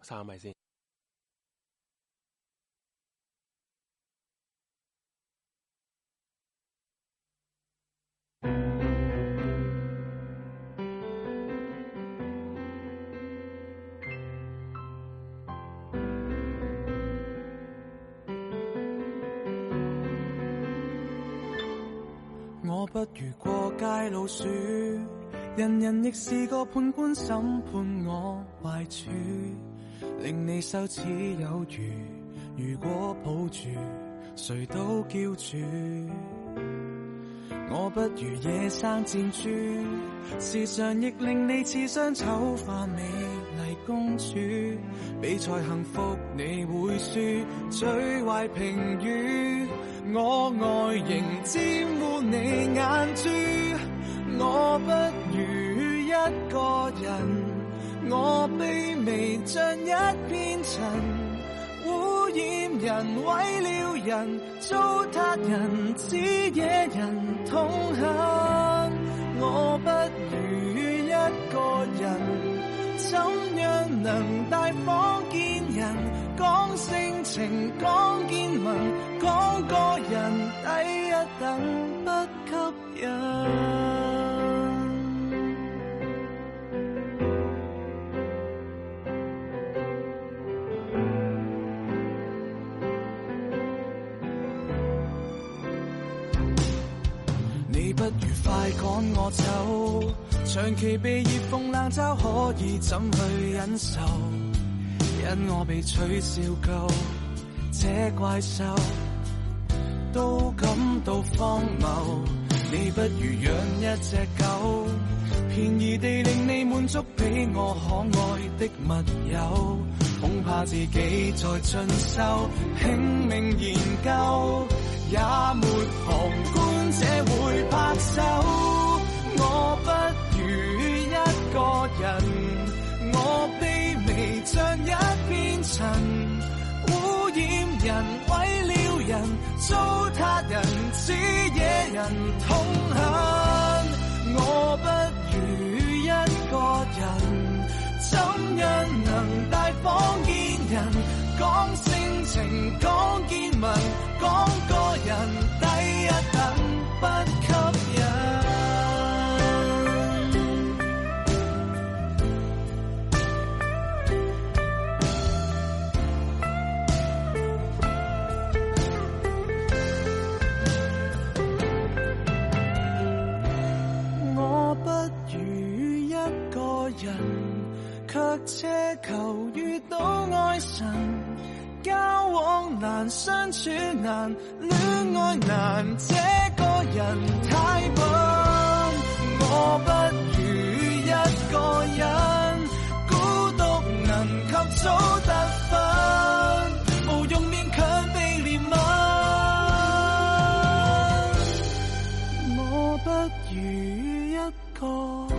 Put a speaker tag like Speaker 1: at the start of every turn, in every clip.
Speaker 1: 衫係咪先
Speaker 2: 我不如過街老鼠，人人亦是個判官審判我壞處，令你羞恥有餘。如果抱住，誰都叫住。我不如野生箭豬，時常亦令你刺傷醜化美麗公主。比賽幸福你會輸，最壞評語。我外形沾污你眼珠，我不如一個人，我卑微像一片塵。污染人、毀了人、糟蹋人，只惹人痛恨。我不如一個人，怎樣能大方見人？講性情，講見聞，講個人低一等，不吸引。你不如快趕我走，長期被熱諷冷嘲，可以怎去忍受？因我被取笑夠，這怪獸都感到荒謬。你不如養一隻狗，便宜地令你滿足，比我可愛的密友。恐怕自己在進修，拼命研究，也沒旁觀者會拍手。我不如一個人，我卑微像一片塵。污染人、毀了人、糟蹋人，只惹人痛恨。我不如一個人，怎樣能大方見人？講性情、講見聞、講個人低一等，不吸引。我不如一個人，卻奢求遇到愛神。交往難，相處難，戀愛難，這個人太笨。我不如一個人，孤獨能及早得分，無用勉強被憐憫。我不如一個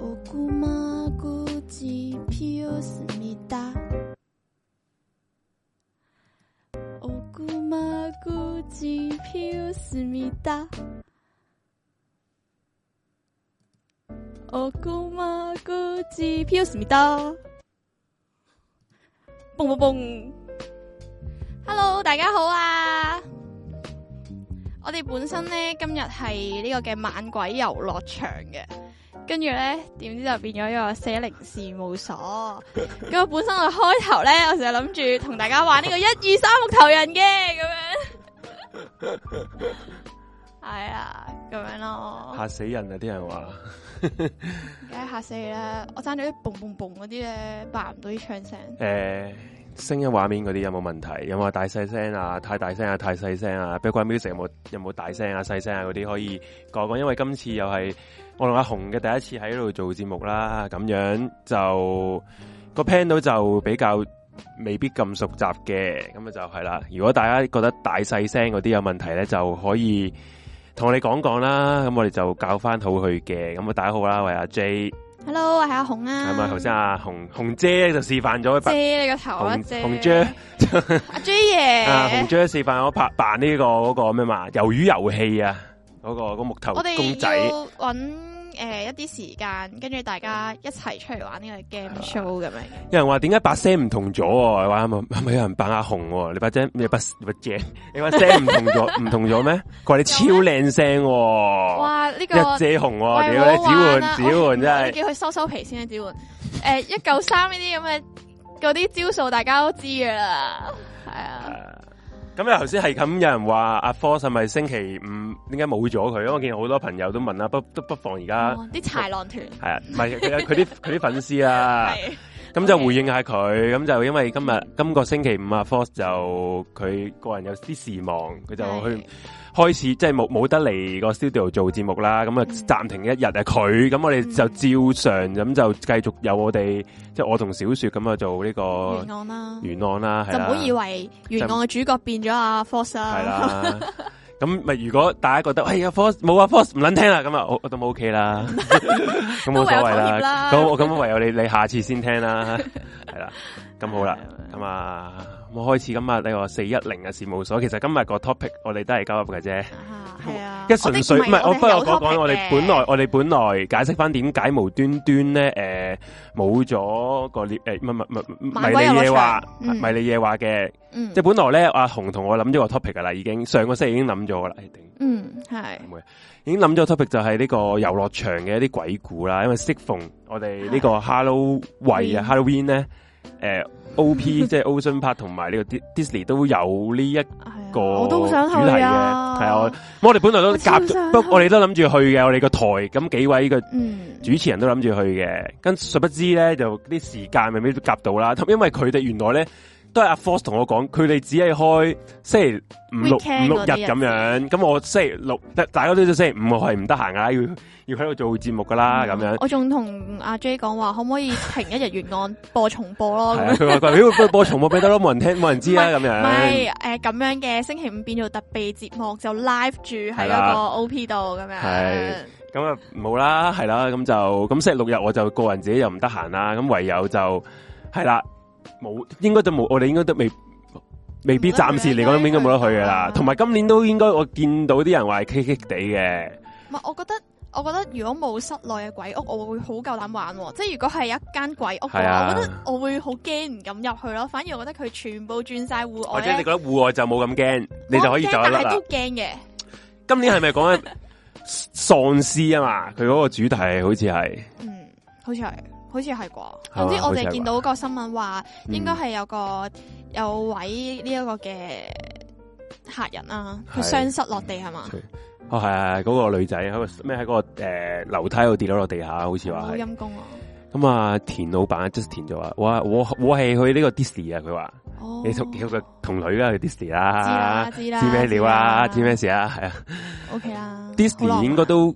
Speaker 3: おこまごちぴよすみだ。おこまごちぴよすみだ。おこまごちぴよすみだ。蹦蹦蹦！Hello，大家好啊！我哋本身咧今日係呢個嘅晚鬼遊樂場嘅。跟住咧，點知就變咗一個寫零事務所。咁我本身我開頭咧，我就諗住同大家玩呢個一二三木頭人嘅咁樣，係啊，咁樣咯，
Speaker 1: 嚇死人啊！啲人話
Speaker 3: 梗係嚇死你啦！我爭咗啲嘣嘣嘣嗰啲咧，扮唔到啲槍聲。
Speaker 1: 誒，聲音畫面嗰啲有冇問題？有冇話大細聲啊？太大聲啊？太細聲啊？background music 有冇有冇大聲啊？細聲啊？嗰啲可以講講，因為今次又係我同阿紅嘅第一次喺度做節目啦，咁樣就個 pan 到就比較未必咁熟習嘅，咁啊就係啦。如果大家覺得大細聲嗰啲有問題咧，就可以同我哋講講啦。咁我哋就教翻好佢嘅。咁啊，大家好啦，我係阿 J，
Speaker 3: Hello，我係阿紅啊。
Speaker 1: 係咪頭先阿紅紅姐就示範咗白
Speaker 3: 姐你個頭啊，
Speaker 1: 紅
Speaker 3: 姐。
Speaker 1: 紅姐。
Speaker 3: 阿 J 爺。
Speaker 1: 啊，紅姐示範我拍扮呢、個嗰、個咩嘛，魷魚遊戲啊，嗰、個嗰木頭
Speaker 3: 我哋
Speaker 1: 公仔，
Speaker 3: 要揾诶、一啲時間，跟住大家一齊出嚟玩呢個 game
Speaker 1: 啊
Speaker 3: show 咁樣嘅。
Speaker 1: 有人話點解把聲唔同咗、啊？話係咪係咪有人扮阿紅、喎？你把聲你把你把聲你把聲唔同 咗，唔同咗咩？佢話你超靚聲、喎，
Speaker 3: 哇！呢、個
Speaker 1: 哦一姐紅、喎，
Speaker 3: 喂
Speaker 1: 屌你
Speaker 3: 唔
Speaker 1: 子焕子
Speaker 3: 好玩啊啦
Speaker 1: 焕
Speaker 3: 我我
Speaker 1: 真係
Speaker 3: 叫佢收收皮先啊，子焕。诶、一九三呢啲咁嘅嗰啲招數，大家都知噶啦，係啊。
Speaker 1: 啊咁你頭先係咁有人話阿 Force 係咪星期五點解冇咗佢？因為我見好多朋友都問啦，不不不妨而家
Speaker 3: 哦啲豺狼團
Speaker 1: 係啊，唔係佢有佢啲佢啲粉絲啊。
Speaker 3: 係
Speaker 1: 咁就
Speaker 3: OK
Speaker 1: 回應下佢，咁就因為今日今個星期五啊，Force 就佢個人有啲事忙，佢就去開始即係冇冇得嚟個 studio 做節目啦，咁啊
Speaker 3: 嗯
Speaker 1: 暫停一日啊佢，咁我哋就照常咁就繼續有我哋即係我同小雪咁啊做呢個
Speaker 3: 懸案啦，
Speaker 1: 原案啦，係
Speaker 3: 就唔
Speaker 1: 啦
Speaker 3: 好以為原案嘅主角變咗阿 Force 啊
Speaker 1: 係
Speaker 3: 啦。
Speaker 1: 啦。咁咪如果大家覺得，哎呀 Force 冇啊 Force 唔撚聽啦，咁啊我我都冇 OK 啦，咁冇所
Speaker 3: 都唯有
Speaker 1: 謂
Speaker 3: 妥
Speaker 1: 啦
Speaker 3: 協啦。
Speaker 1: 咁我咁唯有你你下次先聽啦，係啦。咁好 啦，咁啊，我開始今日呢個四一零嘅事務所，其實今日個 topic 我哋都係交入嘅啫。
Speaker 3: 啊係啊，
Speaker 1: 一純粹
Speaker 3: 我哋
Speaker 1: 唔係，我不過
Speaker 3: 哋
Speaker 1: 我講
Speaker 3: 有
Speaker 1: 講，我
Speaker 3: topic
Speaker 1: 哋
Speaker 3: 嘅
Speaker 1: 本來我哋本來解釋翻點解無端端咧誒冇咗個獵誒唔係唔係唔係
Speaker 3: 晚
Speaker 1: 迷
Speaker 3: 歸遊樂
Speaker 1: 你夜話
Speaker 3: 場嗯
Speaker 1: 迷你夜話嘅，
Speaker 3: 嗯
Speaker 1: 即係本來咧阿紅同我諗咗個 topic 噶啦，已經上個星期已經諗咗噶啦，哎頂啊
Speaker 3: 嗯係
Speaker 1: 已經諗咗個 topic 就係呢個遊樂場嘅一啲鬼故啦，因為適逢我哋呢個
Speaker 3: 啊
Speaker 1: Halloween 啊 Halloween 咧，誒 O.P. 即係 Ocean Park 同埋呢個 Dis- Disney 都有呢一
Speaker 3: 係啊
Speaker 1: 個
Speaker 3: 我都好想
Speaker 1: 主題
Speaker 3: 去
Speaker 1: 嘅，係
Speaker 3: 啊，
Speaker 1: 啊，我我哋本來都
Speaker 3: 我超
Speaker 1: 夾咗，
Speaker 3: 想
Speaker 1: 不
Speaker 3: 去
Speaker 1: 過我哋都諗住去嘅，我哋個台咁幾位個
Speaker 3: 嗯
Speaker 1: 主持人都諗住去嘅，跟殊不知咧就啲時間未必夾到啦，因為佢哋原來咧都係阿 Force 同我講，佢哋只係開星期五六
Speaker 3: Weekend
Speaker 1: 五六
Speaker 3: 嗰
Speaker 1: 日
Speaker 3: 啲日
Speaker 1: 咁樣，咁我星期六大大家都知星期五我係唔得閒噶啦，要要喺度做節目噶啦啊咁樣。
Speaker 3: 我仲同阿 J 講話，可唔可以停一日原案播重播咯？
Speaker 1: 係
Speaker 3: 咁
Speaker 1: 啊，
Speaker 3: 樣
Speaker 1: 佢話佢話屌播重播俾得咯，冇人聽，冇人知啊咁
Speaker 3: 唔係
Speaker 1: 樣。
Speaker 3: 誒咁樣嘅，星期五變做特備節目，就 live 住
Speaker 1: 係
Speaker 3: 喺
Speaker 1: 啦
Speaker 3: 嗰個 OP 度咁樣。
Speaker 1: 係咁啊冇啦，係啦，咁就咁星期六日我就個人自己又唔得閒啦，咁唯有就係啦，冇應該都冇，我哋應該都未未必
Speaker 3: 唔得去啊
Speaker 1: 暫時嚟講應該冇得去噶啦
Speaker 3: 啦。
Speaker 1: 同埋今年都應該我見到啲人話係棘棘地嘅，
Speaker 3: 唔係，我覺得我覺得如果冇室內嘅鬼屋，我會好夠膽玩喎。即係如果係一間鬼屋嘅
Speaker 1: 係啊
Speaker 3: 話，我覺得我會好驚唔敢入去咯。反而我覺得佢全部轉晒戶
Speaker 1: 或
Speaker 3: 外
Speaker 1: 者你
Speaker 3: 咧
Speaker 1: 覺，得戶外就冇咁驚，你就可以
Speaker 3: 我
Speaker 1: 走
Speaker 3: 哦驚
Speaker 1: 得甩
Speaker 3: 但係
Speaker 1: 啦
Speaker 3: 都。驚嘅，
Speaker 1: 今年係咪講 緊喪屍啊嘛？佢嗰個主題好似係
Speaker 3: 嗯，好似係，好似係啩。總之
Speaker 1: 好
Speaker 3: 我
Speaker 1: 似係
Speaker 3: 哋
Speaker 1: 啩
Speaker 3: 見到個新聞話，
Speaker 1: 嗯
Speaker 3: 應該係有個有位呢一個嘅客人啊，佢
Speaker 1: 係
Speaker 3: 雙膝落地係嘛？
Speaker 1: 哦係係係嗰個女仔喺個咩喺嗰個誒樓梯度跌咗落地下，好似
Speaker 3: 好
Speaker 1: 話係。
Speaker 3: 陰功啊！
Speaker 1: 咁啊，田老闆 Justin 就話：，哇，我我係去呢個 Disney 啊！佢話
Speaker 3: 哦，
Speaker 1: 你同你個同女啊啦去 Disney
Speaker 3: 知
Speaker 1: 啦
Speaker 3: 啦，知啦，
Speaker 1: 咩料啊？知咩事啊？係啊
Speaker 3: ？O K 啦好浪
Speaker 1: ，Disney
Speaker 3: 漫
Speaker 1: 應該都，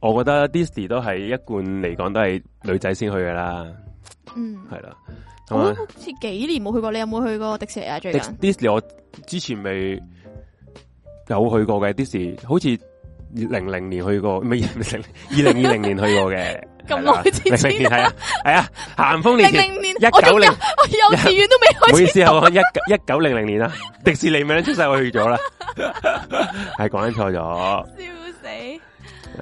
Speaker 1: 我覺得 Disney 都係一貫嚟講都係女仔先去噶啦，
Speaker 3: 嗯。
Speaker 1: 係啦。咁
Speaker 3: 我
Speaker 1: 啊
Speaker 3: 都好似幾年冇去過，你有冇去過迪士尼啊？最近
Speaker 1: ，Dis-，Disney 我之前未有去過嘅，Disney 好似零零年去過，唔係二零二零年去過嘅，
Speaker 3: 咁耐之
Speaker 1: 零零年
Speaker 3: 前
Speaker 1: 係啊，係啊，咸豐年
Speaker 3: 零
Speaker 1: 前
Speaker 3: 零年
Speaker 1: 一
Speaker 3: 我
Speaker 1: 九
Speaker 3: 仲
Speaker 1: 零
Speaker 3: 有。 我幼稚園都未
Speaker 1: 唔好
Speaker 3: 開
Speaker 1: 意
Speaker 3: 始，
Speaker 1: 思啊，我一九一九零零年啦，啊 迪士尼名出世我去咗啦， 系講緊錯咗。
Speaker 3: 笑死！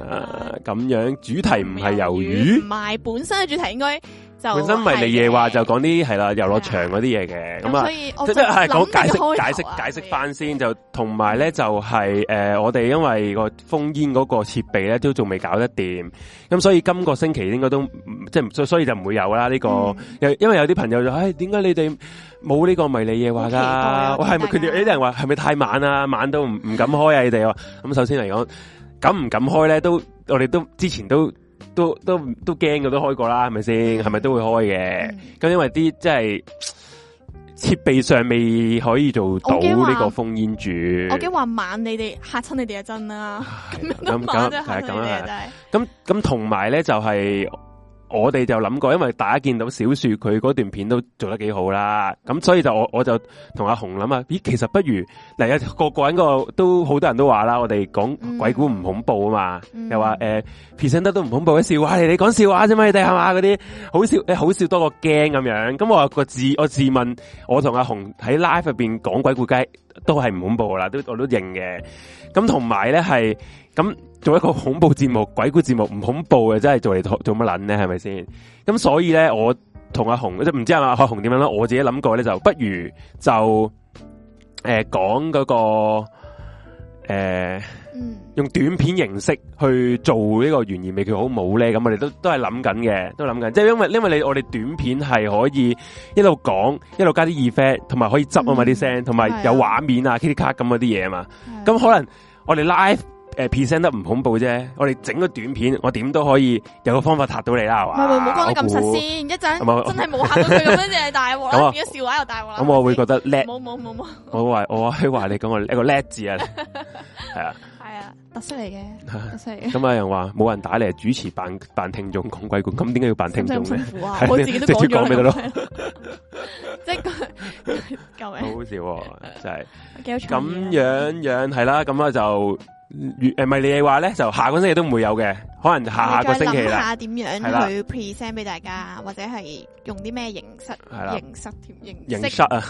Speaker 1: 啊咁樣主題唔係魷
Speaker 3: 唔
Speaker 1: 魚，
Speaker 3: 係本身嘅主題應該就
Speaker 1: 本身迷你夜話就
Speaker 3: 係嘅啊
Speaker 1: 講啲係啦遊樂場嗰啲嘢嘅，咁啊
Speaker 3: 所。以我
Speaker 1: 即
Speaker 3: 就
Speaker 1: 即係
Speaker 3: 諗
Speaker 1: 講解
Speaker 3: 定開
Speaker 1: 釋
Speaker 3: 頭啊
Speaker 1: 解釋解釋，翻先，就同埋咧就係、呃我哋因為個封煙嗰個設備咧都仲未搞得掂，咁所以今個星期應該都唔即係所所以就唔會有啦呢、個。有因為有啲朋友就唉，點解你哋冇呢個迷你夜話
Speaker 3: 好期待
Speaker 1: 㗎？
Speaker 3: 啊
Speaker 1: 喂，係咪佢
Speaker 3: 見
Speaker 1: 哋
Speaker 3: 大
Speaker 1: 有
Speaker 3: 家
Speaker 1: 啲人話係咪太晚啊？晚都唔唔敢開啊！你哋話咁首先嚟講，敢唔敢開咧？都我哋都之前都都都都驚嘅，都開過啦，係咪先？係咪都會開嘅？
Speaker 3: 嗯
Speaker 1: 咁因為啲即係設備上未可以做到
Speaker 3: 我驚話
Speaker 1: 呢個封煙住。
Speaker 3: 我驚話晚你哋嚇親你哋係真啦，
Speaker 1: 係啦
Speaker 3: 咁晚真係嚇親你哋
Speaker 1: 係
Speaker 3: 啊真係。
Speaker 1: 咁咁同埋咧就係、我哋就諗過，因為大家見到小樹佢嗰段片都做得幾好啦，咁所以就我我就同阿紅諗啊，咦，其實不如嗱，有個個人個都好多人都話啦，我哋講
Speaker 3: 嗯
Speaker 1: 鬼故唔恐怖啊嘛，
Speaker 3: 嗯
Speaker 1: 又話誒 present 得都唔恐怖嘅笑話嚟，你講笑話啫嘛，你哋係嘛嗰啲好笑呃誒好笑多過驚咁樣，咁我有個自我自問，我同阿紅喺 live 入邊講鬼故街都係唔恐怖啦，都我都認嘅，咁同埋咧係咁。做一個恐怖節目、鬼故節目唔恐怖嘅，真係做嚟做做乜撚咧？係咪先？咁所以咧，我同阿紅即係唔知阿阿紅點樣啦。我自己諗過咧，就不如就诶講嗰個诶、呃
Speaker 3: 嗯，
Speaker 1: 用短片形式去做呢個懸疑未決好唔好咧？咁我哋都都係諗緊嘅，都諗緊。即係因為因為你我哋短片係可以一路講一路加啲 effect，同埋可以執啊嘛啲聲，同埋有
Speaker 3: 係嗯啊
Speaker 1: 畫面啊、kitty 卡咁嗰啲嘢嘛。
Speaker 3: 係
Speaker 1: 咁可能我哋 live 诶 present 得唔恐怖啫，我哋整個短片，我點都可以有個方法塔到你啦，係
Speaker 3: 唔
Speaker 1: 嘛？
Speaker 3: 係唔係，冇講得咁
Speaker 1: 我
Speaker 3: 實
Speaker 1: 估。
Speaker 3: 先，一陣
Speaker 1: 唔係我
Speaker 3: 真係冇嚇到佢咁樣，就係大鑊
Speaker 1: 啊咁啊
Speaker 3: 啦，變咗笑話又大鑊啦。
Speaker 1: 咁我會覺得叻，
Speaker 3: 冇冇 冇冇，
Speaker 1: 我話我話話你咁我一個叻字 啊，係啊，
Speaker 3: 係啊，特色 嚟嘅，特色嚟嘅。
Speaker 1: 咁啊人話冇人打你係主持扮扮聽眾講鬼故，咁點解要扮聽眾
Speaker 3: 真係
Speaker 1: 咧
Speaker 3: 咁？辛苦啊
Speaker 1: 係！
Speaker 3: 我自己都
Speaker 1: 直
Speaker 3: 講
Speaker 1: 接講
Speaker 3: 咗
Speaker 1: 咪得
Speaker 3: 啦
Speaker 1: 咯，
Speaker 3: 即 係救
Speaker 1: 好
Speaker 3: 命，
Speaker 1: 好笑喎， 真係
Speaker 3: 幾有創
Speaker 1: 咁
Speaker 3: 意啊
Speaker 1: 樣樣係啦，咁啊就誒咪你話咧，就下個星期都唔會有嘅，可能下下個星期
Speaker 3: 你再諗
Speaker 1: 啦，
Speaker 3: 下點
Speaker 1: 係啦
Speaker 3: 樣去 present 俾大家，或者係用啲咩形式、
Speaker 1: 係啦
Speaker 3: 形式添、
Speaker 1: 形
Speaker 3: 形
Speaker 1: 失
Speaker 3: 式、
Speaker 1: 啊，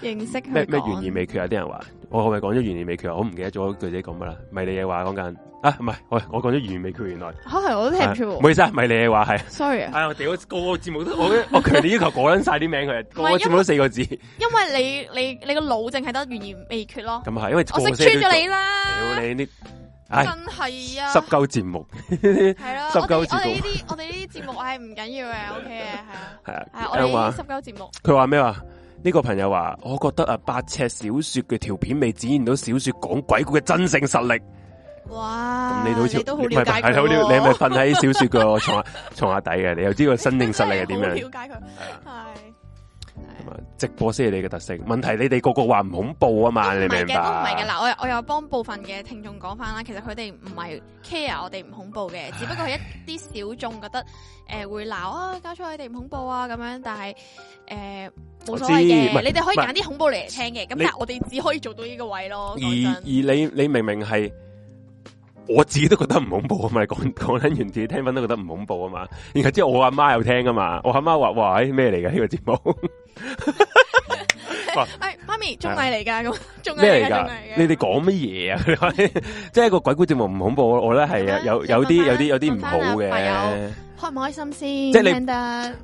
Speaker 3: 形式去
Speaker 1: 咩咩
Speaker 3: 講
Speaker 1: 懸疑未決啊，啲人話我係咪講咗懸疑未決啊？我唔記得咗具體講乜啦，咪你嘢話講緊啊，唔係我我講咗懸疑未決原來。
Speaker 3: 可能我都聽唔
Speaker 1: 係唔
Speaker 3: 出
Speaker 1: 好意思啊，咪你嘅話係。
Speaker 3: ，sorry 啊，
Speaker 1: 哎呀，我屌，個個節目都我我強烈要求改撚晒啲名 佢，個個節目都四個字，咁
Speaker 3: 因為你你你個腦淨係得懸而未決咯，
Speaker 1: 係因為個
Speaker 3: 我
Speaker 1: 個
Speaker 3: 識
Speaker 1: 星期都
Speaker 3: 穿
Speaker 1: 要
Speaker 3: 咗
Speaker 1: 做
Speaker 3: 你啦
Speaker 1: 屌，你啲，唉
Speaker 3: 真，係啊，
Speaker 1: 濕鳩節目
Speaker 3: 係啦，
Speaker 1: 濕
Speaker 3: 我哋
Speaker 1: 鳩
Speaker 3: 我
Speaker 1: 自動
Speaker 3: 哋呢啲我哋呢啲節目係唔緊要嘅，OK à. 嘅，係啊，
Speaker 1: 係
Speaker 3: 係啊
Speaker 1: 啊，
Speaker 3: 我
Speaker 1: 有
Speaker 3: 哋
Speaker 1: 人話
Speaker 3: 呢啲濕鳩節目
Speaker 1: 佢話咩話？呢個朋友話：我覺得啊，八尺小說嘅條片未展現到小說講鬼故嘅真正實力。
Speaker 3: 哇，
Speaker 1: 咁你都好似
Speaker 3: 啊都好
Speaker 1: 你唔係
Speaker 3: 了解
Speaker 1: 係
Speaker 3: 佢
Speaker 1: 好了
Speaker 3: 喎
Speaker 1: 你係咪瞓喺小說個床下 床下底嘅？你又知個真正實力係 點樣？
Speaker 3: 啊好了解佢，
Speaker 1: À.
Speaker 3: 係。
Speaker 1: 咁啊直播先係你嘅特色。問題你哋個個話唔恐怖啊 嘛，你
Speaker 3: 唔係
Speaker 1: 明
Speaker 3: 嘅，都唔係嘅。
Speaker 1: 白？
Speaker 3: 嗱，我又我又幫部分嘅聽眾講翻啦，其實佢哋唔係 care 我哋唔恐怖嘅，只不過係一啲小眾覺得诶、呃、會鬧啊，搞錯你哋唔恐怖啊咁樣，但係诶冇所謂
Speaker 1: 我知唔係
Speaker 3: 嘅，你哋可以
Speaker 1: 唔係
Speaker 3: 揀啲恐怖嚟聽嘅，咁
Speaker 1: 你
Speaker 3: 但係我哋只可以做到呢個位咯。
Speaker 1: 而而
Speaker 3: 講真
Speaker 1: 你你明明係我自己都覺得唔恐怖啊嘛，你講 講緊完自己聽翻都覺得唔恐怖啊嘛。然後之後我阿媽又聽啊嘛，我阿媽話：哇，咦咩嚟嘅呢個節目？
Speaker 3: 哎，媽咪綜藝嚟㗎，咁綜藝
Speaker 1: 咩嚟噶
Speaker 3: 嚟㗎綜藝嚟㗎？
Speaker 1: 你哋講乜嘢啊？ 即係個鬼故節目唔恐怖，我覺得係啊，
Speaker 3: 咁樣
Speaker 1: 有
Speaker 3: 你
Speaker 1: 有啲
Speaker 3: 問
Speaker 1: 有
Speaker 3: 翻
Speaker 1: 啲有啲唔好
Speaker 3: 問翻啊
Speaker 1: 嘅。
Speaker 3: 開唔開心先？
Speaker 1: 即係你
Speaker 3: 聽得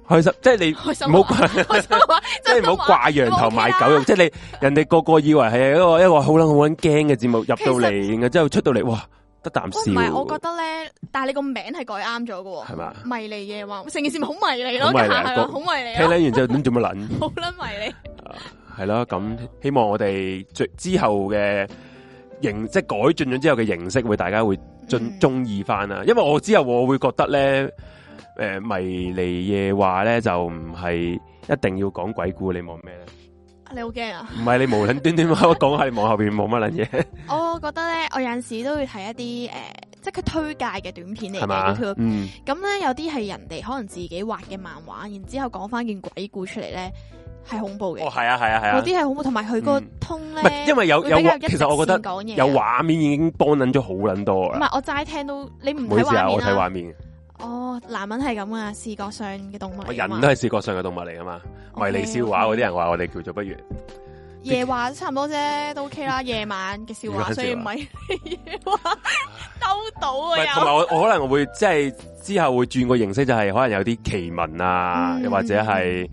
Speaker 1: 開心，即係 你
Speaker 3: 開
Speaker 1: 唔
Speaker 3: 心啊
Speaker 1: 好掛，
Speaker 3: 開心啊！
Speaker 1: 即係唔好掛羊頭賣狗肉。即係你人哋個個以為係一個一個好撚好撚驚嘅節目，入到嚟，然後之後出到嚟，哇，得啖
Speaker 3: 我
Speaker 1: 笑。
Speaker 3: 唔係，我覺得咧，但係你個名係改啱咗嘅喎。
Speaker 1: 係嘛？
Speaker 3: 迷離夜話，成件事咪好迷離
Speaker 1: 好
Speaker 3: 咯，
Speaker 1: 迷離
Speaker 3: 係 咪
Speaker 1: 個
Speaker 3: 好迷離
Speaker 1: 聽
Speaker 3: 咯，
Speaker 1: 撚完之後，點做乜撚？
Speaker 3: 好撚迷離。
Speaker 1: 係咯，咁希望我哋最之後嘅形，即係改進咗之後嘅形式，會大家會中
Speaker 3: 嗯
Speaker 1: 中意翻啦。因為我之後我會覺得咧，诶、迷離夜話咧就唔係一定要講鬼故，你望咩咧？
Speaker 3: 你好驚啊！
Speaker 1: 唔係你無論端 端我講下，你望後边冇乜撚嘢，
Speaker 3: 我覺得咧，我有陣時都會睇一啲诶、呃即係佢推介嘅短片嚟
Speaker 1: 係
Speaker 3: 嘅
Speaker 1: 嘛
Speaker 3: YouTube。？
Speaker 1: 嗯，
Speaker 3: 咁咧有啲係人哋可能自己畫嘅漫畫，然之后讲翻件鬼故出嚟咧，係恐怖嘅
Speaker 1: 哦，。係啊，係啊，係
Speaker 3: 嗰
Speaker 1: 啊。
Speaker 3: 啲係恐怖，同埋佢個
Speaker 1: 嗯
Speaker 3: 通
Speaker 1: 唔
Speaker 3: 咧，
Speaker 1: 係，因為有
Speaker 3: 會
Speaker 1: 有
Speaker 3: 比較一，
Speaker 1: 其實我覺得
Speaker 3: 講嘢
Speaker 1: 有畫面已經幫撚咗好撚多
Speaker 3: 唔
Speaker 1: 啦。
Speaker 3: 係我齋聽到你啊唔
Speaker 1: 唔好意
Speaker 3: 睇
Speaker 1: 思啊，我睇
Speaker 3: 畫面啦。
Speaker 1: 畫面，
Speaker 3: 哦，男人係咁啊，視覺上嘅動物嚟㗎嘛。
Speaker 1: 人都係視覺上嘅動物嚟噶嘛。迷離笑話嗰啲人話我哋叫做不如。
Speaker 3: 夜話差唔多啫，都 OK 啦。夜晚嘅笑
Speaker 1: 夜晚笑
Speaker 3: 話，
Speaker 1: 話
Speaker 3: 所以唔係夜 話兜到
Speaker 1: 唔係
Speaker 3: 啊
Speaker 1: 同埋
Speaker 3: 又。
Speaker 1: 我我可能我會即係之後會轉個形式，就係可能有啲奇聞啊，
Speaker 3: 嗯
Speaker 1: 又或者係唔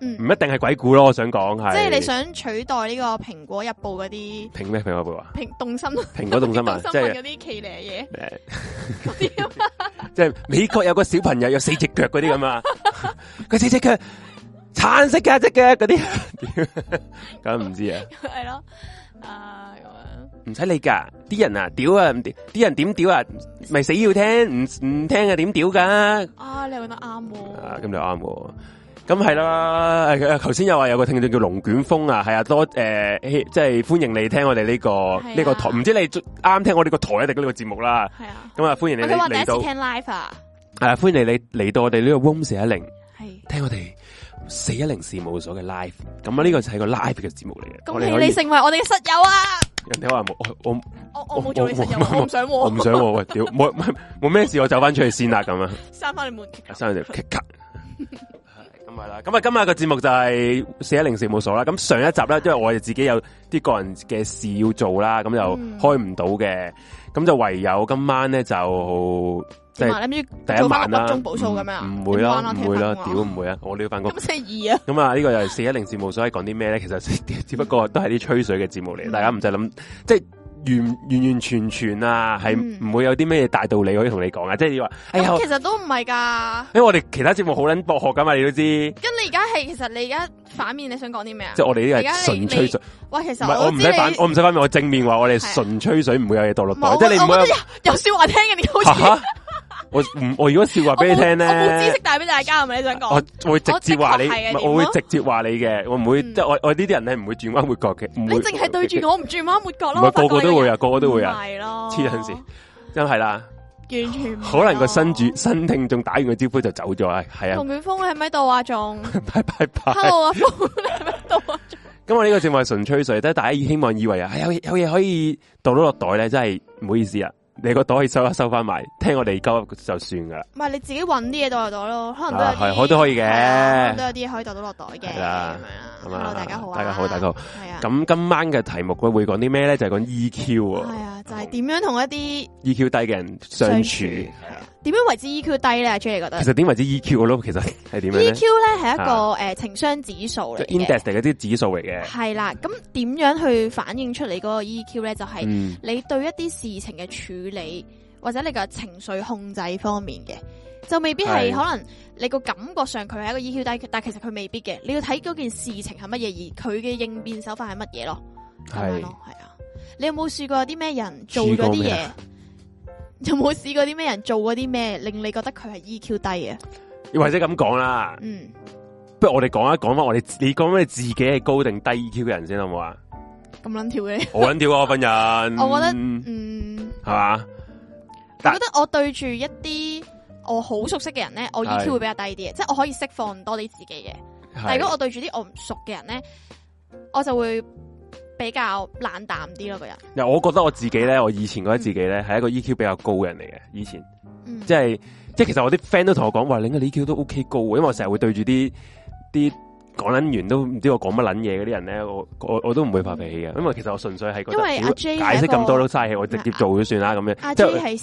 Speaker 3: 嗯，
Speaker 1: 一定係鬼故咯。我想講係
Speaker 3: 即係你想取代呢個蘋果日報嗰啲
Speaker 1: 蘋咩蘋果 報啊？
Speaker 3: 蘋 動心
Speaker 1: 蘋果動啊新聞
Speaker 3: 動
Speaker 1: 即
Speaker 3: 新
Speaker 1: 係
Speaker 3: 嗰啲奇咧
Speaker 1: 誒
Speaker 3: 嘢嗰啲啊 嘛，
Speaker 1: 即係美國有個小朋友有四隻腳嗰啲咁 啊，佢四隻腳橙色嘅一隻腳嗰啲， 咁唔知啊，
Speaker 3: 係咯，啊咁樣。
Speaker 1: 唔使理㗎。啲人啊，屌啊，唔屌啲人點屌啊，咪死要聽，唔唔聽啊點屌㗎？
Speaker 3: 啊，你又覺得啱
Speaker 1: 啊，
Speaker 3: 喎。
Speaker 1: 咁就啱喎。咁係啦，誒頭先又話有個聽眾叫龍捲風啊，係啊，多誒、希即係歡迎你聽我哋呢、個
Speaker 3: 係啊
Speaker 1: 呢、個台，唔知你啱聽我哋個台啊一定呢個節目啦。
Speaker 3: 系啊，
Speaker 1: 咁啊，歡迎你
Speaker 3: 我哋話第一
Speaker 1: 嚟
Speaker 3: 次
Speaker 1: 到，
Speaker 3: 聽 live 啊，
Speaker 1: 係啊，歡迎你嚟到我哋呢個 Room 四一零，
Speaker 3: 係
Speaker 1: 聽我哋四一零事務所嘅 live。咁啊，呢個就係個 live 嘅節目嚟嘅。我
Speaker 3: 恭
Speaker 1: 哋
Speaker 3: 喜
Speaker 1: 可以
Speaker 3: 你成為我哋嘅室友啊！
Speaker 1: 人哋話冇，我我
Speaker 3: 我我冇做你室友，啊我唔想喎
Speaker 1: 我唔想喎，喂，屌，冇冇 冇咩事，我走翻出去先啦，咁啊。
Speaker 3: 闩翻你門。
Speaker 1: 三條咔 咔。咁系啦，咁啊，今日個節目就係四一零事務所啦。咁上一集咧，因為我哋自己有啲個人嘅事要做啦，咁就
Speaker 3: 嗯
Speaker 1: 開唔到嘅，咁就唯有今晚咧就即
Speaker 3: 點
Speaker 1: 係
Speaker 3: 啊你諗住
Speaker 1: 第一晚啦，
Speaker 3: 做翻個補數咁樣啊
Speaker 1: 唔唔會啦，
Speaker 3: 點關啊
Speaker 1: 唔會啦，
Speaker 3: 聽
Speaker 1: 屌
Speaker 3: 翻工啊
Speaker 1: 唔會啊，我都要翻工。
Speaker 3: 咁星期二啊，
Speaker 1: 咁啊，呢個又係四一零事務所係講啲咩咧？其實 只不過都係啲吹水嘅節
Speaker 3: 嗯
Speaker 1: 目嚟，大家唔使諗，即係完完完全全啊，係
Speaker 3: 嗯
Speaker 1: 唔會有啲咩大道理可以同你講啊！即係你話，哎呀
Speaker 3: 咁，其實都唔係㗎。
Speaker 1: 因為我哋其他節目好撚博學噶嘛，你都知。
Speaker 3: 咁你而家係其實你而家反面你想講啲咩啊
Speaker 1: 即？系我哋呢
Speaker 3: 而
Speaker 1: 個
Speaker 3: 家
Speaker 1: 係
Speaker 3: 你
Speaker 1: 純吹水，
Speaker 3: 喂，其
Speaker 1: 唔
Speaker 3: 實
Speaker 1: 係我
Speaker 3: 我
Speaker 1: 唔
Speaker 3: 都
Speaker 1: 使
Speaker 3: 知
Speaker 1: 反，
Speaker 3: 你
Speaker 1: 我唔使反面，我正面話我哋
Speaker 3: 係啊
Speaker 1: 係純吹水，唔會有嘢墮落
Speaker 3: 冇，
Speaker 1: 袋，
Speaker 3: 啊
Speaker 1: 即係你唔
Speaker 3: 我
Speaker 1: 好
Speaker 3: 覺得有有笑話聽嘅，你好
Speaker 1: 嚇
Speaker 3: 似
Speaker 1: 嚇我唔我如果笑話俾你聽
Speaker 3: 我冇我冇知識
Speaker 1: 咧，
Speaker 3: 帶俾大家，係咪你想講？
Speaker 1: 我會直接話你，
Speaker 3: 我的確
Speaker 1: 唔係
Speaker 3: 係嘅點啊
Speaker 1: 我會直接話你嘅，我唔會
Speaker 3: 嗯
Speaker 1: 即係我我呢啲人咧唔會轉彎抹角嘅，唔
Speaker 3: 你
Speaker 1: 會
Speaker 3: 淨係對住我唔轉彎抹角
Speaker 1: 唔
Speaker 3: 咯，
Speaker 1: 係個個都會啊，個個
Speaker 3: 我
Speaker 1: 都會啊，
Speaker 3: 係咯，
Speaker 1: 黐撚線，真係啦，
Speaker 3: 完全唔
Speaker 1: 可能個
Speaker 3: 咯
Speaker 1: 新主新聽眾打完個招呼就走咗啊，係啊
Speaker 3: 龍，捲風你喺咪度啊？ 仲
Speaker 1: 拜拜拜。
Speaker 3: 哦 Hello 啊，風你喺咪度啊？仲
Speaker 1: 咁我呢個節目係純吹水，即係大家希望以為啊、哎有有嘢可以倒到落袋咧，真係唔好意思啊！你個袋可以收一收翻埋，聽我哋鳩噏就算噶啦。
Speaker 3: 唔係你自己揾啲嘢袋落袋咯，可能都有
Speaker 1: 啊，
Speaker 3: 啲
Speaker 1: 係我都可以
Speaker 3: 係啊
Speaker 1: 嘅
Speaker 3: 可能都。有啲嘢可以袋到落袋嘅
Speaker 1: 係
Speaker 3: 咁樣
Speaker 1: 啦
Speaker 3: 啦。
Speaker 1: 咁啊
Speaker 3: Hello，大家好啊，
Speaker 1: 大家好大家好
Speaker 3: 係啊，
Speaker 1: 咁今晚嘅題目佢會講啲咩咧？就係講 EQ
Speaker 3: 係
Speaker 1: 喎
Speaker 3: 啊，就係點樣同一啲
Speaker 1: ，EQ 低嘅人相處。
Speaker 3: 係
Speaker 1: 其
Speaker 3: 啊點樣為之 EQ 低咧？J 你覺得
Speaker 1: 實點為之 E EQ 我都其實係點樣咧
Speaker 3: EQ 咧係一個
Speaker 1: 啊
Speaker 3: 诶情商指數嚟嘅
Speaker 1: ？index 嚟嘅啲指數嚟嘅。
Speaker 3: 系啦，咁點樣去反映出你嗰個 EQ 咧？就係
Speaker 1: 嗯，
Speaker 3: 你對一啲事情嘅處理，或者你嘅情緒控制方面嘅，就未必係
Speaker 1: 係
Speaker 3: 可能你個感覺上佢係一個 EQ 低，但其實佢未必嘅。你要睇嗰件事情係乜嘢，而佢嘅應變手法係乜嘢咯，咁樣
Speaker 1: 係
Speaker 3: 咯，係啊。你有冇試過有啲咩人做
Speaker 1: 試
Speaker 3: 咗
Speaker 1: 過
Speaker 3: 啲
Speaker 1: 咩
Speaker 3: 嘢
Speaker 1: 啊？
Speaker 3: 有冇試過啲咩人做嗰啲咩，令你覺得佢係 EQ 低嘅？
Speaker 1: 或者咁講啦，
Speaker 3: 嗯，
Speaker 1: 不如我哋講一講翻我哋，你講翻你自己係高定低 EQ 嘅人先好唔好 啊？
Speaker 3: 咁撚跳嘅你，
Speaker 1: 我撚屌啊，我份人，
Speaker 3: 我覺得
Speaker 1: 係
Speaker 3: 嗯。
Speaker 1: 嘛？
Speaker 3: 我
Speaker 1: 但
Speaker 3: 覺得我對住一啲我好熟悉嘅人咧，我
Speaker 1: 係
Speaker 3: EQ 會比較低啲嘅，即係我可以釋放多啲自己嘅。但係如果我對住啲我唔熟嘅人咧，我就會比較冷淡啲咯，個人。
Speaker 1: 嗱，我覺得我自己咧，我以前覺得自己咧係一個 EQ 比較高嘅人嚟嘅。以前
Speaker 3: 嗯，
Speaker 1: 即係即係，其實我啲 friend 都同我講話，你嘅 EQ 都 OK 高喎，因為我成日會對住啲啲講撚完都唔知我講乜撚嘢嗰啲人咧，我我我都唔會發脾氣嘅，因為其實我純粹係覺
Speaker 3: 嗯因為
Speaker 1: 得
Speaker 3: 阿
Speaker 1: 屌
Speaker 3: J
Speaker 1: 解釋
Speaker 3: 係一個
Speaker 1: 咁多都嘥氣，我直接做咗算啦咁
Speaker 3: 阿
Speaker 1: 樣。即
Speaker 3: J
Speaker 1: 係
Speaker 3: 係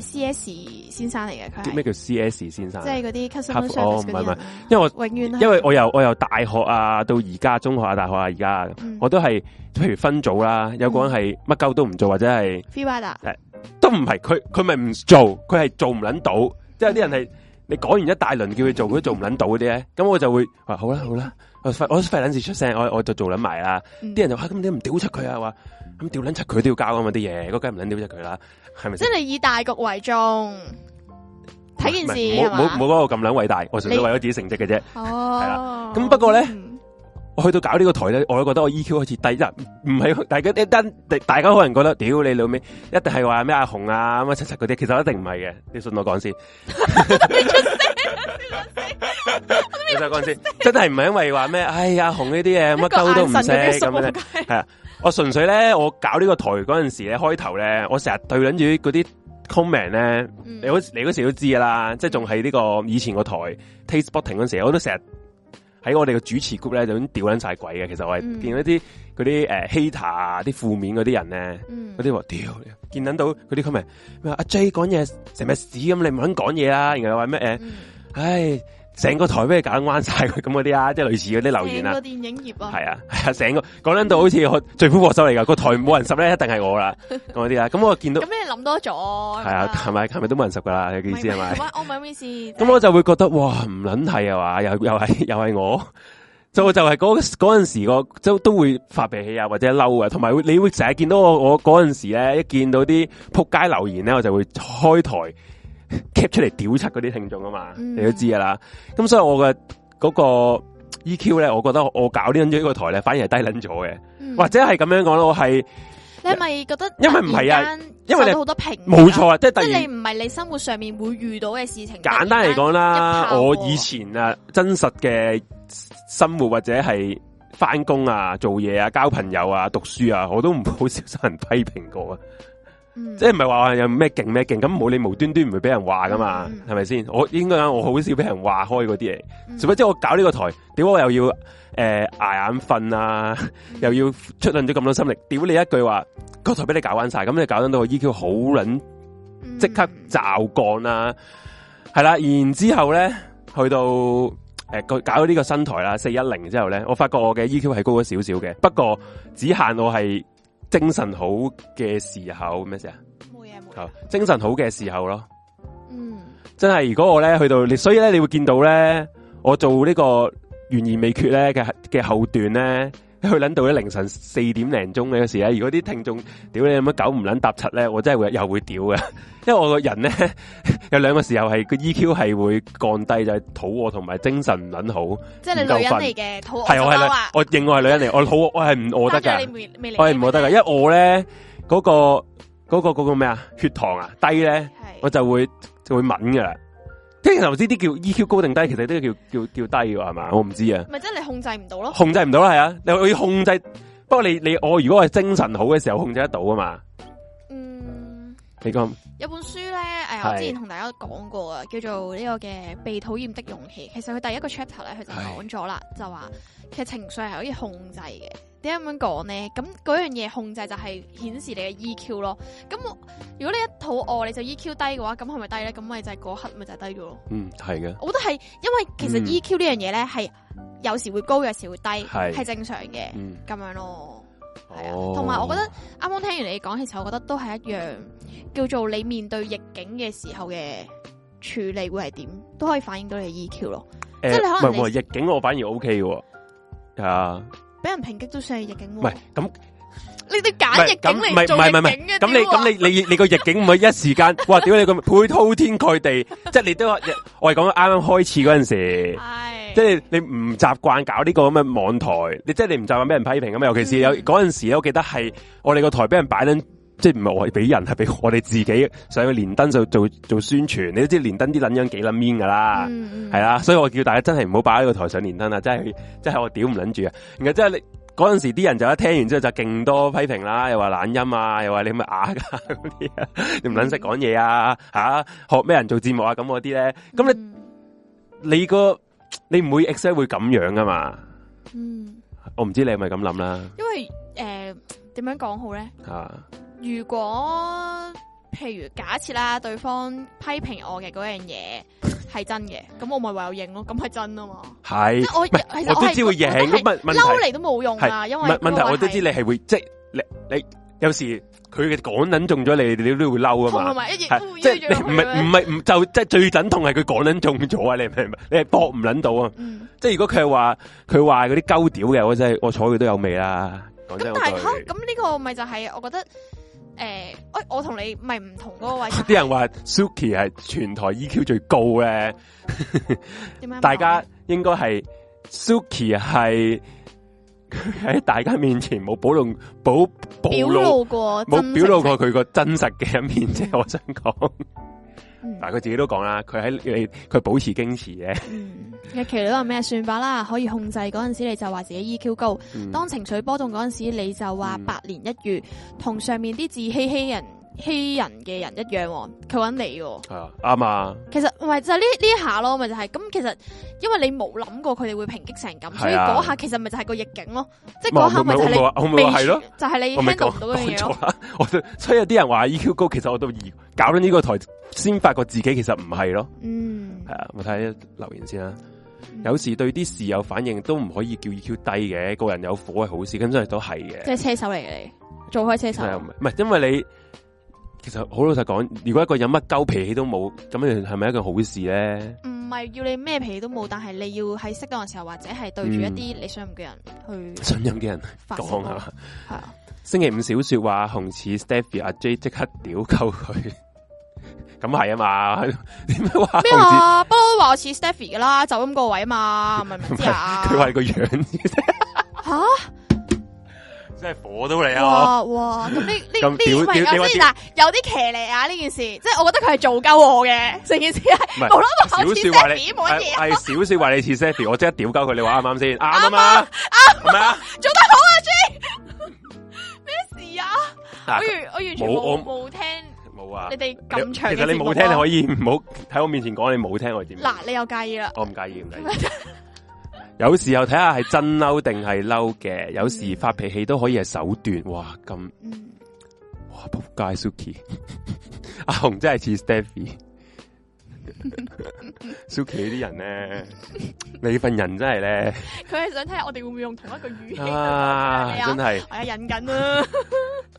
Speaker 3: C 誒 CS 先生嚟嘅，佢
Speaker 1: 咩
Speaker 3: 係
Speaker 1: 叫 CS 先生
Speaker 3: 即？係嗰啲
Speaker 1: 客
Speaker 3: customer
Speaker 1: 服哦
Speaker 3: service 嗰啲人
Speaker 1: 唔係唔
Speaker 3: 啊，
Speaker 1: 因為我
Speaker 3: 永遠係
Speaker 1: 因為我由我由大學啊到而家中學啊大學啊而家，
Speaker 3: 嗯
Speaker 1: 我都係譬如分組啦，有個人係乜鳩都唔做或者係。
Speaker 3: free rider
Speaker 1: 都唔係佢佢咪唔做，佢係做唔捻到，即係有啲人
Speaker 3: 嗯
Speaker 1: 係你講完一大輪叫佢做，佢都做唔捻到嗰啲咧，咁我就會話好啦好啦，我費我費捻事出聲，我我就做捻埋啦。
Speaker 3: 嗯
Speaker 1: 啲人就話咁你唔屌出佢啊，話咁屌捻出佢都要交啊嘛啲嘢，嗰梗唔捻屌出佢啦，係咪
Speaker 3: 即
Speaker 1: 先？
Speaker 3: 係你以大局為重，睇件
Speaker 1: 唔
Speaker 3: 事
Speaker 1: 係
Speaker 3: 係
Speaker 1: 冇冇
Speaker 3: 嘛？
Speaker 1: 冇講我咁捻偉大，我純粹
Speaker 3: 你
Speaker 1: 為咗自己成績嘅啫。係
Speaker 3: 哦，
Speaker 1: 咁不過呢
Speaker 3: 嗯
Speaker 1: 我去到搞呢個台咧，我都覺得我 EQ 開始低啦，唔係大家一單，大家可能覺得屌你老味，一定係話咩阿紅啊乜七七嗰啲，其實一定唔係嘅，你信我講先。你再講先，真係唔係因為話咩，哎阿紅呢啲嘢乜鳩都唔識咁樣咧。係啊，我純粹咧，我搞呢個台嗰陣時咧，開頭咧，我成日對撚住嗰啲 comment 咧，
Speaker 3: 嗯
Speaker 1: 你嗰你嗰時都知噶啦，即係仲係呢個以前個台 Taste Spotting 嗰陣時，我都成日喺我哋嘅主持 group 咧就已經屌撚晒鬼嘅。其實我係
Speaker 3: 嗯
Speaker 1: 見到啲嗰啲誒 hater 啊啲負面嗰啲人咧。
Speaker 3: 嗯
Speaker 1: 嗰啲話屌，見撚到嗰啲 comment 咩阿 J 講嘢成日屎咁，你唔肯講嘢啦，然後又話咩誒，
Speaker 3: 嗯
Speaker 1: 唉，成個台俾你搞彎晒佢咁嗰啲啊，即係類似嗰啲留言
Speaker 3: 成
Speaker 1: 啊
Speaker 3: 個，電影業啊，
Speaker 1: 系啊，系啊，成個講撚到好似我罪魁禍首嚟噶，個台冇人十咧，一定係我 啦，咁嗰啲啦。咁我見到
Speaker 3: 咁你諗多咗
Speaker 1: 係啊，係咪係咪都冇人十噶啦？你嘅意思係咪？
Speaker 3: 唔我唔係咩意思。
Speaker 1: 咁我就會覺得哇，唔撚係啊嘛，又又係又係我，就就係嗰嗰阵时個都都會發脾氣啊，或者嬲啊，同埋會你會成日見到我我嗰阵时咧，一見到啲扑街留言咧，我就會開台 cap 出嚟屌柒嗰啲聽眾啊嘛，
Speaker 3: 嗯
Speaker 1: 你都知噶啦。咁所以我嘅嗰個 EQ 咧，我覺得我搞呢樣呢個台咧，反而係低撚咗嘅，
Speaker 3: 嗯
Speaker 1: 或者係咁樣講咯，我係
Speaker 3: 你係咪覺得
Speaker 1: 因為唔係啊
Speaker 3: 突然間
Speaker 1: 因為你
Speaker 3: 受到好多評價
Speaker 1: 冇錯，啊，即係突
Speaker 3: 即係
Speaker 1: 然
Speaker 3: 你唔係你生活上面會遇到嘅事情。
Speaker 1: 簡單嚟講
Speaker 3: 一
Speaker 1: 啦，
Speaker 3: 炮
Speaker 1: 我
Speaker 3: 過
Speaker 1: 以前啊真實嘅生活或者係翻工啊、做嘢啊、交朋友啊、讀書啊，我都唔好少受人批評過啊。
Speaker 3: 嗯，
Speaker 1: 即係唔係話有咩勁咩勁，咁冇你無端端唔會俾人話噶嘛
Speaker 3: 嗯，
Speaker 1: 係咪先？我應該講我好少俾人話開嗰啲嘢，
Speaker 3: 嗯
Speaker 1: 除非即係我搞呢個台，屌我又要诶挨眼瞓啊，
Speaker 3: 嗯
Speaker 1: 又要出撚咗咁多心力，屌你一句話個台俾你搞彎晒，咁你搞撚到個 EQ 好撚
Speaker 3: 嗯
Speaker 1: 即刻驟降啦，係啦，然之后咧去到诶、呃、個搞咗呢個新台啦，四一零之後咧，我發覺我嘅 EQ 係高咗少少嘅，不過只限我係精神好嘅時候咩事啊？
Speaker 3: 冇嘢冇
Speaker 1: 好
Speaker 3: 嘢。
Speaker 1: 精神好嘅時候咯，
Speaker 3: 嗯
Speaker 1: 真係如果我咧去到你，所以咧你會見到咧，我做呢個懸而未決咧嘅嘅後段咧，去撚到咧凌晨四點零鐘嘅時咧，如果啲聽眾屌你有乜狗唔撚搭柒咧，我真係會又會屌嘅， 因為我個人咧 有兩個時候係個 EQ 係會降低，就係、肚餓同埋精神唔撚好，
Speaker 3: 即係你女人嚟嘅，肚
Speaker 1: 係
Speaker 3: 餓
Speaker 1: 我係
Speaker 3: 就
Speaker 1: 女
Speaker 3: 嬲啊，！
Speaker 1: 我認我係女人嚟，我肚餓我係唔餓得
Speaker 3: 生
Speaker 1: 㗎。
Speaker 3: 咗啊你未未嚟，
Speaker 1: 我係唔覺得噶，因為我咧嗰、個嗰、個嗰、個咩啊血糖啊低咧，
Speaker 3: 係
Speaker 1: 我就會就會敏噶啦。即係頭先啲叫 EQ 高定低，其實都叫叫叫低噶係嘛？我唔知啊，
Speaker 3: 咪即係你控制唔到咯。
Speaker 1: 控制唔到啦，係啊，你我要控制。不過你你我如果係精神好嘅時候控制得到啊嘛，
Speaker 3: 嗯，
Speaker 1: 你講
Speaker 3: 有本書咧，诶，
Speaker 1: 係
Speaker 3: 我之前同大家講過啊，叫做呢個嘅《被討厭的勇氣》。其實佢第一個 chapter 咧，佢就
Speaker 1: 係
Speaker 3: 講咗啦，就話其實情緒係可以控制嘅。點解咁樣講呢？咁嗰樣嘢控制就係顯示你嘅 EQ 咯。咁我如果你一肚餓你就 EQ 低嘅話，咁係咪低咧？咁咪就係嗰刻咪就係低咗咯。
Speaker 1: 嗯係嘅，
Speaker 3: 我覺得係因
Speaker 1: 嗯
Speaker 3: 為其實 EQ 呢樣嘢咧係有時會高，有時會低，
Speaker 1: 係
Speaker 3: 係正常嘅
Speaker 1: 嗯
Speaker 3: 咁樣咯。係啊，
Speaker 1: 哦
Speaker 3: 同埋、我覺得啱啱聽完你講，其實我覺得都係一樣叫做你面對逆境嘅時候嘅處理會係點，都可以反映到你嘅 EQ 咯。
Speaker 1: 誒
Speaker 3: 即係你可
Speaker 1: 唔係
Speaker 3: 能
Speaker 1: 唔係
Speaker 3: 你
Speaker 1: 逆境我反而 O K 嘅喎，係啊，
Speaker 3: 俾人抨擊都算係逆境
Speaker 1: 唔
Speaker 3: 喎，
Speaker 1: 係咁
Speaker 3: 你哋
Speaker 1: 係
Speaker 3: 揀逆
Speaker 1: 咁
Speaker 3: 境嚟
Speaker 1: 唔係唔係
Speaker 3: 做
Speaker 1: 唔係
Speaker 3: 逆境嘅，
Speaker 1: 咁你
Speaker 3: 屌啊
Speaker 1: 咁你你你個逆境唔係一時間，哇！屌你咁配滔天蓋地，即係你都話我係講啱啱開始嗰陣時，
Speaker 3: 係
Speaker 1: 即係你唔習慣搞呢個咁嘅網台，你即係你唔習慣俾人批評咁啊嘛。尤其是有
Speaker 3: 嗯
Speaker 1: 嗰陣時，我記得係我哋個台俾人擺緊，即係唔係我係俾人，係俾我哋自己上去連登就做做宣傳。你都知連登啲撚樣幾撚 mean 噶啦。啊
Speaker 3: 嗯
Speaker 1: 系，啦，所以我叫大家真系唔好擺喺個台上連登啊！真係真係我屌唔撚住啊！然後即係你嗰阵时啲人就一聽完之後就勁多批評啦，又話懶音啊，又話你咪啞噶嗰啲啊，你唔撚識講嘢啊，吓、學咩人做節目啊咁嗰啲咧，咁
Speaker 3: 你
Speaker 1: 你你個你唔會 exact 會咁樣噶嘛？
Speaker 3: 嗯，
Speaker 1: 我唔知你係咪咁諗啦，啊
Speaker 3: 因呃為誒點樣講好咧？
Speaker 1: 吓、
Speaker 3: 如果譬如假設啦，對方批評我嘅嗰樣嘢係真嘅，咁我咪唯有認咯，咁係真啊嘛。
Speaker 1: 係
Speaker 3: 即係我
Speaker 1: 係
Speaker 3: 其實
Speaker 1: 我都
Speaker 3: 係
Speaker 1: 知會
Speaker 3: 覺得
Speaker 1: 贏
Speaker 3: 係
Speaker 1: 問問題
Speaker 3: 嬲嚟都冇用啊，因為
Speaker 1: 問問題
Speaker 3: 嗰個
Speaker 1: 我都知
Speaker 3: 係
Speaker 1: 你係會即係你你有時佢嘅講撚中咗你，你都會嬲啊
Speaker 3: 痛
Speaker 1: 嘛
Speaker 3: 同。埋一嘢
Speaker 1: 係即係你唔係唔係唔就即係最等同係佢講撚中咗啊！你明唔明？你係搏唔撚到啊！
Speaker 3: 嗯，
Speaker 1: 即係如果佢係話佢話嗰啲鳩屌嘅，我真係我睬佢都有味啦。講
Speaker 3: 咁
Speaker 1: 真
Speaker 3: 但
Speaker 1: 嗰
Speaker 3: 係吓
Speaker 1: 句，
Speaker 3: 咁呢個咪就係我覺得诶，喂我同你咪唔同嗰個位 就係，
Speaker 1: 啲人話 Suki 係全台 EQ 最高咧，
Speaker 3: 點樣講
Speaker 1: 大家應該係 Suki 係佢喺大家面前冇暴露冇
Speaker 3: 表
Speaker 1: 暴露
Speaker 3: 露過
Speaker 1: 冇表露過
Speaker 3: 過，
Speaker 1: 佢個真實嘅一面啫。我想講，
Speaker 3: 嗯
Speaker 1: 但係佢自己都講啦，佢喺你佢保持矜持嘅。
Speaker 3: 嗯，日期都話咩算法啦，可以控制嗰陣時你就話自己 EQ 高。
Speaker 1: 嗯
Speaker 3: 當情緒波動嗰陣時，你就話
Speaker 1: 嗯
Speaker 3: 百年一遇，同上面啲自欺欺人、欺人嘅人一樣喎，佢揾你喎。
Speaker 1: 係啊啱啊。
Speaker 3: 其實唔係就係呢呢一下咯，咪就係咁。其實因為你冇諗過佢哋會抨擊成咁，所以
Speaker 1: 係啊
Speaker 3: 嗰下其實咪就係個逆境咯，即係
Speaker 1: 唔係
Speaker 3: 嗰下咪就係你
Speaker 1: 啊我咪我咪我咪
Speaker 3: 未
Speaker 1: 話係咯，
Speaker 3: 就係你
Speaker 1: 我咪
Speaker 3: handle
Speaker 1: 講
Speaker 3: 唔到嗰樣嘢咯。
Speaker 1: 錯啦。我都所以有啲人話 EQ 高，其實我到而搞緊呢個台，先發覺自己其實唔係咯。
Speaker 3: 嗯
Speaker 1: 係，啊，我睇下留言先啦。
Speaker 3: 嗯
Speaker 1: 有時對啲事有反應都唔可以叫 EQ 低嘅，個人有火係好事，咁所以都係
Speaker 3: 即
Speaker 1: 嘅。
Speaker 3: 係車手嚟嘅你，做開車手
Speaker 1: 係啊，唔係唔係，因為你其實好老實講，如果一個人乜鳩脾氣都冇，咁樣係咪一件好事 咧？
Speaker 3: 唔係要你咩脾氣都冇，但係你要喺適當嘅時候，或者係對住一啲你信任嘅人去
Speaker 1: 信任嘅人
Speaker 3: 發泄
Speaker 1: 嗯講
Speaker 3: 咯
Speaker 1: 啊。
Speaker 3: 係啊。
Speaker 1: 星期五小說話，紅似 Stephy 阿 J 即刻屌鳩佢， 咁系啊嘛， 点解话
Speaker 3: 咩
Speaker 1: 紅字？
Speaker 3: 啊？不嬲都話我似 Stephy 噶啦，就咁個位嘛，明唔明知啊？
Speaker 1: 佢话你个样
Speaker 3: 吓
Speaker 1: 真系火到你啊！
Speaker 3: 哇哇！咁呢 呢
Speaker 1: 咁
Speaker 3: 呢
Speaker 1: 屌
Speaker 3: 唔係
Speaker 1: 屌屌
Speaker 3: 咁先嗱，有啲騎呢啊呢件事，即係我覺得佢係做鳩我嘅成件事係
Speaker 1: 唔係
Speaker 3: 無啦啦話
Speaker 1: 少
Speaker 3: 我似
Speaker 1: 少话你
Speaker 3: Stephy 冇乜嘢啊，
Speaker 1: 系少少话你似 Stephy，我即刻屌鸠佢，你话啱唔啱先？啱啊嘛，啱咪啊？
Speaker 3: 做得好啊 J，咩事啊？我
Speaker 1: 嗱
Speaker 3: 完我完全
Speaker 1: 冇我
Speaker 3: 冇冇聽
Speaker 1: 冇啊
Speaker 3: 你！哋咁長
Speaker 1: 其
Speaker 3: 嘅
Speaker 1: 实你冇聽，
Speaker 3: 聽
Speaker 1: 你可以唔好喺我面前講，你冇聽我點。
Speaker 3: 嗱，你又介意啦？
Speaker 1: 我唔介意，唔介意。 有時候睇下係真嬲定係嬲嘅，有時發脾氣都可以係手段。哇，咁
Speaker 3: 嗯，
Speaker 1: 哇仆街 Suki，阿紅真係似 Stephy。Suki 呢啲人咧，你份人真係 咧
Speaker 3: 佢係想睇下我哋會唔會用同一個語氣去講
Speaker 1: 啊
Speaker 3: 你，啊
Speaker 1: 真係
Speaker 3: 我而家忍緊啊！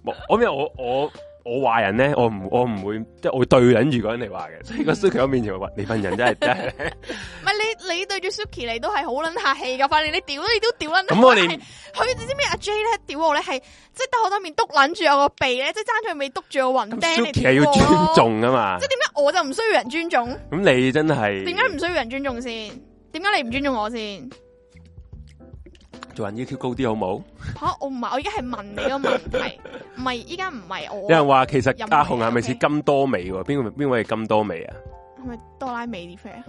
Speaker 1: 冇我咩我我我话人咧，我唔我唔會即係我會對捻住嗰人嚟話嘅，所以個 Suki 喺我面前話：你份人真係真係呢
Speaker 3: 唔係你你對住 Suki 你都係好撚客氣噶，反正你屌你都屌撚。
Speaker 1: 咁我哋
Speaker 3: 佢你知唔知阿 J 咧屌我咧係即係得我當面篤撚住我個鼻咧，即係爭佢未篤住我雲
Speaker 1: 咁
Speaker 3: 釘。你
Speaker 1: Suki 係
Speaker 3: 屌
Speaker 1: 要
Speaker 3: 我咯
Speaker 1: 尊，重噶嘛
Speaker 3: 即係。點解我就唔需要人尊重？
Speaker 1: 咁你真係
Speaker 3: 點解唔需要人尊重先？點解你唔尊重我先？
Speaker 1: 做人要跳高啲好冇？
Speaker 3: 吓、我唔係，我而家係問你個問題，唔係依家唔係
Speaker 1: 有
Speaker 3: 我啊
Speaker 1: 人話其實
Speaker 3: 任何
Speaker 1: 阿紅係咪似
Speaker 3: OK
Speaker 1: 金多美喎？邊個邊位係金多美啊？
Speaker 3: 係咪哆啦美 啲 friend？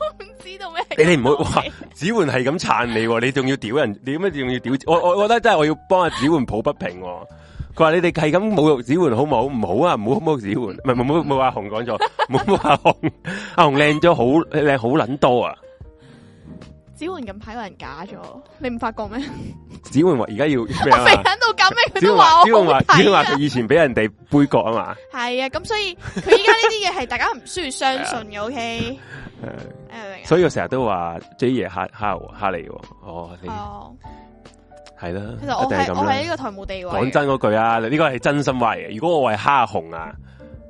Speaker 3: 我唔知道咩
Speaker 1: 你
Speaker 3: 係哆啦美。
Speaker 1: 哋唔好哇！子焕係咁撐你喎，你仲要屌人？你乜仲要屌？我我我覺得真係我要幫阿子焕抱不平喎。佢話你哋係咁侮辱子焕好唔好？唔好啊！唔好侮辱子焕，唔係冇冇冇阿紅講錯，冇冇阿紅，阿紅靚咗好靚好撚多啊！
Speaker 3: 子桓近排有人假咗，你唔發覺咩？
Speaker 1: 子焕話而家要咩
Speaker 3: 我肥
Speaker 1: 啊？
Speaker 3: 緊到咁咩？佢
Speaker 1: 子
Speaker 3: 都
Speaker 1: 焕
Speaker 3: 話
Speaker 1: 話子
Speaker 3: 我
Speaker 1: 焕
Speaker 3: 好
Speaker 1: 話子焕
Speaker 3: 睇
Speaker 1: 話
Speaker 3: 啊！
Speaker 1: 佢以前俾人哋杯葛啊嘛。
Speaker 3: 係啊，咁所以佢依家呢啲嘢係大家唔需要相信嘅，OK？你明唔明啊？
Speaker 1: 所以我成日都話 J 爺蝦蝦蝦你喎，哦，你
Speaker 3: 係啊，
Speaker 1: 係啦，
Speaker 3: 其實我
Speaker 1: 一定係
Speaker 3: 喺我
Speaker 1: 咁
Speaker 3: 喺
Speaker 1: 啦。
Speaker 3: 呢個台冇地位嘅。
Speaker 1: 講真嗰句啊，呢個係真心話嚟嘅。如果我係蝦紅啊，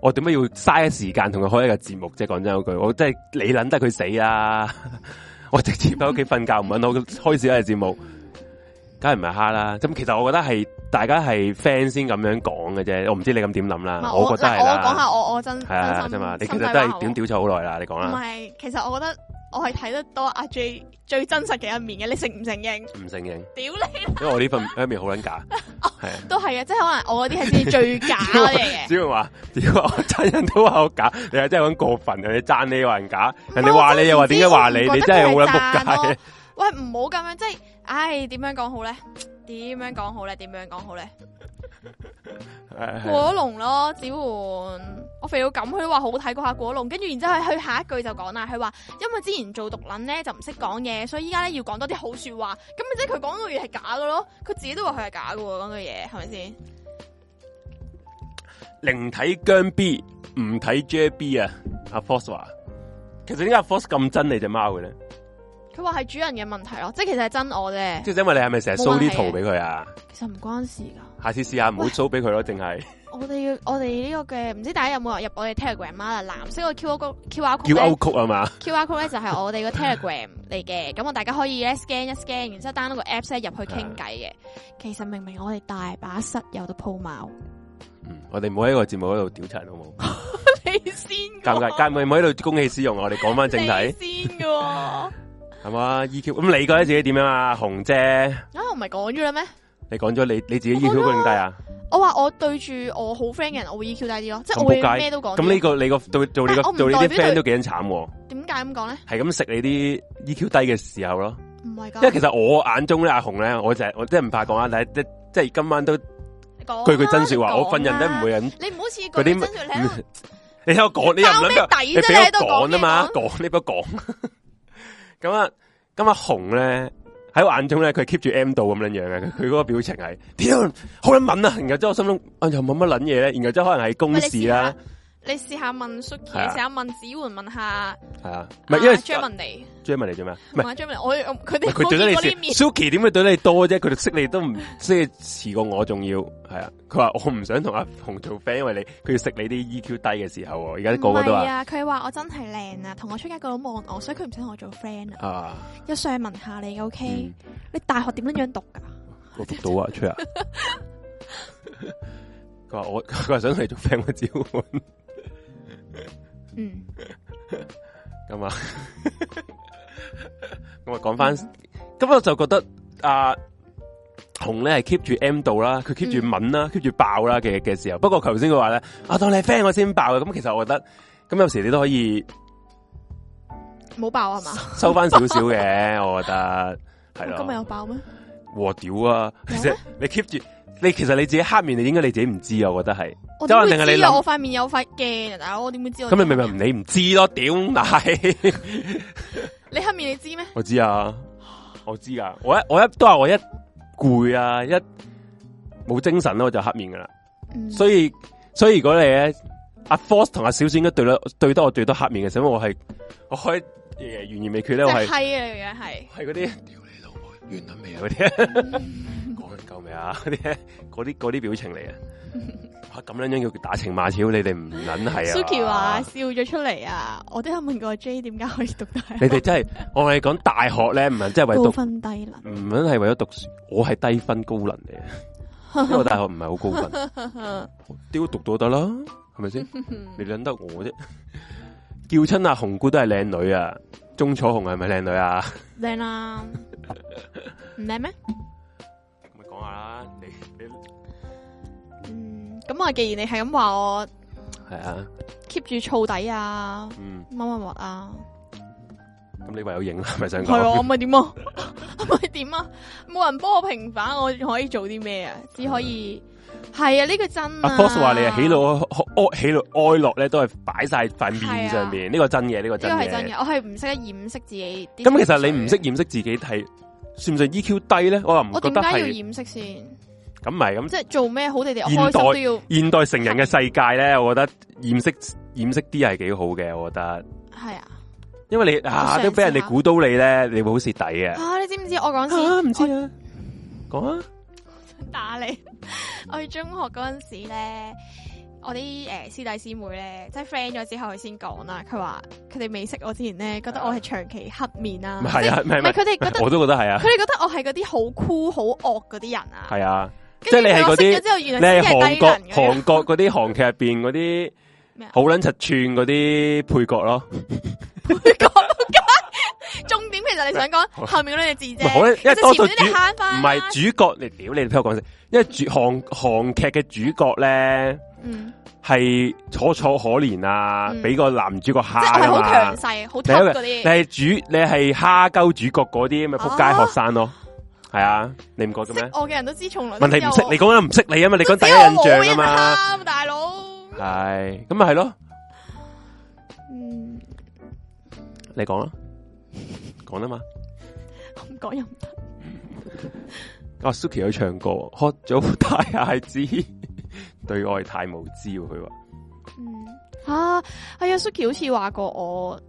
Speaker 1: 我點解要嘥時間同佢開一個節目啫？講真嗰句，我真係你撚得佢死啊！ 我直接喺屋企瞓覺，唔揾我開始呢個節目，梗係唔係蝦啦。咁其實我覺得係大家係 friend 先咁樣講嘅啫。我唔知你咁點諗
Speaker 3: 唔
Speaker 1: 啦，
Speaker 3: 係
Speaker 1: 啊我覺得
Speaker 3: 嗱
Speaker 1: 係
Speaker 3: 我講
Speaker 1: 啦，
Speaker 3: 下我我真
Speaker 1: 係啊，
Speaker 3: 真
Speaker 1: 啫
Speaker 3: 心
Speaker 1: 嘛。你其
Speaker 3: 心
Speaker 1: 實
Speaker 3: 底
Speaker 1: 都
Speaker 3: 話
Speaker 1: 係
Speaker 3: 我
Speaker 1: 點屌咗好耐啦，你講
Speaker 3: 唔
Speaker 1: 啦，
Speaker 3: 係，其實我覺得我係睇得多阿 J 最真實嘅一面嘅，你承唔承認？
Speaker 1: 唔承認，
Speaker 3: 屌你
Speaker 1: 因為我呢份一面好撚假，係啊。
Speaker 3: 都係嘅，即係可能我嗰啲係先最假 嚟嘅。
Speaker 1: 只要話，屌我真人都話我假，你係真係咁過分，人哋讚你又話人假，人哋話你又話點解話你，你真係好撚仆 街嘅。
Speaker 3: 喂，唔好咁樣，即係，唉，點樣講好咧？點樣講好咧？點樣講好咧？
Speaker 1: 係
Speaker 3: 果龍咯，子桓，我肥到咁，佢都話好睇過下果龍，跟住然之後佢下一句就講啦，佢話因為之前做毒撚咧就唔識講嘢，所以依家咧要講多啲好说話，咁咪即係佢講嗰句嘢係假嘅咯，佢自己都話佢係假嘅喎，講句嘢係咪先？
Speaker 1: 零睇姜 B，唔睇 J B 啊！阿 Force 話，其實點解阿 Force 咁憎你隻貓嘅咧？
Speaker 3: 佢話係主人嘅問題咯，即係其實係真我啫，
Speaker 1: 即係因為你係咪成日 show 啲圖俾佢啊？
Speaker 3: 其實唔關事噶。
Speaker 1: 下次試下唔好
Speaker 3: 喂
Speaker 1: show 俾佢咯，淨 係
Speaker 3: 我哋要我哋呢個嘅，唔知大家有冇入我哋 Telegram 啊？藍色個 QR code QR
Speaker 1: 叫
Speaker 3: code 呢
Speaker 1: 歐曲啊嘛，
Speaker 3: QR code 咧就係我哋個 Telegram 嚟嘅，咁我大家可以咧 scan 一 scan，然之後 download 個 apps 咧入去傾偈嘅。其實明明我哋大把室友都鋪貓，
Speaker 1: 嗯我哋唔好喺個節目嗰度屌柒好冇？
Speaker 3: 你先
Speaker 1: 尷
Speaker 3: 㗎
Speaker 1: 尬，尷尬，唔好喺度公器私用，我哋講翻 正題
Speaker 3: 你先嘅喎。 啊，
Speaker 1: 係嘛？EQ 咁你覺得自己點樣啊？紅姐，
Speaker 3: 我唔係講咗啦咩？
Speaker 1: 你講咗你你自己
Speaker 3: 我
Speaker 1: EQ
Speaker 3: 覺得
Speaker 1: 高定低啊？
Speaker 3: 我話我對住我好 friend 嘅人，我會 EQ 低啲咯，即係
Speaker 1: 咁
Speaker 3: 我會
Speaker 1: 仆街
Speaker 3: 咩都講啲。
Speaker 1: 咁呢個你個做做你個
Speaker 3: 但係我唔
Speaker 1: 做你啲
Speaker 3: 代表佢
Speaker 1: friend 都幾慘喎，
Speaker 3: 點解咁講咧？
Speaker 1: 係咁食你啲 EQ 低嘅時候咯。
Speaker 3: 唔係
Speaker 1: 因為其
Speaker 3: 㗎，
Speaker 1: 實我眼中咧，阿紅咧，我就係我即係唔怕講啊，但係即即係今晚都句
Speaker 3: 你講啦
Speaker 1: 句真說話，
Speaker 3: 你講啦啊
Speaker 1: 我份人都唔會咁。
Speaker 3: 你唔好似
Speaker 1: 嗰
Speaker 3: 嗰
Speaker 1: 啲
Speaker 3: 啲真說啊你
Speaker 1: 你
Speaker 3: 喺度
Speaker 1: 聽我講，你又唔諗
Speaker 3: 包咩
Speaker 1: 俾我
Speaker 3: 底
Speaker 1: 你
Speaker 3: 啫？你喺
Speaker 1: 俾
Speaker 3: 度
Speaker 1: 我
Speaker 3: 講
Speaker 1: 講啊
Speaker 3: 嘢
Speaker 1: 嘛，
Speaker 3: 講
Speaker 1: 講你俾我講。 咁啊，咁啊紅咧喺我眼中咧，佢 keep 住 M 度咁樣樣嘅，佢佢嗰個表情係屌好撚敏啊！然後之後我心諗啊，又冇乜撚嘢咧，然後之後可能係公
Speaker 3: 喂你
Speaker 1: 事
Speaker 3: 試
Speaker 1: 啦
Speaker 3: 下，你試下問 Suki，
Speaker 1: 係啊
Speaker 3: 你試下問子桓，問下
Speaker 1: 係啊，唔係因為
Speaker 3: Germany，
Speaker 1: Jeremy 嚟做咩啊？唔係
Speaker 3: 問。下 Germany，我我 佢哋
Speaker 1: 佢
Speaker 3: 冇
Speaker 1: 對得
Speaker 3: 見
Speaker 1: 你
Speaker 3: 過
Speaker 1: 少
Speaker 3: 呢面。
Speaker 1: ，Suki 點會對得你多啫？佢哋識你都唔識你遲過我，仲要係啊！佢話我唔想同阿紅做 friend，因為你佢要食你啲 EQ 低嘅時候喎，而家個個都
Speaker 3: 唔係
Speaker 1: 話
Speaker 3: 啊！佢話我真係靚啊，同我出街個佬望我，所以佢唔想同我做 friend 啊。
Speaker 1: 啊，
Speaker 3: 一上問下你嘅，OK？、
Speaker 1: 嗯
Speaker 3: 你大學點樣樣讀噶？
Speaker 1: 我讀到啊，出啊！佢話我佢話想同你做 friend 我召喚
Speaker 3: 嗯，
Speaker 1: 咁啊。 咁啊，講翻，咁我就覺得阿紅咧係 keep 住 M 度啦，佢
Speaker 3: 嗯
Speaker 1: keep 住敏啦，keep 住爆啦嘅嘅時候。不過頭先佢話咧，啊當你係 friend 我先爆嘅，咁其實我覺得，咁有時你都可以
Speaker 3: 冇爆係嘛？
Speaker 1: 收翻少少 嘅，我覺得係
Speaker 3: 今日
Speaker 1: 咯。
Speaker 3: 有爆咩？
Speaker 1: 和屌啊！
Speaker 3: 有
Speaker 1: 其
Speaker 3: 咩
Speaker 1: 實你 keep 住，你其實你自己黑面，你應該你自己唔知啊，我覺得係。
Speaker 3: 我
Speaker 1: 即係
Speaker 3: 點
Speaker 1: 可
Speaker 3: 會
Speaker 1: 能係你
Speaker 3: 知啊？
Speaker 1: 諗
Speaker 3: 我塊面有塊鏡，大佬我點會知道？
Speaker 1: 咁你明唔明？你唔知咯，屌奶！
Speaker 3: 你黑面你知咩？
Speaker 1: 我知啊，我知噶，我一我一都話我一攰啊，一冇精神咧，我就黑面噶啦。
Speaker 3: 嗯
Speaker 1: 所以所以如果你咧，阿 Force 同阿小小應該對得對得我最多黑面嘅，因為我係我開诶懸而未決咧，我
Speaker 3: 即
Speaker 1: 係
Speaker 3: 係閪啊！你嘅係
Speaker 1: 係嗰啲屌你老母完啦未啊嗰啲， 講緊夠未啊嗰啲嗰啲嗰啲表情嚟啊！哇咁樣樣叫打情罵俏，你哋唔撚係啊
Speaker 3: Suki 話笑咗出嚟啊！我都有問過 J 點解可以讀大學
Speaker 1: 你哋真係我哋講大學咧，唔係真係為
Speaker 3: 高
Speaker 1: 讀
Speaker 3: 分低能。
Speaker 1: 唔撚係為咗讀書，我係低分高能嚟 嘅，因為我大學唔係好高分，屌讀到得啦，係 咪先？你撚得我啫？叫親阿紅姑都係靚女啊，鐘楚紅係咪靚女啊？
Speaker 3: 靓啦，唔 靓咩？
Speaker 1: 咁咪講下啦，你你
Speaker 3: 嗯，咁啊，既然你係咁話我
Speaker 1: 係啊，
Speaker 3: keep 住燥底啊，
Speaker 1: 嗯，
Speaker 3: 乜乜乜啊，
Speaker 1: 咁你唯有影啦，咪想
Speaker 3: 係啊，我
Speaker 1: 講
Speaker 3: 咪點啊， 我咪點啊，冇人幫我平反，我可以做啲咩啊？只可以係啊，呢個真
Speaker 1: 阿
Speaker 3: 啊。
Speaker 1: Force 話你係喜怒哀喜怒哀樂咧，都係擺晒塊面上面，呢個真嘅，呢個
Speaker 3: 啊呢個
Speaker 1: 真
Speaker 3: 係真
Speaker 1: 嘅
Speaker 3: 嘅，。我係唔識得掩飾自己啲情緒。
Speaker 1: 咁其實你唔識掩飾自己係算唔算 EQ 低咧？我又唔
Speaker 3: 我
Speaker 1: 覺
Speaker 3: 點
Speaker 1: 得
Speaker 3: 解要
Speaker 1: 係，
Speaker 3: 掩飾先？
Speaker 1: 咁唔係咁
Speaker 3: 即係做咩好地地，我
Speaker 1: 現
Speaker 3: 開心
Speaker 1: 代
Speaker 3: 都要
Speaker 1: 現代成人嘅世界咧，我覺得掩飾掩飾啲係幾好嘅，我覺得，
Speaker 3: 係啊。
Speaker 1: 因為你啊
Speaker 3: 嘗試
Speaker 1: 都俾人哋
Speaker 3: 下
Speaker 1: 估到你咧，你會好蝕底嘅。
Speaker 3: 啊，你知唔知我嗰陣時
Speaker 1: 啊，唔知
Speaker 3: 我
Speaker 1: 啊，講啊，
Speaker 3: 打你？ 我哋中學嗰陣時咧，我啲诶師弟師妹咧，即係 friend 咗之後，佢先講啦。佢話佢哋未識我之前咧，覺得我係長期黑面啊
Speaker 1: 唔，係啊，唔係
Speaker 3: 唔
Speaker 1: 唔係
Speaker 3: 係佢哋覺得
Speaker 1: 我都覺得係啊
Speaker 3: 佢，哋覺得我係嗰啲好酷好惡嗰啲人啊。
Speaker 1: 係啊，即係
Speaker 3: 跟
Speaker 1: 你
Speaker 3: 住
Speaker 1: 係
Speaker 3: 佢話
Speaker 1: 嗰
Speaker 3: 識
Speaker 1: 啲
Speaker 3: 咗之後，原
Speaker 1: 你係
Speaker 3: 來自己係
Speaker 1: 韓
Speaker 3: 低能
Speaker 1: 國
Speaker 3: 嘅。
Speaker 1: 韓國嗰啲韓劇入邊嗰啲
Speaker 3: 咩啊
Speaker 1: 好撚柒串嗰啲配角咯，
Speaker 3: 重點其實你想講後面嗰兩隻 字
Speaker 1: 唔係好撚
Speaker 3: 啫，
Speaker 1: 因為多數
Speaker 3: 其實前面你慳
Speaker 1: 唔
Speaker 3: 翻啦
Speaker 1: 係主角你屌你，你聽我講先，因為主韓韓劇嘅主角咧。
Speaker 3: 嗯，
Speaker 1: 系楚楚可憐啊
Speaker 3: 嗯，
Speaker 1: 俾、個男主角
Speaker 3: 即係
Speaker 1: 蝦
Speaker 3: 我係
Speaker 1: 噶
Speaker 3: 好
Speaker 1: 嘛
Speaker 3: 強。勢、好
Speaker 1: 第
Speaker 3: t
Speaker 1: 一
Speaker 3: o 嗰
Speaker 1: 個你
Speaker 3: 啲，
Speaker 1: 係主，你係蝦鳩主角嗰啲咁嘅仆街學生咯，係啊，你唔覺嘅
Speaker 3: 哦識
Speaker 1: 咩？
Speaker 3: 我嘅人都知，從來都
Speaker 1: 問題唔
Speaker 3: 知
Speaker 1: 識
Speaker 3: 我
Speaker 1: 你講緊唔識你啊嘛，你講
Speaker 3: 都
Speaker 1: 第一
Speaker 3: 知我
Speaker 1: 印
Speaker 3: 冇
Speaker 1: 象啊嘛，
Speaker 3: 人蝦，大佬。
Speaker 1: 係咁咪係咯，
Speaker 3: 嗯，
Speaker 1: 你講啦，講啦嘛。
Speaker 3: 唔講又唔得。
Speaker 1: 阿 Suki 有唱歌，喝咗大戒指， 對愛太無知喎。佢話
Speaker 3: 嗯，啊，係啊，Suki 好似話過我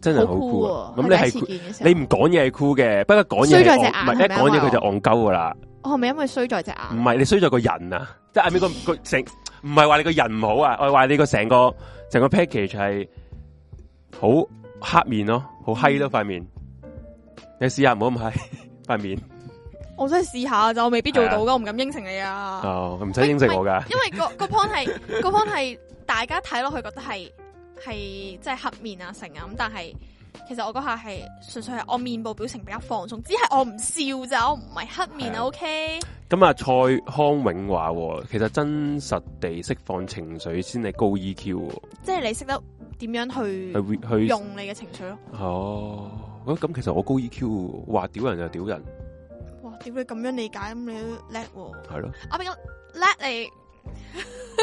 Speaker 1: 真
Speaker 3: 好
Speaker 1: 係好
Speaker 3: 酷
Speaker 1: 酷
Speaker 3: 喎
Speaker 1: 啊。咁你
Speaker 3: 係
Speaker 1: 係
Speaker 3: 第一次
Speaker 1: 酷
Speaker 3: 見嘅時候，
Speaker 1: 你唔講嘢係酷嘅，不過講
Speaker 3: 衰
Speaker 1: 嘢係
Speaker 3: 在
Speaker 1: 戇
Speaker 3: 隻
Speaker 1: 唔
Speaker 3: 眼
Speaker 1: 係
Speaker 3: 係
Speaker 1: 一
Speaker 3: 咪啊
Speaker 1: 講嘢佢
Speaker 3: 話
Speaker 1: 就戇鳩噶啦。
Speaker 3: 我哦係咪因為衰在隻
Speaker 1: 唔
Speaker 3: 眼？
Speaker 1: 係你衰咗個人啊，即係阿 m 個個成，唔係話你個人唔好啊，我係話你個成個成個 package 係好黑面咯，好閪咯塊面。你試下唔好咁閪 塊面
Speaker 3: 我真係試下就，我未必做到
Speaker 1: 係
Speaker 3: 噶，我唔敢應承你啊。
Speaker 1: 哦，唔使應承我噶。
Speaker 3: 因為個個 point 係個 point 係大家睇落去覺得係係即係黑面啊成啊咁，但係其實我嗰下係純粹係我面部表情比較放鬆，只係我唔笑咋，我唔係黑面
Speaker 1: 係
Speaker 3: 啊
Speaker 1: 啊
Speaker 3: ，OK？
Speaker 1: 咁啊，蔡康永話喎，其實真實地釋放情緒先係高 EQ，喎
Speaker 3: 即係你識得點樣去
Speaker 1: 去去
Speaker 3: 用你嘅情緒咯。
Speaker 1: 哦。咁咁其實我高 EQ，喎話屌人就屌人，
Speaker 3: 哇！屌你咁樣理解，咁你都叻喎。
Speaker 1: 係 咯。
Speaker 3: 啊我比較叻你。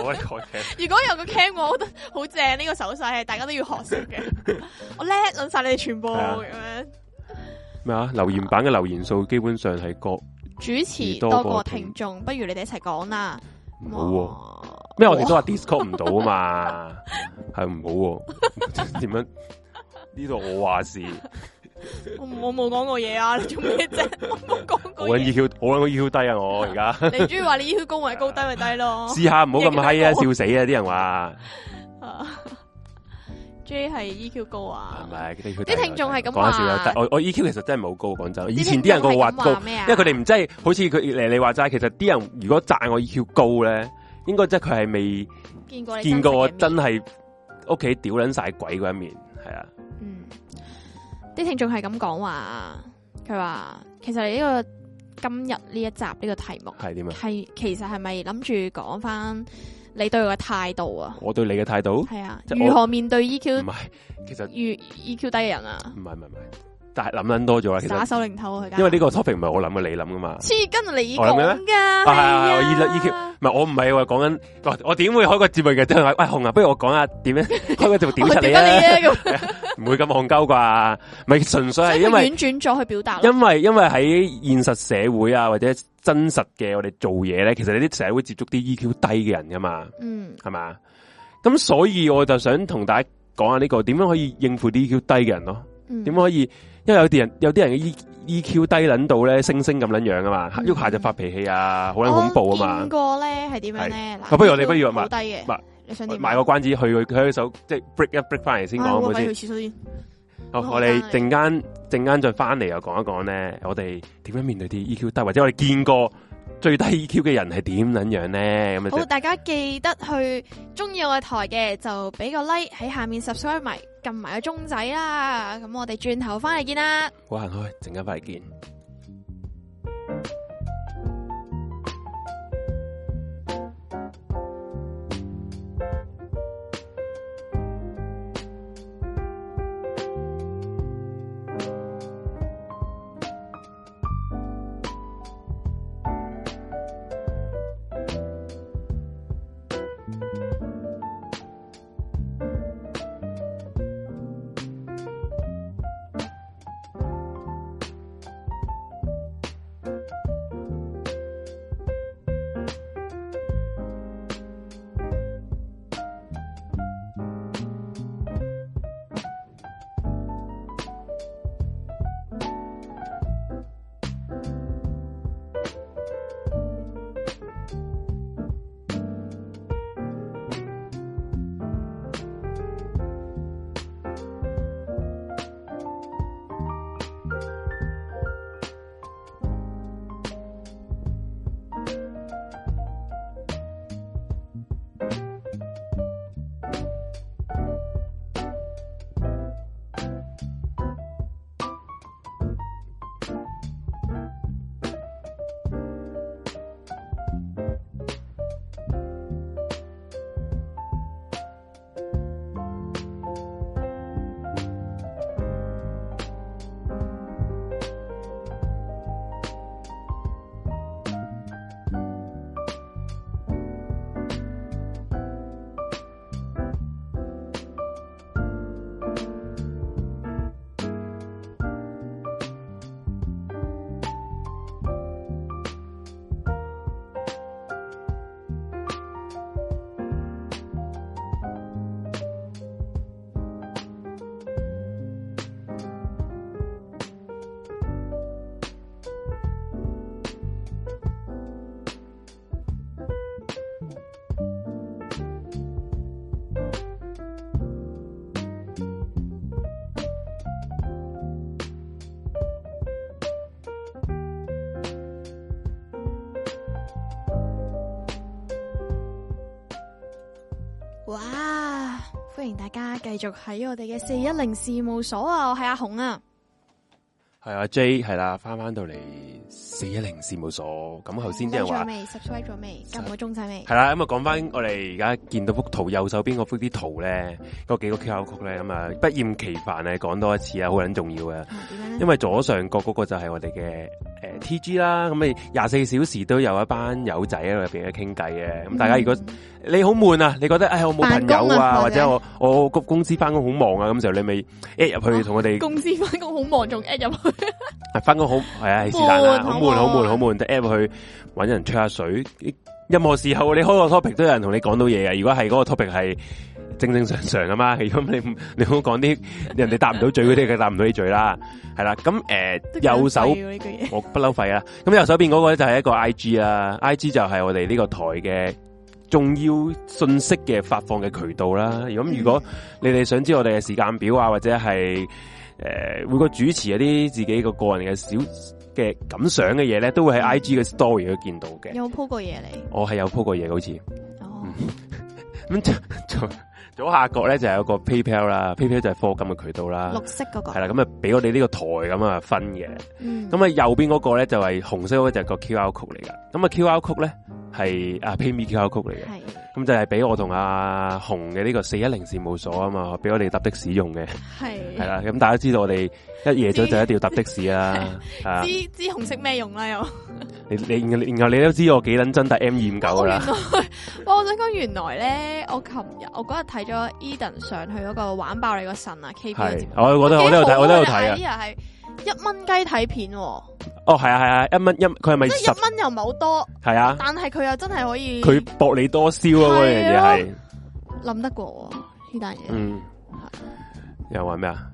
Speaker 1: 我係我嘅
Speaker 3: 如果有個 cam，我覺得好正，呢、個手勢係大家都要學識嘅。 我叻撚晒你哋全部
Speaker 1: 係啊
Speaker 3: 咁樣。
Speaker 1: 咩啊？留言版嘅留言數基本上係各
Speaker 3: 主持多
Speaker 1: 多
Speaker 3: 過
Speaker 1: 過
Speaker 3: 聽
Speaker 1: 聽
Speaker 3: 眾，不如你哋一齊講啦。
Speaker 1: 冇嗯喎。
Speaker 3: 哇
Speaker 1: 咩？我哋都話 Discord 唔到啊嘛，係唔好喎 點樣？呢度我話事，
Speaker 3: 我我冇講過嘢啊！ 你做咩啫？我冇講
Speaker 1: 我
Speaker 3: 過
Speaker 1: 揾
Speaker 3: 嘢。
Speaker 1: EQ，我揾個 EQ 低啊！我而家
Speaker 3: 你中意話你 EQ 高咪高，低咪低 咯。
Speaker 1: 試下唔好咁閪啊，
Speaker 3: 亦都
Speaker 1: 笑
Speaker 3: 冇
Speaker 1: 死啊！啲人話
Speaker 3: 啊 J 係 EQ 高啊
Speaker 1: 係。咪？啲
Speaker 3: 啲聽眾係咁
Speaker 1: 講下笑
Speaker 3: 話
Speaker 1: 有低我我 EQ 其實真係冇高，講真，以
Speaker 3: 啲
Speaker 1: 前啲人
Speaker 3: 聽眾
Speaker 1: 個
Speaker 3: 係
Speaker 1: 話
Speaker 3: 咁
Speaker 1: 高，
Speaker 3: 咩啊？
Speaker 1: 因為佢哋唔真係好似佢你你話齋，其實啲人如果讚我 EQ E 高咧，應該即係佢係未
Speaker 3: 見過你
Speaker 1: 見過我真
Speaker 3: 實嘅面
Speaker 1: 係屋企屌撚晒鬼嗰一面，係啊，
Speaker 3: 嗯，啲聽眾係咁講話，佢話其實你呢、個今日呢一集呢個題目
Speaker 1: 係點啊？
Speaker 3: 係其實係咪諗住講翻你對我嘅態度啊？
Speaker 1: 我對你嘅態度
Speaker 3: 係啊，
Speaker 1: 嗯即係我
Speaker 3: 如何面對
Speaker 1: 唔
Speaker 3: EQ
Speaker 1: 係，其實
Speaker 3: 與 EQ 低嘅人啊？
Speaker 1: 唔係唔係唔係，但係諗撚多咗啦。其實
Speaker 3: 耍手擰頭啊佢家，
Speaker 1: 因為呢個 topic 唔係我諗嘅，你諗噶嘛。
Speaker 3: 黐跟住你
Speaker 1: 我
Speaker 3: 講
Speaker 1: 諗嘅
Speaker 3: 噶，係
Speaker 1: 係係，E 我
Speaker 3: 啊
Speaker 1: EQ 唔係我唔係話講緊，哇我點會開個節目嘅？即係話喂紅啊，不如我講下點 樣開個節目點
Speaker 3: 我
Speaker 1: 出你
Speaker 3: 點解
Speaker 1: 啊？
Speaker 3: 你啊咁，
Speaker 1: 唔會咁戇鳩啩？唔係純粹
Speaker 3: 所
Speaker 1: 係
Speaker 3: 以佢
Speaker 1: 因為
Speaker 3: 婉轉咗去表達咯。
Speaker 1: 因為因為喺現實社會啊，或者真實嘅我哋做嘢咧，其實你啲社會接觸啲 EQ 低嘅人噶嘛，
Speaker 3: 嗯，
Speaker 1: 係嘛？咁所以我就想同大家講下呢、個點樣可以應付啲 EQ 低嘅人咯。
Speaker 3: 嗯
Speaker 1: 點可以？因為有啲人有啲人嘅 E EQ 低撚到咧，星星咁撚樣啊嘛，
Speaker 3: 嗯
Speaker 1: 喐下就發脾氣啊，好撚恐怖啊
Speaker 3: 我見
Speaker 1: 嘛。
Speaker 3: 過咧係點樣咧？
Speaker 1: 啊
Speaker 3: 嗱，
Speaker 1: 不如我哋
Speaker 3: EQ
Speaker 1: 不如
Speaker 3: 好低
Speaker 1: 埋
Speaker 3: 嘅，你想點啊？
Speaker 1: 賣個關子去佢佢手，即係 break 一 break 翻嚟先講
Speaker 3: 啊
Speaker 1: 好唔
Speaker 3: 我
Speaker 1: 好
Speaker 3: 咪
Speaker 1: 先
Speaker 3: 去。廁所先。
Speaker 1: 好，
Speaker 3: 好
Speaker 1: 我哋
Speaker 3: 翻嚟
Speaker 1: 陣間陣間再翻嚟又講一講咧，我哋點樣面對啲 EQ 低，或者我哋見過最低 EQ 嘅人係點撚樣咧？咁
Speaker 3: 好，
Speaker 1: 啊，
Speaker 3: 大家記得去中意我嘅台嘅就俾個 like 喺下面 subscribe 埋，撳埋個鐘仔啦。咁我哋轉頭翻嚟見啦。
Speaker 1: 好行開，陣間翻嚟見。
Speaker 3: 哇！歡迎大家繼續喺我哋嘅四一零事務所啊！我係阿紅啊，
Speaker 1: 係啊，J 係啦，翻翻到嚟四一零事務所，咁頭先啲人話
Speaker 3: 咗。啊未？subscribe 咗未？撳個鐘仔未？
Speaker 1: 系啦，咁啊講翻我哋而家見到幅圖右手邊嗰幅啲圖咧，嗰幾個 QR code 咧，咁啊不厭其煩咧講多一次啊，好撚重要嘅。
Speaker 3: 啊點樣咧
Speaker 1: 因？為左上角嗰個就係我哋嘅诶 T G 啦，咁你廿四小時都有一班友仔喺入边咧傾偈嘅。咁大家如果
Speaker 3: 嗯
Speaker 1: 你好悶啊，你覺得唉我冇朋
Speaker 3: 辦
Speaker 1: 友
Speaker 3: 公啊
Speaker 1: 啊，
Speaker 3: 或
Speaker 1: 或
Speaker 3: 者
Speaker 1: 者我我個公司翻工好忙啊，咁時候你咪 at 入去同我哋
Speaker 3: 啊 公司翻工好忙，仲 at 入 去，
Speaker 1: 啊翻工好係啊，係是但啦，
Speaker 3: 悶
Speaker 1: 好
Speaker 3: 好
Speaker 1: 悶好
Speaker 3: 悶
Speaker 1: 悶好悶，就 app 去搵人吹下水。任何時候你開個 topic 都有人同你講到嘢啊。如果係嗰個 topic 係正正常常噶嘛， 如果你唔你好講啲人哋答唔到嘴嗰啲，佢答唔到你嘴啦。係啦，咁诶、
Speaker 3: 都幾
Speaker 1: 右手
Speaker 3: 廢喎呢句 嘢。
Speaker 1: 我不嬲廢啦。咁右手邊嗰個咧就係一個 I G 啦，I G 就係我哋呢個台嘅重要信息嘅發放嘅渠道啦。咁如果你哋想知我哋嘅時間表啊，或者係诶、呃每個主持一啲自己個個人嘅小嘅感想嘅嘢咧，都會喺 I G 嘅 story 度見到嘅。
Speaker 3: 有冇 po 過嘢你？
Speaker 1: 我係有 po 過嘢嘅好似，
Speaker 3: 哦
Speaker 1: 咁就 左左下角咧就有個 PayPal 啦，PayPal 就係課金嘅渠道啦，
Speaker 3: 綠色嗰個
Speaker 1: 係啦，咁啊俾我哋呢個台咁啊分嘅，
Speaker 3: 嗯
Speaker 1: 咁啊右邊嗰個咧就係紅色嗰個就係個 QR code 嚟噶，咁啊 QR code 咧係啊 PayMe QR code 嚟嘅，
Speaker 3: 係
Speaker 1: 咁就係俾我同阿紅嘅呢個四一零事務所啊嘛，俾我哋搭的士 用嘅，係
Speaker 3: 係
Speaker 1: 啦，咁大家知道我哋一夜咗就一定要搭的士 啦，啊，
Speaker 3: 知知紅色咩用啦又？
Speaker 1: 你你然後你都知我幾撚真搭 M 二五九
Speaker 3: 我
Speaker 1: 噶
Speaker 3: 原
Speaker 1: 啦
Speaker 3: 來，哇！我想講原來咧，我琴日我嗰日睇咗 Eden 上去嗰個玩爆你個神啊 K B 嘅
Speaker 1: 係
Speaker 3: 節目，，
Speaker 1: 我我都我都有睇，我都有睇啊。
Speaker 3: 啊，係一蚊雞睇片喎，
Speaker 1: 哦，系啊，系啊，一蚊一，佢系咪
Speaker 3: 即
Speaker 1: 十
Speaker 3: 係？一蚊又唔係好多，
Speaker 1: 系啊，
Speaker 3: 但係佢又真係可以
Speaker 1: 佢薄利多销啊，嗰
Speaker 3: 係
Speaker 1: 样
Speaker 3: 啊
Speaker 1: 嘢系，
Speaker 3: 諗得過喎呢單嘢。
Speaker 1: 嗯，又话咩啊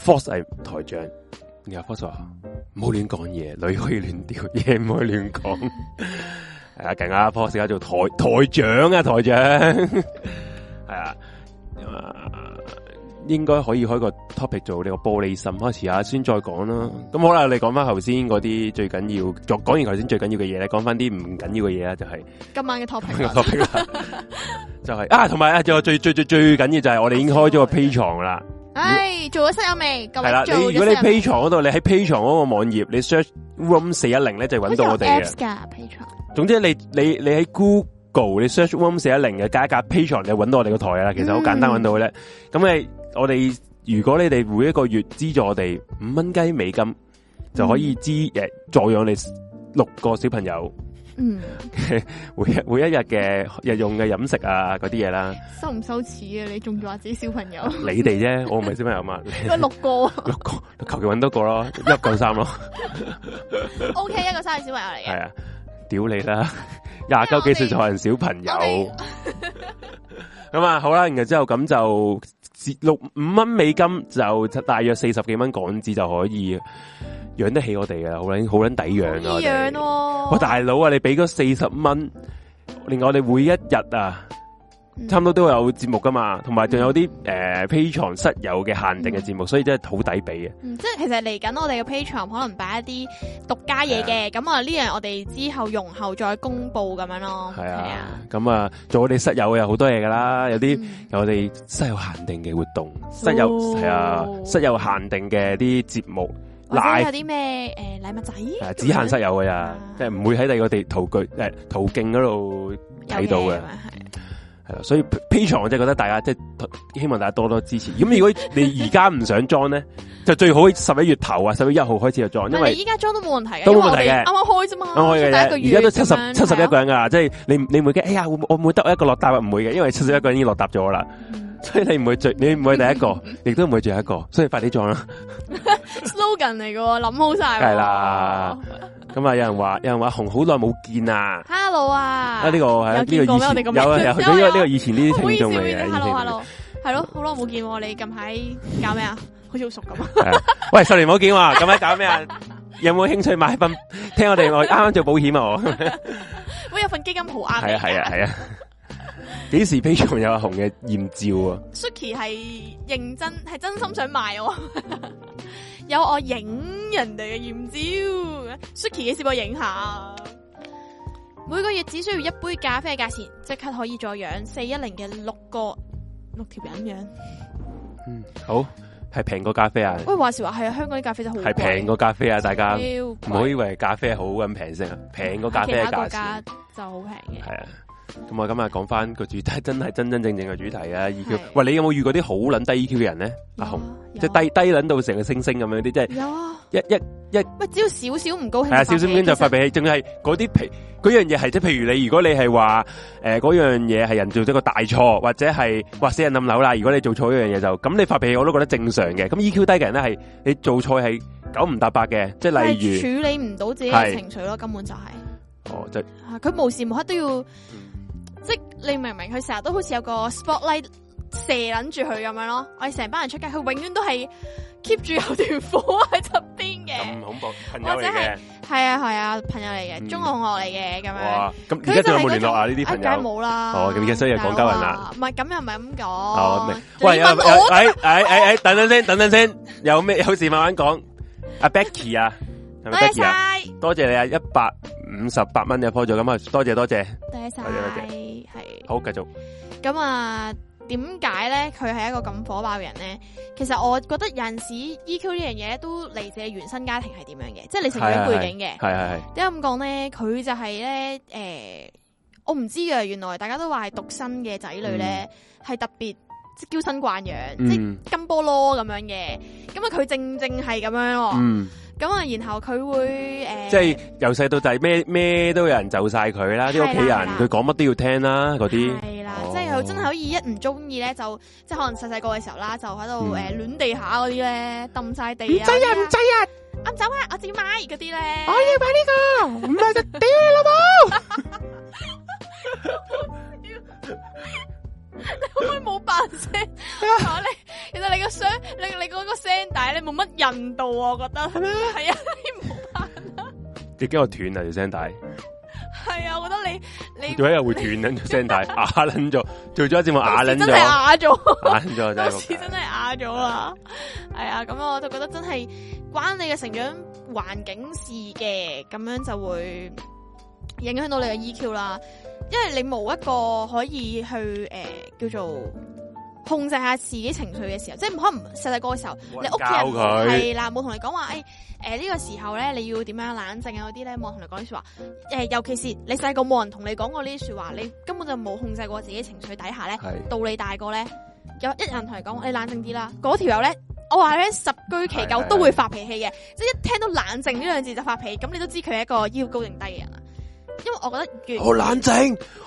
Speaker 1: ？Force 系台长，然后 Force 话唔好乱讲嘢，女可以乱掉嘢，唔可以乱讲。 系啊，勁啊！Force 而家做台台长啊，台长 系啊，咁啊应该可以开个 topic 做呢个玻璃心，开始啊，先再讲啦。咁好啦，你讲翻头先嗰啲最紧要，作讲完头先最紧要嘅嘢咧，讲翻啲唔紧要嘅嘢啦，就系、
Speaker 3: 今晚嘅 topic
Speaker 1: 个
Speaker 3: 啦
Speaker 1: topic 啦，就系、啊，同埋啊，仲有最最最最紧要就系我哋已经开
Speaker 3: 啊
Speaker 1: 咗个 P 床啦，
Speaker 3: 唉，做咗室友未？
Speaker 1: 系
Speaker 3: 咁啊
Speaker 1: 啦，
Speaker 3: 做咗
Speaker 1: 你如果你
Speaker 3: 室友未
Speaker 1: P 床嗰度，你喺 P 床嗰个网页，你 search room 四一零咧，就揾到我哋
Speaker 3: 好似有 apps
Speaker 1: 嘅。
Speaker 3: 噶 p a t r o n
Speaker 1: 总之你你你喺 Google 你 search room 四一零嘅加一格 P 床，你就揾到我哋个台啦。其实
Speaker 3: 嗯
Speaker 1: 好简单揾到嘅咧。咁你我哋如果你哋每一个月资助我哋五蚊鸡美金，就可以支诶助养你六个小朋友
Speaker 3: 嗯，
Speaker 1: 每一每一日嘅日用嘅饮食啊嗰啲嘢啦。
Speaker 3: 羞唔羞恥啊？你仲話自己小朋 友
Speaker 1: 你哋啫，我唔係小朋友嘛，你
Speaker 3: 嗰六個
Speaker 1: 六個求其揾多個咯，一九三 咯，
Speaker 3: ，OK 一個生日小朋友嚟
Speaker 1: 係
Speaker 3: 嘅，
Speaker 1: 啊，屌你啦，廿九幾歲就係人小朋友
Speaker 3: 我哋，
Speaker 1: 咁啊好啦，然後之後咁就折六五蚊美金就大約四十幾蚊港紙就可以養得起我哋噶啦，好撚好撚抵養啊我
Speaker 3: 依樣
Speaker 1: 哋，
Speaker 3: 喎。
Speaker 1: 哇大佬啊，你俾嗰四十蚊，另外我哋每一日啊。
Speaker 3: 嗯
Speaker 1: 差唔多都有節目噶嘛，同埋仲有啲诶 P 床室友嘅限定嘅節目，所以真係好抵俾啊嘅。
Speaker 3: 嗯，即係其實嚟緊我哋嘅 Patreon 可能擺一啲獨家嘢嘅，咁啊呢樣我哋之後容後再公布咁樣咯。
Speaker 1: 系啊，，咁啊，做我哋室友有好多嘢噶啦，有啲
Speaker 3: 嗯
Speaker 1: 有我哋室友限定嘅活動，室友係啊，室友限定嘅啲節目，
Speaker 3: 或者
Speaker 1: live
Speaker 3: 有啲咩诶禮物仔
Speaker 1: 誒
Speaker 3: 咁樣，
Speaker 1: 啊只限室友嘅咋，即係唔會喺第二個地途具诶途徑嗰度
Speaker 3: 有
Speaker 1: 睇到嘅
Speaker 3: 嘢咁樣係
Speaker 1: 係啦，所以 P 床我真係覺得大家即係希望大家多多支持。咁如果你而家唔想 join 咧，就最好十一月頭啊，十一月一號開始就
Speaker 3: 唔
Speaker 1: join，因
Speaker 3: 係你
Speaker 1: 為
Speaker 3: 依家裝都冇問題嘅，
Speaker 1: 都冇
Speaker 3: 因為我
Speaker 1: 問題嘅
Speaker 3: 哋啱啱開啫嘛，
Speaker 1: 啱哦開嘅
Speaker 3: 所以哦第一
Speaker 1: 啫，
Speaker 3: 個
Speaker 1: 而
Speaker 3: 月
Speaker 1: 家都七
Speaker 3: 咁樣
Speaker 1: 十七十一個
Speaker 3: 係啊
Speaker 1: 人噶啦，即係你你唔會驚，哎呀，會唔會我唔會得我一個落搭啊？唔會嘅，因為七十一個人已經落搭咗啦。
Speaker 3: 嗯
Speaker 1: 所以你唔會最，你唔會第一 個，亦都唔會最後一個，所以快啲撞啦。
Speaker 3: slogan 嚟嘅喎，諗好晒。
Speaker 1: 梗係啦。 咁啊，有人話，有人話紅好耐冇見啊！
Speaker 3: Hello 啊，
Speaker 1: 啊，呢個係呢
Speaker 3: 有
Speaker 1: 個
Speaker 3: 見過
Speaker 1: 以
Speaker 3: 咩我哋
Speaker 1: 前
Speaker 3: 咁
Speaker 1: 有啊
Speaker 3: 樣
Speaker 1: 有
Speaker 3: 有
Speaker 1: 呢個
Speaker 3: 有
Speaker 1: 呢個以前呢
Speaker 3: 唔好
Speaker 1: 啲聽
Speaker 3: 意思
Speaker 1: 眾
Speaker 3: 唔
Speaker 1: 嚟
Speaker 3: 好意
Speaker 1: 嘅呢
Speaker 3: 思
Speaker 1: 啲聽眾嚟嘅，
Speaker 3: ，hello hello，係咯，好耐冇見喎，你近排搞咩啊？好似好熟咁啊！
Speaker 1: 係啊 喂，十年冇見喎，咁樣搞咩啊？有冇興趣買份？聽我哋 我啱啱做保險啊，我
Speaker 3: 喂，有份基金好啱
Speaker 1: 係
Speaker 3: 你
Speaker 1: 啊係啊係啊！幾時 P 仲有阿紅嘅豔照啊？
Speaker 3: Suki 係認真，係真心想買我， 有我影人哋嘅豔照。Suki 幾時幫我影下？每個月只需要一杯咖啡嘅價錢，即刻可以再養四一零嘅六個六條人樣。
Speaker 1: 嗯，好，係平過咖啡啊，
Speaker 3: 喂，話時話係啊，香港啲咖啡真係好
Speaker 1: 係平過咖啡啊，大家唔
Speaker 3: 唔
Speaker 1: 好以為咖啡好咁平先啊，平過咖啡嘅
Speaker 3: 嗯其他
Speaker 1: 價
Speaker 3: 國
Speaker 1: 錢
Speaker 3: 家。就好平
Speaker 1: 系
Speaker 3: 嘅。
Speaker 1: 啊，咁啊，今日讲翻個主題， 真係真真正正嘅主題啊！EQ，
Speaker 3: 係
Speaker 1: 喂，你有冇遇過啲好撚低 EQ 嘅人咧？阿紅，即
Speaker 3: 有啊
Speaker 1: 系低低撚到成個星星咁樣啲，即係
Speaker 3: 有啊，
Speaker 1: 一一
Speaker 3: 喂，只要少少唔高興
Speaker 1: 係啊，
Speaker 3: 發
Speaker 1: 少少咁就
Speaker 3: 其實
Speaker 1: 發脾氣，仲係嗰啲皮嗰樣嘢係即係譬如你如果你係話诶嗰樣嘢係人做咗個大錯，或者係哇死人冧樓啦，如果你做錯一樣嘢就咁，你發脾氣我都覺得正常嘅。咁 EQ 低嘅人咧係你做錯係九唔搭八嘅，即係
Speaker 3: 係
Speaker 1: 例
Speaker 3: 處理唔到自己
Speaker 1: 係
Speaker 3: 嘅情緒咯，根本就係、
Speaker 1: 如哦，就
Speaker 3: 啊佢無時無刻都要，即係你明唔明？佢成日都好似有個 spotlight 射撚住佢咁樣咯。我哋成班人出街，佢永遠都係 keep 住有條火喺側邊嘅
Speaker 1: 咁，恐怖，朋友
Speaker 3: 或
Speaker 1: 嚟
Speaker 3: 者
Speaker 1: 嘅
Speaker 3: 係，係啊係啊，朋友嚟嘅，
Speaker 1: 嗯
Speaker 3: 中學同學嚟嘅咁樣。
Speaker 1: 哇！咁
Speaker 3: 佢
Speaker 1: 而家仲有冇
Speaker 3: 就係嗰
Speaker 1: 聯絡啊？呢
Speaker 3: 種
Speaker 1: 啲
Speaker 3: 哎
Speaker 1: 朋
Speaker 3: 梗係
Speaker 1: 友？
Speaker 3: 冇啦。
Speaker 1: 哦咁而家所以係廣州人啦
Speaker 3: 大佬啊。唔係咁又唔係咁
Speaker 1: 哦，明
Speaker 3: 講。。
Speaker 1: 喂，
Speaker 3: 你
Speaker 1: 有
Speaker 3: 問
Speaker 1: 有
Speaker 3: 我
Speaker 1: 哎哎哎哎，等等先，等等先， 有咩有事慢慢講。阿 Becky 啊，係咪
Speaker 3: 多謝
Speaker 1: Becky 啊？
Speaker 3: 晒。
Speaker 1: 多謝你啊，一百五十八蚊嘅 p 咗，咁啊多謝多謝，
Speaker 3: 多謝晒，
Speaker 1: 多謝多
Speaker 3: 係。
Speaker 1: 好繼續，
Speaker 3: 咁啊，點解咧佢係一個咁火爆嘅人咧？其實我覺得有陣時 EQ 呢樣嘢咧都嚟自你原生家庭係點樣嘅，即係你成長背景嘅。
Speaker 1: 係係係
Speaker 3: 點解咁講咧？佢就係咧，诶、我唔知嘅，原來大家都話係獨生嘅仔女咧，係、特別即係嬌生慣養，即係
Speaker 1: 嗯
Speaker 3: 金菠蘿咁樣嘅。咁啊，佢正正係咁樣咯。
Speaker 1: 嗯，
Speaker 3: 咁啊、然後佢會诶，
Speaker 1: 即係由細到大咩咩都有人就晒佢啦，啲屋企
Speaker 3: 係
Speaker 1: 人
Speaker 3: 啦係啦
Speaker 1: 佢講乜都要聽啦，嗰啲
Speaker 3: 系啦，
Speaker 1: 哦
Speaker 3: 即係佢真係可以一唔中意咧，就即係可能細細個嘅時候啦，就喺度
Speaker 1: 嗯
Speaker 3: 诶亂地下嗰啲咧，抌晒地啊，唔制啊唔制啊，我唔走啊，我自己買嗰啲咧，我 要買呢個，唔係就屌你老母！你可唔可以冇扮聲？我你其實你個聲，你你嗰個聲帶咧冇乜人道啊，我覺得係咩？係啊，你冇扮，
Speaker 1: 你驚我斷啊條聲帶，
Speaker 3: 係啊，我覺得你你
Speaker 1: 做一日會斷撚條聲帶， 啞撚咗，做咗一節目啞撚
Speaker 3: 真
Speaker 1: 咗
Speaker 3: 係，啞咗。
Speaker 1: 啞撚咗真
Speaker 3: 當
Speaker 1: 係
Speaker 3: 時
Speaker 1: 仆街
Speaker 3: 真係啞咗啦，係啊，咁我就覺得真係關你嘅成長環境事嘅，咁樣就會影響到你嘅 EQ 啦。因為你冇一個可以去诶、呃叫做控制下自己情緒嘅時候，即係可能細細個嘅時候，
Speaker 1: 冇
Speaker 3: 你
Speaker 1: 人
Speaker 3: 屋企人
Speaker 1: 教佢
Speaker 3: 係啦，冇同你講話诶诶呢個時候咧，你要點樣冷靜啊嗰啲咧，冇人同你講呢啲说話。诶、尤其是你細個冇人同你講過呢啲说話，你根本就冇控制過自己情緒底下咧。
Speaker 1: 係。
Speaker 3: 到你大個咧，有一人同你講，你冷靜啲啦。嗰條友咧，我話咧十居其九
Speaker 1: 係係
Speaker 3: 都會發脾氣嘅，即係一聽到冷靜呢兩字就發脾氣，咁你都知佢係一個腰高定低嘅人啦。因為我覺得越
Speaker 1: 好冷静，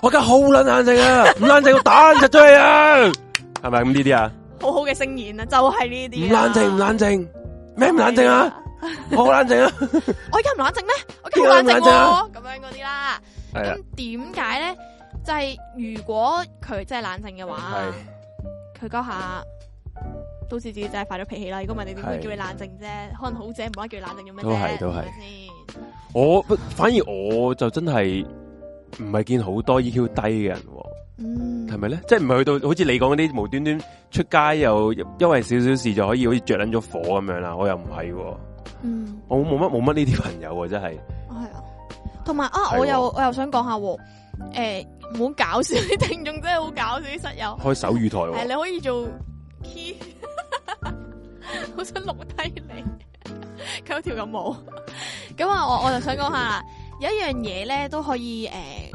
Speaker 1: 我而家好捻冷静 啊！唔冷静我打捻实咗你啊！系咪咁呢啲啊？
Speaker 3: 好好嘅聲言啊，就係呢
Speaker 1: 唔
Speaker 3: 啲啊
Speaker 1: 冷静唔冷静，咩唔冷静啊？！我好冷静啊！
Speaker 3: 我而家唔冷靜咩？我而家好冷靜
Speaker 1: 點解唔冷靜啊
Speaker 3: 喎，咁樣嗰啲啦。
Speaker 1: 系啊
Speaker 3: 咁，點解咧？就係如果佢真係冷靜嘅話，佢嗰下。都知自己真係發咗脾氣啦，如果唔係你點會
Speaker 1: 係
Speaker 3: 叫你冷靜啫？可能好姐唔可以叫你冷靜做咩啫
Speaker 1: 都係都係
Speaker 3: 係咪先。
Speaker 1: 我反而我就真系唔系见好多 EQ 低嘅人喎，
Speaker 3: 嗯，
Speaker 1: 系咪咧？即系唔系去到好似你讲嗰啲无端端出街又因为少少事就可以好似着捻咗火咁样啦？我又唔系，
Speaker 3: 嗯，
Speaker 1: 我冇乜冇乜呢啲朋友啊，真系
Speaker 3: 系啊，同埋啊，
Speaker 1: 係
Speaker 3: 我
Speaker 1: 喎
Speaker 3: 又我又想講下喎，诶、唔好搞笑，啲聽眾真係好搞笑啲室友，
Speaker 1: 开手语台喎
Speaker 3: 係你可以做 key，好想錄低你，佢有條咁冇，咁啊，我我就想講下啦，有一樣嘢咧都可以诶、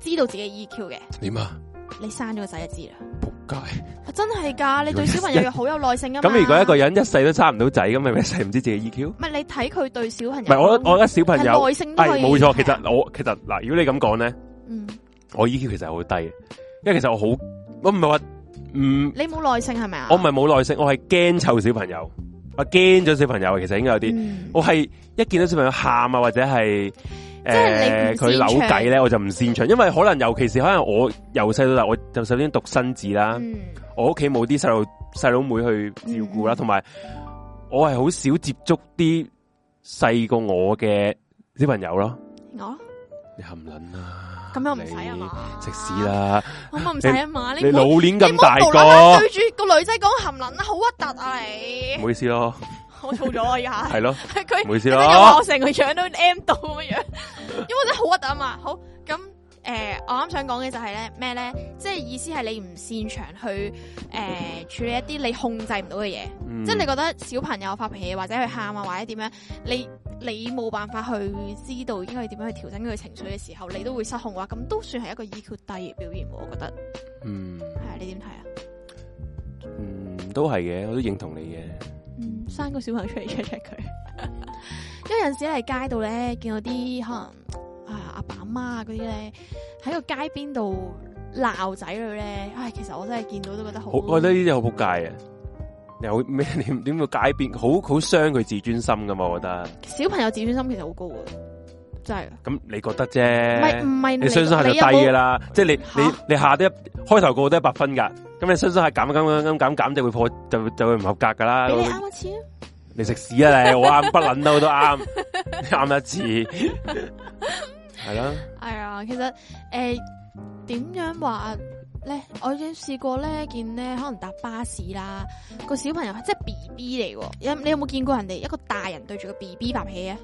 Speaker 3: 誒知道自己 EQ 嘅，
Speaker 1: 点啊？
Speaker 3: 你生咗個仔就知啦，啊
Speaker 1: 仆街！
Speaker 3: 真係㗎，你對小朋友要好有耐性啊嘛，嗯
Speaker 1: 咁如果一個人一世都生唔到仔，咁咪咪一世唔知自己 EQ？
Speaker 3: 唔係你睇佢對小朋
Speaker 1: 唔
Speaker 3: 友，
Speaker 1: 係我我覺得小朋友
Speaker 3: 係耐性都可
Speaker 1: 系
Speaker 3: 以
Speaker 1: 冇錯，
Speaker 3: 嘅
Speaker 1: 其實我其實嗱，如果你咁講咧，
Speaker 3: 嗯，
Speaker 1: 我 EQ 其實係好低嘅，因為其實我好，我唔係話唔，
Speaker 3: 你冇耐性係咪啊？
Speaker 1: 我唔係冇耐性，我係驚湊小朋友，我驚咗小朋友，其實應該有啲，
Speaker 3: 嗯
Speaker 1: 我係一見到小朋友喊啊，或者係
Speaker 3: 係
Speaker 1: 诶
Speaker 3: 你唔
Speaker 1: 佢扭
Speaker 3: 擅長
Speaker 1: 計咧，我就唔擅長，因為可能尤其是可能我由細到大，我就首先獨生子啦，
Speaker 3: 嗯
Speaker 1: 我屋企冇啲細路細佬妹去照顧啦，
Speaker 3: 嗯
Speaker 1: 同埋、我係好少接觸啲細過我嘅小朋友咯。
Speaker 3: 我
Speaker 1: 你含撚啦，
Speaker 3: 咁又唔使啊嘛，
Speaker 1: 你食屎！啦！
Speaker 3: 咁啊唔使啊嘛，
Speaker 1: 你
Speaker 3: 唔好
Speaker 1: 老年咁大
Speaker 3: 你唔好無啦啦
Speaker 1: 個，
Speaker 3: 對住個女仔講含撚啊，好核突啊
Speaker 1: 唔
Speaker 3: 你！
Speaker 1: 好意思咯，
Speaker 3: 我燥咗啊而家
Speaker 1: 係，咯，
Speaker 3: 佢
Speaker 1: 唔好意思啊
Speaker 3: 佢又話
Speaker 1: 咯
Speaker 3: 我，成個樣都 M 到咁樣，因 為我真係好核突啊嘛。好咁誒，我啱想講嘅就係咧咩咧，即係意思係你唔擅長去誒處理一啲你控制唔到嘅嘢。
Speaker 1: 嗯
Speaker 3: 即系你覺得小朋友發脾氣或者佢喊啊，或者點樣，你你冇辦法去知道應該點樣去調整佢嘅情緒嘅時候，你都會失控嘅話，咁都算係一個 EQ 低嘅表現喎，我覺得
Speaker 1: 嗯
Speaker 3: 係啊，你點睇啊？
Speaker 1: 嗯都係嘅，我都認同你嘅，
Speaker 3: 嗯，生個小朋友出嚟 check check 佢，因為有陣時喺街度咧見到啲可能啊阿爸阿媽啊嗰啲咧喺個街邊度鬧仔女咧，唉，其實我真係見到都覺得好，
Speaker 1: 好，我覺得呢啲好仆街嘅。你好咩？你點到街邊好好傷佢自尊心噶嘛？我覺得，
Speaker 3: 小朋友自尊心其實好高嘅，真係，
Speaker 1: 咁你覺得
Speaker 3: 唔係
Speaker 1: 啫
Speaker 3: 唔？係
Speaker 1: 你相信下就
Speaker 3: 你
Speaker 1: 低
Speaker 3: 有冇
Speaker 1: 嘅啦，即系你你
Speaker 3: 嚇
Speaker 1: 你下得一開頭個個都一百分噶，咁你相信下減減減減減減就會破就就會唔合格噶啦。
Speaker 3: 俾你啱一次啊！
Speaker 1: 你食屎啊你！我啱不捻都都啱，你啱一次係啦，
Speaker 3: 系啊，其實诶，点、樣話咧？我有試過咧，見咧可能搭巴士啦，個小朋友即係 B B 嚟喎。有你有冇見過人哋一個大人對住個 B B 發脾氣啊？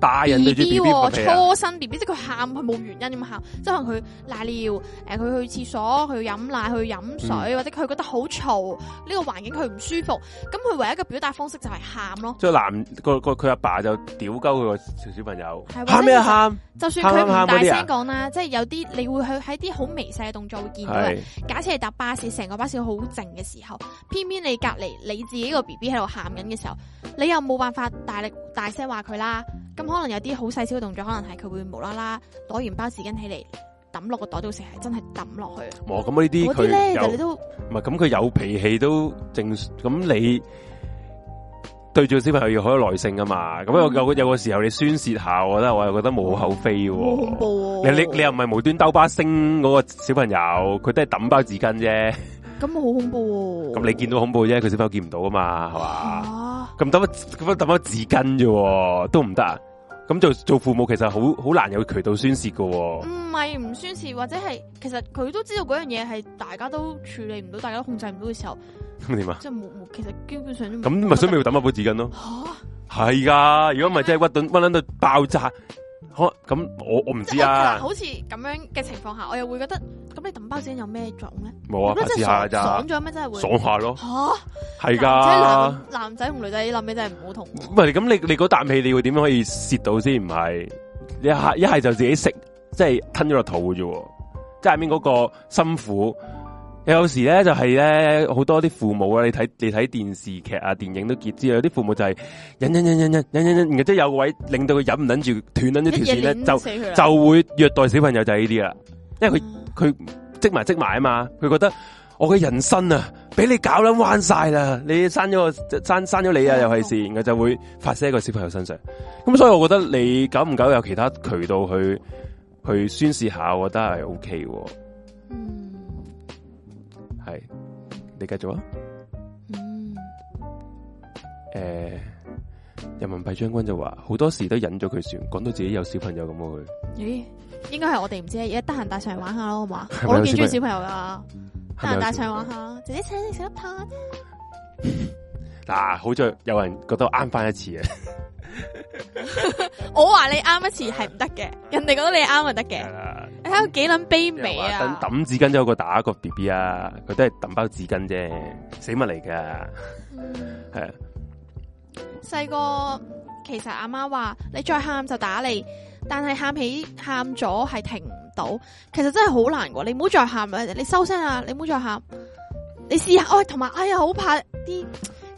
Speaker 1: 大人
Speaker 3: B
Speaker 1: 對住 B
Speaker 3: B
Speaker 1: B 撥鼻啊，
Speaker 3: 初生 B B，即係佢喊，佢冇原因咁喊，即係可能佢瀨尿，诶、佢去廁所，佢飲奶，佢飲
Speaker 1: 嗯
Speaker 3: 水，或者佢覺得好嘈，呢、個環境佢唔舒服，咁佢唯一嘅表達方式就係喊咯。
Speaker 1: 即係男個個佢阿爸就屌鳩佢個小小朋友，
Speaker 3: 係
Speaker 1: 喊咩啊
Speaker 3: 或者
Speaker 1: 喊，
Speaker 3: 就算佢唔
Speaker 1: 喊
Speaker 3: 大
Speaker 1: 喊喊嗰啲啊
Speaker 3: 聲講啦，即係有啲你會去喺啲好微細嘅動作會見到嘅。
Speaker 1: 係
Speaker 3: 假設係搭巴士，成個巴士好靜嘅時候，偏偏你隔離你自己個 B B 喺度喊緊嘅時候，你又冇辦法大力大聲話佢啦。咁可能有啲好細小嘅動作，可能係佢會無啦啦攞完包紙巾起嚟抌落個袋度食，係真係抌落去。
Speaker 1: 我咁呢啲
Speaker 3: 嗰啲
Speaker 1: 佢
Speaker 3: 咧就
Speaker 1: 有
Speaker 3: 你。都
Speaker 1: 唔系咁，佢有脾氣都正。咁你對住小朋友要好有耐性噶嘛？咁有有有个时候你宣泄下，我覺得我又覺得無可厚非
Speaker 3: 好恐
Speaker 1: 喎。
Speaker 3: 怖
Speaker 1: 你
Speaker 3: 喎。
Speaker 1: 你你又唔係無端兜巴星嗰個小朋友，佢都係抌包紙巾啫。
Speaker 3: 咁好恐怖喎。
Speaker 1: 咁你見到恐怖啫，佢小朋友見唔到啊嘛，係嘛？
Speaker 3: 啊
Speaker 1: 咁抌咁樣抌包紙巾啫喎，都唔得啊！咁做做父母其實好好難有渠道宣泄噶。
Speaker 3: 唔係唔宣泄，或者係其實佢都知道嗰樣嘢係大家都處理唔到，大家都控制唔到嘅時候，
Speaker 1: 咁點啊？
Speaker 3: 即係冇冇，其實基本上
Speaker 1: 咁
Speaker 3: 都
Speaker 1: 咪所以咪要抌一包紙巾咯。
Speaker 3: 嚇。
Speaker 1: 系噶，如果唔系真系屈到屈捻到爆炸，可咁我我唔
Speaker 3: 即
Speaker 1: 知
Speaker 3: 係我嗱，
Speaker 1: 啊，
Speaker 3: 好似咁樣嘅情況下，我又會覺得咁你抌包紙巾有咩作用咧？
Speaker 1: 冇啊，
Speaker 3: 咁
Speaker 1: 試
Speaker 3: 真係
Speaker 1: 下
Speaker 3: 爽
Speaker 1: 咋
Speaker 3: 爽，咗咩？真係會
Speaker 1: 爽下咯，
Speaker 3: 吓
Speaker 1: 系
Speaker 3: 男
Speaker 1: 噶
Speaker 3: 仔。男男仔同女仔諗起真係唔好同喎。
Speaker 1: 唔系咁，你你嗰啖氣你會點樣可以泄到先？唔係一下一係就自己食，即係吞咗落肚嘅啫喎。即係下面嗰個辛苦。有時咧就係咧好多啲父母啊，你睇你睇電視劇啊、電影都見知道，有啲父母就係忍忍忍忍忍忍忍忍，然後即係有個位令到佢忍唔忍住斷撚咗條線咧，
Speaker 3: 一嘢
Speaker 1: 就
Speaker 3: 碾死佢啦啊
Speaker 1: 就會虐待小朋友就係呢啲啦，因為佢。
Speaker 3: 嗯
Speaker 1: 佢積埋積埋啊嘛，佢覺得我嘅人生啊，俾你搞捻彎晒啦，你生咗個生生咗你啊，又係事，然後就會發泄喺個小朋友身上。咁所以我覺得你久唔久有其他渠道去去宣泄下，我覺得係 O K 喎。
Speaker 3: 嗯
Speaker 1: 係你繼續啊，
Speaker 3: 嗯
Speaker 1: 诶、人民幣將軍就話好多時都忍咗佢算，講到自己有小朋友咁喎佢
Speaker 3: 咦？應該係我哋唔知，而家得閒帶上嚟玩下咯，好嘛？
Speaker 1: 咪
Speaker 3: 我都幾
Speaker 1: 有
Speaker 3: 中意
Speaker 1: 小
Speaker 3: 小朋友噶，得
Speaker 1: 係咪
Speaker 3: 閒
Speaker 1: 有
Speaker 3: 帶
Speaker 1: 小
Speaker 3: 啊上嚟玩下。姐姐請你食粒糖。
Speaker 1: 嗱，好在有人覺得我啱翻一次啊，
Speaker 3: 我話你啱一次係唔得嘅，人哋覺得你啱就得
Speaker 1: 係
Speaker 3: 嘅。
Speaker 1: 啦
Speaker 3: 你睇佢幾撚卑微
Speaker 1: 又話
Speaker 3: 啊！
Speaker 1: 抌紙巾都有個打個 B B 啊，佢都係抌包紙巾啫，死物 嚟噶，
Speaker 3: 嗯
Speaker 1: 係啊，
Speaker 3: 細個其實阿媽話你再喊就打你，但係喊起喊咗係停唔到，其實真係好難喎。你唔好再喊啦，你收聲啊啦，你唔好再喊。你試下，哎，同埋哎呀，好怕啲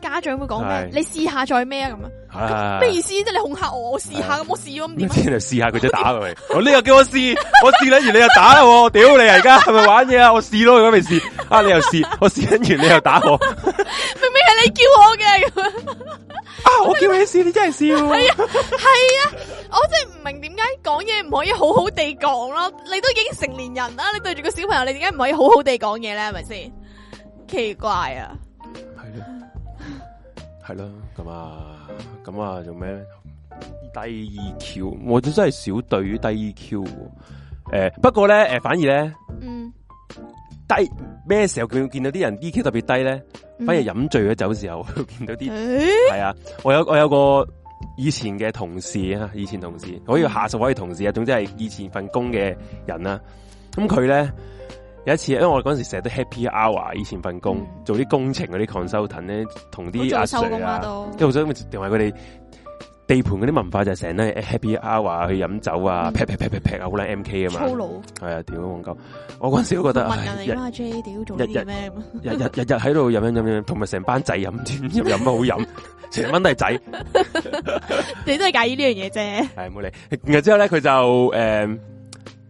Speaker 3: 家長會講咩
Speaker 1: 係？
Speaker 3: 你試下再咩啊咁樣？
Speaker 1: 係啊
Speaker 3: 咩意思啫？你恐嚇我，我試下咁，我試咗咁
Speaker 1: 咁
Speaker 3: 點啊
Speaker 1: 之？後就試下佢就打佢， 我呢個叫我試，我試撚完你又打我，屌你啊而家係咪玩嘢啊？我試咯，佢咪試啊，你又 試，我試撚完你又打我，啊，
Speaker 3: 明明係你叫我嘅咁樣，
Speaker 1: 我叫你試，你真係試喎，
Speaker 3: 係啊！我真係唔明點解講嘢唔可以好好地講咯？你都已經成年人啦，你對住個小朋友，你點解唔可以好好地講嘢咧？係咪先？奇怪啊！
Speaker 1: 係咯，係咯，咁啊，咁啊，做咩咧？低 E Q，我就真係少對於低 E Q，誒，不過咧，誒，反而咧。
Speaker 3: 嗯，
Speaker 1: 低咩時候見見到啲人 EQ 特別低咧？
Speaker 3: 嗯
Speaker 1: 反而飲醉咗酒時候 見到啲
Speaker 3: 誒
Speaker 1: 係啊！我有我有個以前嘅同事啊，以前同事可以下屬可以同事啊，總之係以前份工嘅人啦。咁佢咧有一次，因為我嗰陣時成日都 Happy Hour，以前份工、
Speaker 3: 嗯
Speaker 1: 做啲工程嗰啲 consultant 咧，同啲
Speaker 3: 好
Speaker 1: 阿
Speaker 3: 早收工
Speaker 1: Sir
Speaker 3: 啦
Speaker 1: 啊，
Speaker 3: 都
Speaker 1: 因為想同埋佢哋。地盤嗰啲文化就係成日都係 happy hour 去飲酒啊，
Speaker 3: 嗯
Speaker 1: 劈劈劈劈劈啊，好撚 M K 啊嘛，
Speaker 3: 粗魯，
Speaker 1: 係啊，屌戇鳩！我嗰陣時都覺得，
Speaker 3: 問
Speaker 1: 唉
Speaker 3: 人
Speaker 1: 日
Speaker 3: 哋啊 J 屌做啲咩咁啊？
Speaker 1: 日日日日喺度飲飲飲飲，同埋成班仔飲添，飲乜好飲？成班都係仔，
Speaker 3: 你都係介意呢樣嘢啫。
Speaker 1: 係冇理。然後之後咧，佢就诶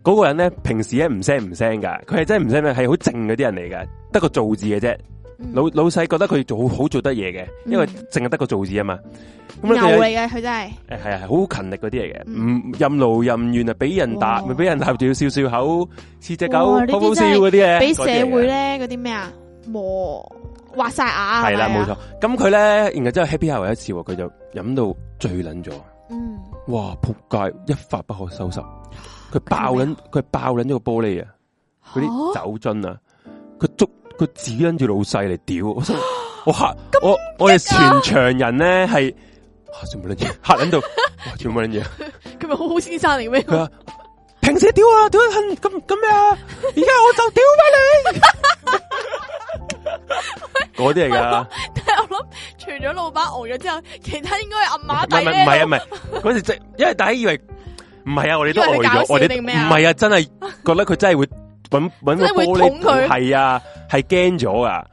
Speaker 1: 嗰、個人咧，平時咧唔聲唔聲噶，佢係真係唔聲咩，係好靜嗰啲人嚟噶，得個做字嘅啫。
Speaker 3: 嗯
Speaker 1: 老老细覺得佢做好做得嘢嘅，因為
Speaker 3: 嗯
Speaker 1: 淨係得個做字啊嘛。咁咧佢
Speaker 3: 牛
Speaker 1: 誒
Speaker 3: 嚟嘅，佢真 係
Speaker 1: 係啊係好勤力嗰啲嚟嘅，
Speaker 3: 嗯
Speaker 1: 唔任勞任怨啊，俾人打
Speaker 3: 哇
Speaker 1: 咪俾人打住笑笑口，似只狗
Speaker 3: 哇呢啲
Speaker 1: 好好笑
Speaker 3: 真係
Speaker 1: 嗰啲咧，
Speaker 3: 俾
Speaker 1: 嗰
Speaker 3: 社
Speaker 1: 啲嚟嘅
Speaker 3: 會咧嗰啲咩啊磨滑晒牙
Speaker 1: 係啦，
Speaker 3: 係咪
Speaker 1: 冇
Speaker 3: 啊
Speaker 1: 錯。咁佢咧，然後之後 Happy Hour 有一次喎，佢就飲到醉撚咗，
Speaker 3: 嗯，
Speaker 1: 哇！仆街，一發不可收拾。佢爆撚，
Speaker 3: 啊
Speaker 1: 佢爆撚咗個玻璃啊！嗰
Speaker 3: 嚇
Speaker 1: 啲酒樽啊，佢捉佢指 撚住老細嚟屌，我心我嚇我我哋全場人咧係吓全部撚嘢，吓撚到，哇全部撚嘢。
Speaker 3: 佢咪好好先生嚟 咩？
Speaker 1: 佢話平時屌啊，屌得恨咁咁咩啊？而家我就屌 俾你。嗰啲嚟噶，
Speaker 3: 但係我諗，除咗老闆熬咗之後，其他應該係暗馬
Speaker 1: 唔係
Speaker 3: 底
Speaker 1: 唔係唔係啊，唔係嗰時即係因為大家以為唔係啊，我哋都呆
Speaker 3: 以為佢搞
Speaker 1: 咗，
Speaker 3: 笑
Speaker 1: 我哋
Speaker 3: 定
Speaker 1: 唔
Speaker 3: 咩啊
Speaker 1: 係啊，真係覺得佢真係會搵搵
Speaker 3: 真係
Speaker 1: 個
Speaker 3: 會
Speaker 1: 玻
Speaker 3: 捅
Speaker 1: 璃
Speaker 3: 佢
Speaker 1: 係啊，係驚咗啊。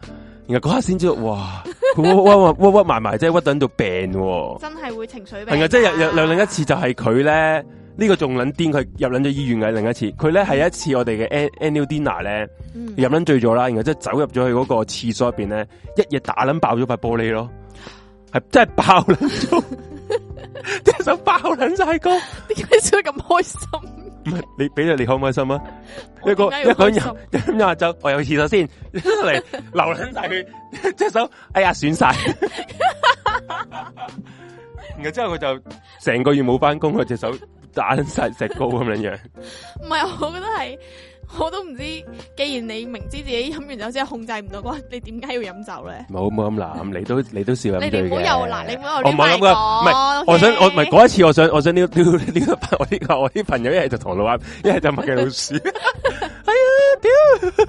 Speaker 1: 然後嗰刻先知道，哇！佢屈屈屈屈屈埋埋，真係屈到喺度病喎。
Speaker 3: 真係會情緒病㗎。
Speaker 1: 係啊，即係有有另一次就係佢咧，呢、個个仲捻癫，佢入捻咗醫院嘅另一次，佢咧係一次我哋嘅 an- annual dinner 咧
Speaker 3: 嗯，
Speaker 1: 入捻醉咗啦，然後即係走入咗去嗰個廁所入边咧，一嘢打捻爆咗塊玻璃咯，係真係爆捻 咗，隻手爆捻晒高，唔
Speaker 3: 點解笑得咁開心？
Speaker 1: 係你俾咗你開唔開心啊？
Speaker 3: 我
Speaker 1: 一個
Speaker 3: 點解要
Speaker 1: 一個人
Speaker 3: 開心
Speaker 1: 飲飲下酒，我有廁所先出嚟流捻晒佢隻手，哎呀損 晒。然後之後佢就成個月冇翻工，佢隻手打撚晒石膏咁樣樣。
Speaker 3: 唔係，我覺得係，我都唔知。既然你明知自己飲完酒之後控制唔到嗰刻，你點解要飲酒咧？
Speaker 1: 冇冇咁濫，你都你都少飲
Speaker 3: 你
Speaker 1: 醉嘅。
Speaker 3: 哋唔好又嗱，哦你唔好又
Speaker 1: 我
Speaker 3: 亂
Speaker 1: 哦冇諗
Speaker 3: 埋講
Speaker 1: 過，唔係，我想
Speaker 3: OK？
Speaker 1: 我唔係嗰一次，我想我想呢呢呢個 我呢個我啲朋友一係就唐老鴨，一係就麥記老鼠。 哎呀，屌！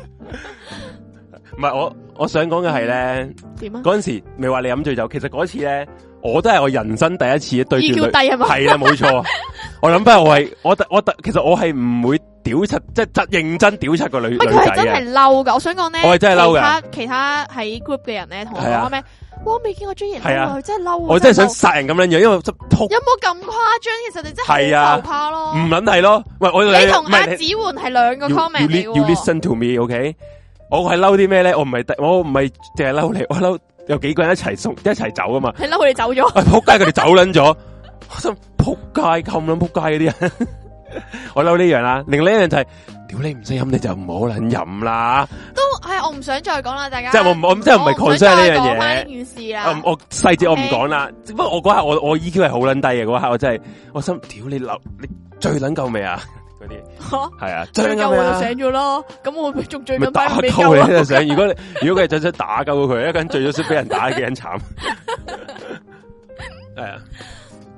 Speaker 1: 唔係我我想講嘅係咧。
Speaker 3: 點啊？
Speaker 1: 嗰阵时未話你飲醉酒，其實嗰次咧，我都係我人生第一次對住
Speaker 3: EQ
Speaker 1: 女，
Speaker 3: E 低啊係嘛
Speaker 1: 係啦，冇 錯。我諗翻我係我特我特，其實我係唔會屌柒，即係真認真屌柒個女女
Speaker 3: 唔
Speaker 1: 仔啊
Speaker 3: 係佢係真
Speaker 1: 嘅。
Speaker 3: 係嬲噶，我想講咧，
Speaker 1: 我係真係嬲㗎
Speaker 3: 其他其他喺 group 嘅人咧，同我
Speaker 1: 係啊
Speaker 3: 講咩？哇，未見過 J 人嬲
Speaker 1: 係啊
Speaker 3: 啊，佢真係嬲啊！
Speaker 1: 我真係想
Speaker 3: 嬲
Speaker 1: 殺人咁樣樣，因為執秃
Speaker 3: 有冇咁誇張？其實你真
Speaker 1: 係
Speaker 3: 係
Speaker 1: 啊
Speaker 3: 好浮誇咯。
Speaker 1: 唔撚係咯。喂，我
Speaker 3: 你同
Speaker 1: 唔
Speaker 3: 阿
Speaker 1: 係
Speaker 3: 子
Speaker 1: 你
Speaker 3: 焕係兩個 comment 嚟
Speaker 1: you, you
Speaker 3: 嘅喎。
Speaker 1: listen to me，OK？、我係嬲啲咩咧？我唔係我唔係淨係嬲你，我嬲有幾個人一齊送一齊走啊嘛。
Speaker 3: 你嬲佢哋走咗，
Speaker 1: 喂，仆街佢哋走撚咗，我心仆街咁撚仆街嗰啲人， 我嬲呢樣啦。另一樣就係，屌你唔識飲你就唔好撚飲啦。
Speaker 3: 都係我唔想再講啦，大家。
Speaker 1: 即係我唔我真係唔係
Speaker 3: 我唔
Speaker 1: concern
Speaker 3: 想
Speaker 1: 呢
Speaker 3: 再
Speaker 1: 樣
Speaker 3: 講翻
Speaker 1: 嘢
Speaker 3: 呢。件事
Speaker 1: 我唔
Speaker 3: 啦。
Speaker 1: 嗯我細節我唔
Speaker 3: OK
Speaker 1: 講啦，只不過我嗰下我我 EQ 係好撚低嘅嗰下，我真係我心屌你流你醉撚夠未啊？嗰啲係啊，醉
Speaker 3: 最
Speaker 1: 撚
Speaker 3: 夠
Speaker 1: 夠
Speaker 3: 我
Speaker 1: 未
Speaker 3: 就
Speaker 1: 啊？
Speaker 3: 醒咗咯，咁我咪仲醉
Speaker 1: 咪
Speaker 3: 緊
Speaker 1: 打
Speaker 3: 班未
Speaker 1: 鳩
Speaker 3: 夠啊
Speaker 1: 你
Speaker 3: 咯。
Speaker 1: 就想，如果你如果佢係真想打鳩佢，一個人醉咗先俾人打，幾人 慘。係啊，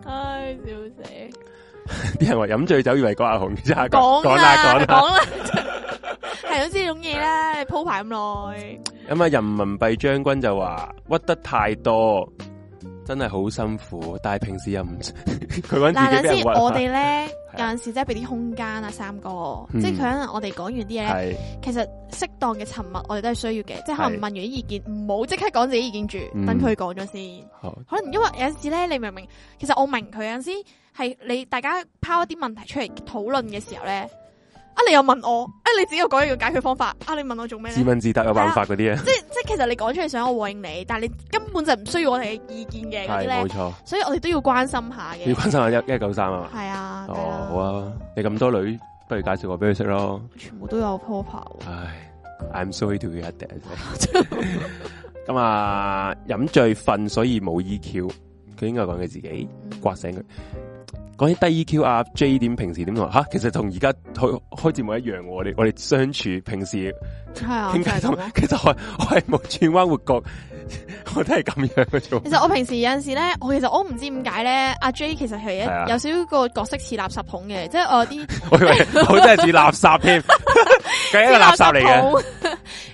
Speaker 3: 唉，笑死！
Speaker 1: 啲人話飲醉酒以為講阿紅，即係講
Speaker 3: 講
Speaker 1: 講啦
Speaker 3: 啦
Speaker 1: 講啦。
Speaker 3: 講啊啦， 係咁呢種嘢啦，鋪排咁耐。
Speaker 1: 咁啊，人民幣將軍就話屈得太多，真係好辛苦。但係平時又唔，佢揾
Speaker 3: 嗱，
Speaker 1: 自己俾人
Speaker 3: 等先，
Speaker 1: 屈啊
Speaker 3: 我哋 咧
Speaker 1: 係
Speaker 3: 有陣時真係俾啲空間啊，三哥，
Speaker 1: 嗯
Speaker 3: 即係佢可能我哋講完啲嘢咧，
Speaker 1: 係
Speaker 3: 其實適當嘅沉默我哋都係需要嘅，即係可
Speaker 1: 係
Speaker 3: 能問完啲意見，唔好即刻講自己意見住，
Speaker 1: 嗯
Speaker 3: 等佢講咗先。
Speaker 1: 好
Speaker 3: 可能因為有陣時咧，你明唔明？其實我明佢有陣時係你大家拋一啲問題出嚟討論嘅時候咧，啊你又問我，啊你自己又講一個解決方法，啊你問我做咩
Speaker 1: 自
Speaker 3: 咧？
Speaker 1: 問自答有辦法嗰啲啊，
Speaker 3: 即即係其實你講出嚟想我回應你，但係你根本就唔需要我哋嘅意見嘅嗰啲
Speaker 1: 係
Speaker 3: 咧
Speaker 1: 冇，錯。
Speaker 3: 所以我哋都要關心下
Speaker 1: 要
Speaker 3: 嘅。
Speaker 1: 關心下一一九三啊嘛。
Speaker 3: 係啊，
Speaker 1: 哦，
Speaker 3: 梗係啦
Speaker 1: 好啊，你咁多女，不如介紹個俾佢識咯。
Speaker 3: 全部都有 p r o p e
Speaker 1: 唉，I'm sorry to you 一定。 咁啊，飲醉瞓所以冇 EQ，佢應該係講佢自己。
Speaker 3: 嗯
Speaker 1: 刮醒佢。講起低 EQ 啊，J 點平時點同吓，其實同而家開開節目一樣喎，我哋我哋相處平時
Speaker 3: 係啊，
Speaker 1: 傾
Speaker 3: 就係
Speaker 1: 偈
Speaker 3: 咁
Speaker 1: 同
Speaker 3: 咯，
Speaker 1: 其實我我係冇轉彎活角， 我都係咁樣嘅做
Speaker 3: 其。實我平時有陣時咧，我其實我唔知點解咧，阿 J 其實係
Speaker 1: 係啊
Speaker 3: 一有少少個角色似垃圾桶嘅，即係 我有啲似
Speaker 1: 我以為我真係似垃圾 添，佢係一個垃圾嚟嘅。
Speaker 3: 桶，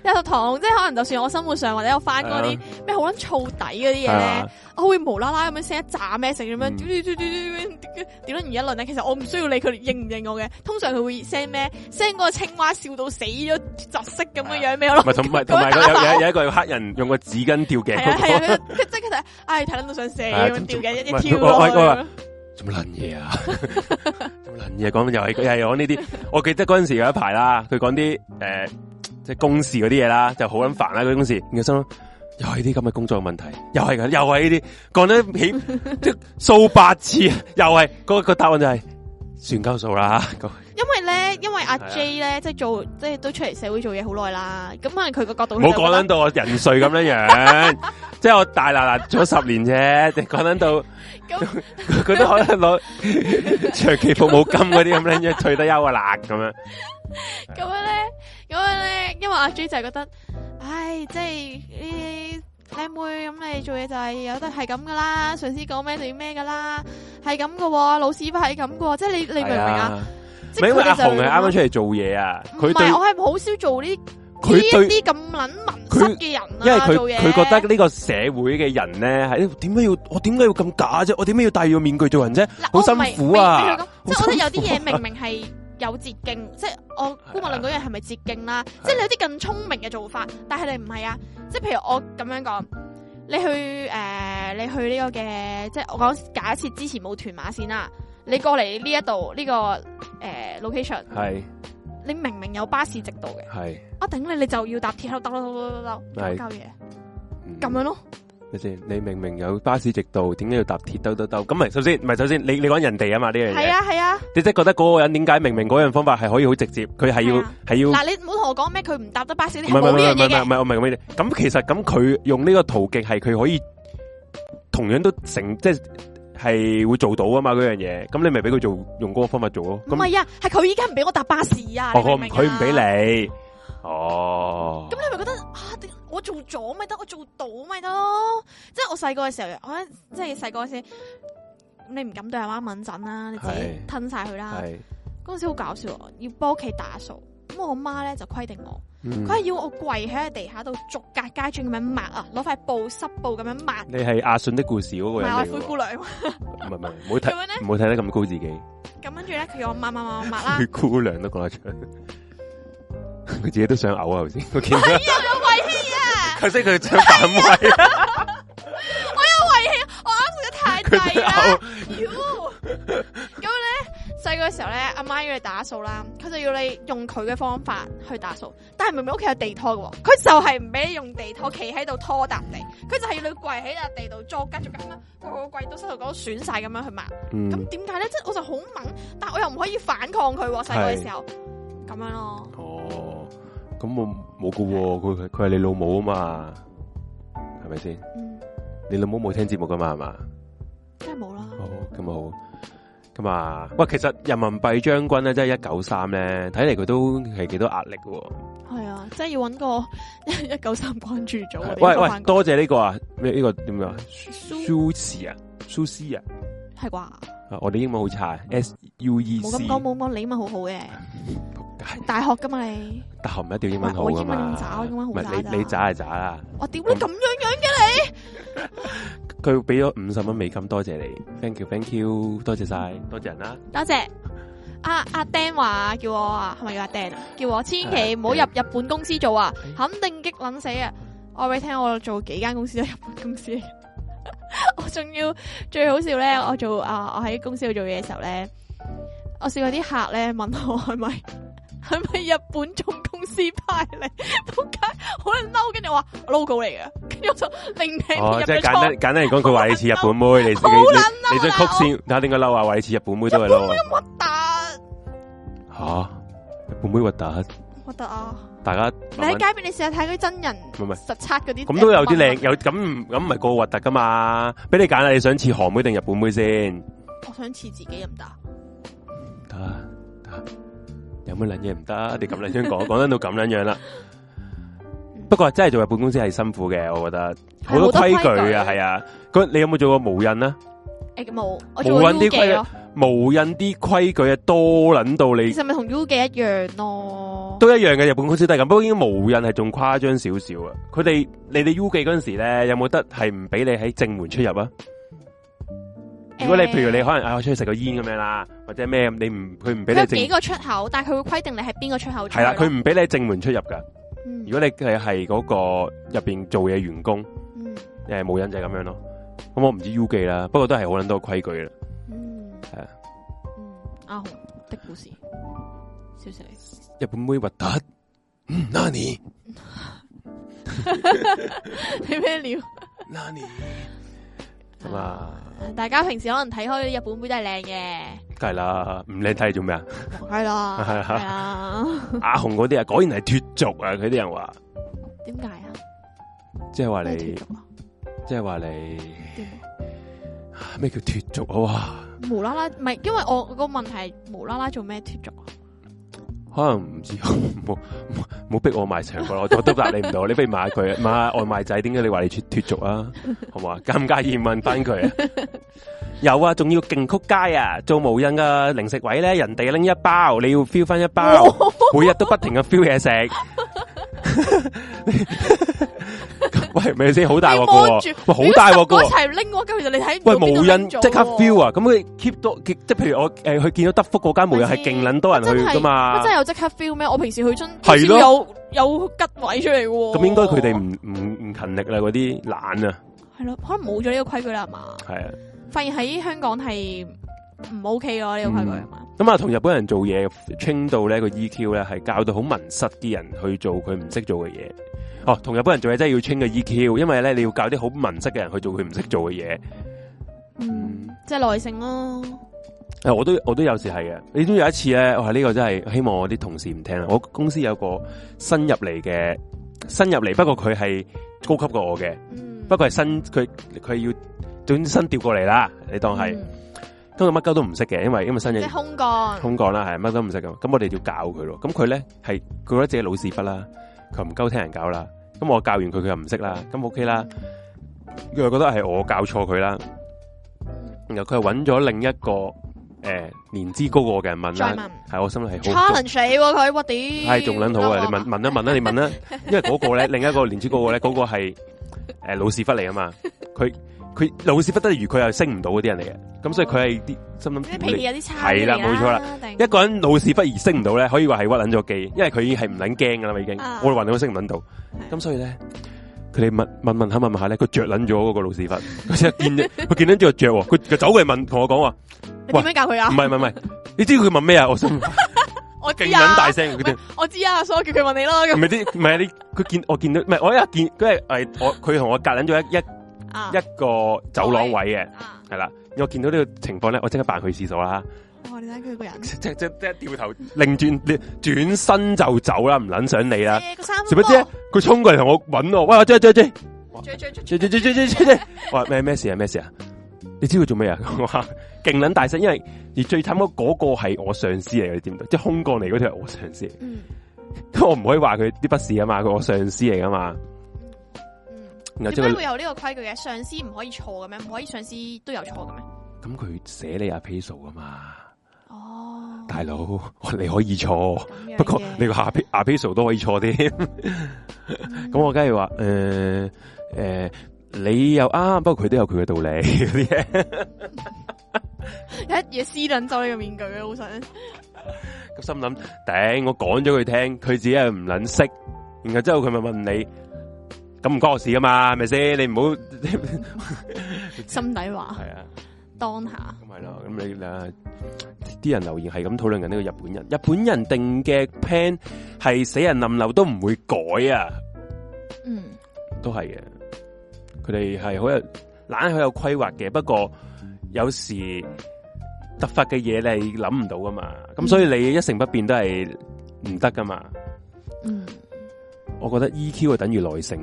Speaker 3: 垃圾桶， 即係可能就算我生活上或者我翻嗰啲咩好撚燥底嗰啲嘢
Speaker 1: 係啊
Speaker 3: 咧，我會無啦啦咁樣 send 一炸 message 咁
Speaker 1: 嗯
Speaker 3: 樣，嘟嘟嘟嘟嘟嘟點樣完一輪咧？其實我唔需要理佢應唔應我嘅，通常佢會 send 咩？send 嗰個青蛙笑到死咗窒息咁樣樣俾我
Speaker 1: 唔係
Speaker 3: 咯。
Speaker 1: 同埋同埋
Speaker 3: 咁
Speaker 1: 有
Speaker 3: 樣
Speaker 1: 有
Speaker 3: 打
Speaker 1: 有有一個黑人用個紙巾吊頸
Speaker 3: 系啊
Speaker 1: 嗰
Speaker 3: 系啊，
Speaker 1: 個，
Speaker 3: 佢佢即刻就係唉睇撚到想死
Speaker 1: 係啊
Speaker 3: 咁樣掉嘅，一
Speaker 1: 唔係
Speaker 3: 一跳
Speaker 1: 我我
Speaker 3: 落去
Speaker 1: 我話
Speaker 3: 咁樣。
Speaker 1: 做乜撚嘢啊？ 做乜撚嘢？講又係又係講呢啲。我記得嗰陣時有一排啦，佢講啲誒即係公事嗰啲嘢啦，就好撚煩啦嗰啲公事。然後心諗又係啲咁嘅工作問題，又係㗎，又係呢啲講得起 即係數百次，啊又係嗰個答案就係、算鳩數啦，咁
Speaker 3: 因為咧，因為阿
Speaker 1: 係啊
Speaker 3: J 咧，即係做，即係都出嚟社會做嘢好耐啦。咁可能佢個角度，
Speaker 1: 唔好講撚，到我人碎咁樣 樣，即係我大嗱嗱做咗十年啫，你講撚到
Speaker 3: 咁
Speaker 1: 佢都可能 攞長期服務金嗰啲咁樣樣退得休啊啦咁樣。
Speaker 3: 咁樣咧，咁樣咧，因為阿 J 就係覺得，唉，即係呢啲靚妹，咁你做嘢就係有得係咁噶啦，上司講咩就要咩噶啦，係咁噶喎，老屎忽係咁噶喎，即係你你明唔明啊？？即
Speaker 1: 唔係
Speaker 3: 係
Speaker 1: 因為
Speaker 3: 佢
Speaker 1: 阿
Speaker 3: 哋就
Speaker 1: 紅係啱啱
Speaker 3: 咁
Speaker 1: 出嚟做嘢啊，佢
Speaker 3: 唔
Speaker 1: 對
Speaker 3: 係，我係好少做呢呢
Speaker 1: 佢對，
Speaker 3: 一啲咁撚文質嘅人啊，
Speaker 1: 因為佢
Speaker 3: 做嘢
Speaker 1: 佢覺得呢個社會嘅人咧係點解要我點解要咁假啫？我點解要戴住個面具做人啫？
Speaker 3: 嗱
Speaker 1: 好
Speaker 3: 我
Speaker 1: 辛啊
Speaker 3: 唔係
Speaker 1: 苦啊
Speaker 3: 未未
Speaker 1: 好
Speaker 3: 去咁即係我覺
Speaker 1: 辛
Speaker 3: 得有啲嘢明明係有捷徑，即係
Speaker 1: 啊
Speaker 3: 我姑勿論嗰樣係咪捷徑啦，即係你有啲更聰明嘅做法，但係你唔係啊，即係譬如我咁樣講。你去誒、呃你去呢個嘅，即係我講假設之前冇屯馬線啦，你過嚟呢一度呢個誒、呃 location，
Speaker 1: 係
Speaker 3: 你明明有巴士直道嘅，
Speaker 1: 係
Speaker 3: 我頂你你就要搭鐵喺度兜兜兜兜兜兜
Speaker 1: 係
Speaker 3: 搞鳩嘢，
Speaker 1: 嗯
Speaker 3: 咁樣咯，
Speaker 1: 咪先？你明明有巴士直道，點解要搭鐵兜兜兜？咁咪首先，唔係首先，你你講人哋啊嘛呢樣
Speaker 3: 係
Speaker 1: 嘢，
Speaker 3: 啊係啊。
Speaker 1: 你即係覺得嗰個人點解明明嗰樣方法係可以好直接，佢係
Speaker 3: 係啊
Speaker 1: 要係要。
Speaker 3: 嗱，你唔好同我講咩，佢唔搭得巴士，
Speaker 1: 唔係唔係唔係唔係唔係
Speaker 3: 你係冇呢樣嘢嘅。
Speaker 1: 唔係我唔係咁嘅意思。咁其實咁佢用呢個途徑係佢可以同樣都成即係係會做到啊嘛嗰樣嘢。咁你咪俾佢做用嗰個方法做咯。
Speaker 3: 唔
Speaker 1: 咁
Speaker 3: 係啊，係佢依家唔俾我搭巴士啊！
Speaker 1: 哦，我
Speaker 3: 你明唔
Speaker 1: 唔
Speaker 3: 明啊
Speaker 1: 佢唔俾。你。哦，
Speaker 3: 咁你咪覺得啊，點我做咗咪得，我做到咪得咯？即係我細個嘅時候，我覺得即係細個先，你唔敢對阿媽敏陣啦，你自己
Speaker 1: 係
Speaker 3: 吞啊晒佢啦。
Speaker 1: 係，
Speaker 3: 嗰陣時好搞笑啊，要幫屋企打掃。咁我媽咧就規定我，
Speaker 1: 嗯
Speaker 3: 佢係要我跪喺地下度逐格街磚咁樣抹啊，攞塊布濕布咁樣抹，
Speaker 1: 你係阿信的故事嗰
Speaker 3: 唔
Speaker 1: 個人
Speaker 3: 係我
Speaker 1: 嚟
Speaker 3: 係灰
Speaker 1: 嘅
Speaker 3: 姑
Speaker 1: 哦喎。唔
Speaker 3: 娘。
Speaker 1: 係唔係，唔好
Speaker 3: 咁
Speaker 1: 睇
Speaker 3: 樣
Speaker 1: 唔
Speaker 3: 咧，
Speaker 1: 好睇得咁高自己。
Speaker 3: 咁跟住咧，佢要我抹抹抹抹 抹啦
Speaker 1: 灰。姑娘都講得出，佢自己都想嘔啊頭先。佢 見到
Speaker 3: 哎喂氣啊！
Speaker 1: 佢識佢想反胃，啊
Speaker 3: 喂氣，我啱食得太
Speaker 1: 佢
Speaker 3: 低
Speaker 1: 想
Speaker 3: 啦。
Speaker 1: 嘔。
Speaker 3: 妖，咁咧細個嘅時候咧，阿媽要你打掃啦，佢就要你用佢嘅方法去打掃，但係明明屋企有地拖嘅喎，佢就係唔俾你用地拖，企喺度拖笪地，佢就係要你跪喺笪地度，作吉作吉咁樣，個跪到膝頭哥損晒咁樣去抹。
Speaker 1: 嗯
Speaker 3: 咁點解咧？即係我就好猛，但我又唔可以反抗佢喎。細個嘅時候咁樣咯，
Speaker 1: 哦，咁我冇噶喎，佢佢佢系你老母啊嘛，係咪先？
Speaker 3: 嗯，
Speaker 1: 你老母冇聽節目噶嘛，係嘛？
Speaker 3: 真係冇啦。
Speaker 1: 好，咁啊好，咁啊，喂，其實人民幣將軍咧，即係一九三咧，睇嚟佢都係幾多壓力嘅喎。
Speaker 3: 係啊，即係要揾個一九三關注組嘅地
Speaker 1: 喂
Speaker 3: 方
Speaker 1: 喂，
Speaker 3: 返工。
Speaker 1: 多謝呢個啊，咩呢個點樣啊
Speaker 3: 蘇
Speaker 1: ？Sushi 啊，Sushi 啊，
Speaker 3: 係啩？
Speaker 1: 啊我哋英文好差，S U E
Speaker 3: 冇
Speaker 1: C，
Speaker 3: 咁講，冇咁講，你英文好好嘅。
Speaker 1: 仆街
Speaker 3: 大學噶嘛你？
Speaker 1: 大學唔一定要英文好
Speaker 3: 我
Speaker 1: 噶
Speaker 3: 英文咁渣
Speaker 1: 嘛，
Speaker 3: 我英文好
Speaker 1: 唔係
Speaker 3: 渣
Speaker 1: 你你渣係渣啦，
Speaker 3: 我屌你咁樣樣嘅
Speaker 1: 佢俾咗五十蚊美金，多謝你，thank you，thank you，多謝晒，多謝人啦。
Speaker 3: 你，多謝阿阿 Dan 話叫我啊，係咪叫阿 Dan 啊？叫我千祈唔好入
Speaker 1: 係
Speaker 3: 日本公司做啊，肯定激撚死啊！我話俾你聽，我做幾間公司都係日本公司 嚟嘅，我仲要最好笑咧，我做啊，我喺公司度做嘢嘅時候咧，我試過啲客咧問我係 咪係咪日本總公司派嚟，仆街好撚嬲，跟住我話 logo 嚟嘅，跟住我就另起
Speaker 1: 哦，
Speaker 3: 入
Speaker 1: 即係
Speaker 3: 咗
Speaker 1: 簡單
Speaker 3: 倉，
Speaker 1: 簡單嚟講，佢話你似日本妹，你
Speaker 3: 好
Speaker 1: 你
Speaker 3: 撚
Speaker 1: 你
Speaker 3: 嬲
Speaker 1: 你張曲
Speaker 3: 啦我
Speaker 1: 線，睇下點解嬲啊？話你似日本妹都係嬲啊
Speaker 3: 核突
Speaker 1: 吓，日本妹核突，
Speaker 3: 核突啊！
Speaker 1: 大家
Speaker 3: 你
Speaker 1: 慢慢
Speaker 3: 喺街邊，你試下睇嗰啲真人
Speaker 1: 唔係
Speaker 3: 實測嗰啲，
Speaker 1: 咁都有啲靚，。有咁唔咁唔係個個核突噶嘛？俾你揀啦，你想似韓妹定日本妹先？
Speaker 3: 我想似自己又唔得啊，
Speaker 1: 得啊得，有乜撚嘢唔得？啊你咁撚樣 講，講得到咁撚樣啦。不過真係做日本公司係辛苦嘅，我覺得好多規矩啊，係啊。佢你有冇做過無印啊？
Speaker 3: 誒冇，我做
Speaker 1: 冇
Speaker 3: 過
Speaker 1: 搵啲
Speaker 3: U 記咯，
Speaker 1: 無印啲規矩啊，多撚到你
Speaker 3: 其實咪同 U 記一樣咯。
Speaker 1: 都一樣嘅，日本公司都係咁，不過應該無印係仲誇張少少啊！佢哋你哋 U 記嗰陣時咧，有冇得係唔俾你喺正門出入啊？如果你譬如你
Speaker 3: 誒
Speaker 1: 可能啊我出去食個煙咁樣啦，或者咩，你唔佢唔俾
Speaker 3: 佢
Speaker 1: 你
Speaker 3: 有
Speaker 1: 正
Speaker 3: 幾個出口，但係佢會規定你係邊個出口出去
Speaker 1: 係啦，
Speaker 3: 咯。
Speaker 1: 佢唔俾你喺正門出入噶。
Speaker 3: 嗯
Speaker 1: 如果你係啊係嗰個入邊做嘢員工，
Speaker 3: 嗯
Speaker 1: 誒無印就係咁樣咯。咁我唔知 U 記啦，不過都係好撚多規矩啦。
Speaker 3: 嗯
Speaker 1: 係啊
Speaker 3: 嗯阿紅的故事，少少
Speaker 1: 日本妹核突，嗯，Nani
Speaker 3: 你咩料？
Speaker 1: Nani 咁啊，
Speaker 3: 大家平時可能睇開日本妹都係靚嘅，
Speaker 1: 梗係啦，唔靚睇做咩啊？
Speaker 3: 係啦，
Speaker 1: 係啊
Speaker 3: 係啊，
Speaker 1: 阿紅嗰啲啊，果然係脱俗啊！佢啲人話，
Speaker 3: 點解啊？
Speaker 1: 即係話
Speaker 3: 咩
Speaker 1: 你
Speaker 3: 脱。俗啊？
Speaker 1: 即系话你
Speaker 3: 點啊
Speaker 1: 咩叫脱俗啊？
Speaker 3: 無啦啦，唔係，因為我個問題係無啦啦做咩脱俗啊？
Speaker 1: 哇，可能唔知 冇冇唔好逼我賣長角啦，我 都答你唔到，你不如買佢，買下外賣仔，點解你話你脱脱俗啊？好嘛，尷尬意問翻 佢啊！有啊，仲要勁曲街啊，做無印嘅零食位咧，人哋拎一包，你要 feel 翻一包，每日都不停咁 feel 嘢 食。喂，咪先好大鑊
Speaker 3: 望
Speaker 1: 嘅
Speaker 3: 住
Speaker 1: 喎，喂好大鑊
Speaker 3: 如
Speaker 1: 嘅喎
Speaker 3: 果十個一齊拎我，咁其實你睇唔
Speaker 1: 喂，
Speaker 3: 到邊個
Speaker 1: 無印
Speaker 3: 拎咗
Speaker 1: 即刻
Speaker 3: 喎
Speaker 1: feel 啊！咁佢 keep 多，即係譬如我诶、呃去見到德福嗰間無印係勁撚多人
Speaker 3: 真
Speaker 1: 去
Speaker 3: 係
Speaker 1: 噶嘛
Speaker 3: 我真，係有即刻 feel 咩？我平時去真
Speaker 1: 係啊咯
Speaker 3: 有有吉位出嚟嘅喎。
Speaker 1: 咁應該佢哋唔唔唔勤力啦，嗰啲懶啊，
Speaker 3: 係咯，可能冇咗呢個規矩啦，係嘛？
Speaker 1: 係啊。
Speaker 3: 發現喺香港係唔 OK 咯，呢個規矩係嘛？
Speaker 1: 咁啊，同日本人做嘢 train 到咧個 EQ 咧係教到好文質啲人去做佢唔識做嘅嘢。哦，同日本人做嘢真係要 train 個 EQ，因為咧你要教啲好文質嘅人去做佢唔識做嘅嘢。
Speaker 3: 嗯，即係耐性咯。
Speaker 1: 誒，我都我都有時係嘅。你知唔知有一次咧，哇！呢、個真係希望我啲同事唔聽啊啦。我公司有個新入嚟嘅，新入嚟，不過佢係高級過我嘅，
Speaker 3: 嗯，
Speaker 1: 不過係新佢佢要總之新調過嚟啦。你當係，
Speaker 3: 嗯
Speaker 1: 咁佢乜鳩都唔識嘅，因為因為新
Speaker 3: 即
Speaker 1: 嘢
Speaker 3: 係空降。
Speaker 1: 空降啦，係乜都唔識咁。咁我哋要教佢咯。咁佢咧係佢覺得自己老屎忽啦，佢唔鳩聽人教啦。咁我教完佢，佢又唔識啦。咁 OK 啦，佢又覺得係我教錯佢啦。然後佢又揾咗另一個诶、呃年資高過我嘅人問
Speaker 3: 再問
Speaker 1: 啦，係我心裏係好
Speaker 3: challenge 你喎佢，我屌！
Speaker 1: 係仲撚好啊！
Speaker 3: 啱
Speaker 1: 你問問
Speaker 3: 啱
Speaker 1: 一問啦，你問啦，因為嗰個咧另一個年資高過我咧，嗰、個係呃老屎忽嚟啊嘛，佢佢老屎忽得如佢又升唔到嗰啲人嚟嘅，咁所以佢係啲心諗
Speaker 3: 啲
Speaker 1: 屌
Speaker 3: 脾
Speaker 1: 你
Speaker 3: 氣有啲差啲嚟
Speaker 1: 係啦冇錯啦
Speaker 3: 定
Speaker 1: 一個人老屎忽而升唔到咧，可以話係屈捻咗機，因為佢已經係唔捻驚噶啦嘛，已經
Speaker 3: 啊
Speaker 1: 我哋話你都升唔捻到，咁所以咧，佢哋問問問下問下咧，佢着捻咗嗰個老屎忽，佢即係見佢見捻咗我着喎，佢佢走過嚟問同我講話，
Speaker 3: 你點樣教佢啊
Speaker 1: 唔？係唔係唔係，你知佢問咩啊？我心勁
Speaker 3: 我知
Speaker 1: 捻
Speaker 3: 啊，
Speaker 1: 大聲佢哋，
Speaker 3: 我知啊，所以我叫佢問你 咯
Speaker 1: 唔係
Speaker 3: 咁
Speaker 1: 啲唔係你，佢見我見到唔係我一見佢係誒我佢同我隔捻咗一一嗯
Speaker 3: 啊
Speaker 1: 一個走廊位嘅，
Speaker 3: 啊！
Speaker 1: 係啦，我見到呢個情況咧，我即刻扮去廁所啦。
Speaker 3: 哇！哦你睇佢個人，
Speaker 1: 即即即即掉頭擰轉，你轉身就走啦，唔撚想你啦。
Speaker 3: 誒個衫
Speaker 1: 啊做乜啫？佢衝過嚟同我揾我，喂，追追追
Speaker 3: 最最最
Speaker 1: 追追追追追追追！我話咩咩事啊咩事啊？你知佢做咩啊？ 我話勁撚大聲，因為而最慘嗰嗰個係我上司嚟嘅，你知唔知？即係空降嚟嗰條係我上司嚟，
Speaker 3: 嗯
Speaker 1: 咁我唔可以話佢啲不是啊嘛，佢我上司嚟噶嘛。
Speaker 3: 嗯，
Speaker 1: 然後
Speaker 3: 點
Speaker 1: 之後
Speaker 3: 解
Speaker 1: 佢
Speaker 3: 會有呢個規矩嘅？上司唔可以錯嘅咩？唔可以上司都有錯嘅咩？
Speaker 1: 咁佢寫你阿 p a s e 啊嘛，
Speaker 3: 哦，
Speaker 1: 大佬，我你可以錯，
Speaker 3: 咁樣嘅
Speaker 1: 不過你個下 p 阿 p a s e 都可以錯啲。
Speaker 3: 嗯
Speaker 1: 咁我梗係話誒誒，你又啱，不過佢都有佢嘅道理 嗰啲嘢。
Speaker 3: 一嘢撕撚走你個面具啊！好
Speaker 1: 嗯
Speaker 3: 想
Speaker 1: 咁心諗頂，我講咗佢聽，佢自己係唔撚識，然後之後佢咪問你，咁唔關我事啊嘛，係咪先？你唔好
Speaker 3: 心底話
Speaker 1: 係啊，
Speaker 3: 當下
Speaker 1: 咁係咯，咁你啊，啲人留言係咁討論緊呢個日本人，日本人定嘅 plan 係死人冧樓都唔會改啊，
Speaker 3: 嗯
Speaker 1: 都係嘅，佢哋係好有懶，好有規劃嘅，不過有時突發嘅嘢你係諗唔到噶嘛，咁所以你一成不變都係唔得噶嘛。
Speaker 3: 嗯
Speaker 1: 我覺得 EQ 就等於耐性，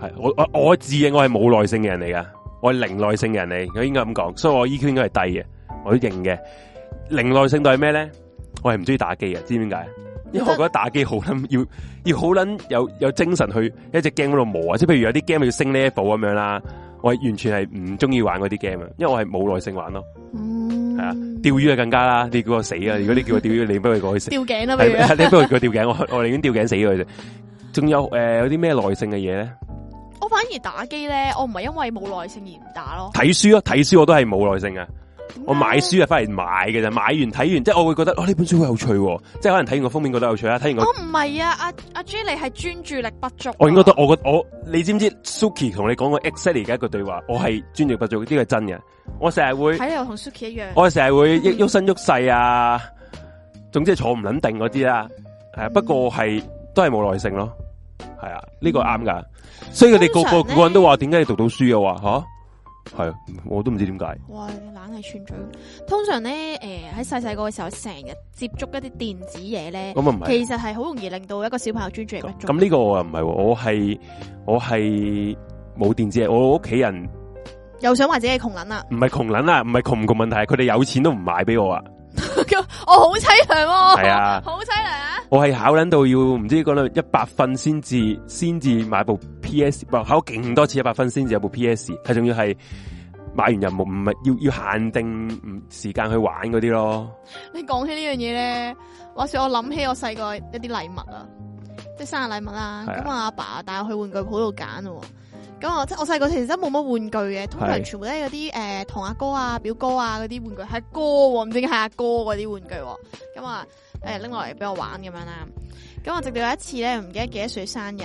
Speaker 1: 係我我我自認我係冇耐性嘅人嚟噶，我係零耐性嘅人嚟，我應該咁講，所以我 E EQ 應該係低嘅，我都認嘅。零耐性代係咩咧？我係唔中意打機嘅，知唔知點解？因為我覺得打機好撚要要好撚有有精神去一隻 game 嗰度磨啊，即係譬如有啲 game 要升 level 咁樣啦，我係完全係唔中意玩嗰啲 game 啊，因為我係冇耐性玩咯，
Speaker 3: 嗯
Speaker 1: 係啊，釣魚啊更加啦，你叫我死啊！如果你叫我釣魚，你不如過去死。
Speaker 3: 吊頸 啊啦，不如
Speaker 1: 系你不如佢吊頸，我我寧願吊頸死佢啫。仲有诶、呃有啲咩耐性嘅嘢咧？
Speaker 3: 我反而打機咧，我唔係因為冇耐性而唔打咯。
Speaker 1: 睇書咯，睇書我都係冇耐性啊！我買
Speaker 3: 點解
Speaker 1: 書啊，翻嚟買嘅啫，買完睇完，即係我會覺得哦呢本書好有趣、喎，即係可能睇完個封面覺得有趣啦，睇完個
Speaker 3: 呢，我唔係啊，阿阿 J 你係專注力不足啊。
Speaker 1: 我應該得我覺我你知唔知 Suki 同你講個 exactly 嘅一個對話，我係專業不足，呢個係真嘅。我成日會
Speaker 3: 睇你又同 Suki 一樣。
Speaker 1: 我成日會喐喐身喐勢啊，總之係坐唔撚定嗰啲啦。係啊，不過係都係冇耐性咯。係啊，呢、個啱噶。所以佢哋個個
Speaker 3: 通常呢
Speaker 1: 個人都話點解你讀到書啊？話吓係啊，我都唔知點解。
Speaker 3: 哇！冷氣串嘴。通常咧，诶喺細細個嘅時候，成日接觸一啲電子嘢咧，
Speaker 1: 咁啊唔係。
Speaker 3: 其實係好容易令到一個小朋友專注力不足。
Speaker 1: 咁呢個我又唔係喎，我係我係冇電子嘢，我屋企人
Speaker 3: 又想話自己係窮撚 啦，
Speaker 1: 唔係窮撚啊，唔係窮唔窮問題，佢哋有錢都唔買俾我啊。
Speaker 3: 我好凄涼喎，
Speaker 1: 係啊
Speaker 3: 好凄涼啊！
Speaker 1: 我係考撚到要唔知講到一百分先至先至買部 PS，哇考勁多次一百分先至有部 PS，係仲要係買完任務唔係要要限定唔時間去玩嗰啲咯。
Speaker 3: 你講起呢樣嘢咧，話說我諗起我細個一啲禮物啊，即係生日禮物啦。
Speaker 1: 係啊
Speaker 3: 咁我阿爸帶我去玩具鋪度揀咯。咁我即係我細個其實真冇乜玩具嘅，通常
Speaker 1: 係
Speaker 3: 全部都係嗰啲誒堂阿哥啊、表哥啊嗰啲玩具，係哥喎，唔知係阿哥嗰啲玩具喎。咁啊誒拎落嚟俾我玩咁樣啦。咁我直到有一次咧，唔記得幾多歲生日，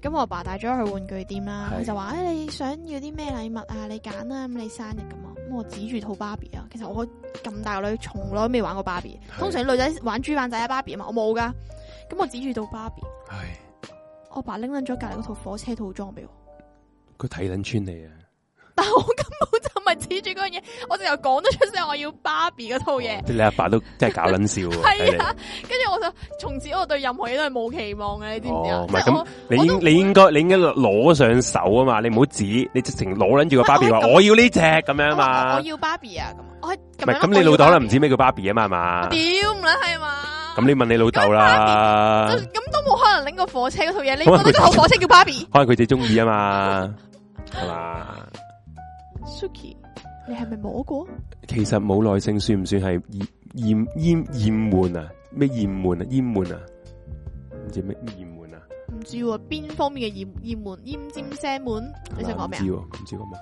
Speaker 3: 咁我阿爸帶咗我去玩具店啦，
Speaker 1: 係
Speaker 3: 佢就話：，誒、你想要啲咩禮物啊？你揀啦，咁你生日咁啊。咁我指住套芭比啊，其實我咁大個女，從來都未玩過芭比。
Speaker 1: 係
Speaker 3: 通常女仔玩豬玩仔啊芭比啊嘛，我冇噶。咁我指住套芭比，
Speaker 1: 唉，
Speaker 3: 我阿爸拎撚咗隔離嗰套火車套裝俾我。
Speaker 1: 佢睇撚穿你啊！
Speaker 3: 但係我根本就唔係指住嗰樣嘢，我就又講得出聲，我要芭比嗰套嘢。
Speaker 1: 你阿爸都 真係搞撚笑喎。睇
Speaker 3: 係
Speaker 1: 你
Speaker 3: 啊，跟住我就從此我對任何嘢都係冇期望嘅，你知唔知啊？
Speaker 1: 哦，唔
Speaker 3: 即
Speaker 1: 係
Speaker 3: 係我
Speaker 1: 咁，你
Speaker 3: 我
Speaker 1: 應
Speaker 3: 都
Speaker 1: 你應該你應該攞上手啊嘛，你唔好指，你直情攞撚住個芭比話
Speaker 3: 我
Speaker 1: 我要呢只咁樣啊
Speaker 3: 我我
Speaker 1: 嘛。
Speaker 3: 要芭比啊，咁我
Speaker 1: 唔
Speaker 3: 係咁
Speaker 1: 係
Speaker 3: 樣咯
Speaker 1: 咁，你老豆可能唔。知
Speaker 3: 我要
Speaker 1: 咩叫芭比啊嘛，係嘛
Speaker 3: 芭？比屌唔撚係嘛？
Speaker 1: 咁你問你老豆啦，
Speaker 3: 就咁都冇可能拎個火車嗰套嘢，你
Speaker 1: 可
Speaker 3: 覺
Speaker 1: 能
Speaker 3: 得套火車叫芭比
Speaker 1: 可能佢自己中意啊 嘛，係嘛？
Speaker 3: ？Suki，你係咪摸過？
Speaker 1: 其實冇耐性算唔算係厭厭厭厭悶啊？咩厭悶啊？厭悶啊？唔知咩厭悶啊？
Speaker 3: 唔知喎，邊方面嘅厭厭悶、厭尖聲悶？你想講咩
Speaker 1: 唔知喎，唔知講咩？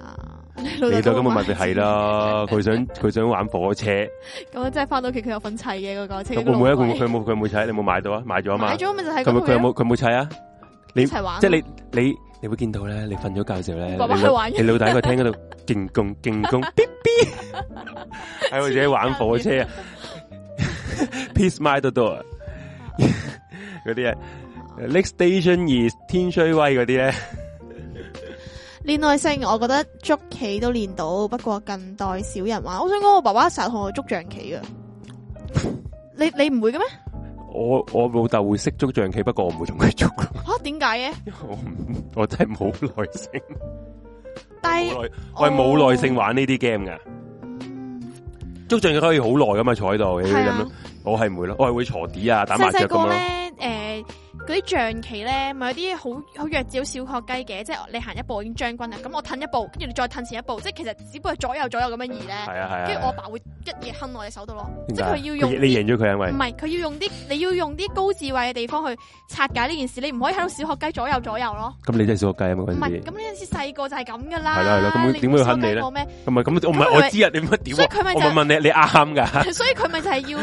Speaker 3: 啊？啊，你
Speaker 1: 你
Speaker 3: 都
Speaker 1: 到今日咪就係
Speaker 3: 係。
Speaker 1: 啦，佢想佢想玩火 車，
Speaker 3: 咁樣真係翻到屋企佢有份砌嘅嗰個車。
Speaker 1: 咁會唔會啊？佢佢冇佢冇砌，你冇買到啊？買咗啊嘛
Speaker 3: 買？咗咪就係
Speaker 1: 佢
Speaker 3: 嗰
Speaker 1: 冇
Speaker 3: 套
Speaker 1: 佢有
Speaker 3: 嘢咯
Speaker 1: 冇佢冇砌啊？
Speaker 3: 一
Speaker 1: 你
Speaker 3: 齊玩？啊
Speaker 1: 即係你你你會見到咧，你瞓咗覺嘅時候咧，你
Speaker 3: 爸爸
Speaker 1: 老
Speaker 3: 玩
Speaker 1: 你老豆喺個廳 嗰度勁攻勁攻，嗶嗶，喺度自己玩火車啊 ，Peace my the door 啊嗰啲啊，Next station is 天水威嗰啲咧，
Speaker 3: 戀愛性，我覺得捉棋都練到，不過近代少人玩。我想講，我爸爸成日同我捉象棋嘅。你你唔會嘅咩？
Speaker 1: 我我老豆會識捉象棋，不過我唔會同佢捉 咯，
Speaker 3: 吓、點解嘅？
Speaker 1: 因為我唔我真係冇耐性，
Speaker 3: 但係
Speaker 1: 冇耐我係冇耐性
Speaker 3: 玩。
Speaker 1: 玩呢啲 game 噶，
Speaker 3: 嗯
Speaker 1: 捉象棋可以好耐噶嘛，坐喺度你會
Speaker 3: 係
Speaker 1: 咁
Speaker 3: 啊
Speaker 1: 樣，我係唔會咯，我係會坐啲啊，打麻
Speaker 3: 細
Speaker 1: 雀
Speaker 3: 細
Speaker 1: 咁
Speaker 3: 個
Speaker 1: 咯，
Speaker 3: 咧，诶，嗰啲象棋咧，咪有啲好好弱小小學雞嘅，即係你行一步已經將軍啦，咁我褪一步，跟住你再褪前一步，即係其實只不過係左右左右咁樣移咧，
Speaker 1: 係啊係啊
Speaker 3: 跟住
Speaker 1: 係
Speaker 3: 我阿
Speaker 1: 啊，
Speaker 3: 爸會一嘢哼我隻手度咯，
Speaker 1: 點
Speaker 3: 即
Speaker 1: 解
Speaker 3: 係
Speaker 1: 啊
Speaker 3: 佢要用
Speaker 1: 你贏咗佢啊因為
Speaker 3: 唔。係佢要用啲你要用啲高智慧嘅地方去拆解呢件事，你唔可以喺度小學雞左右左右咯。
Speaker 1: 咁你真係小學雞啊嘛
Speaker 3: 唔
Speaker 1: 嗰陣
Speaker 3: 係，
Speaker 1: 時，
Speaker 3: 咁呢陣時細個就係咁噶啦。
Speaker 1: 係啦係啦咁
Speaker 3: 你
Speaker 1: 點會肯你
Speaker 3: 小學雞
Speaker 1: 咧
Speaker 3: 我咩？
Speaker 1: 唔係咁我唔
Speaker 3: 咁佢
Speaker 1: 係
Speaker 3: 咪
Speaker 1: 我知啊，你乜屌
Speaker 3: 所以
Speaker 1: 啊？
Speaker 3: 佢咪就
Speaker 1: 我咪問你，你啱噶，
Speaker 3: 所以佢咪就係要。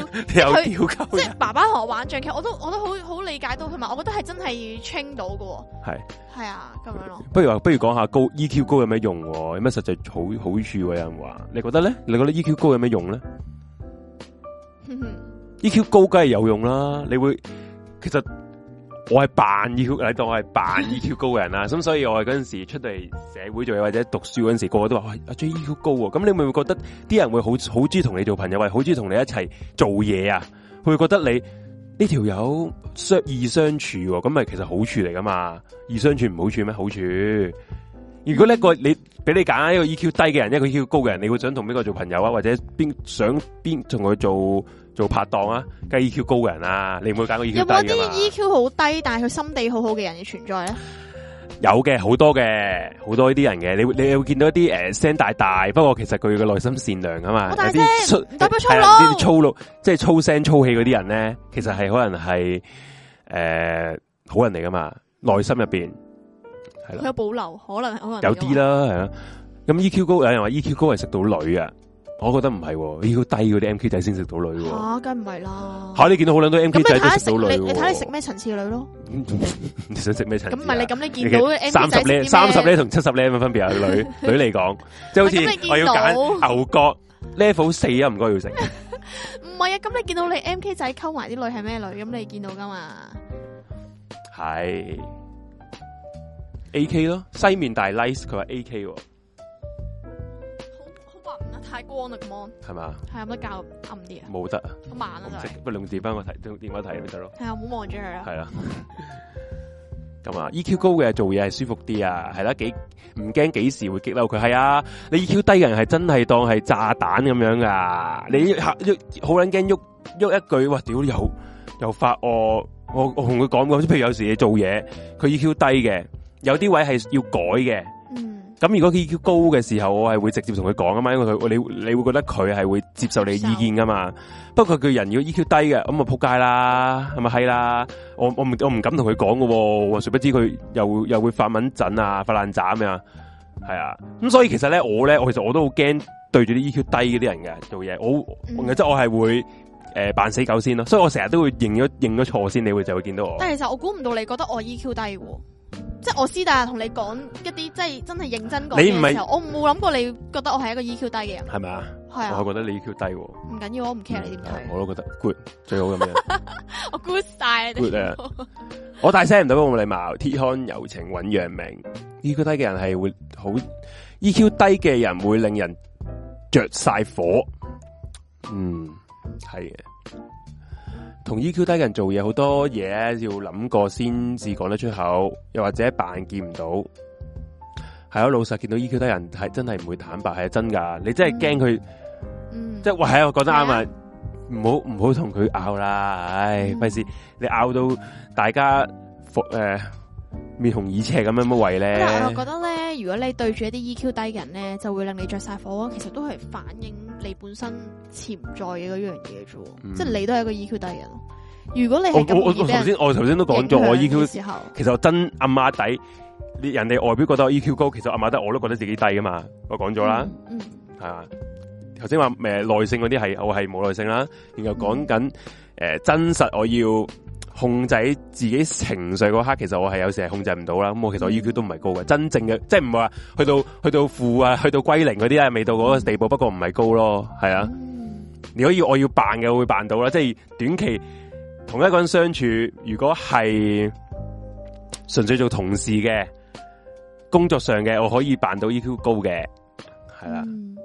Speaker 1: 你有屌
Speaker 3: 即
Speaker 1: 鳩
Speaker 3: 係爸爸同我玩象棋，我都我都好好理解到，同埋我覺得係真係 train 到嘅喎，
Speaker 1: 係，
Speaker 3: 係啊咁樣 咯。
Speaker 1: 不如話，不如講下高 EQ 高有咩用喎？有咩實際好好處喎？有人話，你覺得咧？你覺得 EQ 高有咩用咧
Speaker 3: 哼哼
Speaker 1: ？EQ 高梗係有用啦，你會其實我係扮 E EQ，你當我係扮 EQ 高嘅人啊 啦。咁所以我係嗰陣時出到嚟社會做嘢或者讀書嗰陣時，個個都話：喂，阿 J EQ 高喎。咁你會唔會覺得啲人會好好中意同你做朋友，或者好中意同你一齊做嘢啊？佢會覺得你呢條友相易相處喎，咁咪其實好處嚟噶嘛？易相處唔好處咩？好處。如果呢個你俾你揀一個 EQ 低嘅人，一個 EQ 高嘅人，你會想同邊個做朋友啊？或者邊想邊同佢做做拍檔啊？梗係 EQ 高嘅人啊，你唔會揀個 EQ 低
Speaker 3: 有冇
Speaker 1: 噶
Speaker 3: 啲 E
Speaker 1: 嘛？
Speaker 3: EQ 好低，但係佢心地好好嘅人嘅存在咧？
Speaker 1: 有嘅，好多嘅，好多呢啲人嘅，你會你會見到一啲誒聲大大，不過其實佢嘅內心善良啊嘛，
Speaker 3: 我
Speaker 1: 有
Speaker 3: 大聲
Speaker 1: 啲粗
Speaker 3: 唔代表粗
Speaker 1: 係
Speaker 3: 魯
Speaker 1: 啦呢啲粗魯即係粗聲粗氣嗰啲人咧，其實係可能係誒、呃好人嚟噶嘛，內心入邊係
Speaker 3: 佢
Speaker 1: 啦，
Speaker 3: 有保留，可能可能
Speaker 1: 有啲。啦，係啦。啊咁 EQ 高有人話 EQ 高係食到女啊，我覺得唔係喎，EQ 低嗰啲 MQ 仔先食到女喎。
Speaker 3: 吓，梗唔係啦。
Speaker 1: 嚇你見到好撚多
Speaker 3: 哦咁
Speaker 1: MQ
Speaker 3: 你
Speaker 1: 仔
Speaker 3: 睇
Speaker 1: 都
Speaker 3: 下
Speaker 1: 食
Speaker 3: 食
Speaker 1: 到女
Speaker 3: 你，
Speaker 1: 喎。
Speaker 3: 你睇你食咩層次女咯？
Speaker 1: 你想食咩層次
Speaker 3: 咁
Speaker 1: 啊？
Speaker 3: 唔係你咁，你見到 M
Speaker 1: 三十
Speaker 3: 仔
Speaker 1: 咧，三十咧同七十咧有乜分 別啊？女女嚟講，即係
Speaker 3: 喂
Speaker 1: 好
Speaker 3: 咁
Speaker 1: 似
Speaker 3: 你
Speaker 1: 我要
Speaker 3: 見到
Speaker 1: 揀牛角 level 四啊，唔該要食。
Speaker 3: 唔係啊？咁你見到你 M K 仔溝埋啲女係咩女？咁你見到噶嘛？
Speaker 1: 係 A K 咯，西面大 nice，佢話 A K 喎，
Speaker 3: 好好白唔啊，太光啦，咁安
Speaker 1: 係嘛？
Speaker 3: 係有冇得較暗啲啊？
Speaker 1: 冇得啊，
Speaker 3: 好慢啊
Speaker 1: 我，唔
Speaker 3: 就
Speaker 1: 識
Speaker 3: 係。
Speaker 1: 不如用電翻我睇，用電話睇咪得咯。
Speaker 3: 係啊，唔好望住佢啦。
Speaker 1: 係啦，咁啊 E Q 高嘅做嘢係舒服啲啊，係啦，幾唔驚幾時會激嬲佢。係啊，你 E Q 低嘅人係真係當係炸彈咁樣噶，你嚇喐好撚驚喐喐一句，哇！屌又又發我，我我同佢講過，即係譬如有時你做嘢，佢 EQ 低嘅，有啲位係要改嘅。
Speaker 3: 嗯，
Speaker 1: 咁如果佢 EQ 高嘅時候，我係會直接同佢講噶嘛，因為佢你你會覺得佢係會接受你意見噶嘛。不過佢人如果 EQ 低嘅，咁啊仆街啦，係咪係啦？我我唔我唔敢同佢講噶喎，我殊不知佢又又會發蚊疹啊，發爛渣咁啊，係啊。咁所以其實咧，我咧，我其實我都好驚對住啲 EQ 低嗰啲人嘅做嘢，我
Speaker 3: 嗯
Speaker 1: 即係我係會誒扮死狗先咯，所以我成日都會認咗認咗錯先，你會就會見到我。
Speaker 3: 但係其實我估唔到你覺得我 EQ 低喎，即係我私底下同你講一啲即係真係認真講
Speaker 1: 你唔
Speaker 3: 嘢
Speaker 1: 係
Speaker 3: 嘅時候，我冇諗過你覺得我係一個 EQ 低嘅人，
Speaker 1: 係咪啊？
Speaker 3: 係啊
Speaker 1: 我，覺得你 EQ 低喎，嗯
Speaker 3: 唔緊要，我唔 care 你點睇，
Speaker 1: 我都覺得 good 最好咁樣。
Speaker 3: 我 good 晒你
Speaker 1: good 啊我大聲唔到，冇禮貌。鐵漢柔情揾揚名。EQ 低嘅人係會好，EQ 低嘅人會令人着晒火。嗯，係嘅。同 EQ 低嘅人做嘢，好多嘢要諗過先至講得出口，又或者扮見唔到。係啊，老實見到 EQ 低人係真係唔會坦白，係真㗎。你真係驚佢，
Speaker 3: 嗯，
Speaker 1: 即係喂，係我覺得啱
Speaker 3: 係
Speaker 1: 啊！唔好唔好同佢拗啦，唉，
Speaker 3: 嗯
Speaker 1: 費事你拗到大家服誒面紅耳赤咁樣乜為咧？
Speaker 3: 但係我覺得咧，如果你對住一啲 EQ 低嘅人咧，就會令你着晒火啊其實都係反映你本身潛在嘅嗰樣嘢啫喎，
Speaker 1: 嗯
Speaker 3: 即係你都係一個 EQ 低嘅人咯。如果你
Speaker 1: 我
Speaker 3: 係
Speaker 1: 我
Speaker 3: 咁
Speaker 1: 我
Speaker 3: 易
Speaker 1: 頭
Speaker 3: 俾人
Speaker 1: 先我頭先都講咗，我
Speaker 3: 影響嘅
Speaker 1: EQ
Speaker 3: 時候，
Speaker 1: 其實我真暗啞底，你人哋外表覺得我 EQ 高，其實暗啞底我都覺得自己低噶嘛，我講咗啦，
Speaker 3: 嗯，
Speaker 1: 係啊。頭先話誒耐性嗰啲係我係冇耐性啦，然後講緊誒呃真實我要控制自己情緒嗰刻，其實我係有時係控制唔到啦。咁我其實我 EQ 都唔係高嘅，真正嘅即係唔係話去到去到負啊，去到歸零嗰啲啊，未到嗰個地步，不過唔係高咯，係啊。
Speaker 3: 嗯
Speaker 1: 如果要我要扮嘅，我會扮到啦。即係短期同一個人相處，如果係純粹做同事嘅工作上嘅，我可以扮到 EQ 高嘅，係啦。
Speaker 3: 嗯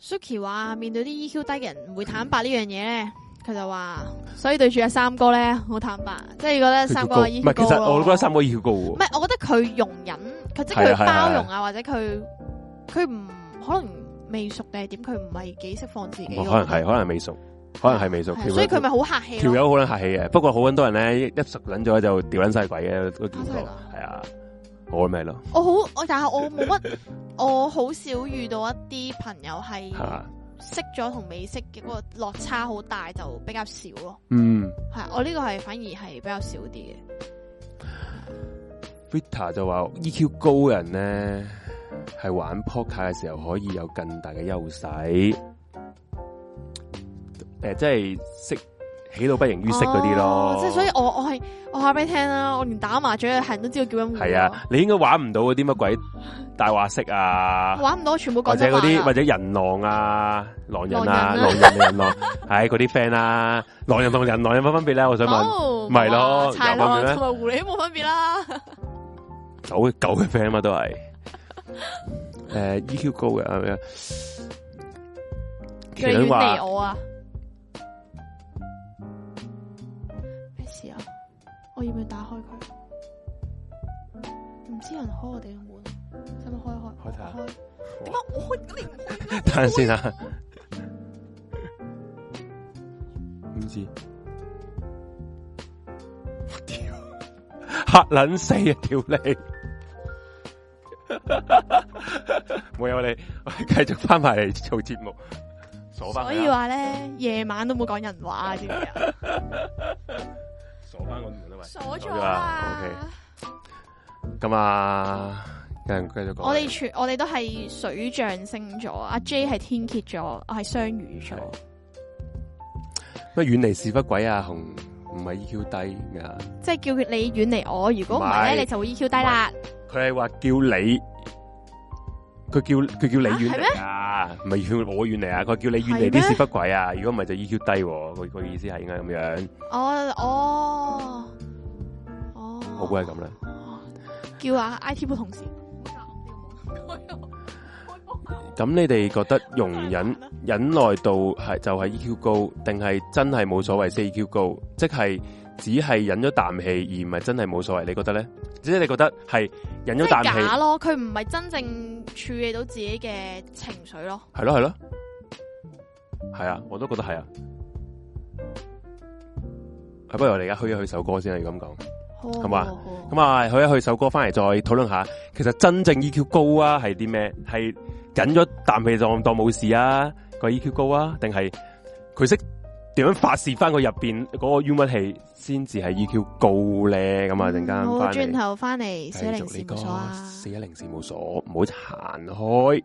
Speaker 3: Suki 話面對啲 EQ 低嘅人唔會坦白呢樣嘢咧，佢就話，所以對住阿三哥咧好坦白，即係覺得三哥
Speaker 1: EQ 高
Speaker 3: EQ
Speaker 1: 唔係，其實我都覺得
Speaker 3: 三
Speaker 1: 三哥 EQ 高
Speaker 3: 唔
Speaker 1: 喎。
Speaker 3: 係，我覺得佢容忍，佢即
Speaker 1: 係
Speaker 3: 係
Speaker 1: 啊係
Speaker 3: 佢
Speaker 1: 啊
Speaker 3: 包容啊，或者佢佢唔可能未熟定係點，佢唔係幾釋放自己
Speaker 1: 哦
Speaker 3: 喎，
Speaker 1: 可能係，可能係未熟，可能係未熟。
Speaker 3: 係啊
Speaker 1: 條友
Speaker 3: 所以佢咪好客氣
Speaker 1: 條
Speaker 3: 咯。
Speaker 1: 友好撚客氣嘅，不過好撚多人咧一一熟撚咗就掉撚晒鬼嘅，都見過
Speaker 3: 真係㗎
Speaker 1: 係啊，我咪係咯，
Speaker 3: 我好我但係我冇乜，我好少遇到一啲朋友 係
Speaker 1: 係啊，
Speaker 3: 識咗同未識嘅嗰個落差好大，就比較少咯。
Speaker 1: 嗯。
Speaker 3: 系我呢個係反而係比較少啲嘅。
Speaker 1: Vita 就話 EQ 高人咧係玩 poker 嘅時候可以有更大嘅優勢，誒、即係識喜怒不形於色嗰啲咯
Speaker 3: 哦。即係所以我我係我話俾你聽啦，我連打麻雀嘅人都知道叫緊胡。
Speaker 1: 係啊，，你應該玩唔到嗰啲乜鬼大話式啊，
Speaker 3: 玩唔到，全部
Speaker 1: 或
Speaker 3: 講
Speaker 1: 者
Speaker 3: 咗
Speaker 1: 嗰啲
Speaker 3: 話
Speaker 1: 或
Speaker 3: 啦。
Speaker 1: 者人狼啊、狼人啊、
Speaker 3: 狼
Speaker 1: 狼人人狼，係嗰啲 friend 啦，狼人同人狼有乜分別咧？我想問。
Speaker 3: 哦，
Speaker 1: 咪咯
Speaker 3: 哇
Speaker 1: 有分
Speaker 3: 豺
Speaker 1: 別
Speaker 3: 狼
Speaker 1: 咩
Speaker 3: 啊同埋狐狸冇分別啦。
Speaker 1: 狗嘅狗嘅 friend 嘛都係。誒、EQ 高嘅係咪啊？
Speaker 3: 佢遠離我啊！咩事啊？我要唔要打開佢？唔知有人開我哋嘅門，使唔使開一
Speaker 1: 開睇下
Speaker 3: 開？開。點解我開咁你唔開嘅咩？
Speaker 1: 等陣先啊，唔 知，屌吓撚死啊！屌你， 冇有你，我哋繼續翻埋嚟做節目，鎖啊翻
Speaker 3: 所以話咧，夜晚都冇講人話啊，知唔知啊？
Speaker 1: 鎖翻個門啊嘛，
Speaker 3: 鎖咗
Speaker 1: 咗啦
Speaker 3: 啦。
Speaker 1: 咁啊，繼續繼續講，
Speaker 3: 我哋全我哋都係水象星座，阿 J 係天蝎座，我係雙魚座。
Speaker 1: 乜遠離屎忽鬼啊，紅唔係 EQ 低咩啊？
Speaker 3: 即係叫你遠離我，如果唔係
Speaker 1: 唔係
Speaker 3: 咧，你就會 EQ 低啦。
Speaker 1: 佢係話叫你，佢叫佢叫你遠離啊，唔係叫我遠離啊，佢叫你遠離
Speaker 3: 係咩
Speaker 1: 啲屎忽鬼啊，如果唔係就 EQ 低喎，佢佢意思係應該咁樣，
Speaker 3: 我哦哦，
Speaker 1: 我估係咁啦。
Speaker 3: 叫啊 IT 部同事。
Speaker 1: 咁你哋覺得容忍 E 忍耐度係就係 EQ E 高，定係真係冇所謂 4EQ 高？即係只係忍咗啖氣，而唔係真係冇所謂，你覺得咧？即係你覺得係忍
Speaker 3: 即
Speaker 1: 咗啖
Speaker 3: 係
Speaker 1: 氣，
Speaker 3: 假咯，佢唔係真正處理到自己嘅情緒咯。
Speaker 1: 係咯係咯，係啊，我都覺得係啊。係不如我哋而家去一去首歌先啊，要咁講。
Speaker 3: 好
Speaker 1: 好嘛
Speaker 3: 好好
Speaker 1: 咁啊，去一去首歌，翻嚟再討論下，其實真正 EQ 高啊，係啲咩？係忍咗啖氣就當冇事啊，個 EQ 高啊，定係佢識點樣發泄翻佢入邊嗰個 u m 氣，先至係 EQ 高咧？咁啊，陣間
Speaker 3: 好
Speaker 1: 翻
Speaker 3: 嗯轉
Speaker 1: 嚟
Speaker 3: 頭翻嚟小
Speaker 1: 繼
Speaker 3: 零
Speaker 1: 續
Speaker 3: 事
Speaker 1: 呢
Speaker 3: 務所
Speaker 1: 個
Speaker 3: 啊！
Speaker 1: 四一零事務所，唔好行開。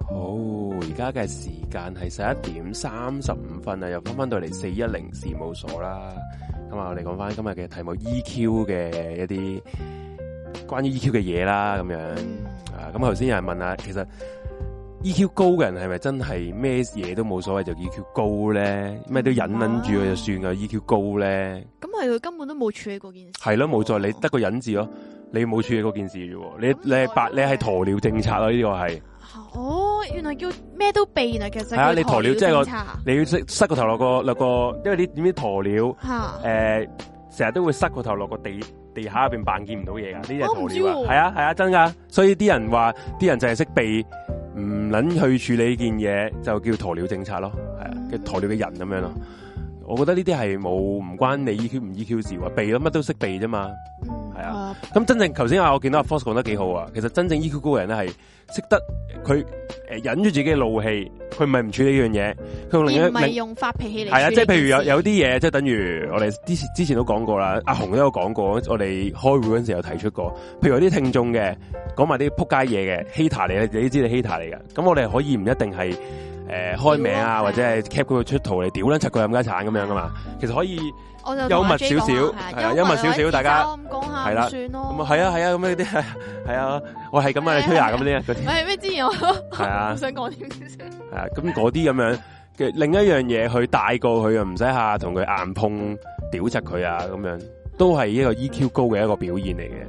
Speaker 1: 好，而家嘅時間係十一點三十五分啊，又翻翻到嚟四一零事務所啦。咁啊，我哋講翻今日嘅題目 EQ 嘅一啲關於 EQ 嘅嘢啦，咁樣啊。咁頭先有人問啊，其實 EQ 高嘅人係咪真係咩嘢都冇所謂就 EQ 高咧？咩都忍忍住佢就算噶，EQ 高咧，
Speaker 3: 咁係佢根本都冇處理過件事。
Speaker 1: 係咯，冇錯，你得個忍字咯，你冇處理嗰件事啫喎，你
Speaker 3: 咁
Speaker 1: 你係白，你係鴕鳥政策咯，呢個係。
Speaker 3: 哦，原來叫咩都避，原來其實
Speaker 1: 係啊你鴕鳥即係個
Speaker 3: 個嚇
Speaker 1: 你要塞塞個頭落個落個，因為啲點知鴕鳥誒，成日、都會塞個頭落個地地下入邊扮見唔到嘢噶，呢啲係
Speaker 3: 我唔
Speaker 1: 鴕
Speaker 3: 知
Speaker 1: 鳥啊，
Speaker 3: 喎
Speaker 1: 係啊係啊真噶，所以啲人話啲人就係識避，唔撚去處理件嘢，就叫鴕鳥政策咯，係
Speaker 3: 嗯
Speaker 1: 啊，叫鴕鳥嘅人咁樣咯。我覺得呢啲係冇唔關你 EQ 唔 EQ 事喎，避咯乜都識避啫嘛。
Speaker 3: 嗯
Speaker 1: 係啊，咁真正頭先啊，我見到阿 Force 講得幾好啊。其實真正 EQ 高嘅人咧，係識得佢诶忍住自己嘅怒氣，佢唔係唔處理呢樣嘢，佢用另
Speaker 3: 而唔係
Speaker 1: 一
Speaker 3: 用發脾氣嚟。
Speaker 1: 係啊，即係譬如有有
Speaker 3: 啲，
Speaker 1: 啲嘢，即係等於我哋之前之前都講過啦，阿紅都有講過，我哋開會嗰陣時有提出過，譬如有啲聽眾嘅講埋啲撲街嘢嘅 hater 嚟嘅，你都知你 hater 嚟嘅，咁我哋可以唔一定係诶、呃、开名
Speaker 3: 屌
Speaker 1: 啊，
Speaker 3: 啊
Speaker 1: 或者係 cap 佢個出圖嚟屌撚柒佢冚家鏟咁樣噶嘛，其實可以。
Speaker 3: 我就
Speaker 1: 幽
Speaker 3: 同
Speaker 1: 默
Speaker 3: 阿
Speaker 1: 少
Speaker 3: J
Speaker 1: 少
Speaker 3: 講啊
Speaker 1: 係啊
Speaker 3: 幽默
Speaker 1: 幽默少少大家
Speaker 3: 咁講下
Speaker 1: 係啦
Speaker 3: 係啦，算
Speaker 1: 咁
Speaker 3: 咯。
Speaker 1: 啊，係啊，係啊，咁呢啲 係啊，我係咁啊，你推下咁呢嗰
Speaker 3: 唔
Speaker 1: 啲
Speaker 3: 係咩？之前我
Speaker 1: 係啊
Speaker 3: 唔，想講添先。
Speaker 1: 係啊，咁嗰啲咁樣嘅另一樣嘢，佢大過佢啊，唔使下同佢硬碰屌柒佢啊，咁樣都係一個 EQ 高嘅一個表現嚟嘅。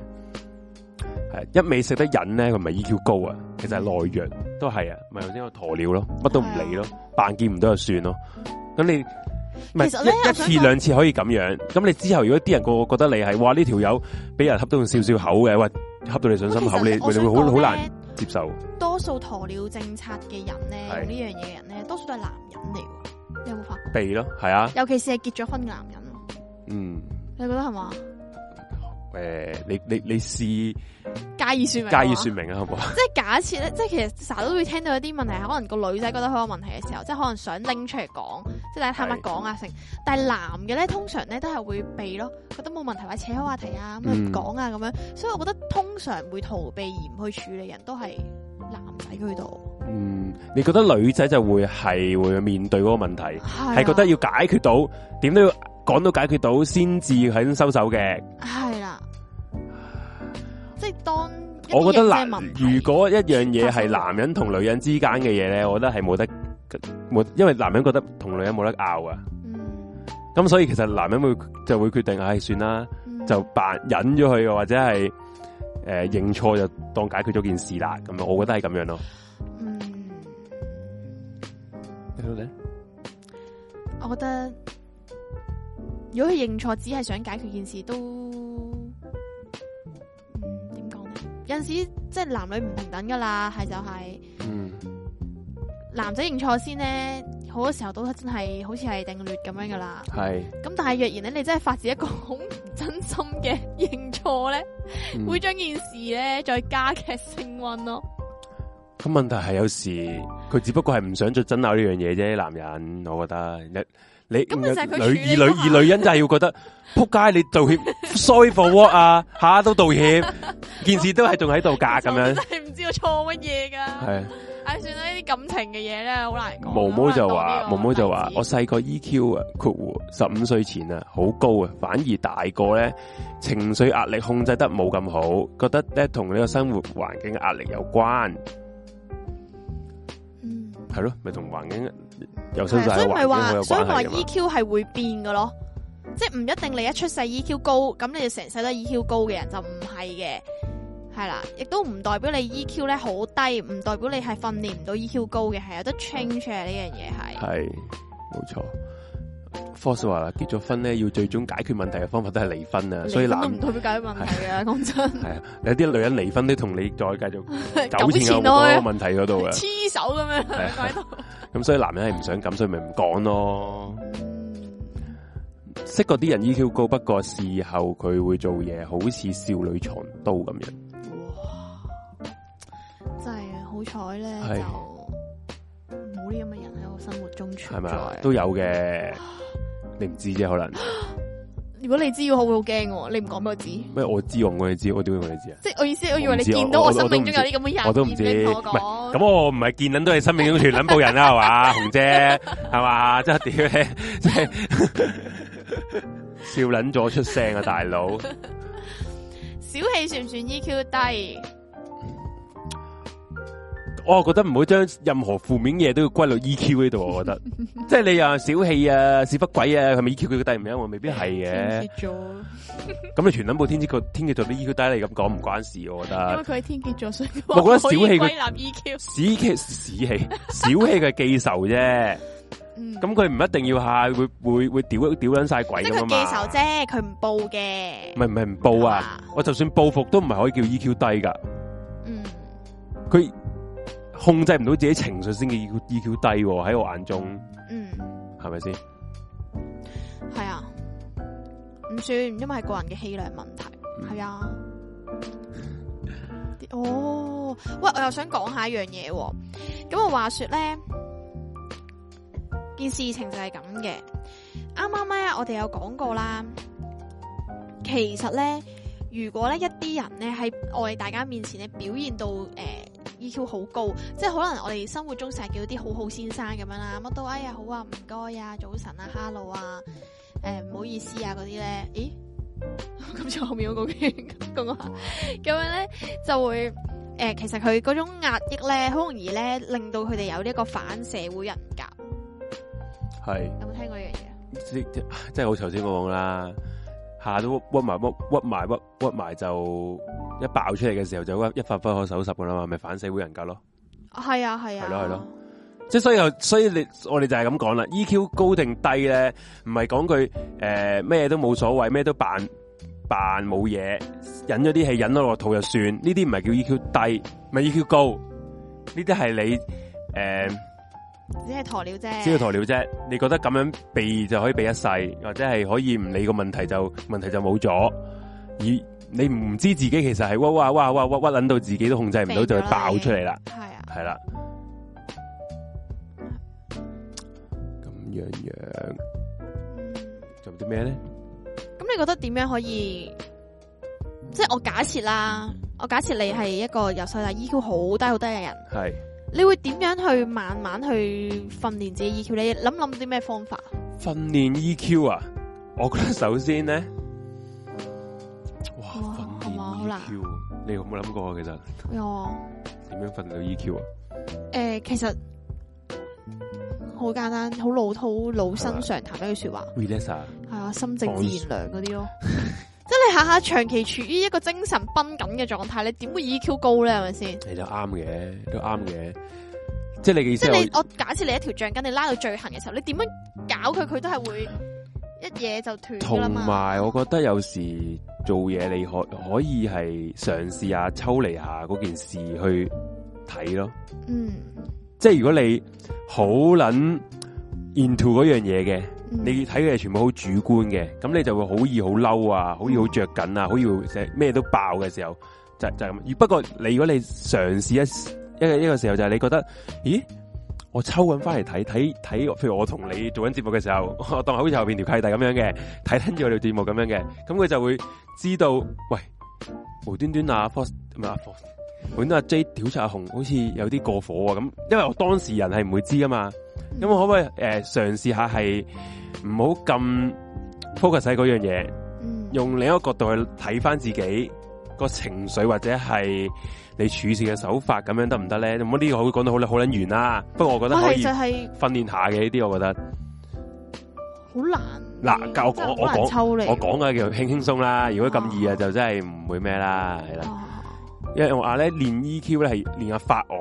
Speaker 1: 係一味食得忍咧，佢唔係 EQ 高啊，其實係懦弱，都係啊，咪頭先個鴕鳥咯，乜都唔理咯，扮見唔到就算咯。咁你唔
Speaker 3: 啊其實
Speaker 1: 係
Speaker 3: 咧
Speaker 1: 一
Speaker 3: 我
Speaker 1: 一
Speaker 3: 想
Speaker 1: 次
Speaker 3: 講
Speaker 1: 兩次可以咁樣，咁你之後如果啲人個個覺得你係哇呢條友俾人恰到笑笑口嘅，喂恰到你上心口，你你
Speaker 3: 我
Speaker 1: 會
Speaker 3: 想講
Speaker 1: 好好難
Speaker 3: 咧
Speaker 1: 接受。
Speaker 3: 多數鴕鳥政策嘅人咧，
Speaker 1: 係
Speaker 3: 用呢樣嘢嘅人咧，多數都係男人嚟喎。你有冇發覺？
Speaker 1: 避咯，係啊，
Speaker 3: 尤其是係結咗婚嘅男人喎，
Speaker 1: 嗯，
Speaker 3: 你覺得係嘛？
Speaker 1: 诶、呃你你你試
Speaker 3: 介意説明，
Speaker 1: 加以說明啊，好唔好啊？
Speaker 3: 即係假設咧，即係其實成日都會聽到一啲問題，係可能個女仔覺得佢有問題嘅時候，即係可能想拎出嚟講，即係坦白講啊成。但係男嘅咧，通常咧都係會避咯，覺得冇問題或者扯開話題啊，咁樣
Speaker 1: 嗯
Speaker 3: 講啊咁樣。所以我覺得通常會逃避而唔去處理人都係男仔居多，
Speaker 1: 嗯，你覺得女仔就會係會面對嗰個問題，
Speaker 3: 係
Speaker 1: 係
Speaker 3: 啊
Speaker 1: 覺得要解決到，點都要講到解決到先至肯收手嘅。
Speaker 3: 係啦，即係當一啲
Speaker 1: 我覺得
Speaker 3: 認
Speaker 1: 男
Speaker 3: 真嘅問題
Speaker 1: 如果一樣嘢係男人同女人之間嘅嘢咧，我覺得係冇得冇，因為男人覺得同女人冇得拗啊。
Speaker 3: 嗯
Speaker 1: 咁所以其實男人會就會決定，唉、算啦，
Speaker 3: 嗯
Speaker 1: 就扮忍咗佢，或者係诶、呃、认错就當解決咗件事啦。咁我覺得係咁樣咯。
Speaker 3: 嗯，
Speaker 1: 你覺得呢
Speaker 3: 我覺得如果佢認錯，只係想解決件事，都嗯點講呢？有陣時即係男女唔平等噶啦，係就係、
Speaker 1: 嗯，
Speaker 3: 男仔認錯先咧，好多時候都真係好似係定律咁樣噶啦。
Speaker 1: 係
Speaker 3: 咁但係若然咧，你真係發自一個好唔真心嘅認錯咧，
Speaker 1: 嗯
Speaker 3: 會將件事咧再加劇升温咯。
Speaker 1: 咁問題係有時佢只不過係唔想再爭拗呢樣嘢啫，男人我覺得你你
Speaker 3: 咁咪就係佢
Speaker 1: 女
Speaker 3: 處理
Speaker 1: 以
Speaker 3: 嗰
Speaker 1: 女
Speaker 3: 下
Speaker 1: 以女人就係要覺得仆街，你道歉 sorry for what 啊，下都道 歉，件事都係仲喺度㗎咁樣，
Speaker 3: 真係唔知道錯乜嘢㗎。
Speaker 1: 係
Speaker 3: 唉，算啦，呢啲感情嘅嘢咧，好難講啦。
Speaker 1: 毛毛就
Speaker 3: 可能
Speaker 1: 話
Speaker 3: 當呢個
Speaker 1: 毛毛就話
Speaker 3: 例子
Speaker 1: 我細個 EQ 啊，括弧十五歲前啊好高啊，反而大個咧情緒壓力控制得冇咁好，覺得咧同呢個生活環境嘅壓力有關，
Speaker 3: 嗯
Speaker 1: 係咯，咪同環境由細
Speaker 3: 係
Speaker 1: 到
Speaker 3: 啊所
Speaker 1: 大環
Speaker 3: 以咪
Speaker 1: 境好
Speaker 3: 話，
Speaker 1: 有
Speaker 3: 所以
Speaker 1: 關
Speaker 3: 咪話
Speaker 1: 係㗎嘛。
Speaker 3: EQ 係會變嘅咯，即係唔一定你一出世 EQ 高，咁你就成世都係 EQ 高嘅人就唔係嘅，係啦，亦都唔代表你 EQ 咧好低，唔代表你係訓練唔到 EQ 高嘅，係有得 change 嘅呢樣嘢係。
Speaker 1: 系冇错。Force 话啦，结咗婚咧，要最終解決問題嘅方法都係離婚啊，所以
Speaker 3: 離婚
Speaker 1: 男
Speaker 3: 都唔代表解決問題嘅，講 真，
Speaker 1: 系啊，有啲女人離婚都同你再繼續糾
Speaker 3: 啊糾
Speaker 1: 纏喺嗰
Speaker 3: 纏咯，
Speaker 1: 個問題嗰 度啊，
Speaker 3: 黐手咁樣
Speaker 1: 係啊
Speaker 3: 喺度。
Speaker 1: 咁所以男人係唔想咁，所以咪唔講咯。
Speaker 3: 嗯
Speaker 1: 識嗰啲人 EQ 高，不過事後佢會做嘢，好似少女藏刀咁樣。
Speaker 3: 真係啊好彩咧，
Speaker 1: 係
Speaker 3: 就冇呢咁嘅人喺我生活中
Speaker 1: 係
Speaker 3: 存
Speaker 1: 咪啊
Speaker 3: 在。
Speaker 1: 都有嘅，你唔知啫，可能
Speaker 3: 如果你知嘅話，我會好驚喎。你唔講俾我知，
Speaker 1: 咩？我知我唔講你知，我點會講你知啊？
Speaker 3: 即係我意思，我以為
Speaker 1: 嗯我
Speaker 3: 你
Speaker 1: 唔知
Speaker 3: 見到我
Speaker 1: 我我
Speaker 3: 生命
Speaker 1: 都唔知
Speaker 3: 中有啲咁 嘅人，
Speaker 1: 我都唔知
Speaker 3: 而你同我講。
Speaker 1: 咁我唔係見撚都係生命中全撚部人啊啦，係嘛，紅 姐係嘛，真係屌你，即係 笑撚咗出聲啊，大佬！
Speaker 3: 小氣算唔算 EQ 低？
Speaker 1: 我覺得唔好將任何負面嘢都要歸到 EQ 呢度，我覺 得，即係你又話小氣啊、屎忽鬼啊，係咪 EQ 佢低唔低？我未必係嘅。
Speaker 3: 天蠍座，
Speaker 1: 咁你全撚部天蠍座天蠍座啲 EQ 低，你咁講唔關事，我覺
Speaker 3: 因
Speaker 1: 得
Speaker 3: 為。佢係天蠍座，所以
Speaker 1: 啊我覺得小氣佢
Speaker 3: 可以歸納 E EQ。
Speaker 1: 屎氣屎氣小氣佢係記仇啫，
Speaker 3: 嗯，
Speaker 1: 咁佢唔一定要下會會會屌屌撚晒鬼
Speaker 3: 即係
Speaker 1: 咁啊
Speaker 3: 佢
Speaker 1: 嘛。
Speaker 3: 記仇啫，佢唔報嘅
Speaker 1: 唔。係唔係唔報啊！我就算報復都唔係可以叫 EQ 低噶，
Speaker 3: 嗯，
Speaker 1: 佢控制唔到自己情緒先叫 EQ EQ 低喎喺我眼中
Speaker 3: 嗯，
Speaker 1: 係咪先？
Speaker 3: 係啊，唔算，因為係個人嘅氣量問題。係啊。哦，喂，我又想講下一樣嘢喎。咁我話說咧，件事情就係咁嘅。啱啱咧，我哋有講過啦。其實咧，如果咧一啲人咧喺我哋大家面前咧表現到诶、EQ 好高，即係可能我哋生活中成日叫啲好好先生咁樣啦，乜都哎呀好啊，唔該啊，早晨啊，hello 啊，诶、唔好意思啊嗰啲咧，咦？ 咁就後面嗰個嘅講講下，咁樣咧就會诶、呃其實佢嗰種壓抑咧，好容易咧令到佢哋有呢一個反社會人格。
Speaker 1: 係
Speaker 3: 有冇聽過呢樣嘢？啊
Speaker 1: 即即即係好似頭先我講啦，下都屈埋屈屈埋屈屈埋就一爆出嚟嘅時候就屈一發不可收拾噶啦嘛，咪反社會人格咯。
Speaker 3: 系啊系啊，
Speaker 1: 係咯係咯即係所以又所以你我哋就係咁講啦，EQ 高定低咧，唔係講句诶咩都冇所謂，咩都扮扮冇嘢，忍咗啲氣忍咗落肚就算，呢啲唔係叫 EQ 低，咪 EQ 高，呢啲係你呃诶。誒
Speaker 3: 只系鸵鸟啫，
Speaker 1: 知道鸵鳥啫，你覺得咁樣避就可以避一世，或者係可以唔理個問題就問題就冇咗，而你唔知自己其實係哇哇哇哇哇哇撚到自己都控制唔到，就會爆出嚟啦，
Speaker 3: 系啊，
Speaker 1: 係啦，咁樣樣
Speaker 3: 嗯
Speaker 1: 做啲咩咧？
Speaker 3: 咁你覺得點樣可以？即系我假設啦，我假設你係一個由細到大 EQ 好低好低嘅人，
Speaker 1: 係
Speaker 3: 你會點樣去慢慢去訓練自己 EQ？你諗諗啲咩方法？
Speaker 1: 訓練 EQ 啊，我覺得首先咧，哇，
Speaker 3: 哇
Speaker 1: 訓
Speaker 3: 係嘛好
Speaker 1: 練
Speaker 3: 難
Speaker 1: EQ，你有冇諗過啊其實
Speaker 3: 哎呀
Speaker 1: 點樣訓練到 EQ 啊？
Speaker 3: 诶、呃其實好簡單，好老土老生常談一句说話，
Speaker 1: relax 啊，
Speaker 3: 係啊，心靜自然涼嗰啲咯。 即係你下下長期處於一個精神繃緊嘅狀態，你點會 EQ 高咧？係咪先？
Speaker 1: 你都啱嘅，都啱嘅。即係你嘅意
Speaker 3: 即
Speaker 1: 思
Speaker 3: 係
Speaker 1: 係
Speaker 3: 你我假設你一條橡筋，你拉到最痕嘅時候，你點樣搞佢，佢都係會一嘢就斷㗎啦
Speaker 1: 同
Speaker 3: 嘛。
Speaker 1: 埋，我覺得有時做嘢你可可以係嘗試下抽離下嗰件事去睇咯。
Speaker 3: 嗯，
Speaker 1: 即係如果你好撚 into 嗰樣嘢嘅，
Speaker 3: 嗯
Speaker 1: 你睇嘅全部好主觀嘅，咁你就會好易好嬲啊，好易好着緊啊，好易會成咩都爆嘅時候，就就係咁。而不過你如果你嘗試一一個一個時候，就係你覺得，咦？我抽緊翻嚟睇睇睇，譬如我同你做緊節目嘅時候， 我當好似後邊條契弟咁樣嘅，睇緊住我哋節目咁樣嘅，咁佢就會知道，喂，無端端啊 Fox 唔係啊 Fox，無端端阿 J 屌柒阿紅，好似有啲過火啊咁，因為我當事人係唔會知噶嘛，咁我可唔可以诶尝试下係唔好咁 focus 喺嗰樣嘢，
Speaker 3: 嗯
Speaker 1: 用另一個角度去睇翻自己個情緒或者係你處事嘅手法咁樣得唔得咧？咁呢個好講到好撚好撚完啦，不過我覺得
Speaker 3: 我
Speaker 1: 可
Speaker 3: 係
Speaker 1: 以
Speaker 3: 就哦係
Speaker 1: 訓練下嘅呢啲，我覺得
Speaker 3: 好難
Speaker 1: 嗱教我
Speaker 3: 真
Speaker 1: 講
Speaker 3: 係好難
Speaker 1: 我講
Speaker 3: 抽離
Speaker 1: 我講嘅叫輕輕鬆啦，如果咁易啊就真係唔會咩啦，係啦。
Speaker 3: 哦
Speaker 1: 因為我話咧練 EQ 咧係練下法外，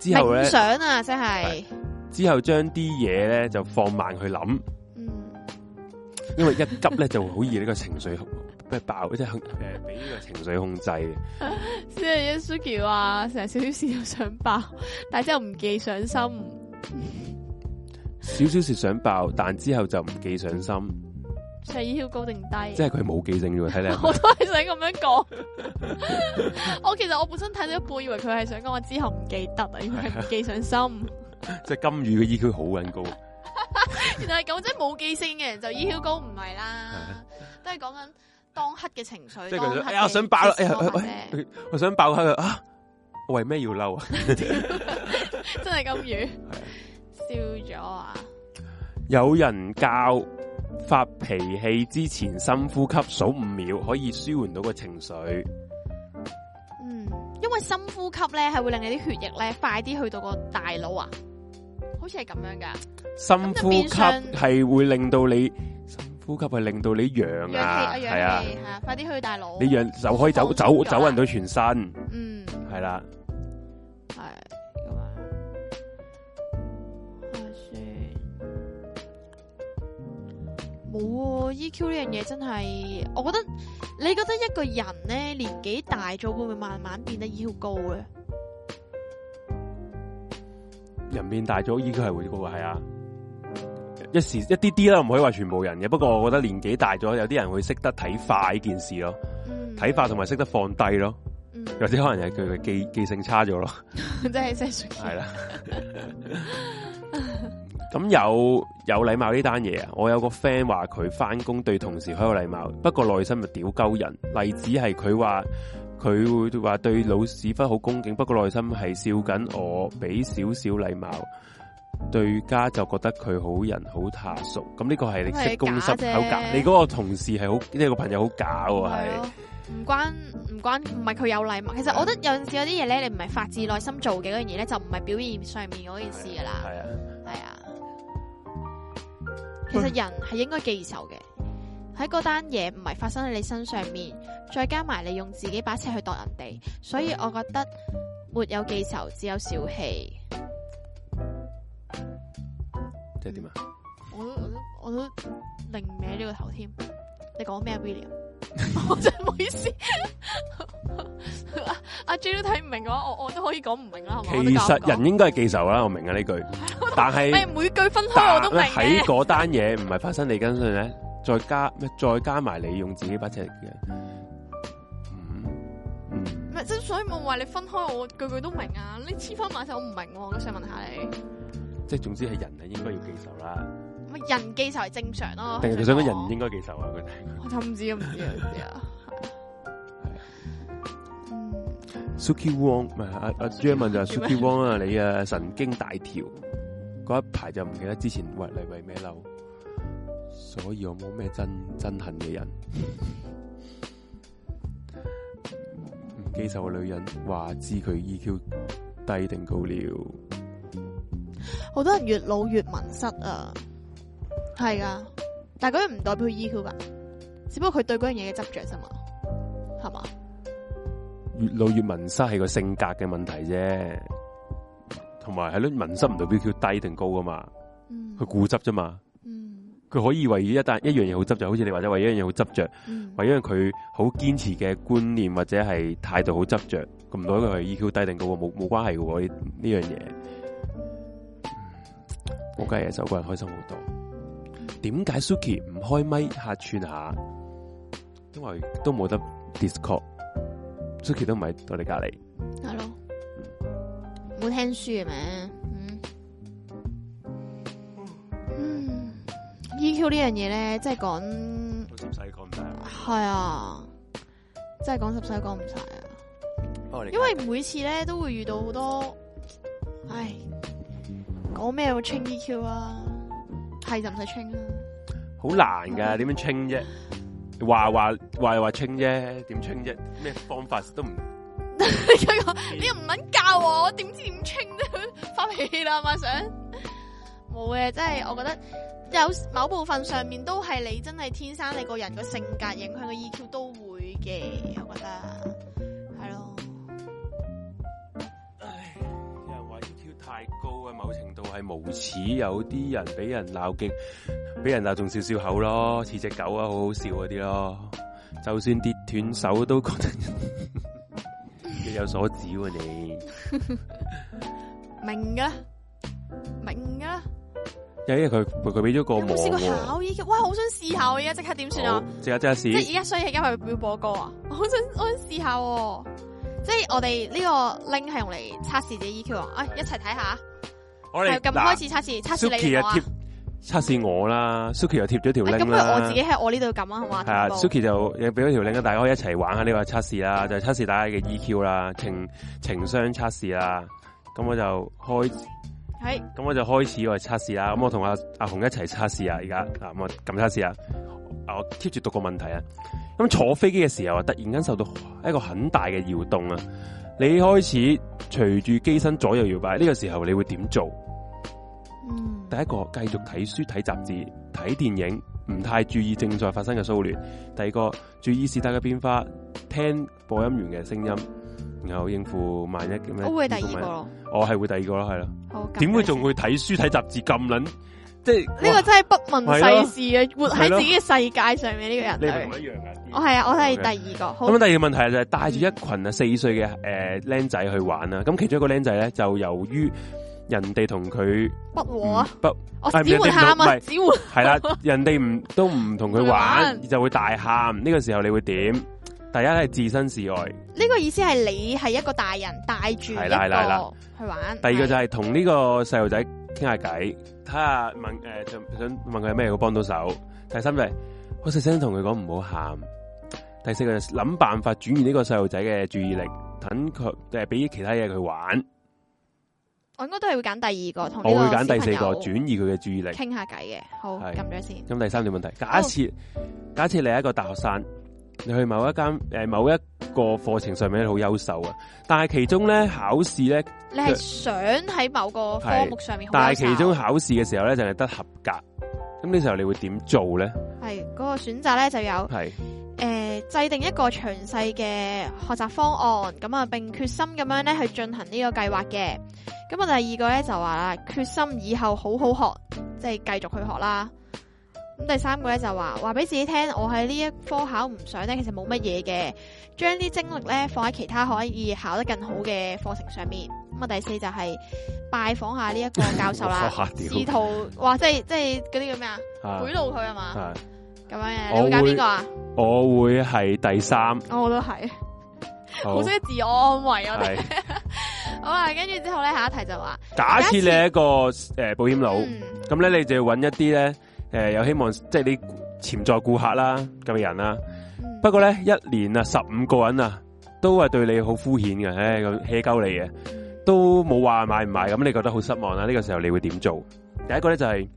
Speaker 1: 之後
Speaker 3: 冥
Speaker 1: 咧
Speaker 3: 想啊，真係
Speaker 1: 之後將啲嘢咧就放慢去諗，
Speaker 3: 嗯
Speaker 1: 因為一急咧就好易呢個情緒 咩爆，即係诶俾呢個情緒控制嘅。
Speaker 3: 即係 Suki 話啊成少少事都想爆，但係之後唔記上心，
Speaker 1: 少少事想爆，但之後就唔記上
Speaker 3: 嗯
Speaker 1: 心，
Speaker 3: 就係 EQ 高定低。
Speaker 1: 即係佢冇記性啫喎。睇你
Speaker 3: 我都係想咁樣講。我其實我本身睇到一半，以為佢係想講我之後唔記得啊，原來係唔記上心。
Speaker 1: 即係金魚嘅 EQ 好撚高，
Speaker 3: 原來係咁，即係冇記性嘅人就 EQ 高唔係啦，都係講緊當刻嘅情緒。
Speaker 1: 即係佢
Speaker 3: 當
Speaker 1: 想
Speaker 3: 刻
Speaker 1: 哎呀
Speaker 3: 嘅
Speaker 1: 想爆啦，哎呀
Speaker 3: 方法
Speaker 1: 喂
Speaker 3: 啫
Speaker 1: 喂我想爆下佢啊！我為咩要嬲啊？
Speaker 3: 真係咁遠，笑咗啊！
Speaker 1: 有人教發脾氣之前深呼吸數五秒，可以舒緩到個情緒。
Speaker 3: 嗯，因為深呼吸咧係會令你啲血液咧快啲去到個大腦啊，好似係咁樣噶，
Speaker 1: 深呼吸係會令到你深呼吸係令到你
Speaker 3: 氧
Speaker 1: 揚
Speaker 3: 氣
Speaker 1: 啊，
Speaker 3: 啊
Speaker 1: 係啊
Speaker 3: 氧，氣吓，快啲去大腦。
Speaker 1: 你揚就可以走
Speaker 3: 放
Speaker 1: 走
Speaker 3: 鬆咗啦
Speaker 1: 走運到全身，
Speaker 3: 嗯
Speaker 1: 係啦。
Speaker 3: 係咁啊，睇下先。冇喎、EQ 呢樣嘢真係，我覺得你覺得一個人咧年紀大咗會唔會慢慢變得 EQ 高咧？
Speaker 1: 人變大咗，依佢係會高嘅，係啊。一時一啲啲啦，唔可以話全部人嘅。不過我覺得年紀大咗，有啲人會識得睇化呢件事咯，
Speaker 3: 嗯，
Speaker 1: 睇化同埋識得放低咯，
Speaker 3: 嗯，
Speaker 1: 或者可能係佢嘅記記性差咗咯。
Speaker 3: 真係真係
Speaker 1: 系啦。咁有有礼貌呢單嘢啊！我有個 friend 話佢翻工對同事好有禮貌，不過內心就屌鳩人。例子係佢話佢會話對老屎忽好恭敬，不過內心係笑緊我，俾少少禮貌。對家就覺得佢好人好下屬，咁呢個係你識公心
Speaker 3: 係假啫
Speaker 1: 好假。你嗰個同事係好，呢、個朋友好假喎，係
Speaker 3: 係咯唔關唔關唔係佢有禮貌。其實我覺得有陣時有啲嘢咧，你唔係發自內心做嘅嗰樣嘢咧，就唔係表現上面嗰件事噶啦。
Speaker 1: 係啊，
Speaker 3: 係啊，其實人係應該記仇嘅。喺嗰單嘢唔係發生喺你身上面，再加埋你用自己把尺去度人哋，所以我覺得沒有記仇，只有小氣。
Speaker 1: 即係點啊？
Speaker 3: 我都我都我都擰歪咗個頭添。你講咩啊，William？我 真係唔好意 思，阿阿 J 都睇唔明嘅話，我我都可以講唔明啦，係
Speaker 1: 其
Speaker 3: 咪？我都教唔
Speaker 1: 實
Speaker 3: 講
Speaker 1: 人應該係記仇啦，我明啊呢句，但係
Speaker 4: 诶，每句分開我
Speaker 1: 但
Speaker 4: 都明
Speaker 1: 喺
Speaker 4: 嘅。
Speaker 1: 嗰單嘢唔係發生你跟上咧，再加咩再加埋你用自己把尺嘅，嗯嗯，
Speaker 4: 唔係即係所以冇話你分開我句句都明啊！你黐翻埋一齊我唔明喎，我想問下你，
Speaker 1: 即係總之係人係啊應該要記仇啦，
Speaker 4: 咪人記仇係正常咯。
Speaker 1: 定係佢想講人應該記仇啊？佢
Speaker 4: 我就唔知唔知唔知 啊。嗯
Speaker 1: Suki Wong 唔係阿阿 j e m 就係 Suki Wong 啊，你啊神經大條，嗰一排就唔記得之前喂你為咩嬲，所以我冇咩憎憎恨嘅人，唔記仇嘅女人話知佢 EQ 低定高了，
Speaker 3: 好多人越老越文質啊，係噶，但系嗰樣唔代表佢 EQ 噶，只不過佢對嗰樣嘢嘅執着啫嘛，係嘛？
Speaker 1: 越老越文失係個性格嘅問題啫，同埋係咯，文失唔代表 EQ 低定高啊嘛，
Speaker 3: 嗯
Speaker 1: 佢固執啫嘛，
Speaker 3: 嗯
Speaker 1: 佢可以為一單一樣嘢好執着，好似你或者為一樣嘢好執着。
Speaker 3: 嗯
Speaker 1: 或因為佢好堅持嘅觀念或者係態度好執着，咁唔代表佢係 EQ E 低定高喎，冇冇關係嘅喎呢呢樣嘢。我梗係有個人開心好多。點解 Suki 唔開咪客串下？因為都冇得 Discord。Suki 都唔喺我哋隔離，
Speaker 3: 係咯，冇聽書嘅咩？嗯嗯，EQ 呢樣嘢咧，即係講
Speaker 1: 好心使講唔得。
Speaker 3: 係啊，真係講十世講唔晒啊！因為每次咧都會遇到好多，唉，講咩會 train EQ 啊，係就唔使啊 train 啦。
Speaker 1: 好難㗎，點樣清啫？話話話話清啫，點清啫？咩方法都唔
Speaker 4: 你嗰個你又唔肯教我，我點知點清啫？發脾氣啦，嘛想
Speaker 3: 冇嘅，即係我覺得有某部分上面都係你真係天生你個人個性格影響個 EQ 都會嘅，我覺得係咯。
Speaker 1: 有人話 EQ 太高啊，某程度係無恥，有啲人俾人鬧極，俾人鬧仲笑笑口咯，似只狗啊，好好笑嗰啲咯。就算跌斷手都覺得若有所指喎、你。
Speaker 3: 明噶啦，明噶啦，
Speaker 1: 因為佢佢俾咗個
Speaker 3: 有
Speaker 1: 網
Speaker 3: 冇試過
Speaker 1: 喎，
Speaker 3: 考 EQ？哇，好想試下喎，而家即刻點算啊
Speaker 1: 啊嗯好？即刻即刻
Speaker 3: 即係
Speaker 1: 試
Speaker 3: 而家，所以而家咪要播歌啊！ 我好想我想試下、喎，即係我哋呢個 link 係用嚟測試自己 EQ 啊！哎，一齊睇下，
Speaker 1: 我
Speaker 3: 係
Speaker 1: 哋
Speaker 3: 咁開始測試，測試
Speaker 1: Suki
Speaker 3: 你定
Speaker 1: 啊
Speaker 3: 我啊
Speaker 1: 貼！測試我啦，Suki 又貼咗條
Speaker 3: 哎咁
Speaker 1: link
Speaker 3: 佢
Speaker 1: 啦。
Speaker 3: 我自己喺我呢度撳啊，好嘛？
Speaker 1: 係啊
Speaker 3: 同步
Speaker 1: ，Suki 就又俾咗條 link，大家啊可以一齊玩下呢個測試啦，就係測試大家嘅 EQ 啦，情情商測試啦。咁我就開，
Speaker 3: 係
Speaker 1: 咁我就開始我哋測試啦。啊咁我同阿阿紅一齊測試啊，而家啊，咁我撳測試啊。啊我 keep 住讀個問題啊。咁坐飛機嘅時候啊，突然間受到一個很大嘅搖動啊，你開始隨住機身左右搖擺，呢、個時候你會點做？
Speaker 3: 嗯
Speaker 1: 第一個繼續睇書、睇雜誌、睇電影，唔太注意正在發生嘅騷亂；第二個注意事態嘅變化，聽播音員嘅聲音，然後應付萬一嘅咩？
Speaker 3: 我哦會第二
Speaker 1: 應付
Speaker 3: 個
Speaker 1: 萬一，
Speaker 3: 咯，
Speaker 1: 我係會第二個咯，係咯。
Speaker 3: 好
Speaker 1: 點會仲會睇書、睇雜誌咁撚？即係
Speaker 3: 呢個
Speaker 1: 哇
Speaker 3: 真係不問世事啊！活
Speaker 1: 係
Speaker 3: 喺
Speaker 1: 咯
Speaker 3: 自己嘅世界上面呢個
Speaker 1: 你
Speaker 3: 人
Speaker 1: 同
Speaker 3: 類
Speaker 1: 我，一樣嘅。
Speaker 3: 我係啊，我係第二個，好
Speaker 1: 咁第二個問題就係帶住一群啊四歲嘅誒僆仔去玩啦。咁其中一個僆仔咧，就由於人哋同佢
Speaker 3: 不和啊！
Speaker 1: 不
Speaker 3: 我
Speaker 1: 係
Speaker 3: 只
Speaker 1: 唔係
Speaker 3: 會喊
Speaker 1: 唔
Speaker 3: 啊，
Speaker 1: 係
Speaker 3: 只會
Speaker 1: 系啦，人哋唔都唔同佢玩，
Speaker 3: 玩
Speaker 1: 就會大喊。呢、個時候你會點？第一係置身事外，
Speaker 3: 呢個意思係你係一個大人帶住一個
Speaker 1: 係啦係啦係啦
Speaker 3: 去玩。
Speaker 1: 第二個
Speaker 3: 係
Speaker 1: 就係同呢個細路仔傾下偈，睇下問诶、就想問佢有咩好幫到手。第三就係好細聲同佢講唔好喊。第四個就諗辦法轉移呢個細路仔嘅注意力，等佢诶俾其他嘢佢玩。
Speaker 3: 我應該都係會揀第二個，哦同呢
Speaker 1: 我會
Speaker 3: 個
Speaker 1: 揀第四
Speaker 3: 小
Speaker 1: 個
Speaker 3: 朋友
Speaker 1: 轉移佢嘅注意力。
Speaker 3: 傾下偈嘅，好
Speaker 1: 係
Speaker 3: 撳咗先。
Speaker 1: 咁第三條問
Speaker 3: 哦
Speaker 1: 題，假設、假設你係一個大學生，你去某一間诶、呃某一個課程上面你好優秀啊，但係其中咧考試咧，
Speaker 3: 你係想喺某個科目上面好優秀，
Speaker 1: 但係其中考試嘅時候咧就係得合格，咁呢時候你會點做咧？
Speaker 3: 係係嗰個選擇咧就有
Speaker 1: 係
Speaker 3: 诶、呃制定一個詳細嘅學習方案，咁啊並決心咁樣咧去進行呢個計劃嘅。咁啊第二個咧就話啦，決心以後好好學，即係繼續去學啦。咁第三個咧就話話俾自己聽，我喺呢一科考唔上咧，其實冇乜嘢嘅，將啲精力咧放喺其他可以考得更好嘅課程上面。咁啊第四就係拜訪下呢一個教授 啦
Speaker 1: 哇，屌
Speaker 3: 試圖哇即係即係嗰啲叫咩啊，
Speaker 1: 啊
Speaker 3: 賄賂佢啊嘛，
Speaker 1: 啊！
Speaker 3: 咁樣嘅。
Speaker 1: 我
Speaker 3: 你會揀
Speaker 1: 會
Speaker 3: 邊個啊？
Speaker 1: 我會係第三，
Speaker 3: 我都係。
Speaker 1: 好
Speaker 3: 好識自我安慰我哋。
Speaker 1: 係
Speaker 3: 好啦，跟住之後咧，下一題就話，
Speaker 1: 假設你係一個诶保險佬，
Speaker 3: 嗯，
Speaker 1: 咁咧你就要揾一啲咧诶有希望，即係你潛在顧客啦咁嘅人啦。
Speaker 3: 嗯
Speaker 1: 不過咧一年啊十五個人啊，都係對你好敷衍嘅，唉咁 hea 鳩你嘅，都冇話買唔買，咁你覺得好失望啦。呢、個時候你會點做？第一個咧就係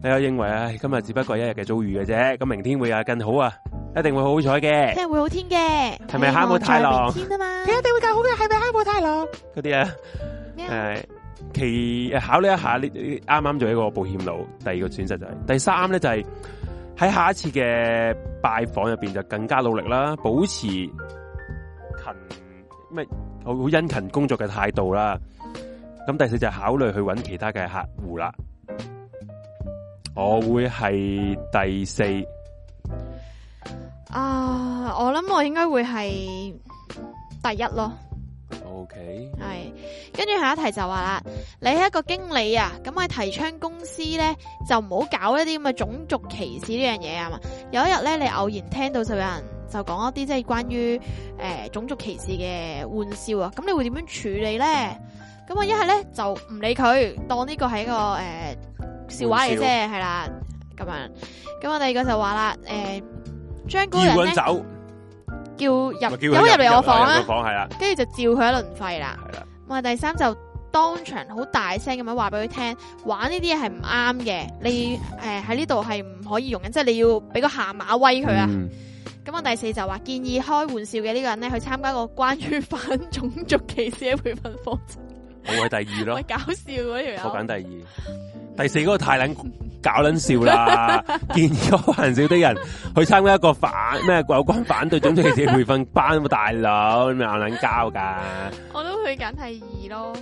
Speaker 1: 你有認為唉今日只不過係一日嘅遭遇嘅啫，咁明天會有更好啊，一定會好好彩嘅。
Speaker 3: 聽日會好天嘅，
Speaker 1: 係咪哈姆太郎
Speaker 3: 希望在明天啊嘛？
Speaker 1: 定会更好嘅，系咪哈姆太郎嗰啲啊？
Speaker 3: 咩
Speaker 1: 诶、
Speaker 3: 啊
Speaker 1: 其誒考慮一下呢呢啱啱做一個保險佬，第二個選擇就係、第三咧就係、喺下一次嘅拜訪入邊就更加努力啦，保持勤咩好好殷勤工作嘅態度啦。咁第四就係考慮去揾其他嘅客戶啦。我會係第四，
Speaker 3: 啊，我諗我應該會係第一咯。
Speaker 1: O K，
Speaker 3: 系，跟住下一題就話啦，你係一個經理啊，咁喺提倡公司咧就唔好搞一啲咁嘅種族歧視呢樣嘢啊嘛。有一日咧，你偶然聽到就有人就講一啲即係關於诶、呃、种族歧視嘅玩笑啊，咁你會點樣處理咧？咁啊，一係咧就唔理佢，當呢個係一個诶、呃笑話嚟啫，係啦，咁樣。咁我第二個就話啦，诶、將嗰
Speaker 1: 要
Speaker 3: 個人
Speaker 1: 揾
Speaker 3: 咧
Speaker 1: 走，
Speaker 3: 叫入有
Speaker 1: 咪
Speaker 3: 冇
Speaker 1: 叫佢
Speaker 3: 入嚟我房
Speaker 1: 入
Speaker 3: 啊
Speaker 1: 個，房係啦，
Speaker 3: 跟住就照佢一輪肺啦。
Speaker 1: 係啦，
Speaker 3: 我啊第三就當場好大聲咁樣話俾佢聽，玩呢啲嘢係唔啱嘅，你诶喺呢度係唔可以用嘅，即係你要俾個下馬威佢啊。
Speaker 1: 嗯
Speaker 3: 咁、我第四就話建議開玩笑嘅呢個人咧去參加個關於反種族歧視嘅培訓課程，
Speaker 1: 我係第二咯
Speaker 3: 喂。搞笑嗰條
Speaker 1: 我拣
Speaker 3: 友
Speaker 1: 第二，第四嗰个太捻搞捻笑 啦！建議開玩笑的人去參加一個反咩有關反對種族歧視培訓班，大佬你咪硬捻交噶！
Speaker 3: 我都去揀第二咯。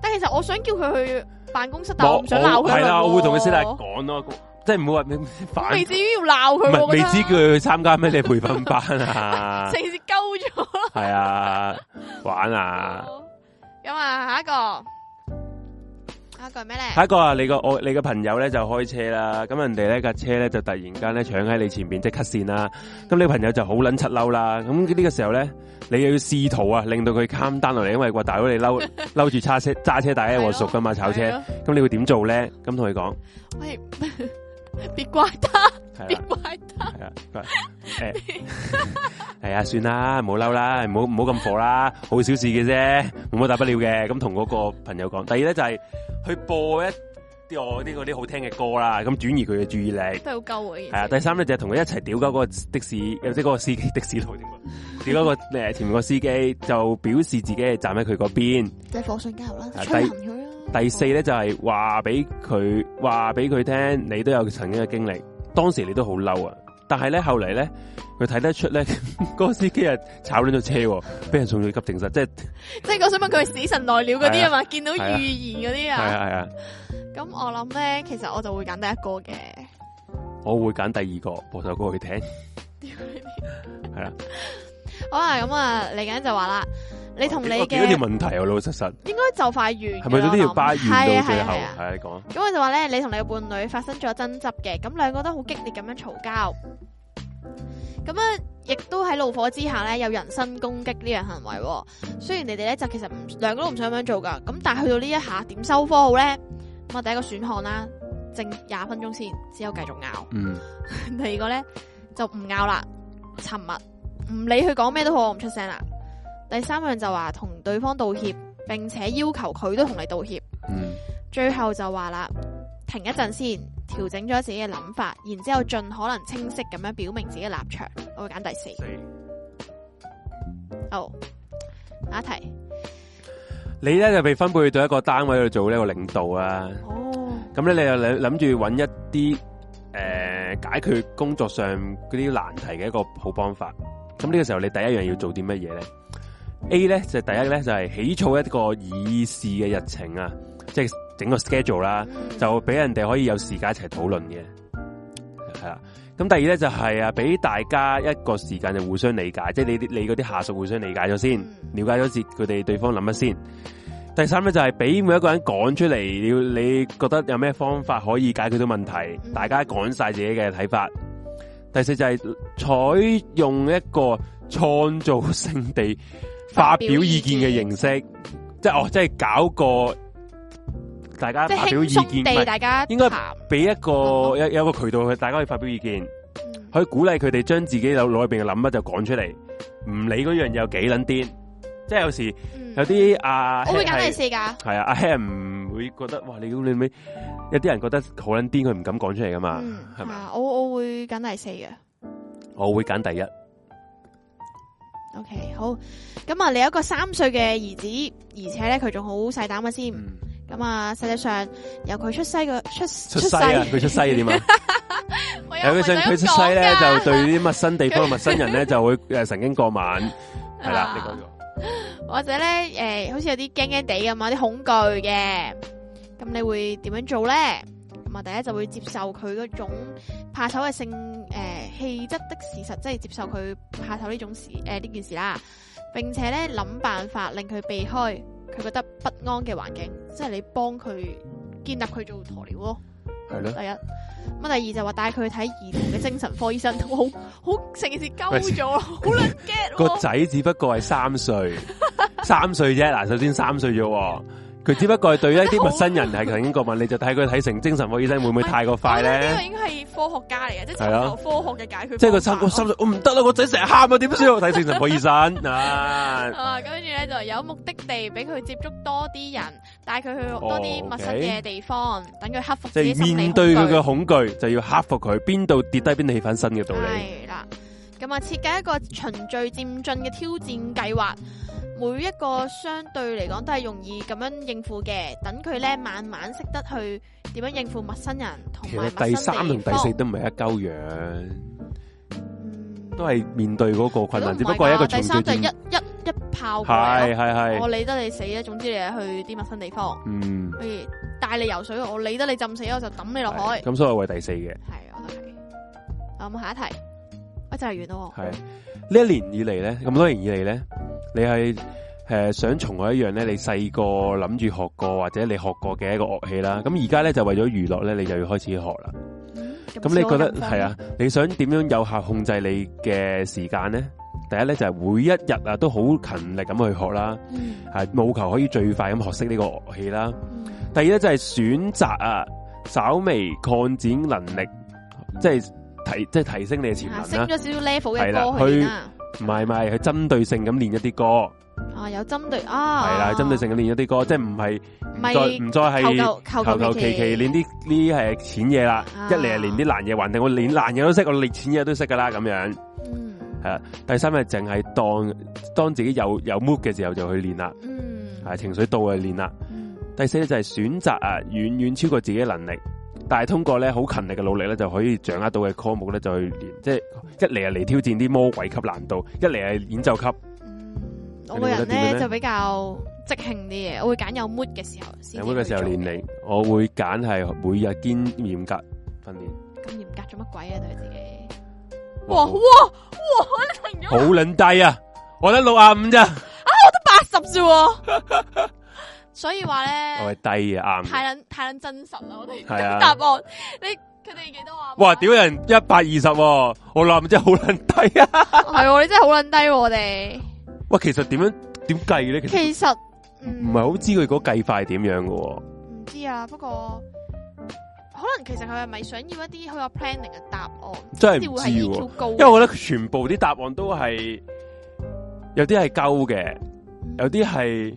Speaker 3: 但其實我想叫佢去辦公室，但我
Speaker 1: 我
Speaker 3: 唔想 鬧佢
Speaker 1: 係啦，
Speaker 3: 喎
Speaker 1: 我會同佢師弟講咯，即係唔好話咩
Speaker 3: 我
Speaker 1: 反，
Speaker 3: 未
Speaker 1: 唔
Speaker 3: 至於要鬧佢喎，
Speaker 1: 係
Speaker 3: 我
Speaker 1: 未
Speaker 3: 覺得
Speaker 1: 知 叫佢去參加咩你培訓班啊
Speaker 3: 成，件事鳩咗咯。
Speaker 1: 係啊，玩啊！
Speaker 3: 咁啊，下一個，下一個係咩咧？
Speaker 1: 下一個啊，你個我你嘅朋友咧就開車啦，咁人哋咧架車咧就突然間咧搶喺你前面即係 cut 線啦，咁你朋友就好撚柒嬲啦，咁呢個時候咧，你又要試圖啊令到佢 calm down 落嚟，因為話大佬你嬲嬲住揸車揸車大家一鑊熟噶嘛，炒車，
Speaker 3: 係咯
Speaker 1: 咁你會點做咧？咁同佢講，
Speaker 3: 哎喂， 别怪他，
Speaker 1: 係
Speaker 3: 别
Speaker 1: 啦
Speaker 3: 怪他。
Speaker 1: 係啦，佢話 誒係啊，哎算啦，唔好嬲啦，唔好唔好咁火啦，好小事嘅啫，冇乜大不了嘅。咁同嗰個朋友講，第二咧就係去播一啲我啲嗰啲好聽嘅歌啦，咁轉移佢嘅注意力。
Speaker 3: 都係好鳩嘅，
Speaker 1: 系啊，第三咧就係同佢一齊屌鳩嗰個的士，又即係嗰個司機 的士佬點講屌鳩個诶前面個司機，就表示自己係站喺佢嗰邊。
Speaker 3: 即係火上加油啦
Speaker 1: 啊
Speaker 3: 吹
Speaker 1: 第
Speaker 3: 冧佢啦。
Speaker 1: 第四咧就係話俾佢話俾佢聽，你都有曾經嘅經歷，當時你都好嬲啊。但係咧後嚟咧，佢睇得出咧， 嗰個司機啊炒撚咗車喎，俾人送咗去急症室，即係
Speaker 3: 即係我想問佢係死神來了嗰啲啊嘛，見到預言嗰啲
Speaker 1: 係
Speaker 3: 啊。
Speaker 1: 啊係啊，
Speaker 3: 咁我諗咧，其實我就會揀第一個嘅。
Speaker 1: 我會揀第二個播首歌去聽，係啦。
Speaker 3: 好啦，咁啊，嚟緊就話啦，你同你
Speaker 1: 我見
Speaker 3: 嘅
Speaker 1: 到條問題啊，老老實實
Speaker 3: 應該就快完㗎啦，
Speaker 1: 係咪到呢條巴完
Speaker 3: 係啊
Speaker 1: 到
Speaker 3: 係
Speaker 1: 最
Speaker 3: 啊
Speaker 1: 後？
Speaker 3: 係啊
Speaker 1: 係你講啊。
Speaker 3: 咁佢就話咧，你同你嘅伴侶發生咗爭執嘅，咁兩個都好激烈咁樣嘈交，咁咧亦都喺怒火之下咧有人身攻擊呢樣行為、喎。雖然你哋咧就其實唔兩個都唔想咁樣做噶，咁但係去到呢一下點收科好咧？咁啊第一個選項啦，靜廿分鐘先，之後繼 續拗。
Speaker 1: 嗯，
Speaker 3: 第二個咧就唔拗啦，沉默，唔理佢講咩都好，我唔出聲啦。第三樣就話同對方道歉，並且要求佢都同你道歉。
Speaker 1: 嗯，
Speaker 3: 最後就話啦，停一陣先，調整咗自己嘅諗法，然之后尽可能清晰咁樣表明自己嘅立場。我會揀第四。
Speaker 1: 四。
Speaker 3: 好，下一題。
Speaker 1: 你咧就被分配到一個單位去做呢個領導啊。
Speaker 3: 哦，
Speaker 1: 咁咧你又諗諗住揾一啲诶、呃呃解決工作上嗰啲難題嘅一個好方法。咁呢個時候你第一樣要做啲乜嘢咧？A 咧就第一咧就係起草一個議事嘅日程啊，即係整個 schedule
Speaker 3: 啊
Speaker 1: 啦，就俾人哋可以有時間一齊討論嘅，係啦。咁第二咧就係啊，俾大家一個時間就互相理解，即係你啲你嗰啲下屬互相理解咗先，
Speaker 5: 嗯
Speaker 1: 了解咗自佢哋對方諗乜先。第三咧就係俾每一個人講出嚟，你要你覺得有咩方法可以解決到問題，
Speaker 3: 嗯
Speaker 1: 大家講晒自己嘅睇法。第四就係採用一個創造性地發表意見嘅形式，即係哦，即係搞個大家
Speaker 5: 即
Speaker 1: 發
Speaker 5: 係
Speaker 1: 表意
Speaker 5: 輕鬆
Speaker 1: 見，唔
Speaker 5: 地
Speaker 1: 係
Speaker 5: 大家
Speaker 1: 應該
Speaker 5: 談
Speaker 1: 俾一個有有一個渠道去大家可以發表意見。
Speaker 3: 嗯
Speaker 1: 可以鼓勵佢哋將自己腦腦入邊嘅諗乜就講出嚟，唔理嗰樣嘢有幾撚癲。即係有時
Speaker 3: 嗯
Speaker 1: 有啲啊，
Speaker 5: 我會揀第
Speaker 1: 係
Speaker 5: 四噶，
Speaker 1: 係啊，阿 h 唔會覺得哇，你屌你咩？有啲人覺得好撚癲，佢唔敢講出嚟噶嘛，
Speaker 3: 嗯
Speaker 1: 係咪？
Speaker 3: 啊我我會揀第四嘅。
Speaker 1: 我會揀第一，
Speaker 3: OK，好。咁啊，你有一個三歲嘅兒子，而且咧佢仲好細膽嘅先。
Speaker 1: 嗯，
Speaker 3: 咁啊，實際上由佢出世嘅
Speaker 1: 出
Speaker 3: 出出
Speaker 1: 西啊， 佢出西啊點啊？
Speaker 5: 我
Speaker 1: 有
Speaker 5: 有
Speaker 1: 佢
Speaker 5: 想
Speaker 1: 想佢出西咧，就 對啲陌生地方嘅陌生人咧，就會誒神經過敏，係啦，你講咗。
Speaker 3: 或者咧，诶、好似有啲驚驚地咁啊，有啲恐懼嘅，咁你會點樣做咧？咁啊，第一就會接受佢嗰種怕醜嘅性诶氣質的事實，即係接受佢怕醜呢種事诶呢、件事啦。並且咧諗辦法令佢避開佢覺得不安嘅環境，即係你幫佢建立佢做鴕鳥咯。
Speaker 1: 係咯，
Speaker 3: 第一，咁第二就話帶佢去睇兒童嘅精神科醫生，好好成件事
Speaker 1: 喂
Speaker 3: 鳩咗，好撚驚
Speaker 1: 個
Speaker 3: 喎。
Speaker 1: 仔只不過係三歲，三歲啫。嗱，首先三歲啫喎，佢只不過係對一啲陌生人係神經過敏，你就睇佢睇成精神科醫生會唔會太過快
Speaker 5: 我覺得呢個
Speaker 1: 咧？
Speaker 5: 應該係科學家嚟嘅，即係
Speaker 1: 係啊
Speaker 5: 尋求科學嘅解決方法。
Speaker 1: 即係個三個三歲，我唔得啦，個仔成日喊啊，點算啊？我睇精神科醫生啊！
Speaker 5: 啊，跟住咧就有目的地俾佢接觸多啲人，帶佢去多啲陌生嘅地方，等佢克服
Speaker 1: 哦
Speaker 5: 自己
Speaker 1: 即係
Speaker 5: 心理
Speaker 1: 面
Speaker 5: 恐
Speaker 1: 對佢嘅
Speaker 5: 懼。
Speaker 1: 恐懼，就要克服佢，邊度跌低邊度起翻身嘅道理。
Speaker 3: 系啦，咁啊，設計一個循序漸進嘅挑戰計劃，每一個相對嚟講都係容易咁樣應付嘅。等佢咧慢慢識得去點樣應付陌生人同
Speaker 1: 其
Speaker 3: 埋
Speaker 1: 實第三同第四都唔係一鳩樣，
Speaker 5: 嗯
Speaker 1: 都係面對嗰個困難，只不過係一個
Speaker 3: 第
Speaker 1: 循序
Speaker 3: 三就
Speaker 1: 漸
Speaker 3: 係一一一炮過
Speaker 1: 係
Speaker 3: 嚟咯
Speaker 1: 係係
Speaker 3: 我，理得你死啊！總之你係去啲陌生地方，
Speaker 1: 嗯，
Speaker 3: 譬如帶你游水，我理得你浸死，我就抌你落海。
Speaker 1: 咁所以我為第四嘅。
Speaker 3: 係，我都係。啊咁下一題，我就係完咯
Speaker 1: 系呢一年以嚟咧，咁多年以嚟咧，你係诶、呃想重我一樣咧，你細個諗住學過或者你學過嘅一個樂器啦。咁而家咧就為咗娛樂咧，你就要開始學啦。
Speaker 3: 喎。
Speaker 1: 咁你覺得
Speaker 3: 嗯少咗咁多
Speaker 1: 係啊？你想點樣有效控制你嘅時間咧？第一咧就係每一日啊都好勤力咁去學啦，
Speaker 3: 嗯
Speaker 1: 係務求可以最快咁學識呢個樂器啦。
Speaker 3: 嗯
Speaker 1: 第二咧就係選擇啊，稍微擴展能力，即係提即係提升你嘅潛
Speaker 3: 啊，
Speaker 1: 能
Speaker 3: 升
Speaker 1: 啦。
Speaker 3: 咗少少 level
Speaker 1: 係啦
Speaker 3: 嘅歌去練啦，
Speaker 1: 唔係唔係，係針對性咁練一啲歌，
Speaker 3: 啊有針對啊，
Speaker 1: 係啦，針對性咁練一啲歌，即係唔係唔
Speaker 3: 咪
Speaker 1: 再唔再
Speaker 3: 求
Speaker 1: 係
Speaker 3: 求
Speaker 1: 求
Speaker 3: 求求
Speaker 1: 求
Speaker 3: 其
Speaker 1: 其其練啲呢係淺嘢啦，
Speaker 3: 啊
Speaker 1: 一嚟係練啲難嘢，還定我練難嘢都識，我練淺嘢都識噶啦咁樣。
Speaker 3: 嗯
Speaker 1: 第三係淨係當當自己有有 mood 嘅時候就去練啦，
Speaker 3: 嗯
Speaker 1: 係情緒到就練啦。
Speaker 3: 嗯
Speaker 1: 第四咧就係選擇啊，遠遠超過自己嘅能力，但係通過咧好勤力嘅努力咧，就可以掌握到嘅科目咧就去練，即係一嚟係嚟挑戰啲魔鬼級難度，一嚟係演奏級。
Speaker 3: 嗯，
Speaker 1: 你
Speaker 3: 我個
Speaker 1: 覺得
Speaker 3: 人
Speaker 1: 點樣
Speaker 3: 咧
Speaker 1: 呢
Speaker 3: 就比較即興啲嘅，我會揀有 mood 嘅時候先。
Speaker 1: 有冇嘅時候練你，我會揀係每日堅嚴格訓練。
Speaker 3: 咁嚴格做乜鬼啊？對自己
Speaker 5: 哇哇
Speaker 1: 好
Speaker 5: 哇！你停咗
Speaker 1: 好撚低啊！我得六啊五咋，
Speaker 3: 八十啫喎， 所以話
Speaker 1: 我係
Speaker 3: 咧
Speaker 1: 低啊，啱嘅。
Speaker 5: 太撚太撚真實啦！我哋
Speaker 1: 係啊
Speaker 5: 答案，你佢哋幾多啊？
Speaker 1: 哇！屌人一百二十，我六啊五真係好撚低啊！
Speaker 3: 係喎，你真係好撚低喎我哋。
Speaker 1: 哇，其實點樣點計咧？其實
Speaker 3: 其實
Speaker 1: 唔
Speaker 3: 唔
Speaker 1: 係好知佢嗰計法係點樣嘅喎。
Speaker 3: 唔知啊，不過可能其實佢係咪想要一啲好有 planning 嘅答案？
Speaker 1: 真係
Speaker 3: 先
Speaker 1: 唔
Speaker 3: 會
Speaker 1: 知
Speaker 3: 係
Speaker 1: 喎
Speaker 3: EQ 高嘅，
Speaker 1: 因為我覺得全部啲答案都係有啲係鳩嘅，有啲係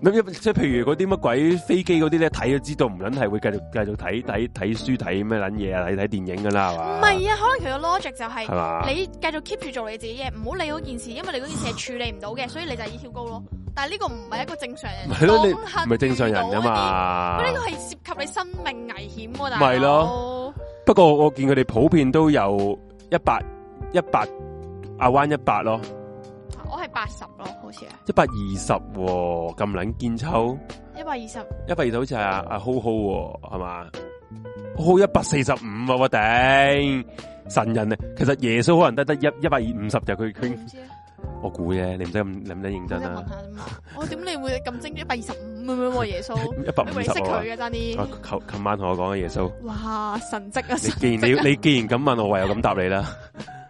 Speaker 1: 咁即係譬如嗰啲乜鬼飛機嗰啲咧，睇就知道唔撚係會繼續繼續睇睇睇書睇咩撚嘢啊，睇睇電影噶啦係
Speaker 3: 唔
Speaker 1: 嘛？
Speaker 3: 係啊，可能佢個 logic 就係、
Speaker 1: 係嘛？
Speaker 3: 你繼續 keep 住做你自己嘢，唔好理嗰件事，因為你嗰件事係處理唔到嘅，所以你就係要跳高咯。但係呢個唔係一個正常 人，
Speaker 1: 唔係咯，你
Speaker 3: 當下
Speaker 1: 唔係正常人噶
Speaker 3: 遇到嗰啲。
Speaker 1: 嘛
Speaker 3: 喂呢個係涉及你生命危險喎，大佬
Speaker 1: 咪係咯。不過我見佢哋普遍都有一百一百亞灣一百咯，
Speaker 6: 我係八十咯，好似係
Speaker 1: 一百二十喎，咁撚堅抽。
Speaker 3: 一百二十，
Speaker 1: 一百二好似係阿阿浩浩喎，係嘛？浩浩一百四十五啊！我頂神人啊！其實耶穌可能得得一一百二五十就佢
Speaker 3: 我唔
Speaker 1: 佢，
Speaker 3: 知啊，
Speaker 1: 我估啫，你唔使咁你唔使認
Speaker 3: 我真
Speaker 1: 真啊
Speaker 3: 係
Speaker 1: 啦
Speaker 3: 問，下啫嘛。我點你會咁精一百二十五咁樣喎？耶穌，
Speaker 1: 一百
Speaker 3: 因
Speaker 1: 五
Speaker 3: 為
Speaker 1: 十
Speaker 3: 你識
Speaker 1: 啊
Speaker 3: 佢嘅爭
Speaker 1: 我！
Speaker 3: 啲。
Speaker 1: 琴琴晚同我講嘅耶穌，
Speaker 3: 哇，神蹟啊！
Speaker 1: 你
Speaker 3: 神
Speaker 1: 既然
Speaker 3: 蹟啊
Speaker 1: 你你既然咁問我，唯有咁答你啦。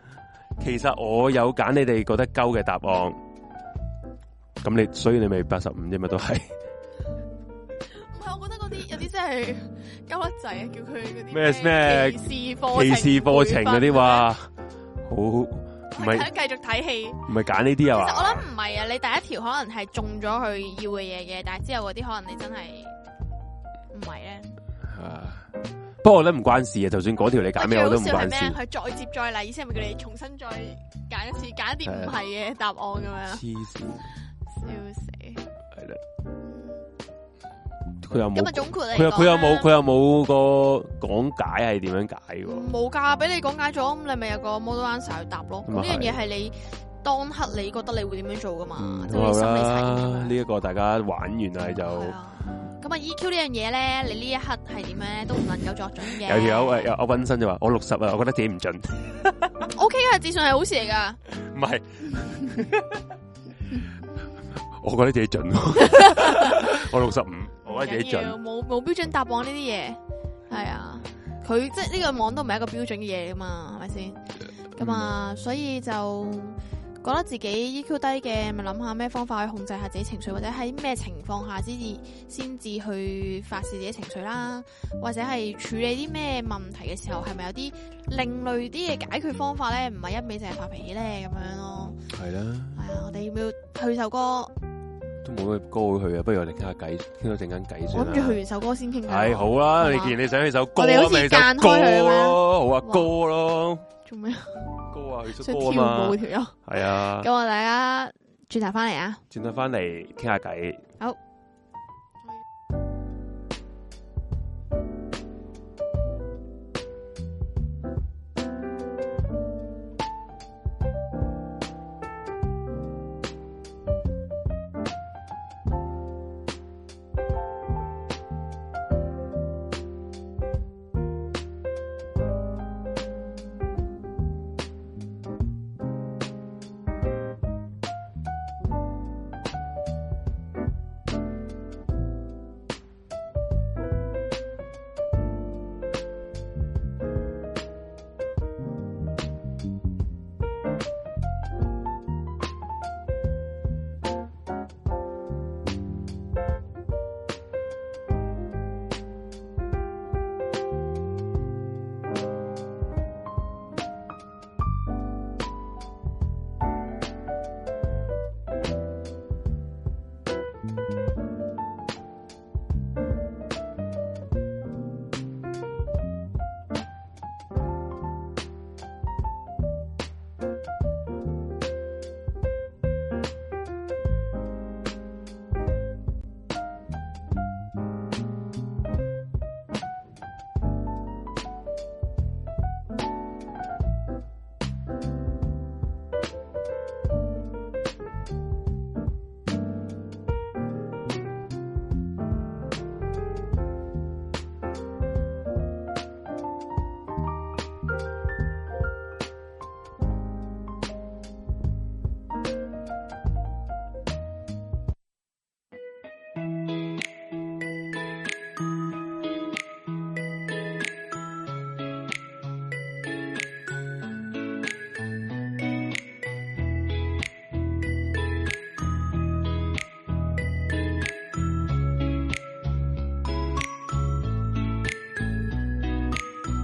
Speaker 1: 其實我有揀你哋覺得鳩嘅答案，咁你所以你咪八十五啫嘛，都係
Speaker 3: 唔係，我覺得嗰啲有啲真係鳩得滯啊！叫佢嗰啲
Speaker 1: 咩咩
Speaker 3: 歧視 課
Speaker 1: 歧視課程嗰啲，哇，好
Speaker 3: 唔
Speaker 1: 唔
Speaker 3: 係
Speaker 1: 係
Speaker 3: 繼續睇戲。
Speaker 1: 唔係揀呢啲
Speaker 3: 其實我
Speaker 1: 啊
Speaker 3: 諗唔係啊，你第一條可能係中咗佢要嘅嘢嘅，但係之後嗰啲可能你真係唔係咧。
Speaker 1: 嘛？不過我覺得唔關事啊，就算嗰條你揀咩我都唔
Speaker 3: 最好笑係
Speaker 1: 關
Speaker 3: 咩
Speaker 1: 事
Speaker 3: 呢。佢再接再厲，意思係咪叫你重新再揀一次，揀一啲唔
Speaker 1: 啊
Speaker 3: 係嘅答案咁樣？
Speaker 1: 黐線，
Speaker 3: 笑死！
Speaker 1: 係啦。佢又冇
Speaker 3: 咁啊，，總括嚟
Speaker 1: 佢又
Speaker 3: 講
Speaker 1: 佢又冇，
Speaker 3: 啦
Speaker 1: 佢又冇個講解係點樣解喎？
Speaker 3: 冇噶，俾你講解咗，咁你咪有個 model answer 去答咯。咁
Speaker 1: 咁啊
Speaker 3: 呢樣嘢
Speaker 1: 係嗯
Speaker 3: 係你當刻你覺得你會點樣做噶嘛？即係
Speaker 1: 好
Speaker 3: 啊
Speaker 1: 啊
Speaker 3: 你心理測驗啊
Speaker 1: 啦，呢一個大家玩完啦就
Speaker 3: 係啊咁啊，EQ 呢樣嘢咧，你呢一刻係點樣咧，都唔能夠作準嘅。
Speaker 1: 有條友誒，有阿温生就話我六十啊，我覺得自己唔準，
Speaker 3: O K 啊嘅，自信係好事嚟噶。
Speaker 1: 唔 係，我覺得自己準， 我六十五，我覺得自己
Speaker 3: 唔緊要
Speaker 1: 準，
Speaker 3: 冇冇標準答案呢啲嘢，係啊，佢即係呢個網都唔係一個標準嘅嘢嚟噶嘛，係咪先？咁
Speaker 1: 嗯
Speaker 3: 啊，所以就覺得自己 EQ 低嘅，咪諗下咩方法去控制下自己情緒，或者喺咩情況下先至先至去發泄自己情緒啦，或者係處理啲咩問題嘅時候，係咪有啲另類啲嘅解決方法咧？唔係一味淨係發脾氣咧咁樣咯。
Speaker 1: 係啦，
Speaker 3: 係啊，我哋要唔要去首歌？
Speaker 1: 都冇咩歌去啊，不如我哋傾下偈，傾到陣間偈
Speaker 3: 我
Speaker 1: 先
Speaker 3: 諗住去
Speaker 1: 啦。
Speaker 3: 完首歌先傾偈喎。
Speaker 1: 啊係好啊啦，
Speaker 3: 好嘛
Speaker 1: 你既然你想去首歌，
Speaker 3: 我哋好似
Speaker 1: 咪去首
Speaker 3: 間開佢
Speaker 1: 歌
Speaker 3: 咁
Speaker 1: 咯，好啊，
Speaker 3: 哇
Speaker 1: 歌咯，
Speaker 3: 做咩？
Speaker 1: 歌啊，去首
Speaker 3: 想
Speaker 1: 歌
Speaker 3: 跳
Speaker 1: 啊嘛
Speaker 3: 舞，條友。
Speaker 1: 係啊
Speaker 3: 咁，我大家轉頭翻嚟啊！
Speaker 1: 轉頭翻嚟傾下偈。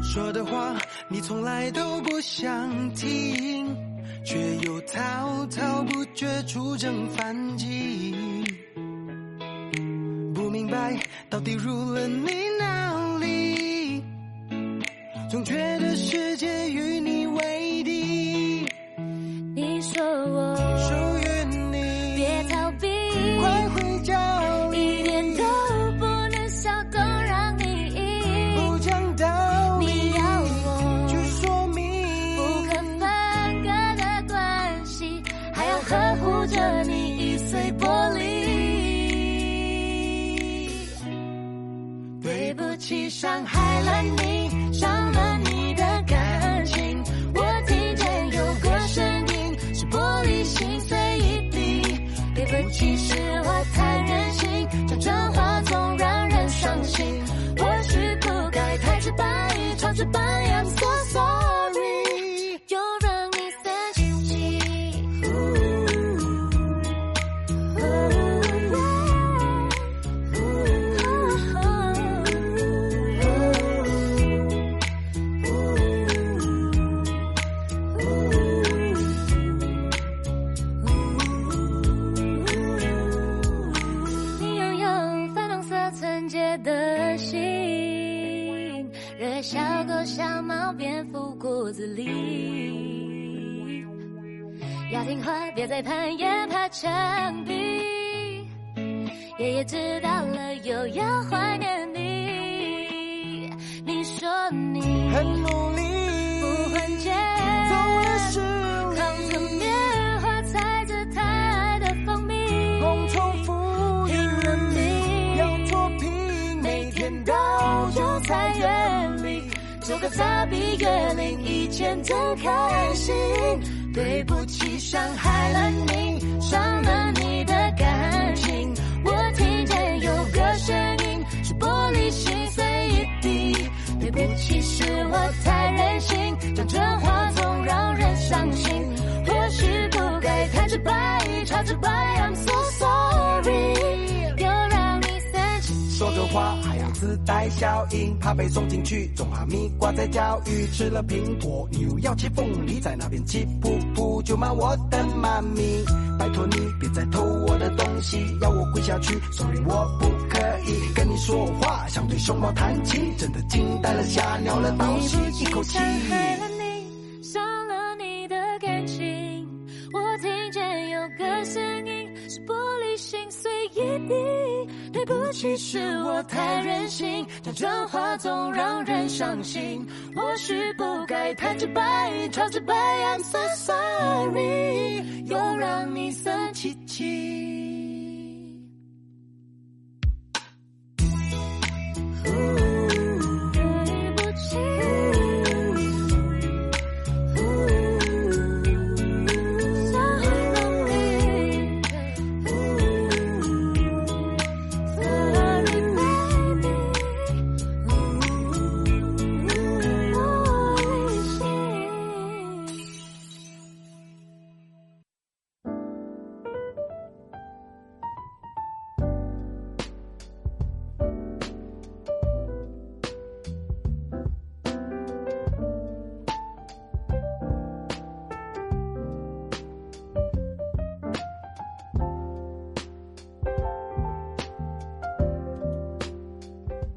Speaker 2: 说的话你从来都不想听，却又滔滔不绝出征反击。不明白到底入了你哪里，总觉得世界与你为敌，
Speaker 7: 你说我
Speaker 2: 属于你，
Speaker 7: 别逃避，
Speaker 2: 快回家里，
Speaker 7: 一点都不能小动，让你赢。
Speaker 2: 不讲道理。
Speaker 7: 你要气伤害了你，伤了你的感情。我听见有个声音，是玻璃心碎一地。对不起，是我太任性，讲真话总让人伤心。或许不该太直白，超直白，I'm so sorry，又让你三心急。你拥有粉红色纯洁的心，惹小狗、小猫、蝙蝠骨子里。要听话，别再攀岩爬墙壁。爷爷知道了，又要怀念你。你说你
Speaker 2: 很努力，
Speaker 7: 不会觉
Speaker 2: 都会失
Speaker 7: 靠着
Speaker 2: 利，
Speaker 7: 棉花踩着他爱的蜂蜜。
Speaker 2: 共同富裕，
Speaker 7: 拼了命
Speaker 2: 要脱贫，每天都有在园里，
Speaker 7: 做个傻逼月龄，以前真开心。对不起，伤害了你，伤了你的感情。我听见有个声音，是玻璃心碎一地。对不起，是我太任性，讲真话总让人伤心。或许不该太直白，超直白，I'm so sorry，又让你三心。
Speaker 2: 说着话还要自带效应，怕被送进去，种哈密瓜在教育，吃了苹果你要吃凤梨，在那边气噗噗就骂我的妈咪，拜托你别再偷我的东西，要我跪下去，sorry 我不可以跟你说话，想对熊猫弹琴，真的惊呆了吓尿了，倒吸一口气
Speaker 7: 伤。害了你，伤了你的感情。我听见有个声音，是玻璃心碎一地。对不起，是我太任性，讲真话总让人伤心。或许不该太直白，超直白，I'm so sorry，又让你生气气。对不起。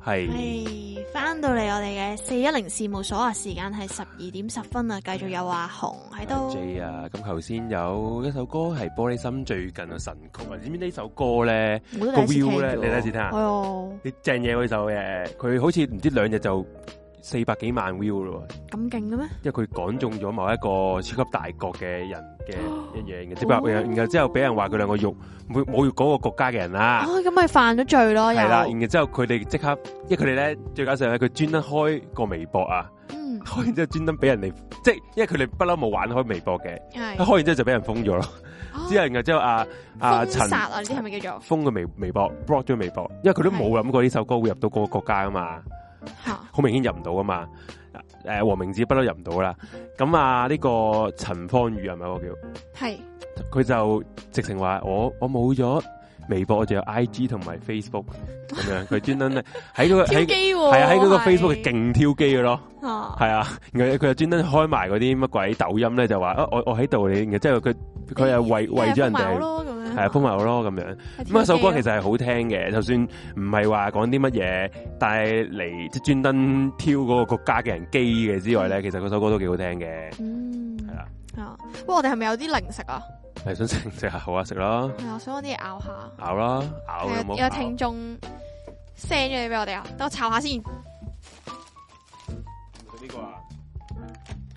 Speaker 1: 系
Speaker 8: 系翻到嚟我哋嘅四一零事務所啊，時間係十二點十分啊，繼續有阿紅喺度。
Speaker 1: J 啊，咁頭先有一首歌係玻璃心最近嘅神曲啊，你知唔知呢首歌咧
Speaker 8: 我都
Speaker 1: 個
Speaker 8: 第一次
Speaker 1: view
Speaker 8: 聽
Speaker 1: 咧？
Speaker 8: 啫
Speaker 1: 你睇
Speaker 8: 喎
Speaker 1: 下先聽啊下
Speaker 8: 哎。呦，
Speaker 1: 你正嘢嗰首嘢，佢好似唔知兩日就四百幾萬 view 咯喎，
Speaker 8: 咁勁嘅咩？
Speaker 1: 因為佢講中咗某一個超級大國嘅人嘅一樣嘅，只不過然後之後俾人話佢兩個辱侮侮辱嗰個國家嘅人啦，
Speaker 8: 哦，咁咪犯咗罪
Speaker 3: 哦
Speaker 8: 咯，又
Speaker 1: 係啊啦，然後之後佢哋即刻，因為佢哋咧最搞笑咧，佢專登開個微博啊，
Speaker 8: 嗯
Speaker 1: 開完之後專登俾人哋，即係因為佢哋不嬲冇玩開微博嘅，一
Speaker 8: 係。
Speaker 1: 開完之後就俾人封咗咯，
Speaker 3: 哦
Speaker 1: 之後然後之後啊啊
Speaker 8: 哦封
Speaker 1: 陳
Speaker 8: 殺啊，呢啲係咪叫做
Speaker 1: 封個微微博 block 咗微博，因為佢都冇諗過呢首歌會入到嗰個國家啊嘛。
Speaker 8: 吓？
Speaker 1: 好明顯入唔到啊嘛。誒、黃明志不嬲入唔到啦。咁啊，呢、個陳芳宇係咪嗰個叫？
Speaker 8: 係
Speaker 1: 佢就直情話我我冇咗微博，我仲有 I G 同埋 Facebook 咁樣。佢專登咧喺嗰 個
Speaker 8: 挑
Speaker 1: 喺
Speaker 8: 機喎，
Speaker 1: 係啊喺嗰個
Speaker 8: 係
Speaker 1: Facebook 勁挑機嘅咯，
Speaker 8: 啊，
Speaker 1: 係啊。然後佢就專登開埋嗰啲乜鬼抖音咧，就話啊我我喺度你，然後即係佢佢係為為咗
Speaker 8: 係封
Speaker 1: 人
Speaker 8: 埋我
Speaker 1: 哋
Speaker 8: 咯咁樣，
Speaker 1: 係啊封埋我咯咁樣。咁
Speaker 8: 係
Speaker 1: 啊首歌
Speaker 8: 挑機
Speaker 1: 其實係好聽嘅，就算唔係話講啲乜嘢，但係嚟即係專登挑嗰個國家嘅人機嘅之外咧，其實嗰首歌都幾好聽嘅，
Speaker 8: 嗯
Speaker 1: 係啦。
Speaker 8: 啊，喂，我哋係咪有啲零食啊？
Speaker 1: 係想食食下好啊，食啦，
Speaker 8: 係啊，想搵啲嘢咬下。
Speaker 1: 咬啦，咬
Speaker 8: 係
Speaker 1: 有
Speaker 3: 呃
Speaker 8: 啊
Speaker 1: 冇
Speaker 8: 有
Speaker 1: 咬？
Speaker 8: 聽眾 send 咗嘢俾我哋啊，等我抄下先。
Speaker 1: 呢個啊，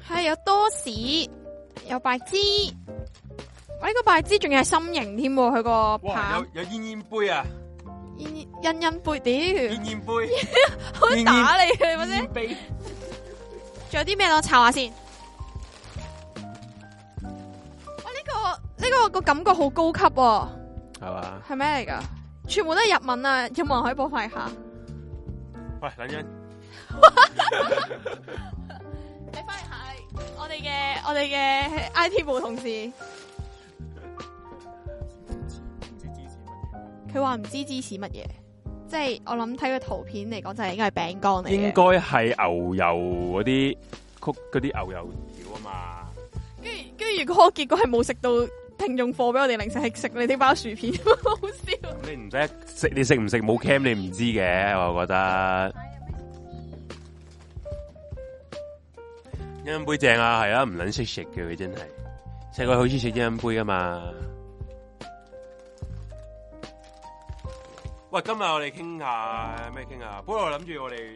Speaker 8: 係有多士，有白芝。我呢個白芝仲要係心形添喎，佢個
Speaker 1: 哇，
Speaker 8: 棒
Speaker 1: 有有煙煙杯啊，
Speaker 8: 煙
Speaker 3: 印印背屌，
Speaker 1: 燕燕杯，
Speaker 3: 好
Speaker 1: 燕燕
Speaker 3: 打你嘅，係咪先？
Speaker 1: 燕杯，嗯
Speaker 3: 仲有啲咩我抄下先。哇！呢、個呢、個個感覺好高級喎、
Speaker 1: 系嘛？
Speaker 3: 係咩嚟噶？全部都係日文啊！有冇人可以播快下？
Speaker 1: 喂，等陣
Speaker 3: 你翻嚟係我哋嘅我哋嘅 I T 部同事，佢話唔知芝士乜嘢，即係我諗睇佢圖片嚟講就係應該係餅乾嚟嘅。
Speaker 1: 應該係牛油嗰啲曲嗰啲牛油條啊嘛。
Speaker 3: 跟住跟住，如果我結果係冇食到聽眾貨俾我哋零食，係食你啲包薯片，好笑。
Speaker 1: 你唔使食，你食唔食冇 cam 你唔知嘅，我覺得。欣杯正啊，係啊，唔撚識食嘅佢真係，細個好中意食欣杯噶嘛。喂，今日我哋傾下咩傾啊？不過我諗住我哋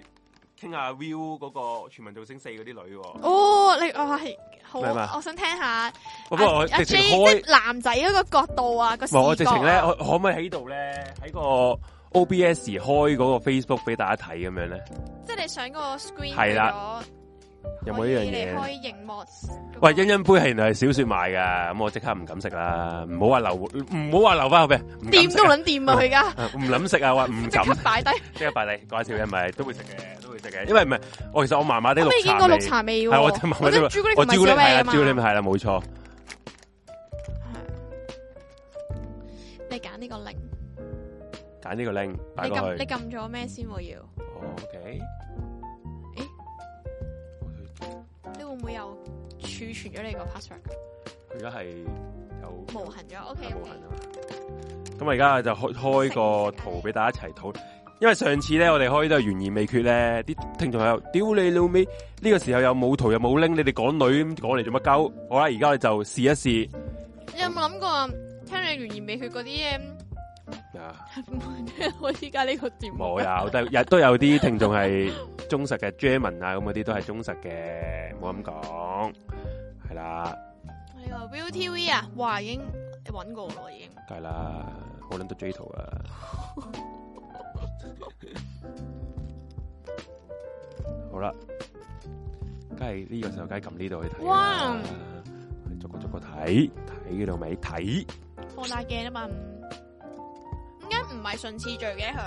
Speaker 1: 傾下 View 嗰個全民造星四嗰啲女喎。
Speaker 3: 哦，你我係好，
Speaker 1: 明白
Speaker 3: 我想聽下
Speaker 1: 不過我
Speaker 3: 阿
Speaker 1: 直情
Speaker 3: J
Speaker 1: 開
Speaker 3: 即。係男仔嗰個角度啊，個視
Speaker 1: 唔係我直
Speaker 3: 覺
Speaker 1: 情咧，
Speaker 3: 啊
Speaker 1: 可可唔可以喺度咧喺個 OBS 開嗰個 Facebook 俾大家睇咁樣咧？
Speaker 3: 即係你上嗰個 screen
Speaker 1: 係
Speaker 3: 啦，
Speaker 1: 有冇呢樣
Speaker 3: 你
Speaker 1: 嘢？
Speaker 3: 開熒幕嗰個，
Speaker 1: 喂，欣欣杯係原來係小雪買噶，咁我即刻唔敢食啦，唔好話留，唔好話留翻後邊，唔敢
Speaker 3: 掂
Speaker 1: 食
Speaker 3: 都撚掂啊！佢而家
Speaker 1: 啊唔諗食啊，話唔
Speaker 3: 即
Speaker 1: 敢
Speaker 3: 刻，擺低，
Speaker 1: 即刻拜你，講笑，因咪都會食嘅，都會食嘅，因為唔係，我其實我麻麻啲
Speaker 3: 我未
Speaker 1: 綠
Speaker 3: 見
Speaker 1: 茶
Speaker 3: 過
Speaker 1: 味
Speaker 3: 綠，茶味
Speaker 1: 係
Speaker 3: 喎，
Speaker 1: 我
Speaker 3: 我
Speaker 1: 真係麻麻
Speaker 3: 覺
Speaker 1: 啲
Speaker 3: 得
Speaker 1: 綠
Speaker 3: 朱古力
Speaker 1: 我
Speaker 3: 同埋
Speaker 1: 朱古
Speaker 3: 小
Speaker 1: 力
Speaker 3: 味
Speaker 1: 係
Speaker 3: 啊
Speaker 1: 啦，
Speaker 3: 嘛
Speaker 1: 朱古力。係啦，冇錯，
Speaker 3: 你揀呢個零，
Speaker 1: 揀呢個 link 擺
Speaker 3: 你
Speaker 1: 過
Speaker 3: 撳
Speaker 1: 去哦
Speaker 3: 你。撳咗咩先喎？要
Speaker 1: O K，哦
Speaker 3: 你會唔會又儲存咗你個 password？
Speaker 1: 佢而家係有
Speaker 3: 無痕咗
Speaker 1: 係
Speaker 3: ，OK
Speaker 1: 冇
Speaker 3: OK
Speaker 1: 痕啊。咁我而家就開開個圖俾大家一齊討，因為上次咧我哋開都係懸而未決咧，啲聽眾喺度屌你老味，呢、個時候又冇圖又冇拎，你哋講女咁講嚟做乜鳩？好啦，而家我哋就試一試
Speaker 3: 你有冇諗過啊聽你原言未血嗰啲 嘢？
Speaker 1: 啊！
Speaker 3: 我依家呢個節目
Speaker 1: 冇啊有，都有都有啲聽眾係忠實嘅 German 啊，咁嗰啲都係忠實嘅，冇咁講，係啦，
Speaker 3: 你話 Viu TV 啊，哇已經揾過咯，已經
Speaker 1: 梗係啦，好撚多 J 圖啊！ 好啦，梗係呢個時候梗係撳呢度去睇啦
Speaker 3: 哇，
Speaker 1: 逐個逐個睇，睇到尾睇，
Speaker 3: 放大鏡啊嘛，唔點解唔係順次序嘅佢？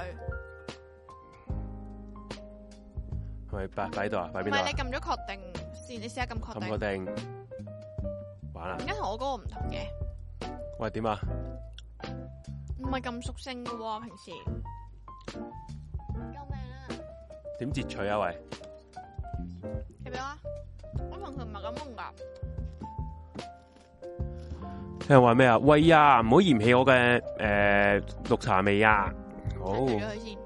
Speaker 1: 係咪擺擺喺度啊？擺
Speaker 3: 唔
Speaker 1: 邊
Speaker 3: 係
Speaker 1: 度
Speaker 3: 你撳咗確定先，你試下撳
Speaker 1: 啊？
Speaker 3: 確
Speaker 1: 咁我
Speaker 3: 定，
Speaker 1: 定玩啊
Speaker 3: 點！解同我嗰個唔同嘅？
Speaker 1: 喂，點啊？
Speaker 3: 唔係咁屬性嘅喎，平時。救命啊！
Speaker 1: 點截取啊？喂！
Speaker 3: 係咪啊？我同佢唔係咁用噶，
Speaker 1: 聽人話咩啊？喂呀，唔好嫌棄我嘅誒綠茶味啊！好，
Speaker 3: 剔除咗佢先，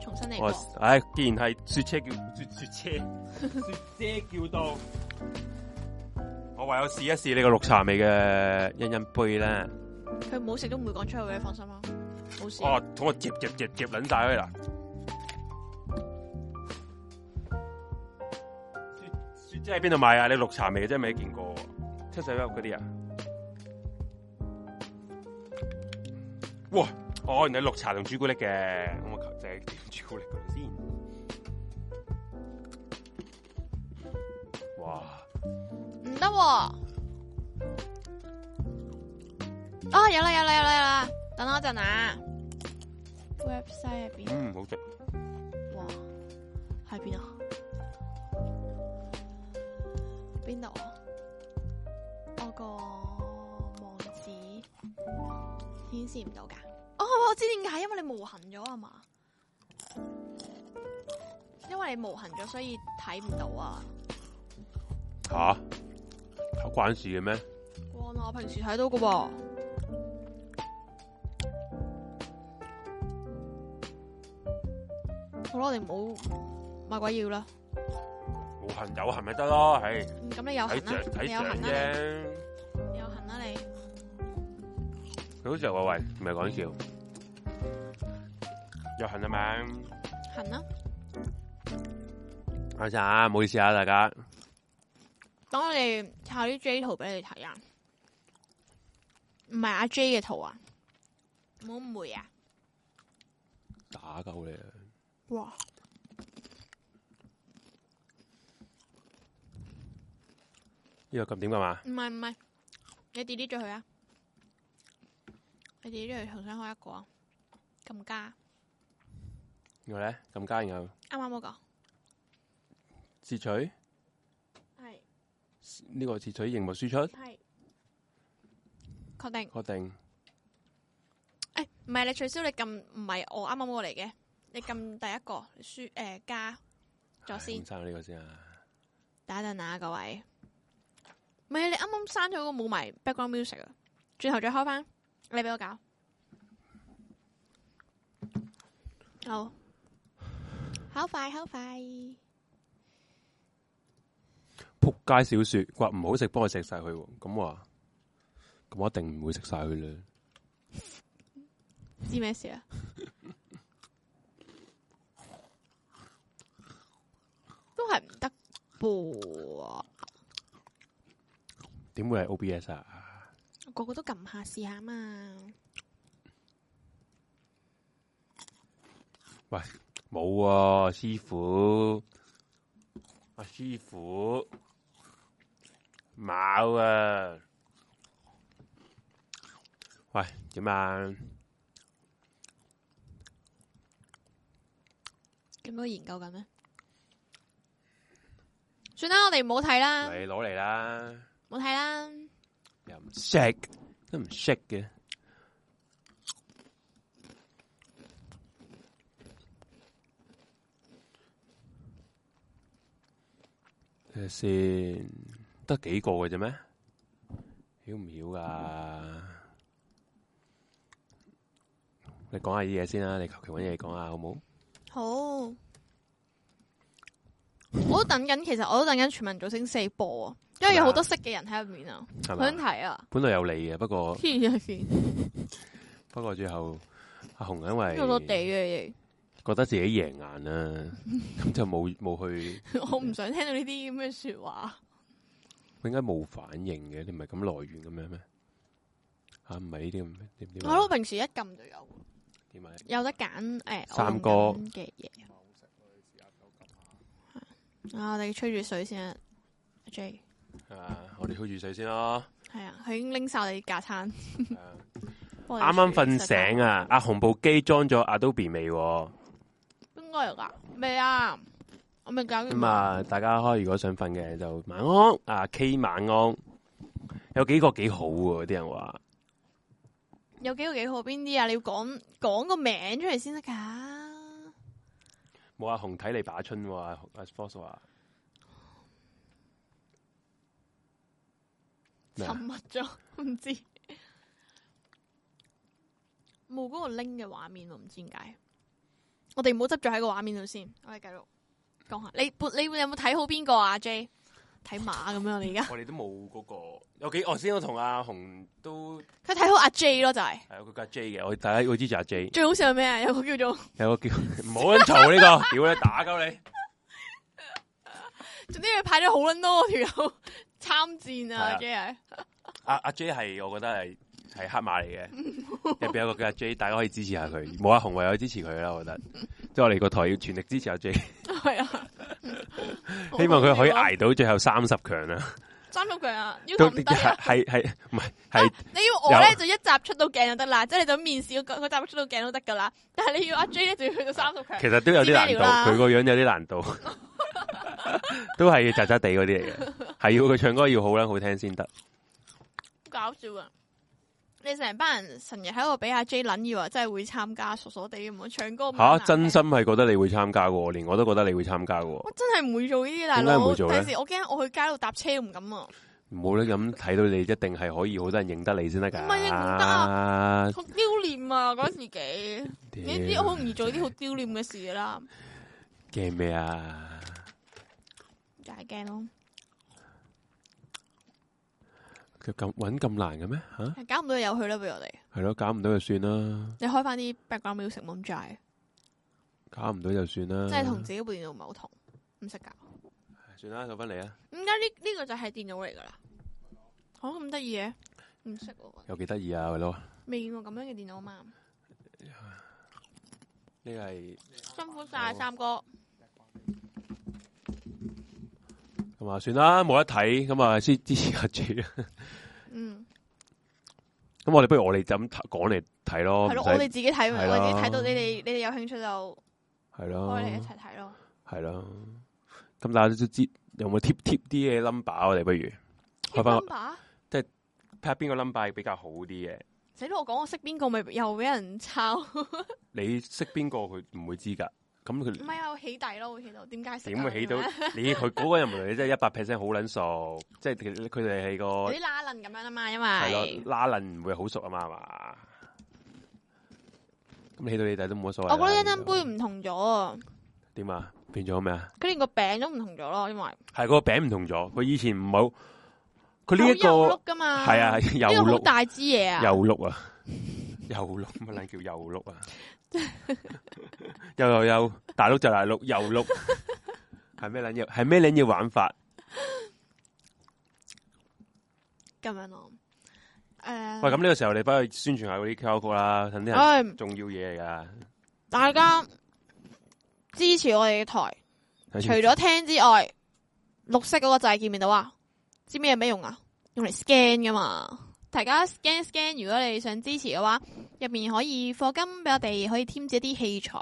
Speaker 3: 重新嚟
Speaker 1: 我
Speaker 3: 過。
Speaker 1: 哦唉、既然係雪車叫雪雪車，雪車叫到，我唯有試一試呢個綠茶味嘅欣欣杯啦。
Speaker 3: 佢唔好食都唔會講出去嘅，你放心啦，啊冇事。
Speaker 1: 哦，同我夾夾夾夾撚晒 佢啦！雪雪姐喺邊度買啊？你綠茶味嘅真係未見過喎，七十一嗰啲啊！哇！哦，原來綠茶同朱古力嘅，咁我求仔點朱古力嗰度先。哇！
Speaker 3: 唔得喎！啊，有啦有啦有啦有啦，等我一陣啊。website 入邊，
Speaker 1: 嗯，好食。
Speaker 3: 哇，喺邊啊？邊度啊？我個網址顯示唔到㗎。哦，我知點解，因為你無痕咗啊嘛。因為你無痕咗，所以睇唔到啊。
Speaker 1: 吓、有關事嘅咩？
Speaker 3: 光啊！我平時睇到噶噃。好啦，我哋唔好買鬼要啦。
Speaker 1: 無痕有痕咪得咯，係
Speaker 3: 嗯咁你有
Speaker 1: 睇
Speaker 3: 痕啦
Speaker 1: 相，睇
Speaker 3: 你有
Speaker 1: 相
Speaker 3: 痕啦，
Speaker 1: 啫。
Speaker 3: 你有痕啦，你
Speaker 1: 佢好似話喂，唔係講笑，有痕啊嘛，
Speaker 3: 痕啦。
Speaker 1: 阿仔，唔好意思啊，大家
Speaker 3: 等我哋抄啲 J 圖俾你睇啊。唔係阿 J 嘅圖啊，唔好誤會啊。
Speaker 1: 打鸠你啊！
Speaker 3: 哇！
Speaker 1: 呢個咁點噶嘛？
Speaker 3: 唔係唔係，你 delete 咗佢啊！你 delete 咗佢，重新開一個啊！撳加，
Speaker 1: 然後咧咁加，然後
Speaker 3: 啱啱嗰個
Speaker 1: 截取
Speaker 3: 係
Speaker 1: 呢、個截取熒幕輸出，
Speaker 3: 係確定。
Speaker 1: 確定
Speaker 3: 诶，唔係你取消，你撳唔係我啱啱嗰個嚟嘅，你撳第一個輸诶、加咗
Speaker 1: 唉
Speaker 3: 先
Speaker 1: 咁。刪咗呢個先啊！
Speaker 3: 打陣啊，各位。唔係你啱啱刪咗嗰個冇埋 background music 啊，轉頭再開翻，你俾我搞。好，好快，好快。
Speaker 1: 仆街小说，佢話唔好食，幫我食晒佢喎。咁話咁我一定唔會食晒佢啦。
Speaker 3: 知咩事啊？都係唔得噃，
Speaker 1: 點會係 OBS 啊？
Speaker 3: 個個都撳下試下嘛。
Speaker 1: 冇啊，師傅，阿、啊師傅冇啊！喂，點啊？
Speaker 3: 咁多研究緊咩？算啦，我哋唔好睇啦，
Speaker 1: 你攞嚟啦，
Speaker 3: 唔好睇啦。
Speaker 1: 又唔識，都唔識嘅。睇下先，得幾個嘅啫咩？曉唔曉噶？你講下啲嘢先啦，你求其搵嘢講下好冇？
Speaker 3: 好，我都等緊，其實我都等緊全民造星四播啊，因為有好多識嘅人喺入面啊，
Speaker 1: 係
Speaker 3: 好想
Speaker 1: 咪啊？
Speaker 3: 睇啊，
Speaker 1: 本來有你嘅，不過
Speaker 3: 黐線，
Speaker 1: 不過最後阿紅因為
Speaker 3: 弱弱地嘅
Speaker 1: 覺得自己贏硬啦，咁就冇冇去，
Speaker 3: 你，我唔想聽到呢啲咁嘅说話。
Speaker 1: 佢應該冇反應嘅，你唔係咁來源咁樣咩？啊，唔係呢啲咁點點啊
Speaker 3: 我咯，平時一撳就有，
Speaker 1: 點啊？
Speaker 3: 有得揀诶，誒
Speaker 1: 三哥
Speaker 3: 我諗緊嘅嘢。啊，我哋吹住水先啊阿，J
Speaker 1: 啊，我哋吹住水先咯。
Speaker 3: 係啊，佢已經拎晒我哋啲架餐，
Speaker 1: 啊
Speaker 3: 幫我哋
Speaker 1: 啱啱
Speaker 3: 吹
Speaker 1: 瞓醒啊！阿紅部機裝咗 Adobe 未喎？
Speaker 3: 邊個嚟㗎？未啊，我未搞
Speaker 1: 咁
Speaker 3: 完。
Speaker 1: 啊，大家可以如果想瞓嘅就晚安啊，K 晚安。有幾個幾好喎？啲人話
Speaker 3: 有幾個幾好邊啲啊？你要講講個名出嚟先得㗎。
Speaker 1: 冇阿紅睇你把春喎，阿阿 Force 話咩啊
Speaker 3: 沉默咗，唔知冇嗰個拎嘅畫面喎，唔知點解。我哋唔好執咗喺個畫面度先，我哋繼續講下。你撥你會有冇睇好邊個啊？J 睇馬咁 樣，你而家
Speaker 1: 我哋都冇嗰、個有幾我先我同阿紅都
Speaker 3: 佢睇好阿 J 咯，就係、
Speaker 1: 係有個叫 J 嘅，我大家我知就阿 J
Speaker 3: 最好笑係咩啊？有個叫做
Speaker 1: 有個叫唔好撚嘈呢個，屌你打鳩你
Speaker 3: 總之佢派咗好撚多個條友參戰
Speaker 1: 係
Speaker 3: 啊
Speaker 1: 啊 阿
Speaker 3: ！J 係
Speaker 1: 阿 J 係我覺得係係黑馬嚟嘅， 入邊有個叫阿 J，大家可以支持下佢，冇啊阿紅唯有支持佢啦，我覺得即係我哋個台要全力支持 阿 J，希
Speaker 3: 係啊，
Speaker 1: 望佢可以捱到最後三十強啦，
Speaker 3: 三十強啊！要求
Speaker 1: 都
Speaker 3: 唔低啊
Speaker 1: 係！係係唔係係
Speaker 3: 你要我咧
Speaker 1: 有
Speaker 3: 就一集出到鏡就得啦，即係你就面試嗰嗰集出到鏡都得噶啦。但係你要阿 J 咧就要去到三十強
Speaker 1: 其。實都有啲難
Speaker 3: 知咩料
Speaker 1: 度，
Speaker 3: 啦
Speaker 1: 佢個樣有啲難 度，都係渣渣地嗰啲嚟嘅，係要佢唱歌要好撚好聽先得。
Speaker 3: 好搞笑啊！你成班人成日喺度俾阿 J 捻，以為真係會參加，傻傻地咁樣唱歌。
Speaker 1: 吓、真心係覺得你會參加嘅喎，連我都覺得你會參加嘅喎。
Speaker 3: 我真係唔會做呢啲大
Speaker 1: 點解唔
Speaker 3: 佬。
Speaker 1: 會做呢
Speaker 3: 第時我驚我去街度搭車唔敢啊！
Speaker 1: 唔好咧咁睇到你，一定係可以好多人認得你先得㗎。
Speaker 3: 唔係認唔得
Speaker 1: 啊！
Speaker 3: 好丟臉啊！嗰時 己，你
Speaker 1: 哎
Speaker 3: 知我好容易做啲好丟臉嘅事㗎啦，
Speaker 1: 驚咩啊？
Speaker 3: 就係驚咯。
Speaker 1: 佢咁搵咁難嘅咩？吓、
Speaker 3: 搞唔到有去啦，俾我哋。
Speaker 1: 係咯，搞唔到就算啦，
Speaker 3: 你開翻啲 background music 冇咁齋，
Speaker 1: 搞唔到就算啦。
Speaker 3: 即係同自己部電腦唔係好同，唔識搞。
Speaker 1: 算啦，扣翻嚟啊！
Speaker 3: 點解呢呢個就係電腦嚟㗎啦？好哦咁得意嘅，唔識喎。
Speaker 1: 嗯有幾得意啊，係咯。
Speaker 3: 未見過咁樣嘅電腦嘛？
Speaker 1: 呢個係
Speaker 3: 辛苦
Speaker 1: 哦
Speaker 3: 晒三哥，
Speaker 1: 咁啊，算啦，冇得睇，咁啊，先支 持阿 J 啦。
Speaker 3: 嗯，
Speaker 1: 咁我哋不如我哋就咁講嚟睇咯，
Speaker 3: 系咯，
Speaker 1: 唔
Speaker 3: 我
Speaker 1: 使
Speaker 3: 哋自己睇咪，
Speaker 1: 係啦哦
Speaker 3: 我哋自己睇到你哋，你哋有興趣就
Speaker 1: 係咯，
Speaker 3: 我哋一齊睇咯。
Speaker 1: 係咯。咁大家都知有冇貼貼啲嘅 number 啊我哋不如開翻
Speaker 3: number
Speaker 1: 睇下邊個 number 比較好啲嘅。
Speaker 3: 死到我講我識邊個，咪又俾人抄。 唔
Speaker 1: 你識邊個佢唔會知㗎，咁佢
Speaker 3: 係啊，我起底咯，會起到點解識啊？
Speaker 1: 點會 起到
Speaker 3: 咁樣
Speaker 1: 你佢嗰個人唔你真係一百 percent 好撚熟，即係佢佢哋 係
Speaker 3: 有
Speaker 1: 個
Speaker 3: 啲拉楞咁樣啊嘛，因
Speaker 1: 係
Speaker 3: 為
Speaker 1: 咯拉撚唔會好熟啊嘛，係嘛？咁起到你底都冇乜所謂啦。
Speaker 3: 我覺得一珍杯唔同咗啊，
Speaker 1: 點啊？變咗咩啊？
Speaker 3: 佢連個餅都唔同咗咯，因為
Speaker 1: 係個餅唔同咗，佢以前唔好，佢呢一個
Speaker 3: 有碌噶嘛，
Speaker 1: 係啊，又
Speaker 3: 呢個好
Speaker 1: 碌
Speaker 3: 大支嘢啊，
Speaker 1: 又碌啊， 又碌乜撚叫又碌啊？ 又又又大碌就大碌，又碌係咩撚嘢？係咩撚嘢玩法？
Speaker 3: 咁樣咯。誒，
Speaker 1: 喂，咁呢個時候你不如宣傳下嗰啲 QR code 啦，等啲人
Speaker 3: 唉
Speaker 1: 重要嘢嚟噶。
Speaker 3: 大家支持我哋嘅台，
Speaker 1: 睇
Speaker 3: 除
Speaker 1: 先
Speaker 3: 咗聽之外，綠色嗰個掣見唔見到啊？知唔知有咩用啊？用嚟 scan 噶嘛？大家 scan scan，如果你想支持嘅話，入面可以課金俾我哋，可以添置一啲器材，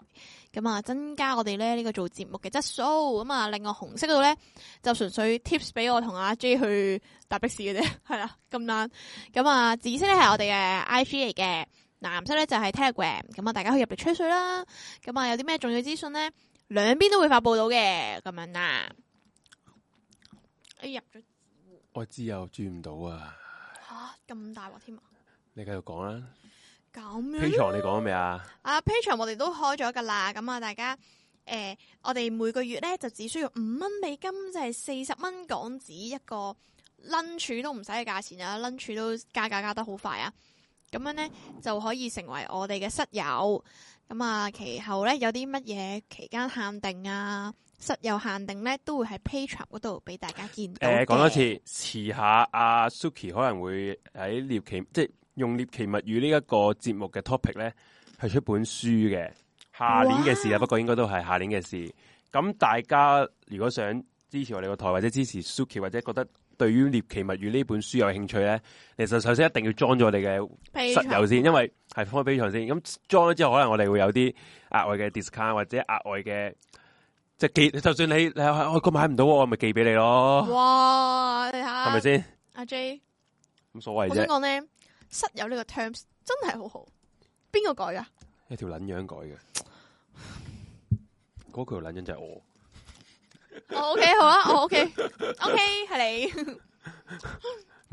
Speaker 3: 咁啊增加我哋咧呢、個做節目嘅質素。咁啊，另外紅色嗰度咧就純粹 tips 俾我同阿 J 去搭的士嘅啫， 係啦咁難。咁啊，紫色咧係我哋嘅 IG 嚟嘅，藍色咧就係 Telegram。咁啊，大家可以入嚟吹水啦。咁啊，有啲咩重要資訊咧？兩邊都會發布到嘅，咁樣啦。哎入咗
Speaker 1: 我知又轉唔到啊！
Speaker 3: 吓咁大鑊添啊！
Speaker 1: 你繼續講啦。
Speaker 3: 咁樣
Speaker 1: Patron 你講咗未啊？
Speaker 3: 啊 p a t r o n 我哋都開咗噶啦，咁啊大家诶、呃我哋每個月咧就只需要五蚊美金，就係四十蚊港紙一個 lunch 都唔使嘅價錢啊，lunch 都加價加得好快啊！咁樣咧就可以成為我哋嘅室友。咁啊，其後咧有啲乜嘢期間限定啊、室友限定咧，都會喺 p a t r o n 嗰度俾大家見到。
Speaker 1: 誒，講多，次，遲下阿 Suki 可能會喺獵奇，即係用獵奇物語呢一個節目嘅 topic 咧，係出本書嘅，下年嘅事啦。啊
Speaker 3: 哇
Speaker 1: 不過應該都係下年嘅事。咁大家如果想支持我哋個台，或者支持 Suki，或者覺得對於獵奇物語呢本書有興趣咧，其實首先一定要裝咗我哋嘅。室友先，因為係開 p a 先。咁裝咗之後，可能我哋會有啲額外嘅 discount 或者額外嘅，即係寄。就算你你話我個買唔到喎，我咪寄俾你咯，
Speaker 3: 哇！你睇
Speaker 1: 係
Speaker 3: 下
Speaker 1: 咪先？
Speaker 3: 阿 J，
Speaker 1: 咁所謂
Speaker 3: 我想
Speaker 1: 啫，
Speaker 3: 講咧，室友呢個 terms 真係好好。邊個改噶？啊
Speaker 1: 一條撚樣改嘅，嗰條撚樣就係我。
Speaker 3: 我 OK 好啊，我 OK OK 係你。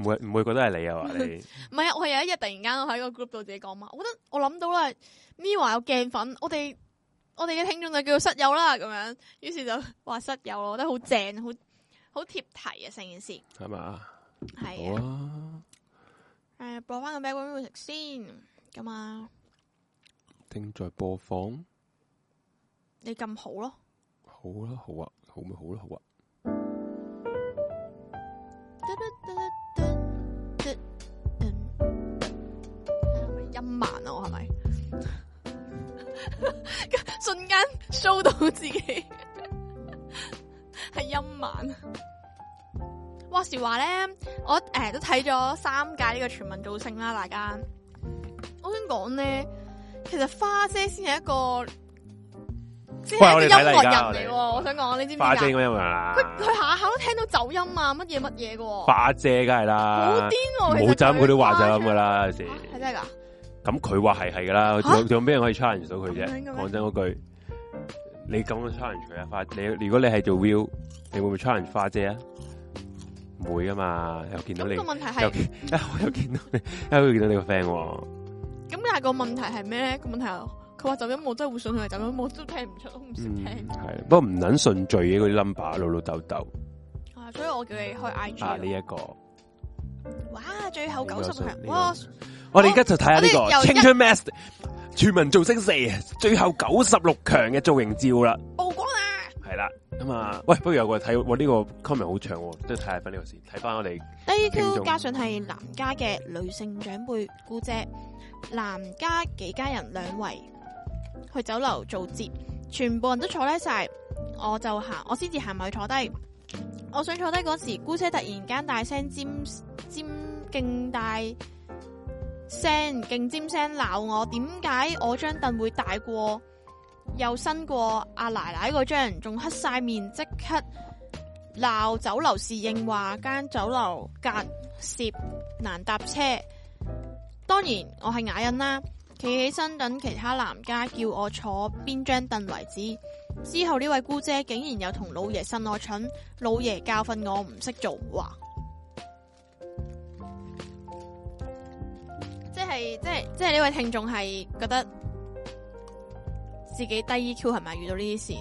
Speaker 1: 唔會唔會覺得係你啊？話你
Speaker 3: 唔係啊，我有一日突然間我喺個 group 度自己講嘛，我覺得我諗到啦，Miwa 有鏡粉，我哋我哋嘅聽眾就叫室友啦，咁樣，於是就話室友咯，我覺得好正，好好貼題啊，成件事
Speaker 1: 係嘛？
Speaker 3: 係
Speaker 1: 好
Speaker 3: 啊。
Speaker 1: 啊，
Speaker 3: 誒，播翻個 background music 先，咁啊，
Speaker 1: 正在播放，
Speaker 3: 你咁好咯，
Speaker 1: 好啦，好啊，好咪好啦，好啊。
Speaker 3: 音盲啊，我係咪？瞬間 show 到自己係音盲。話時話咧，我誒、呃都睇咗三屆呢個全民造星啦，大家。我想講咧，其實花姐先係一個，先係
Speaker 1: 喂我哋
Speaker 3: 一個
Speaker 1: 睇啦而
Speaker 3: 音樂人嚟
Speaker 1: 家
Speaker 3: 喎。
Speaker 1: 我哋
Speaker 3: 我想講，你知唔知
Speaker 1: 花姐
Speaker 3: 㗎
Speaker 1: 應？該有啦
Speaker 3: 佢，佢下下都聽到走音啊，乜嘢乜嘢嘅喎，
Speaker 1: 花姐梗係
Speaker 3: 好
Speaker 1: 啦
Speaker 3: 癲，喎！其實
Speaker 1: 冇啊就咁佢都話就
Speaker 3: 花
Speaker 1: 咁
Speaker 3: 姐
Speaker 1: 噶，啦，有時
Speaker 3: 啊係真係㗎？
Speaker 1: 咁佢話係係噶啦，仲有仲有咩人可以 challenge 到佢啫
Speaker 3: 咁樣嘅？咩
Speaker 1: 講真嗰句，你咁樣 challenge 佢啊？花，你如果你係做 Will，你會唔會 challenge 花姐啊？唔會噶嘛，又見到你，
Speaker 3: 咁
Speaker 1: 又
Speaker 3: 個問題係，
Speaker 1: 見我 又見到你，又見到你個 friend 喎。
Speaker 3: 咁但係個問題係咩咧？個問題係佢話走音，我真係會信佢係走音，我都聽唔出，我唔識
Speaker 1: 嗯，
Speaker 3: 聽
Speaker 1: 係，不過唔捻順序嘅嗰啲 number，老老豆豆
Speaker 3: 啊！所以我叫你開 I G
Speaker 1: 啊呢。一個，
Speaker 3: 哇！最後九十
Speaker 1: 呢
Speaker 3: 強，
Speaker 1: 個
Speaker 3: 哇！
Speaker 1: 我哋而家就睇下呢
Speaker 3: 我
Speaker 1: 個
Speaker 3: 哋由一
Speaker 1: 青春 mask 全民造星四最後九十六強嘅造型照啦。
Speaker 3: 曝光啦！
Speaker 1: 系啦，咁啊，喂，不如有個睇，我呢、個 comment 好長喎，都睇下翻呢個先，睇翻我哋聽
Speaker 3: DQ
Speaker 1: 眾
Speaker 3: 加上係男家嘅女性長輩姑姐，男家幾家人兩位，去酒樓做節，全部人都坐低晒，我就行，我先至行埋去坐低。我想坐低嗰時，姑姐突然間大聲尖尖勁大聲勁尖聲鬧我，點解我張凳會大過又新過阿奶奶嗰張，仲黑晒面，即刻鬧酒樓侍應話間酒樓隔涉難搭車。當然我係啞忍啦，企起身等其他男家叫我坐邊張凳為止。之後呢位姑姐竟然又同老爺呻我蠢，老爺教訓我唔識做話，即係即係即係呢位聽眾係覺得自己低 EQ 係咪遇到呢啲事？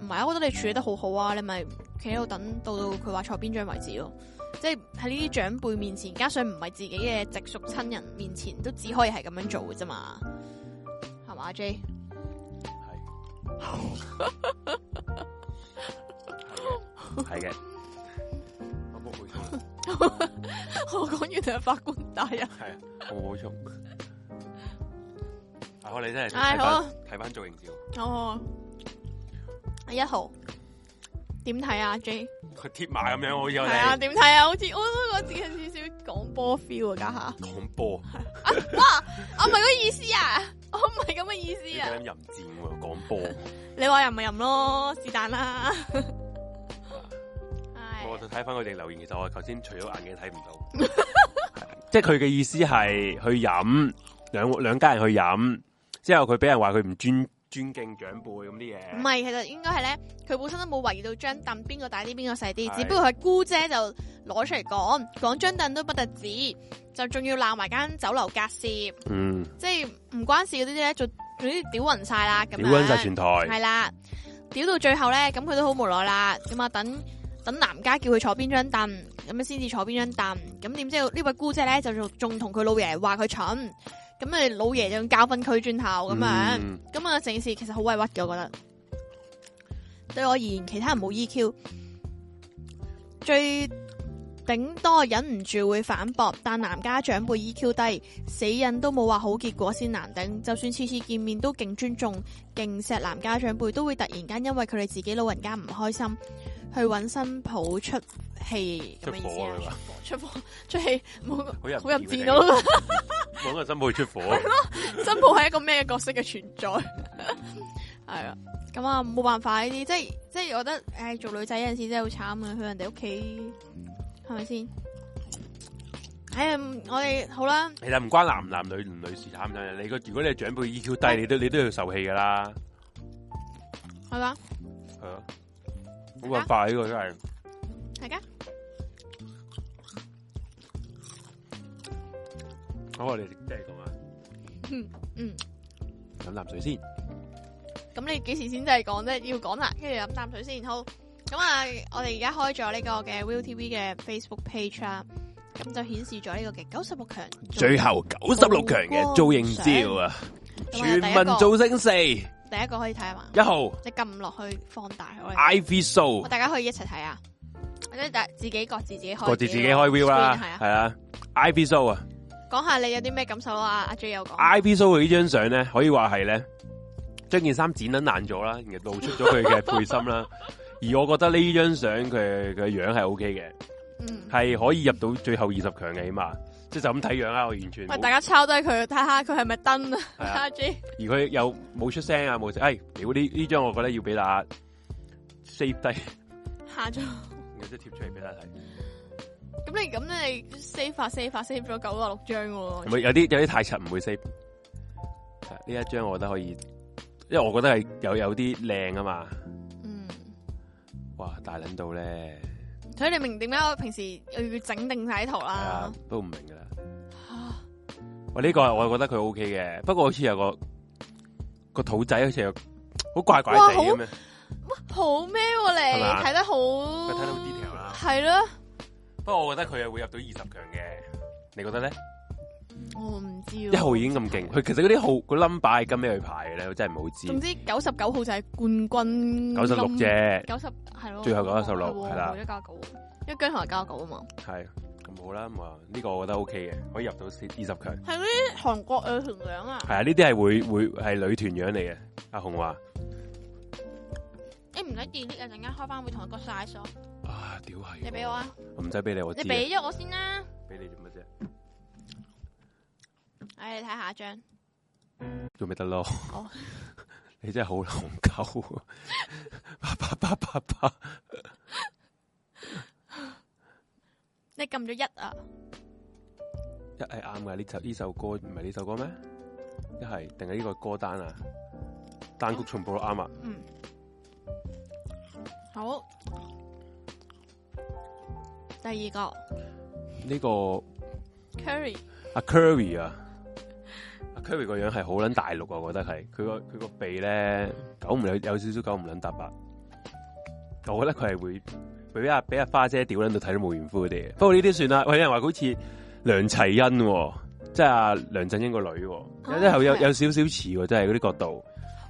Speaker 3: 唔係啊，我覺得你處理得好好啊，你咪企喺度等到到佢話坐邊張為止咯。即係喺呢啲長輩面前，加上唔係自己嘅直屬親人面前，都只可以係咁樣做嘅啫嘛，係嘛 J？
Speaker 1: 係嘅。我冇補充，
Speaker 3: 我講完就係法官大人。
Speaker 1: 係啊，我冇補充。啊，好，你真係
Speaker 3: 唉
Speaker 1: 睇
Speaker 3: 好
Speaker 1: 翻睇翻造型照，
Speaker 3: 哦，一號點睇啊 J？
Speaker 1: 佢貼馬咁樣，好似我
Speaker 3: 係啊，
Speaker 1: 哋
Speaker 3: 點睇啊？好似我都覺得自己有少少講波 feel 啊，家下。
Speaker 1: 講波，
Speaker 3: 我唔係嗰個意思啊， 我唔係咁嘅意
Speaker 1: 你
Speaker 3: 思啊
Speaker 1: 咁。淫戰喎，講波，
Speaker 3: 你話任咪任咯，是 但啦。
Speaker 1: 我
Speaker 3: 係
Speaker 1: 睇翻佢哋留言，其實我頭先除咗眼鏡睇唔到， 係即係佢嘅意思係去飲兩兩家人去飲，之後佢俾人話佢唔尊尊敬長輩咁啲嘢，
Speaker 3: 唔係？其實應該係咧，佢本身都冇懷疑到張凳邊個大啲，邊個細啲，
Speaker 1: 係
Speaker 3: 只不過係姑姐就攞出嚟講，講張凳都不特止，就仲要鬧埋間酒樓隔涉，即
Speaker 1: 嗯，
Speaker 3: 係唔關事嗰啲咧，就總之屌暈晒啦咁樣。
Speaker 1: 屌撚晒全台，
Speaker 3: 系啦，屌到最後咧，咁佢都好無奈啦，咁啊等等男家叫佢坐邊張凳，咁啊先至坐邊張凳，咁點知呢位姑姐咧就仲仲同佢老爺話佢蠢，咁啊老爺就教訓佢轉頭咁樣，
Speaker 1: 嗯
Speaker 3: 咁啊成件事其實好委屈嘅，我覺得。對我而言，其他人冇 EQ，最頂多忍唔住會反駁，但男家長輩 EQ 低，死人都冇話好結果先難頂，就算次次見面都勁尊重。勁錫男家長輩都會突然間因為佢哋自己老人家唔開心，去揾新抱出氣咁
Speaker 1: 出火啊佢
Speaker 3: 嘅意思
Speaker 1: 話
Speaker 3: 啊！出火出氣， 冇
Speaker 1: 好入
Speaker 3: 好入
Speaker 1: 戰
Speaker 3: 戰
Speaker 1: 啊
Speaker 3: 到，
Speaker 1: 揾個新抱出火，
Speaker 3: 新抱係一個咩角色嘅存在？ 係啊，咁啊冇辦法呢啲，即係即係我覺得，唉，做女仔有陣時真係好慘啊！去人哋屋企係咪先？唉，嗯我哋好啦，
Speaker 1: 其實唔關男唔男女唔女事慘唔慘嘅，你個如果你係長輩 EQ 低，你都你都要受氣噶啦，
Speaker 3: 係嘛？
Speaker 1: 係啊，冇辦法呢個真係。
Speaker 3: 大家
Speaker 1: 好，我哋即係咁啊，
Speaker 3: 嗯，
Speaker 1: 飲啖水先。
Speaker 3: 咁你幾時先真係講啫？要講啦，跟住飲啖水先。好，咁啊，我哋而家開咗呢個嘅 Will TV 嘅 Facebook page 啦，咁就顯示咗呢個嘅九十六強。
Speaker 1: 後九啊，造星四一啊
Speaker 3: 咁啊，第一個第一個可以睇啊嘛，
Speaker 1: 號
Speaker 3: 你撳落去放大我哋，
Speaker 1: Ivy
Speaker 3: 我
Speaker 1: So，
Speaker 3: 大家可以一齊睇啊，或者大自己各自自己開，
Speaker 1: 各自自己開 view 啦，
Speaker 3: 係啊
Speaker 1: 係，啊，Ivy So 啊
Speaker 3: 講下你有啲咩感受啊？阿 J 有講，
Speaker 1: ，Ivy So 佢呢張相咧，可以話係咧，將件衫剪撚爛咗啦，然後露出咗佢嘅背心 啦。而我覺得呢張相佢佢樣係 O K 嘅，
Speaker 3: 嗯，
Speaker 1: 係可以入到最後二十強嘅起碼，即係就咁睇樣啦，我完全冇。
Speaker 3: 喂，大家抄低佢睇下佢係咪登啊？
Speaker 1: 係啊
Speaker 3: 阿 J
Speaker 1: 而佢又冇出聲啊，冇聲。哎，屌呢呢張我覺得要俾大家 save 低，
Speaker 3: 下咗，
Speaker 1: 我即係貼出嚟俾大家睇。
Speaker 3: 咁你咁你 save 啊 save 啊 save 咗九啊六張喎
Speaker 1: 唔。係有啲有啲太柒唔會 save。係呢一張我覺得可以，因為我覺得係有有啲靚啊嘛。
Speaker 3: 嗯，
Speaker 1: 哇，大撚到咧，
Speaker 3: 所以你明點解我平時又要整定晒啲圖
Speaker 1: 係啊
Speaker 3: 啦？，
Speaker 1: 都唔明噶啦。
Speaker 3: 啊
Speaker 1: 喂，呢個我覺得佢 O K 嘅，不過好似有個個肚仔好似有好怪怪地
Speaker 3: 哇好
Speaker 1: 咁樣，
Speaker 3: 好咩喎
Speaker 1: 係
Speaker 3: 你
Speaker 1: 嘛
Speaker 3: 睇得好，
Speaker 1: 佢睇到 detail 啊啦。
Speaker 3: 係咯，
Speaker 1: 不過我覺得佢係會入到二十強嘅，你覺得咧？
Speaker 3: 嗯我唔知喎
Speaker 1: 一號已經咁勁，佢其實嗰啲號個 number 係跟咩去排嘅咧？我真係唔好知。
Speaker 3: 總之九十九號就係冠軍，
Speaker 1: 九十六，啫，
Speaker 3: 九十係咯，
Speaker 1: 最後96
Speaker 3: 係喎
Speaker 1: 係啦
Speaker 3: 冇咗九十九，因為姜糖係九十九啊嘛。
Speaker 1: 係咁唔好啦，唔話呢個我覺得 O K 嘅，可以入到二十強。
Speaker 3: 系嗰啲韓國嘅同樣啊！
Speaker 1: 係啊，呢啲係會會係女團樣嚟嘅。阿紅話：
Speaker 3: 你唔使 delete 啊，陣間開翻會同一個 size 咯。
Speaker 1: 啊，屌係，
Speaker 3: 你俾我，啊，
Speaker 1: 我唔使俾你，我知
Speaker 3: 你
Speaker 1: 啊
Speaker 3: 俾咗我先啦。
Speaker 1: 俾你做乜啫？
Speaker 3: 唉，你睇下一張，
Speaker 1: 做咪得咯
Speaker 3: 好？
Speaker 1: 你真係好狼狗，啪啪啪啪啪！
Speaker 3: 你撳咗一啊，
Speaker 1: 一係啱嘅呢首呢首歌唔係呢首歌咩？一係定係呢個歌單啊？單曲全部都啱啊！
Speaker 3: 嗯，好。第二個
Speaker 1: 呢、個
Speaker 3: Curry
Speaker 1: 阿 Curry 啊，阿 Curry 個樣係好撚大陸啊，我覺得係佢個佢個鼻咧狗唔有有少少狗唔撚搭白，我覺得佢係會俾阿俾阿花姐屌撚到睇到冇完膚嗰啲嘅。不過呢啲算啦，喂有人話佢好似梁齊昕、喎，即係阿梁振英個女、喎，有啲有有有少少似喎，真係嗰啲角度。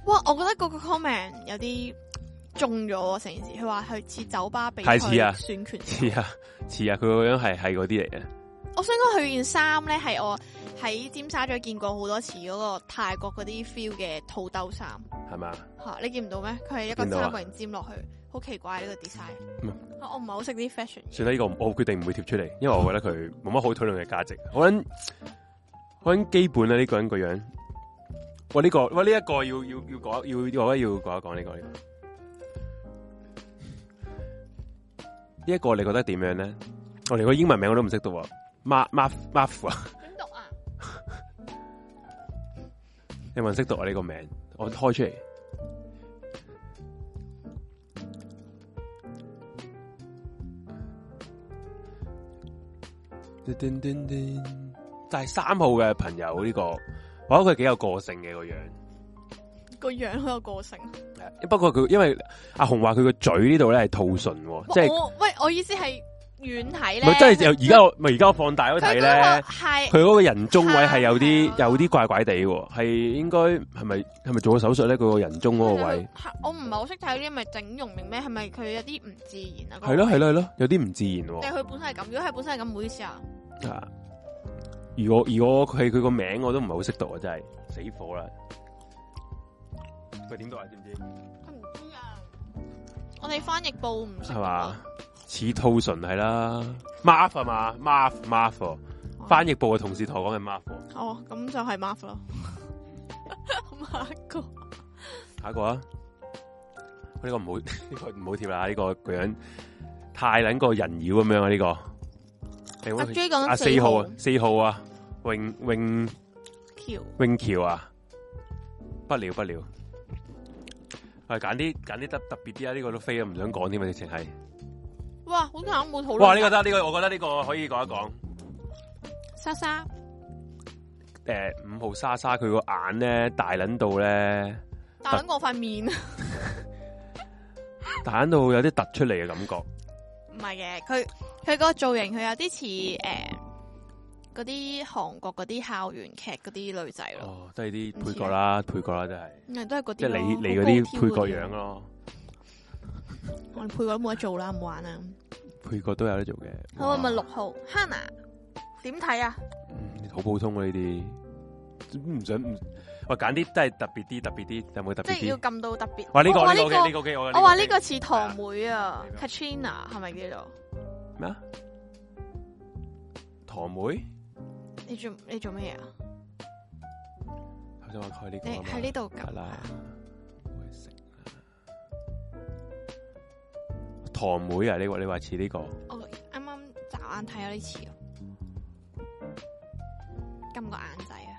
Speaker 3: 哇，我覺得嗰個 comment 有啲中咗喎成件事。佢話佢似酒吧比賽
Speaker 1: 太似啊
Speaker 3: 選權
Speaker 1: 似啊似啊，佢個樣係係嗰啲嚟嘅。
Speaker 3: 我想講佢件衫咧係我喺尖沙咀見過好多次嗰個泰國嗰啲 feel 嘅肚兜衫
Speaker 1: 係嘛？
Speaker 3: 吓，你見唔到咩？佢係一個
Speaker 1: 見到啊
Speaker 3: 三角形尖落去，好奇怪呢、個 design。
Speaker 1: 嗯
Speaker 3: 啊我唔係好識啲 fashion 嘢。
Speaker 1: 算啦，呢、個我決定唔會貼出嚟，因為我覺得佢冇乜好討論嘅價值。我諗我諗基本啦，呢、個人個樣。喂，呢、個喂呢一、個要要要講，要我覺得要講一講呢、個呢、個。呢一個你覺得點樣咧？我連個英文名我都唔識讀喎，Muff Muff Muff 啊！
Speaker 3: 點讀啊？
Speaker 1: 有冇人識讀我呢個名？我開出嚟。叮叮叮就係三號嘅朋友呢、個，我覺得佢幾有個性嘅個樣。
Speaker 3: 個樣好有個性。
Speaker 1: 不過呃佢因為阿紅話佢個嘴呢度咧係兔唇喎，即係
Speaker 3: 我喂，我意思係遠睇咧，
Speaker 1: 咪真係由而家我咪而家我放大咗睇
Speaker 3: 佢
Speaker 1: 咧
Speaker 3: 嗰個。係
Speaker 1: 佢嗰個人中位係有啲
Speaker 3: 係啊
Speaker 1: 有啲怪怪地喎，係應該係咪係咪做咗手術咧？佢個人中嗰個位。
Speaker 3: 係我唔係好識睇呢啲，咪整容定咩？係咪佢有啲唔自然啊？嗰個
Speaker 1: 系咯系咯系咯，有啲唔自然喎、
Speaker 3: 定係佢本身係咁？如果佢本身係咁，唔好意思啊。
Speaker 1: 啊！如果如果佢佢個名我都唔係好識讀啊，真係死火啦！佢點讀啊？知唔知？
Speaker 3: 佢唔知啊。我哋翻譯部唔啊識
Speaker 1: 係嘛？啊似兔唇係啦，Marf 係嘛？Marf Marf 喎
Speaker 3: 哦
Speaker 1: 翻譯部嘅同事同我講係 Marf 喎。
Speaker 3: 哦，咁就係 Mark 咯。Mark 哥
Speaker 1: 下一個啊，呢、個唔好 呢、個唔好貼啦，呢、個個樣太撚個人妖咁樣啊！呢、個你有冇
Speaker 3: 阿 J 講
Speaker 1: 啊
Speaker 3: 緊
Speaker 1: 四號
Speaker 3: 號
Speaker 1: 啊四號啊泳泳。
Speaker 3: 橋，
Speaker 1: 永橋啊，不了不了，喂，揀啲揀啲特特別啲啊！呢、個都飛啊，唔想講添啊，直情係。
Speaker 3: 哇，好似冇討論。啊
Speaker 1: 哇！呢、個得，呢、個我覺得呢個可以講一講。
Speaker 3: 莎莎
Speaker 1: 诶、呃五號莎莎佢個眼咧大撚到咧，
Speaker 3: 大撚我塊面，
Speaker 1: 大撚到有啲突出嚟嘅感覺。
Speaker 3: 唔係嘅，佢佢個造型佢有啲似誒嗰啲韓國嗰啲校園劇嗰啲女仔咯，
Speaker 1: 哦，都係啲配角
Speaker 3: 啊
Speaker 1: 啦，配角啦，真係，
Speaker 3: 咪都係嗰
Speaker 1: 即
Speaker 3: 啲
Speaker 1: 係
Speaker 3: 咯
Speaker 1: 你你嗰啲配
Speaker 3: 好高挑
Speaker 1: 角樣咯，
Speaker 3: 我哋配角都冇得做啦，唔玩啊啦。
Speaker 1: 配角都有得做嘅。
Speaker 3: 好，啊咪
Speaker 1: 哇
Speaker 3: 六號 Hannah 點睇啊？
Speaker 1: 嗯好普通啊呢啲，唔想唔，喂，揀啲都係特別啲，特別啲，有冇特
Speaker 3: 即
Speaker 1: 別
Speaker 3: 係要
Speaker 1: 啲？
Speaker 3: 撳到特別。
Speaker 1: 哇！呢、個
Speaker 3: 我話
Speaker 1: 呢、個
Speaker 3: 呢
Speaker 1: 嘅呢、個嘅我
Speaker 3: 我話呢
Speaker 1: 嘅
Speaker 3: 個似堂妹啊
Speaker 1: 呢個
Speaker 3: ，Katrina 係咪叫做？
Speaker 1: 咩啊？堂妹，
Speaker 3: 你做你做乜嘢啊？
Speaker 1: 頭先我開呢個
Speaker 3: 你
Speaker 1: 啊嘛
Speaker 3: 喺呢度
Speaker 1: 得
Speaker 3: 撳
Speaker 1: 啦
Speaker 3: 啊，
Speaker 1: 我去食啦堂妹啊，你話你話似呢個
Speaker 3: 我哦啱啱眨眼睇有啲似啊，撳個眼仔啊，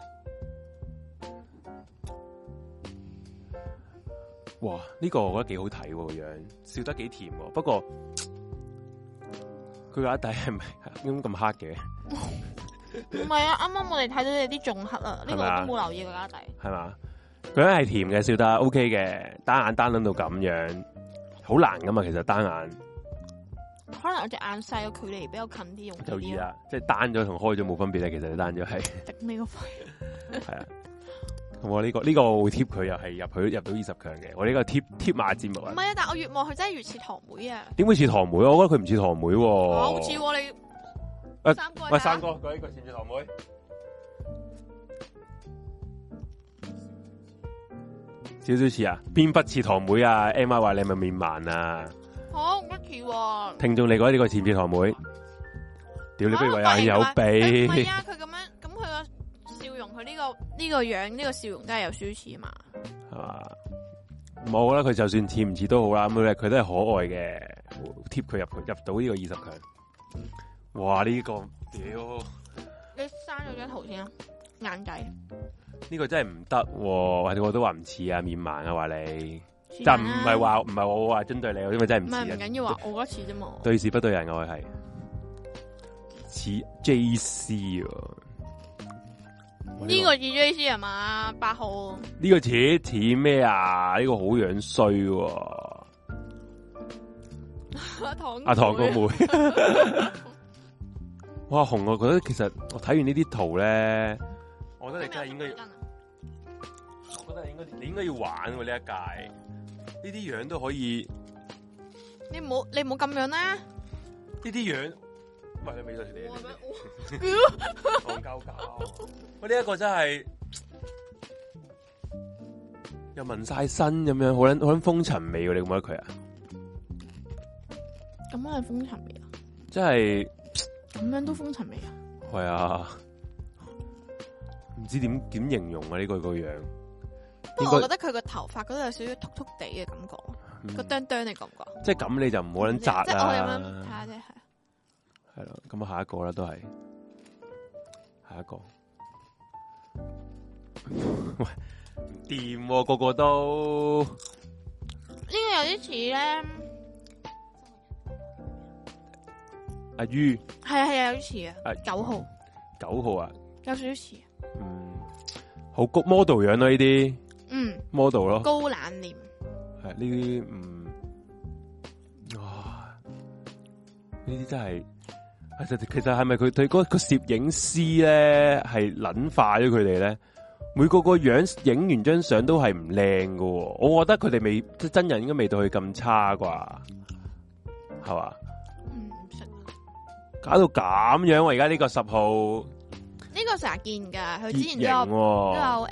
Speaker 1: 哇？呢、個我覺得幾好睇喎，個樣笑得幾甜喎。不過佢個底係咪咁咁黑嘅？
Speaker 3: 唔係啊，啱啱我哋睇到有啲仲黑啊，呢個
Speaker 1: 係咪啊
Speaker 3: 我都冇留意個家底，
Speaker 1: 係嘛？佢係甜嘅，笑得 OK 嘅，單眼單諗到咁樣，好難噶嘛。其實單眼
Speaker 3: 可能我隻眼細個距離比較近啲用
Speaker 1: 就易
Speaker 3: 啲啊，
Speaker 1: 啦，即係單咗同開咗冇分別咧。其實你單咗係。
Speaker 3: 頂你個肺！
Speaker 1: 系啊。咁我呢、個呢、個我會貼佢又係入去入到二十強嘅，我呢個貼貼馬節目
Speaker 3: 唔
Speaker 1: 啊，
Speaker 3: 係啊，但我越望佢真係越似堂妹啊，
Speaker 1: 點會似堂妹啊？我覺得佢唔似堂妹喎、
Speaker 3: 哇好似喎你
Speaker 1: 喂
Speaker 3: 三個啊
Speaker 1: 喂，
Speaker 3: 咋
Speaker 1: 三哥，舉一個接住堂妹，少少似啊，邊不似堂妹啊？M I 話你係咪面盲啊？
Speaker 3: 好 Ricky 喎。
Speaker 1: 聽眾你覺得呢個似唔似堂妹？屌你不如
Speaker 3: 啊
Speaker 1: 話有
Speaker 3: 唔
Speaker 1: 鼻
Speaker 3: 係，啊，佢咁樣，咁佢個笑容，佢呢、個呢、個樣，呢、個笑容真係有少少似嘛。
Speaker 1: 係 嘛？啊冇啦，佢就算似唔似都好啦，咁佢佢都係可愛嘅，貼佢入入到呢個二十強。哇！呢、個屌〜
Speaker 3: 你刪咗張圖先啊，眼仔。
Speaker 1: 呢個真係唔得喎，我都話唔似啊，面盲啊話你，
Speaker 3: 是
Speaker 1: 但
Speaker 3: 但
Speaker 1: 唔
Speaker 3: 啦
Speaker 1: 係話唔係我話針對你，因為真係
Speaker 3: 唔
Speaker 1: 唔
Speaker 3: 係
Speaker 1: 似
Speaker 3: 唔
Speaker 1: 啊，
Speaker 3: 緊要啊，我嗰次啫嘛。
Speaker 1: 對事不對人啊我係似 J C 啊喎，
Speaker 3: 呢個 G J C 係嘛？八號
Speaker 1: 呢個似似咩啊？呢個好樣衰喎，
Speaker 3: 阿唐
Speaker 1: 阿唐個
Speaker 3: 妹
Speaker 1: 妹，哇紅我覺得其實我睇完呢啲圖咧，我覺得你真係應該要。我覺得你應該你應該要玩喎呢一屆，呢啲樣都可以，
Speaker 3: 你唔好你唔好咁樣啦。
Speaker 1: 呢啲樣，喂你未到時你。你
Speaker 3: 屌
Speaker 1: 戇鳩搞，我呢一個真係又紋晒身咁樣，好捻好捻風塵味喎！你覺唔覺得佢啊？
Speaker 3: 咁樣係風塵味啊？
Speaker 1: 真係
Speaker 3: 咁樣都風塵味啊？
Speaker 1: 係啊，唔知點點形容啊呢個個樣，
Speaker 3: 不
Speaker 1: 應
Speaker 3: 過
Speaker 1: 該
Speaker 3: 我覺得佢個頭髮嗰度有少少禿禿地嘅感覺，
Speaker 1: 嗯
Speaker 3: 個哚哚你覺唔覺？
Speaker 1: 即係咁你就唔好捻
Speaker 3: 即
Speaker 1: 扎啊
Speaker 3: 係我咁樣睇
Speaker 1: 啦，
Speaker 3: 下啫，係。
Speaker 1: 係咯，咁啊下一個啦都係下一個， 喂唔掂喎個個都
Speaker 3: 呢個有啲似咧，
Speaker 1: 阿于
Speaker 3: 係啊係啊，有啲似啊，
Speaker 1: 係
Speaker 3: 九號
Speaker 1: 九號啊，
Speaker 3: 有少少似啊，
Speaker 1: 嗯，好高 model 樣咯呢啲
Speaker 3: 嗯，
Speaker 1: model 咯。
Speaker 3: 高冷臉，
Speaker 1: 系呢啲嗯，哇！呢啲真係，其實其實係咪佢對嗰個攝影師咧係撚化咗佢哋咧？每個個樣影完張相都係唔靚噶，我覺得佢哋未即真人應該未到佢咁差啩，係嘛？
Speaker 3: 嗯，唔識啊。
Speaker 1: 搞到咁樣喎！而家呢個十號
Speaker 3: 呢個成日見㗎，佢之
Speaker 1: 結
Speaker 3: 前
Speaker 1: 型
Speaker 3: 都有都
Speaker 1: 喎，
Speaker 3: 有誒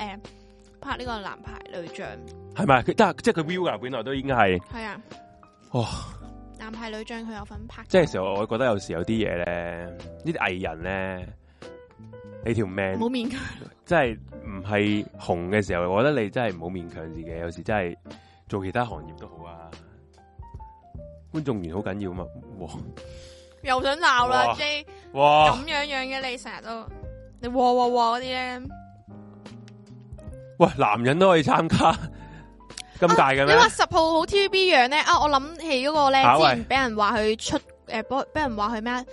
Speaker 3: 拍呢個男排女將，
Speaker 1: 係咪？佢得即係佢 view 噶，本來都已經係。
Speaker 3: 係啊，
Speaker 1: 哇！
Speaker 3: 男排女將佢有份拍，
Speaker 1: 哦即係時候，我覺得有時有啲嘢咧，呢啲藝人咧，你條
Speaker 3: 唔
Speaker 1: 命
Speaker 3: 好勉強。
Speaker 1: 真係唔係紅嘅時候，我覺得你真係唔好勉強自己。有時真係做其他行業都好啊，觀眾緣好緊要嘛。哇
Speaker 3: 又想鬧
Speaker 1: 哇哦
Speaker 3: 啦，J
Speaker 1: 哇
Speaker 3: 咁，樣樣嘅你成日都你喎喎喎嗰啲咧，
Speaker 1: 喂，男人都可以參加今屆嘅
Speaker 3: 啊你
Speaker 1: 咩？
Speaker 3: 話十號好 TVB 樣咧啊！我諗起嗰個咧，
Speaker 1: 下一位
Speaker 3: 之前俾人話佢出誒，幫俾人話佢咩啊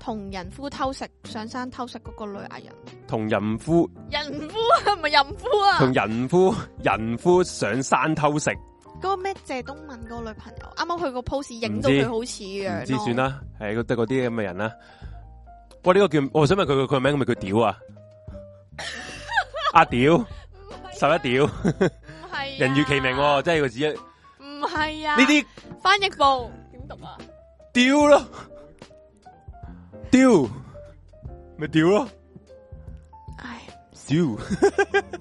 Speaker 3: 同人夫偷食上山偷食嗰個女藝人，
Speaker 1: 同淫夫、
Speaker 3: 人夫 啊，唔係淫夫啊，
Speaker 1: 同人夫、人夫上山偷食，
Speaker 3: 嗰個咩謝東閔嗰個女朋友，啱啱佢個 pose 影
Speaker 1: 唔
Speaker 3: 到
Speaker 1: 知
Speaker 3: 佢好似樣
Speaker 1: 唔
Speaker 3: 咯
Speaker 1: 知算，啦。係嗰得嗰啲咁嘅人啦。喂，呢個叫我想問佢佢個名係咪叫屌 啊？阿屌！十一屌，
Speaker 3: 唔啊係啊啊
Speaker 1: 人如其名、喎，即係佢只呢
Speaker 3: 唔係啊，
Speaker 1: 啲
Speaker 3: 翻譯部點讀啊？
Speaker 1: 屌咯，屌咪屌咯，
Speaker 3: 唉，
Speaker 1: 屌。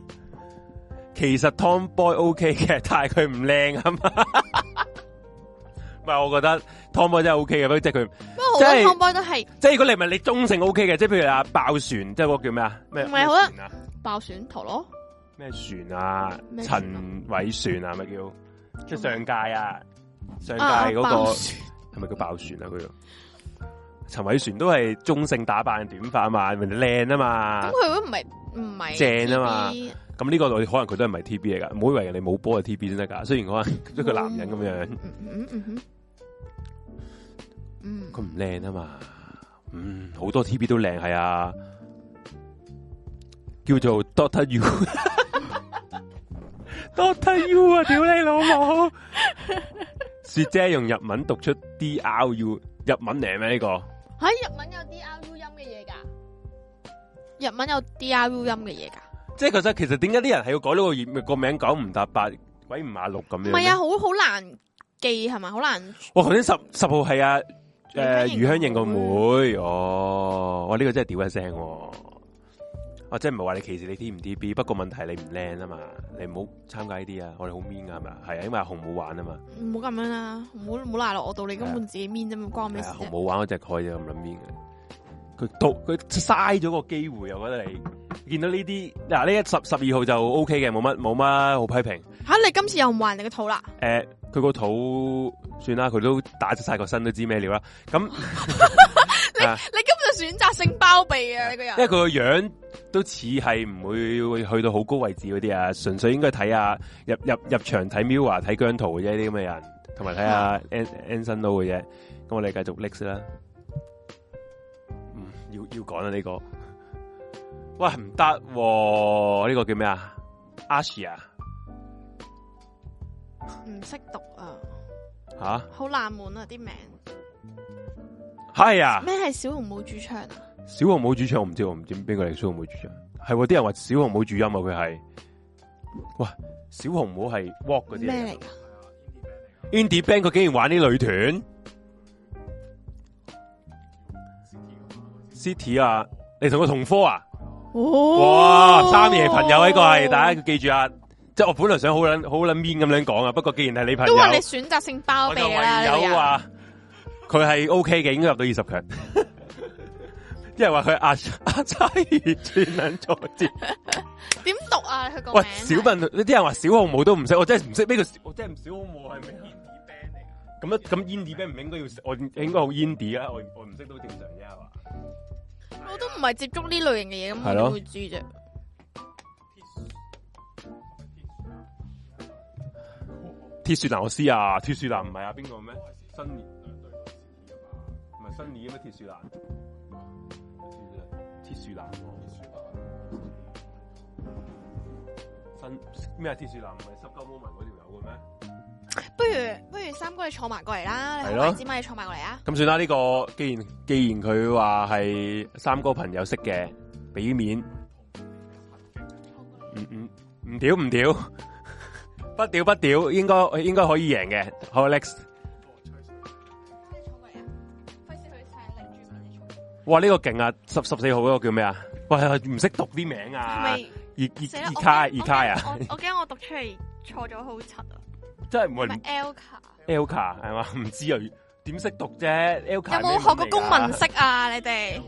Speaker 1: 其實 Tom Boy OK 嘅，但係佢唔靚啊嘛。 唔係，我覺得 Tom Boy 真係 OK 嘅，不過即係佢，
Speaker 3: 不過好
Speaker 1: 即
Speaker 3: 多
Speaker 1: 係
Speaker 3: Tomboy 都係
Speaker 1: 即係如果你唔係你中性 OK 嘅，即係譬如阿爆船，即係嗰個叫咩啊？咩
Speaker 3: 唔係
Speaker 1: 咩
Speaker 3: 好啦
Speaker 1: 船啊？
Speaker 3: 爆選陀螺，
Speaker 1: 咩船啊？
Speaker 3: 咩船啊
Speaker 1: 陳偉船啊？咪叫即係上屆啊？上
Speaker 3: 啊
Speaker 1: 屆嗰
Speaker 3: 爆
Speaker 1: 個。
Speaker 3: 選
Speaker 1: 系咪叫爆旋啊？佢陳偉璇都係中性打扮，短髮啊嘛，人哋靚啊
Speaker 3: 咁
Speaker 1: 嘛。
Speaker 3: 佢都唔係唔係
Speaker 1: 正啊嘛
Speaker 3: TVB
Speaker 1: 咁呢個我哋可能佢都唔係 T B 嚟噶，唔好以為人哋冇波係 T B 先得噶。雖然可能即係佢男人咁樣，
Speaker 3: 嗯嗯嗯嗯嗯，
Speaker 1: 佢唔靚啊嘛。嗯，好多 T B 都靚係啊，叫做 Doctor U。Doctor U 啊，屌你老母！雪姐用日文讀出 D R U，日文嚟咩呢個？
Speaker 3: 喺日文有 D R U 音嘅嘢噶，日文有 D R U 音嘅嘢噶，
Speaker 1: 即係其實其實點解啲人係要改呢個粵個名九唔搭八，鬼五馬六咁樣咧？
Speaker 3: 唔係啊，好好難記係咪？好難
Speaker 1: 哇！頭先十十號係啊，
Speaker 3: 余香
Speaker 1: 誒
Speaker 3: 凝
Speaker 1: 余香凝個
Speaker 3: 個
Speaker 1: 妹
Speaker 3: 妹
Speaker 1: 哦，哇，呢、個真係屌一聲喎！我真係唔係話你歧視你 T 唔 T B，不過問題你唔靚啊嘛，你唔好參加呢啲啊，我哋好 mean 噶係咪啊？係啊，因為阿紅冇玩啊嘛，
Speaker 3: 唔好咁樣啦，唔好唔好賴落我度，你根本自己面啫嘛，關我咩
Speaker 1: 係
Speaker 3: 事
Speaker 1: 啊，
Speaker 3: 啫
Speaker 1: 紅？冇玩嗰只蓋就咁撚 mean 嘅，佢到佢嘥咗個機會，我覺得你見到呢啲嗱呢一十十二號就 O K 嘅，冇乜冇乜好批評。
Speaker 3: 吓，你今次又唔還人哋嘅肚啦？
Speaker 1: 诶、佢個肚算啦，佢都打晒個身都知咩料啦。咁啊
Speaker 3: 你根本就選擇性包庇啊！你個人
Speaker 1: 因為佢個樣都似係唔會去到好高位置嗰啲啊，純粹應該睇下入入入場睇 Miu 睇姜濤嘅啫，呢啲咁嘅人，同埋睇下
Speaker 3: 啊
Speaker 1: An Anson Lo 嘅啫。咁我哋繼續 next 啦。嗯，要要講啦呢個。喂，唔得喎，呢、個叫咩啊？Asia
Speaker 3: 唔識讀啊，
Speaker 1: 吓，
Speaker 3: 好冷門啊啲名。
Speaker 1: 係啊。
Speaker 3: 咩係小紅冇主唱啊？
Speaker 1: 小紅帽主唱我唔知，我唔知邊個嚟。小紅帽主唱係喎，啲人話小紅帽主音啊，佢係，哇，小紅帽係 walk 嗰啲
Speaker 3: 咩
Speaker 1: 嚟
Speaker 3: 嚟㗎？
Speaker 1: 嘅 indie band 佢竟然玩啲女團，City 啊，你同佢同科啊？
Speaker 3: 哦
Speaker 1: 哇，三爺朋友呢個係，大家記住啊！即係我本來想好捻好捻 mean 咁樣講啊，不過既然係你朋友
Speaker 3: 都，話你選擇性包
Speaker 1: 我
Speaker 3: 庇
Speaker 1: 就唯
Speaker 3: 啦，你個啊
Speaker 1: 有
Speaker 3: 人
Speaker 1: 話佢係 OK 嘅，應該入到二十強。 因為話佢阿阿差兒轉捻咗啲。
Speaker 3: 點讀啊？佢個
Speaker 1: 喂
Speaker 3: 名，
Speaker 1: 小笨，呢啲人話小紅帽都唔識，我真係唔識呢個小，我真係唔小紅帽係咩啊？咁樣咁 indie band 唔應該要，我應該好 indie 啊！我我唔識都正常啫，係嘛？
Speaker 3: 我都唔係接觸呢類型嘅嘢，咁
Speaker 1: 係
Speaker 3: 我
Speaker 1: 咯
Speaker 3: 點會知啫？
Speaker 1: 鐵雪蘭我知啊，鐵雪蘭唔係啊，邊個咩？新年唔係新年咩？鐵雪蘭，鐵雪蘭喎，新咩啊？鐵雪蘭唔係濕鳩 moment 嗰條友嘅咩？
Speaker 3: 不如不如三哥你坐埋過嚟啦，
Speaker 1: 係
Speaker 3: 你
Speaker 1: 咯
Speaker 3: 咪支咪你坐埋過嚟啊！
Speaker 1: 咁算啦，呢、個既然既然佢話係三哥朋友識嘅，俾面，唔唔唔屌唔屌， 不屌不屌，應該應該可以贏嘅。好，Alex，哇呢、個勁啊！十十四號嗰個叫咩啊？喂，唔識讀啲名啊！
Speaker 3: 咪
Speaker 1: 熱熱
Speaker 3: 死啦
Speaker 1: 熱
Speaker 3: 我
Speaker 1: 卡
Speaker 3: 驚
Speaker 1: 熱卡啊！
Speaker 9: 我我驚我讀出嚟錯咗好柒啊！
Speaker 1: 真係唔
Speaker 9: 咪
Speaker 1: 係
Speaker 9: L 卡，
Speaker 1: Elka 係嘛？唔知啊，點識讀啫
Speaker 9: 有
Speaker 1: ？Elka
Speaker 9: 冇學過公文式啊？你哋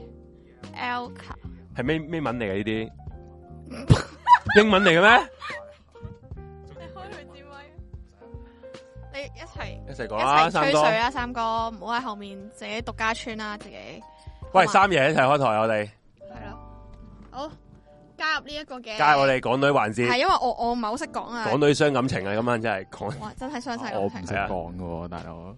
Speaker 9: L 卡
Speaker 1: 係咩咩文嚟嘅呢啲？英文嚟嘅咩？
Speaker 9: 你開佢支
Speaker 3: 啊
Speaker 9: 咪，你一齊
Speaker 1: 一齊
Speaker 9: 一
Speaker 1: 講啦，
Speaker 9: 齊
Speaker 1: 啊三
Speaker 9: 吹
Speaker 1: 哥。
Speaker 3: 啊
Speaker 9: 水啦，啊三哥唔好喺後面自己獨家村啦，自己好
Speaker 1: 喂，
Speaker 9: 嘛
Speaker 1: 三爺一齊開台，啊我哋
Speaker 9: 係咯。好加入呢一個嘅，
Speaker 1: 加入我哋港女環
Speaker 9: 係
Speaker 1: 節，
Speaker 9: 因為我我唔係好識講啊
Speaker 1: 港，女傷感情啊，今晚真係講
Speaker 9: 哇真係傷晒
Speaker 2: 我
Speaker 9: 感
Speaker 2: 唔
Speaker 9: 情。
Speaker 2: 識
Speaker 1: 啊
Speaker 2: 講噶喎，大佬。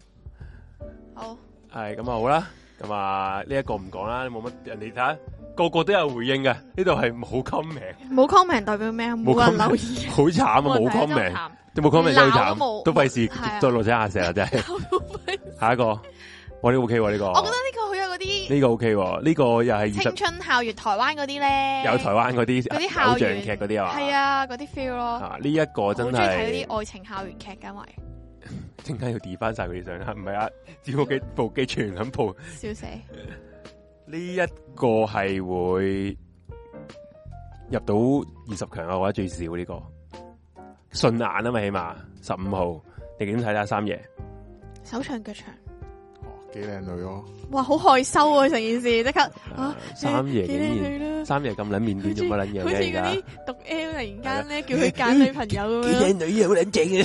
Speaker 9: 好，
Speaker 1: 係咁啊，好啦，咁啊呢一個唔講啦，冇乜人哋睇下，個個都有回應嘅，呢度係冇 comment，
Speaker 3: 冇 comment 代表咩？啊冇人留意，
Speaker 1: 好慘啊，
Speaker 3: 冇人
Speaker 1: 冇
Speaker 3: 睇
Speaker 1: comment，
Speaker 3: 周
Speaker 1: 都冇 comment 真係好
Speaker 3: 鬧都
Speaker 1: 慘，
Speaker 3: 冇
Speaker 1: 都費事
Speaker 3: 係啊
Speaker 1: 再落井下石啊，真 係。下一個，我呢個 OK 喎，呢個，
Speaker 3: 我覺得呢個好有嗰啲
Speaker 1: 呢個 OK 喎，呢個又係二十
Speaker 3: 青春校園台灣嗰啲咧，
Speaker 1: 有台灣嗰啲
Speaker 3: 嗰
Speaker 1: 偶
Speaker 3: 啲校
Speaker 1: 像
Speaker 3: 園
Speaker 1: 劇嗰啲啊嘛，
Speaker 3: 係啊，嗰啲 feel 咯，
Speaker 1: 啊，呢一個
Speaker 3: 我好
Speaker 1: 真
Speaker 3: 中意睇
Speaker 1: 係
Speaker 3: 嗰啲愛情校園劇㗎，因為
Speaker 1: 點解要 delete 翻晒佢啲相啊？唔係啊，照部機部機全咁部。
Speaker 3: 笑死。
Speaker 1: 呢一個係會入到二十強啊，我覺得最少呢、個順眼啊嘛，起碼十五號你點睇啦，三爺？
Speaker 3: 手長腳長，
Speaker 2: 哦，幾靚女哦！
Speaker 3: 哇，好害羞啊！成件事即刻啊
Speaker 1: 啊，三爺竟
Speaker 3: 幾靚
Speaker 1: 然
Speaker 3: 女啦，
Speaker 1: 三爺咁撚面點做乜撚嘢
Speaker 3: 好似
Speaker 1: 嘅
Speaker 3: 嗰
Speaker 1: 而
Speaker 3: 啲
Speaker 1: 家？
Speaker 3: 讀 L 突然
Speaker 1: 啊
Speaker 3: 間咧叫佢揀女朋友 咁樣，
Speaker 1: 女啊好撚正嘅，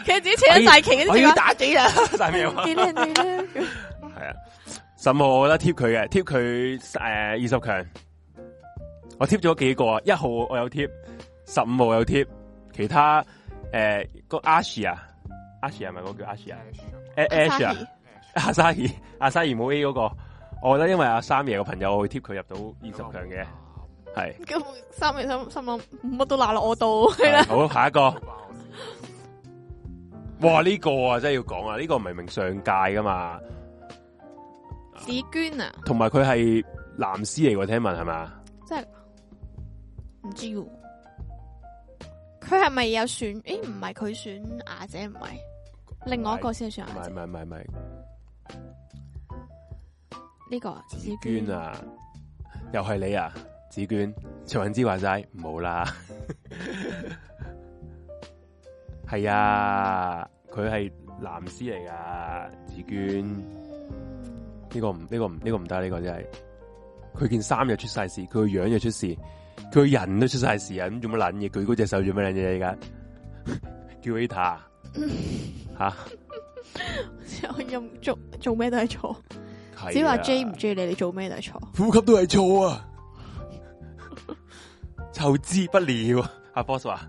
Speaker 3: 其實自己扯咗大旗嗰
Speaker 1: 哎
Speaker 3: 啲仲
Speaker 1: 打 機啦，三爺
Speaker 3: 話
Speaker 1: 話
Speaker 3: 幾靚女啦，咁
Speaker 1: 係啊，十五號我覺得貼佢嘅，貼佢誒二十強，我貼咗幾個啊，一號我有貼，十五號有貼，其他誒個 Ash 啊，Ash 係咪嗰個叫 Ash 啊？誒 Ash 啊，阿沙爾，阿沙爾冇 A 嗰個，我覺得因為阿三爺個朋友，我會貼佢入到二十強嘅，係
Speaker 3: 咁三月心心諗乜都鬧落我度，係啦，
Speaker 1: 係好下一個。哇！呢、個啊真係要講啊，呢、個唔係明上屆噶嘛，
Speaker 3: 紫娟啊，
Speaker 1: 同埋佢係藍絲嚟喎，聽聞係咪啊？
Speaker 3: 真係唔知喎。佢係咪有選？誒，唔係佢選雅姐，唔係，另外一個先係選
Speaker 1: 唔
Speaker 3: 雅
Speaker 1: 係
Speaker 3: 姐
Speaker 1: 唔。係唔係唔係，
Speaker 3: 呢個啊
Speaker 1: 紫娟，啊，又係你啊，紫娟，徐雲之話齋唔好啦， 係啊，佢係藍絲嚟噶，紫娟，呢、個唔呢、個唔呢、個唔得，啊呢、個真係，佢件衫又出晒事，佢個樣又出事，佢個人都出晒事啊，咁做乜撚嘢？舉高隻手做乜撚嘢而家？叫 Vita 吓，
Speaker 3: 我任做做咩都係錯，
Speaker 1: 係啊
Speaker 3: 只要話 J 唔 J 你，你做咩都係錯。
Speaker 1: 呼吸都系错 啊，求之不了。阿 boss 话：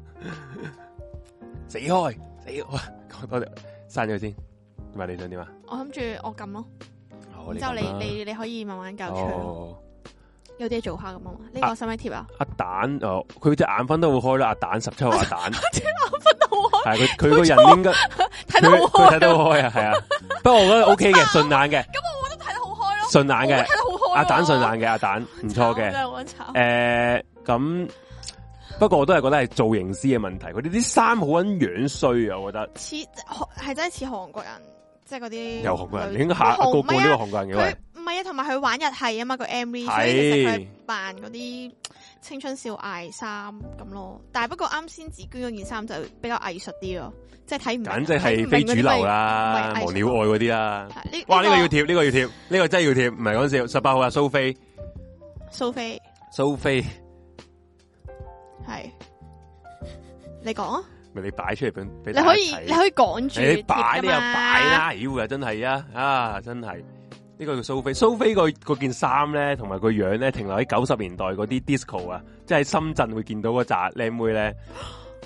Speaker 1: 死开，死開哇！多謝，刪咗佢先。唔係你想點啊？
Speaker 3: 我諗住我撳咯，
Speaker 1: 哦
Speaker 3: 然之後你你你可以慢慢教出嚟咯，
Speaker 1: 哦，
Speaker 3: 有啲嘢做下咁啊嘛。呢個使唔使貼啊？
Speaker 1: 阿蛋哦，佢隻眼分得好開啦。阿蛋十七號阿 蛋，
Speaker 3: 分得好開，
Speaker 1: 係佢佢個人應該
Speaker 3: 睇
Speaker 1: 佢
Speaker 3: 得好
Speaker 1: 佢睇
Speaker 3: 開
Speaker 1: 得
Speaker 3: 啊，
Speaker 1: 好開啊，係啊。不過我覺得 OK 嘅，順眼嘅，
Speaker 3: 我都睇得好開咯，
Speaker 1: 順眼
Speaker 3: 我都睇
Speaker 1: 嘅，
Speaker 3: 得好開啊。
Speaker 1: 阿蛋順眼嘅，阿蛋唔錯嘅
Speaker 3: 真。係好慘。
Speaker 1: 诶、呃咁不過我都係覺得係造型師嘅問題，佢哋啲衫好撚樣衰啊！我覺得
Speaker 3: 似係真係似韓國人，即係嗰啲
Speaker 1: 有韓國人，
Speaker 3: 女
Speaker 1: 應該下
Speaker 3: 韓
Speaker 1: 個個
Speaker 3: 唔係啊
Speaker 1: 呢個韓國人嘅
Speaker 3: 佢
Speaker 1: 喂，
Speaker 3: 唔係啊，同埋佢玩日系啊嘛個 MV，所以其實佢
Speaker 1: 係
Speaker 3: 係扮嗰啲青春少艾衫咁咯。但係不過啱先紫娟嗰件衫就比較藝術啲咯，即係睇唔明
Speaker 1: 簡直係非主流。啦，
Speaker 3: 唔係藝術
Speaker 1: 無聊愛嗰啲啦。
Speaker 3: 睇唔明嗰啲咪係呢
Speaker 1: 哇！呢、個
Speaker 3: 個
Speaker 1: 要貼，呢、個要貼，呢、個真係要貼，唔係講笑。十八號啊，蘇菲，
Speaker 3: 蘇菲
Speaker 1: 蘇菲，
Speaker 3: 係你講啊，
Speaker 1: 咪你擺出嚟俾俾
Speaker 3: 你可以
Speaker 1: 大家睇
Speaker 3: 你可以趕住
Speaker 1: 你
Speaker 3: 貼
Speaker 1: 擺
Speaker 3: 㗎
Speaker 1: 你又
Speaker 3: 嘛
Speaker 1: 擺，啦，妖啊，真係啊，啊，真係呢、個叫蘇菲，蘇菲個嗰件衫咧，同埋個樣咧，停留喺九十年代嗰啲 disco 啊，即係深圳會見到嗰扎靚妹咧，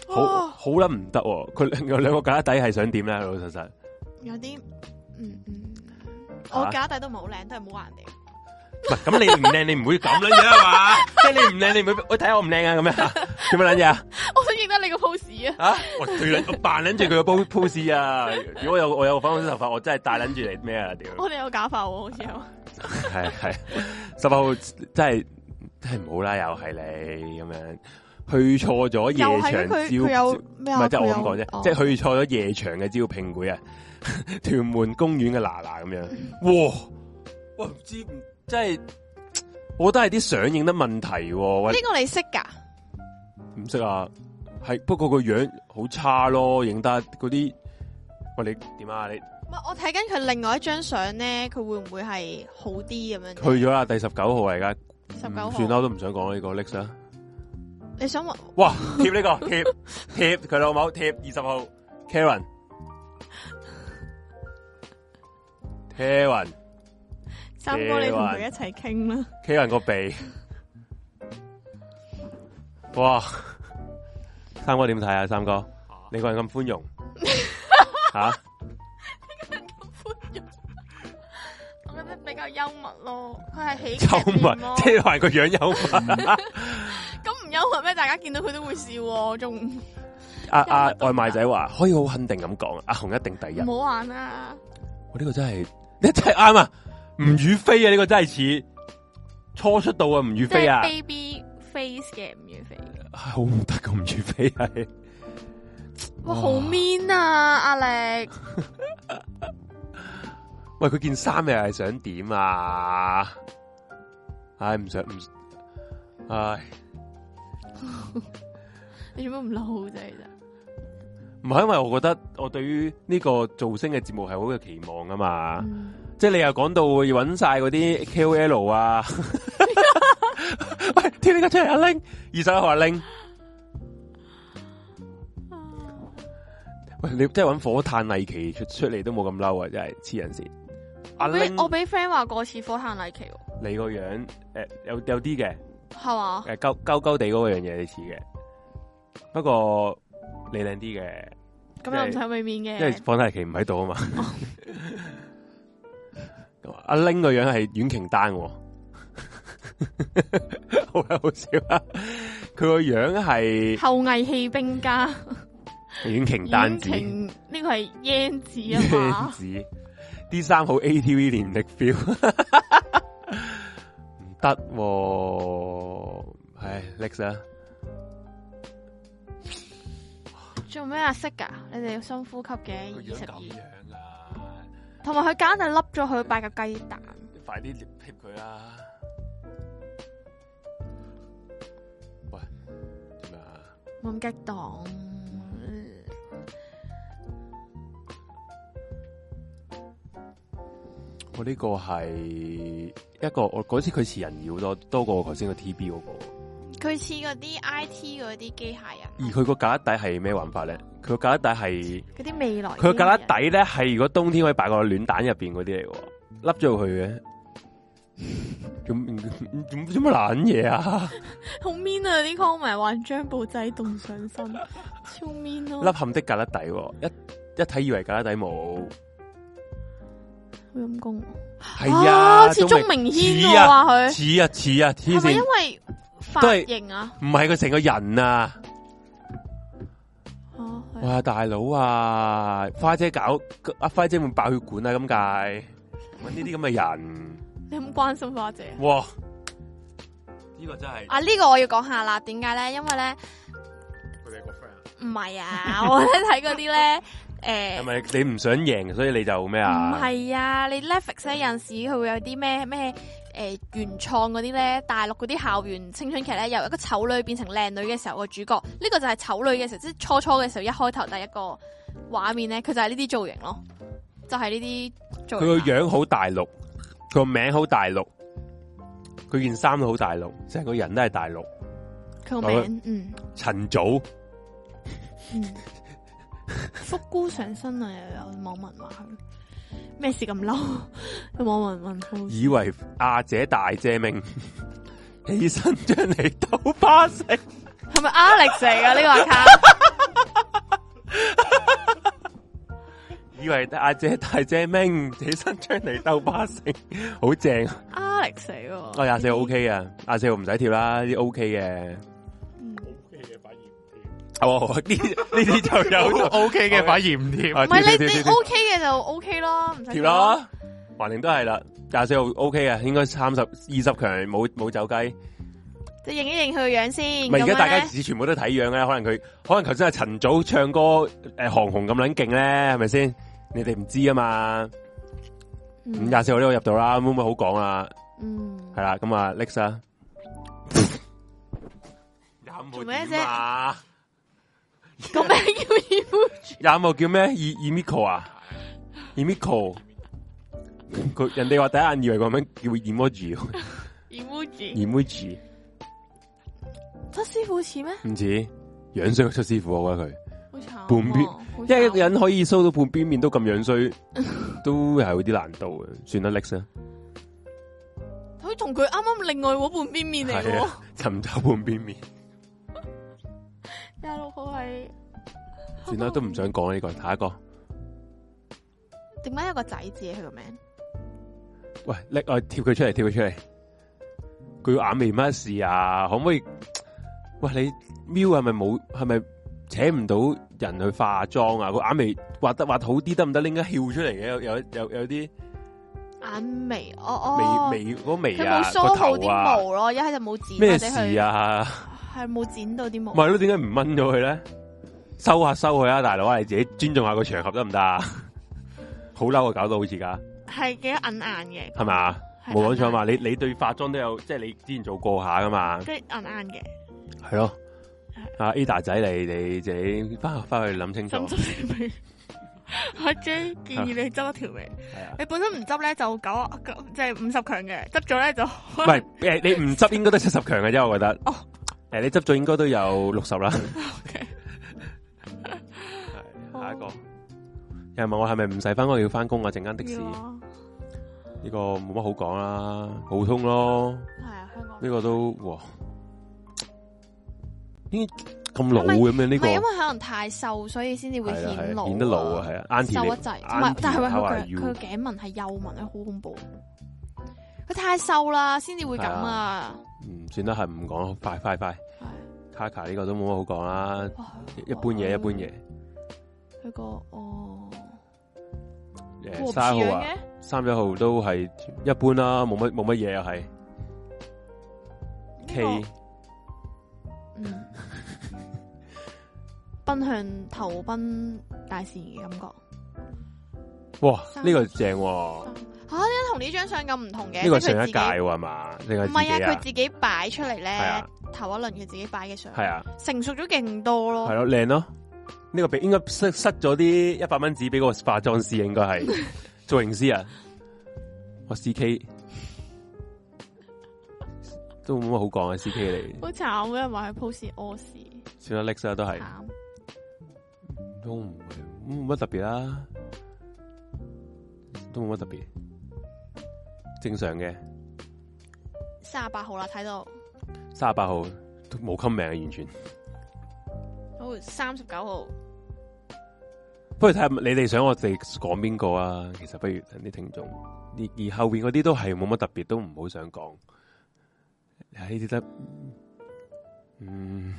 Speaker 1: 好
Speaker 3: 哇
Speaker 1: 好啦唔得喎，佢兩兩個架底係想點咧？老老實實，
Speaker 3: 有啲嗯嗯，
Speaker 1: 啊
Speaker 3: 我假底都唔係好靚，都係唔好話人哋。
Speaker 1: 唔係咁你唔靚，你唔會咁樣樣啊嘛， 即係你唔靚，你唔會喂睇下我唔靚啊咁 樣啊，做乜撚嘢啊？
Speaker 3: 我想認得你個 pose 啊！
Speaker 1: 啊！我對撚我扮撚住佢個 pose- pose 啊！如果有我有粉紅色頭髮，我真係戴撚住你咩啊？屌！
Speaker 3: 我哋有假髮喎，好似
Speaker 1: 啊
Speaker 3: 有。
Speaker 1: 系系十八號真係真係唔好啦，又係你咁樣去錯咗夜場
Speaker 3: 又係咩佢
Speaker 1: 招，
Speaker 3: 佢有咩
Speaker 1: 唔
Speaker 3: 啊？
Speaker 1: 係即係我咁
Speaker 3: 佢
Speaker 1: 講
Speaker 3: 有
Speaker 1: 啫，即係去錯咗夜場嘅招聘會啊， 屯門公園嘅嗱嗱咁樣，
Speaker 3: 嗯
Speaker 1: 哇哇唔知唔真係，我覺得係啲相影得問題喎，
Speaker 3: 哦
Speaker 1: 喂
Speaker 3: 呢個你識㗎？
Speaker 1: 唔識啊，係不過個樣好差咯，影得嗰啲，喂你點啊你？
Speaker 3: 唔係我睇緊佢另外一張相咧，佢會唔會係好啲咁樣？
Speaker 1: 去咗啦，啊第十九號嚟噶，
Speaker 3: 十
Speaker 1: 唔
Speaker 3: 九
Speaker 1: 嗯算啦，
Speaker 3: 號，
Speaker 1: 我都唔想講呢個 next 啦。
Speaker 3: 你想話
Speaker 1: 哇，貼呢、 個貼貼佢老母貼二十號 Karen Karen
Speaker 3: 三哥你同佢一齊傾啦？
Speaker 1: Karen 個鼻，哇！三哥點睇啊？三哥，你個人咁寬容吓、
Speaker 3: 我覺得比較幽默咯，佢係喜
Speaker 1: 幽
Speaker 3: 劇
Speaker 1: 默
Speaker 3: 片咯，
Speaker 1: 即係話個樣幽默。
Speaker 3: 咁唔幽默咩？大家見到佢都會笑喎，仲唔
Speaker 1: 阿阿外賣仔話可以好肯定咁講，阿紅一定第一。
Speaker 3: 好玩啊！
Speaker 1: 我呢個真係，你真係啱啊！吳雨霏啊，呢、個真係似初出道啊，吳雨
Speaker 10: 即系
Speaker 1: 霏啊，
Speaker 10: baby face 嘅吳雨霏。
Speaker 1: 好唔得噶，吳雨霏係
Speaker 10: 哇，好 mean 啊！壓力
Speaker 1: 喂，佢件衫又係想點啊？唉，唔想唔，唉，
Speaker 3: 你做乜唔嬲啫？其實
Speaker 1: 唔係因為我覺得我對於呢個造星嘅節目係好有期望啊嘛，
Speaker 3: 嗯
Speaker 1: 即係你又講到要揾晒嗰啲 KOL 啊，喂，跳呢個出嚟阿啊 Ling，二十一號阿 Ling。喂，你真係揾火炭麗琪出出嚟都冇咁嬲啊！真係黐人線。阿
Speaker 3: 我俾
Speaker 1: Ling，
Speaker 3: 我俾 friend 話過似火炭麗奇喎，
Speaker 1: 你個樣诶、誒有有啲嘅，
Speaker 3: 係嘛？
Speaker 1: 诶鳩鳩鳩地嗰個樣嘢你似嘅，不過你靚啲嘅，
Speaker 3: 咁又唔使俾面
Speaker 1: 因為
Speaker 3: 嘅，
Speaker 1: 火炭麗琪唔喺度啊嘛。啊阿 Ling 個樣係阮瓊丹喎， 好鬼好笑啊！佢個樣係
Speaker 3: 後羿氣兵家，
Speaker 1: 阮瓊丹
Speaker 3: 遠
Speaker 1: 子。
Speaker 3: 情呢個係燕子 啊
Speaker 1: 椰
Speaker 3: 嘛，
Speaker 1: 子，啲衫好 ATV 年力 feel，唔得喎，唉，next 啊啦，
Speaker 3: 做咩啊？識㗎？你哋要深呼吸嘅二十二。
Speaker 1: 樣啊，
Speaker 3: 同埋佢間係笠咗佢八嚿雞蛋，
Speaker 1: 快啲貼貼佢啊啦！喂，點啊？
Speaker 3: 冇咁激動。
Speaker 1: 嗯我呢個係一個我嗰次佢似人妖多多過我頭先個 T B 嗰個，
Speaker 3: 佢似嗰啲 I T 嗰啲機械人，啊
Speaker 1: 而佢個架底係咩玩法咧？佢個架底係
Speaker 3: 嗰啲未來。
Speaker 1: 佢個架底咧係如果冬天可以擺個暖蛋入邊嗰啲嚟嘅，笠咗佢嘅。咁咁做乜懶嘢啊？
Speaker 3: 好 mean 啊！啲 comment 話張布仔凍上身，超 mean 啊咯、
Speaker 1: 笠冚的架底喎，一一睇以為架底冇。
Speaker 3: 好陰公。
Speaker 1: 係啊，
Speaker 3: 似
Speaker 1: 鍾
Speaker 3: 鍾明軒
Speaker 1: 似
Speaker 3: 喎
Speaker 1: 啊，
Speaker 3: 話佢
Speaker 1: 似啊似啊，黐
Speaker 3: 係咪因
Speaker 1: 線！
Speaker 3: 為
Speaker 1: 都
Speaker 3: 髮
Speaker 1: 係
Speaker 3: 型啊？
Speaker 1: 唔係佢成個人啊！
Speaker 3: 哦，係
Speaker 1: 哇，大佬啊，花姐搞阿花姐會爆血管啊！咁解搵呢啲咁嘅人，
Speaker 3: 你有冇關心花姐啊？
Speaker 1: 哇！呢、個真係
Speaker 11: 啊，呢個我要講下啦，點解咧？因為咧
Speaker 1: 佢哋個 friend
Speaker 11: 唔係啊， 我咧睇嗰啲咧，诶、
Speaker 1: 係咪你唔想贏，所以你就咩
Speaker 11: 唔
Speaker 1: 啊？
Speaker 11: 係啊，你 Netflix 咧有陣時佢會有啲咩咩誒原創嗰啲咧，大陸嗰啲校園青春劇咧，由一個醜女變成靚女嘅時候個主角，呢、個就係醜女嘅時候，即係初初嘅時候，一開頭第一個畫面咧，佢就係呢啲造型咯，就係呢啲造
Speaker 1: 佢
Speaker 11: 型
Speaker 1: 個
Speaker 11: 啊。
Speaker 1: 樣好大陸，佢個名好大陸，佢件衫都好大陸，成個人都係大陸。
Speaker 3: 佢個
Speaker 1: 哦
Speaker 3: 名嗯
Speaker 1: 陳祖
Speaker 3: 嗯，福姑上身啊！又有網民話佢咩事咁嬲？ 有網民問佢
Speaker 1: 以為阿姐大姐命，起身將你兜巴食。
Speaker 3: 係咪 Alex 嚟噶呢個 account？
Speaker 1: 以為阿姐大姐明起身將你兜巴成，好正啊！
Speaker 3: Alex 嚟喎，
Speaker 1: 我廿四 O K 啊，廿四唔使貼啦，啲 O K 嘅。O K 嘅反而唔貼。哦，呢呢啲就 有哦
Speaker 12: O K 嘅，反而唔 貼。
Speaker 1: 唔
Speaker 3: 唔係你你 OK 嘅就 OK 咯，唔使
Speaker 1: 貼
Speaker 3: 講
Speaker 1: 啦，橫掂都係啦。廿四號 O K 啊嘅，應該三十二十強冇冇走雞。
Speaker 3: 就認一認佢個樣先。
Speaker 1: 唔係而家大
Speaker 3: 咁樣
Speaker 1: 家
Speaker 3: 呢
Speaker 1: 只全部都睇樣咧，可能佢可能頭先係陳祖唱歌诶韓紅咁撚勁咧，係咪先？你哋唔知啊嘛。咁
Speaker 3: 嗯
Speaker 1: 廿四號呢個入到啦，冇乜好講啦。
Speaker 3: 嗯
Speaker 1: 系，啦，咁啊，Lex 啊，有冇
Speaker 3: 做咩啫
Speaker 1: 點啊？
Speaker 3: 個名叫 Emu
Speaker 1: 有冇叫咩？以以 Miko 啊？以 Miko，佢人哋話第一眼以為個名叫 emoji，emoji
Speaker 3: emoji，出師傅似咩？
Speaker 1: 唔似樣衰過出師傅，啊我覺得佢，
Speaker 3: 好慘喎，
Speaker 1: 半邊
Speaker 3: 好慘
Speaker 1: 因為一個人可以 show 到半邊面都咁樣 衰，都係有啲難度嘅。算啦，Lex 啊，
Speaker 3: 佢同佢啱啱另外嗰半邊面嚟嘅
Speaker 1: 係
Speaker 3: 喎。
Speaker 1: 啊，尋找半邊面，
Speaker 3: 廿六號係
Speaker 1: 算啦，都唔想講呢個，下一個。
Speaker 3: 點解有個仔字嘅佢個名？
Speaker 1: 喂，拎我貼佢出嚟，貼佢出嚟。佢眼眉乜事啊？可唔可以？喂，你喵係咪冇？係咪請唔到人去化妝啊？個眼眉畫得畫好啲得唔得？拎一翹出嚟嘅，有有有有啲
Speaker 3: 眼眉哦哦，
Speaker 1: 眉眉嗰眉
Speaker 3: 佢
Speaker 1: 啊
Speaker 3: 冇梳
Speaker 1: 個
Speaker 3: 好
Speaker 1: 頭
Speaker 3: 啲
Speaker 1: 啊
Speaker 3: 毛，咯，一係就冇剪，
Speaker 1: 咩
Speaker 3: 或者佢
Speaker 1: 事？啊？
Speaker 3: 係冇剪到啲毛。
Speaker 1: 咪係咯，點解唔掹咗佢咧？收下收佢啊，大佬啊，你自己尊重下個場合得唔得啊？ 好嬲啊！搞到好似噶，
Speaker 3: 係幾銀眼嘅，
Speaker 1: 係咪啊？
Speaker 3: 係
Speaker 1: 冇講錯嘛？
Speaker 3: 銀
Speaker 1: 你你對化妝都有，即係你之前做過下噶嘛？
Speaker 3: 眼，跟住銀眼嘅。
Speaker 1: 系咯，阿 Ada 仔你你自己翻翻去諗清楚，
Speaker 3: 執
Speaker 1: 係
Speaker 3: 條尾，阿 J 建議你執一條尾。
Speaker 1: 啊，
Speaker 3: 你本身唔執咧就九啊，九即係五十強嘅，執咗咧就
Speaker 1: 唔 係诶，你唔執應該都七十強嘅啫，我覺得。
Speaker 3: 哦
Speaker 1: 诶，你執咗應該都有六十啦。
Speaker 3: OK
Speaker 1: 係下一個，有人問我係咪唔使翻工要翻工啊？陣間的士
Speaker 3: 要
Speaker 1: 呢
Speaker 3: 啊
Speaker 1: 個冇乜好講啦，普通咯。
Speaker 3: 係啊，香港
Speaker 1: 呢個都哇，呢咁老咁樣呢
Speaker 3: 唔係因
Speaker 1: 個
Speaker 3: 為可能太瘦，所以先至會
Speaker 1: 係啦係顯
Speaker 3: 顯老啊，
Speaker 1: 得老啊，係啊，Auntie
Speaker 3: 瘦
Speaker 1: 你
Speaker 3: 一滯，唔係
Speaker 1: Auntie，，
Speaker 3: 但係佢
Speaker 1: how
Speaker 3: 佢
Speaker 1: are
Speaker 3: 佢
Speaker 1: you？
Speaker 3: 佢頸紋係幼紋，係好恐怖。佢太瘦啦，先至會咁啊！
Speaker 1: 嗯，算啦，係唔講，快快快
Speaker 3: 係
Speaker 1: ，Kaka 呢個都冇乜好講啦，
Speaker 3: 哇
Speaker 1: 一般
Speaker 3: 哦
Speaker 1: 嘢一般嘢。
Speaker 3: 佢個哦，
Speaker 1: 诶，
Speaker 3: 和
Speaker 1: 三
Speaker 3: 樣
Speaker 1: 號啊，
Speaker 3: 嘅，
Speaker 1: 三一號都係一般啦，冇乜冇乜嘢啊，係
Speaker 3: 個
Speaker 1: K
Speaker 3: 嗯， 奔向投奔大自然嘅感覺。
Speaker 1: 哇，
Speaker 3: 三
Speaker 1: 呢個正喎，
Speaker 3: 吓，點解同呢張相咁唔同嘅？
Speaker 1: 呢個
Speaker 3: 即係
Speaker 1: 上
Speaker 3: 佢
Speaker 1: 一
Speaker 3: 自
Speaker 1: 屆
Speaker 3: 己
Speaker 1: 喎嘛？定係
Speaker 3: 唔係
Speaker 1: 自己
Speaker 3: 啊，佢
Speaker 1: 啊？
Speaker 3: 自己擺出嚟
Speaker 1: 係
Speaker 3: 咧
Speaker 1: 啊，
Speaker 3: 頭一輪佢自己擺嘅相，
Speaker 1: 係啊，
Speaker 3: 成熟咗勁多
Speaker 1: 係
Speaker 3: 咯。
Speaker 1: 咯，靚咯。呢個俾應該塞塞咗啲一百蚊紙俾個化妝師，應該係造型師啊。我 C K 都冇乜好講啊，C K 嚟，
Speaker 3: 好慘，有人話佢 pose 屙屎，
Speaker 1: 少得 Lex 啦，都係
Speaker 3: 慘。
Speaker 1: 都唔會冇乜特別啦，都冇乜特別，正常嘅。
Speaker 3: 三十八號啦，睇到，
Speaker 1: 三十八號都冇 comment 啊，完全。
Speaker 3: 好三十九號，
Speaker 1: 不如睇下你哋想我哋講邊個啊？其實不如等啲聽眾，而而後邊嗰啲都係冇乜特別，都唔好想講。係呢啲得，嗯，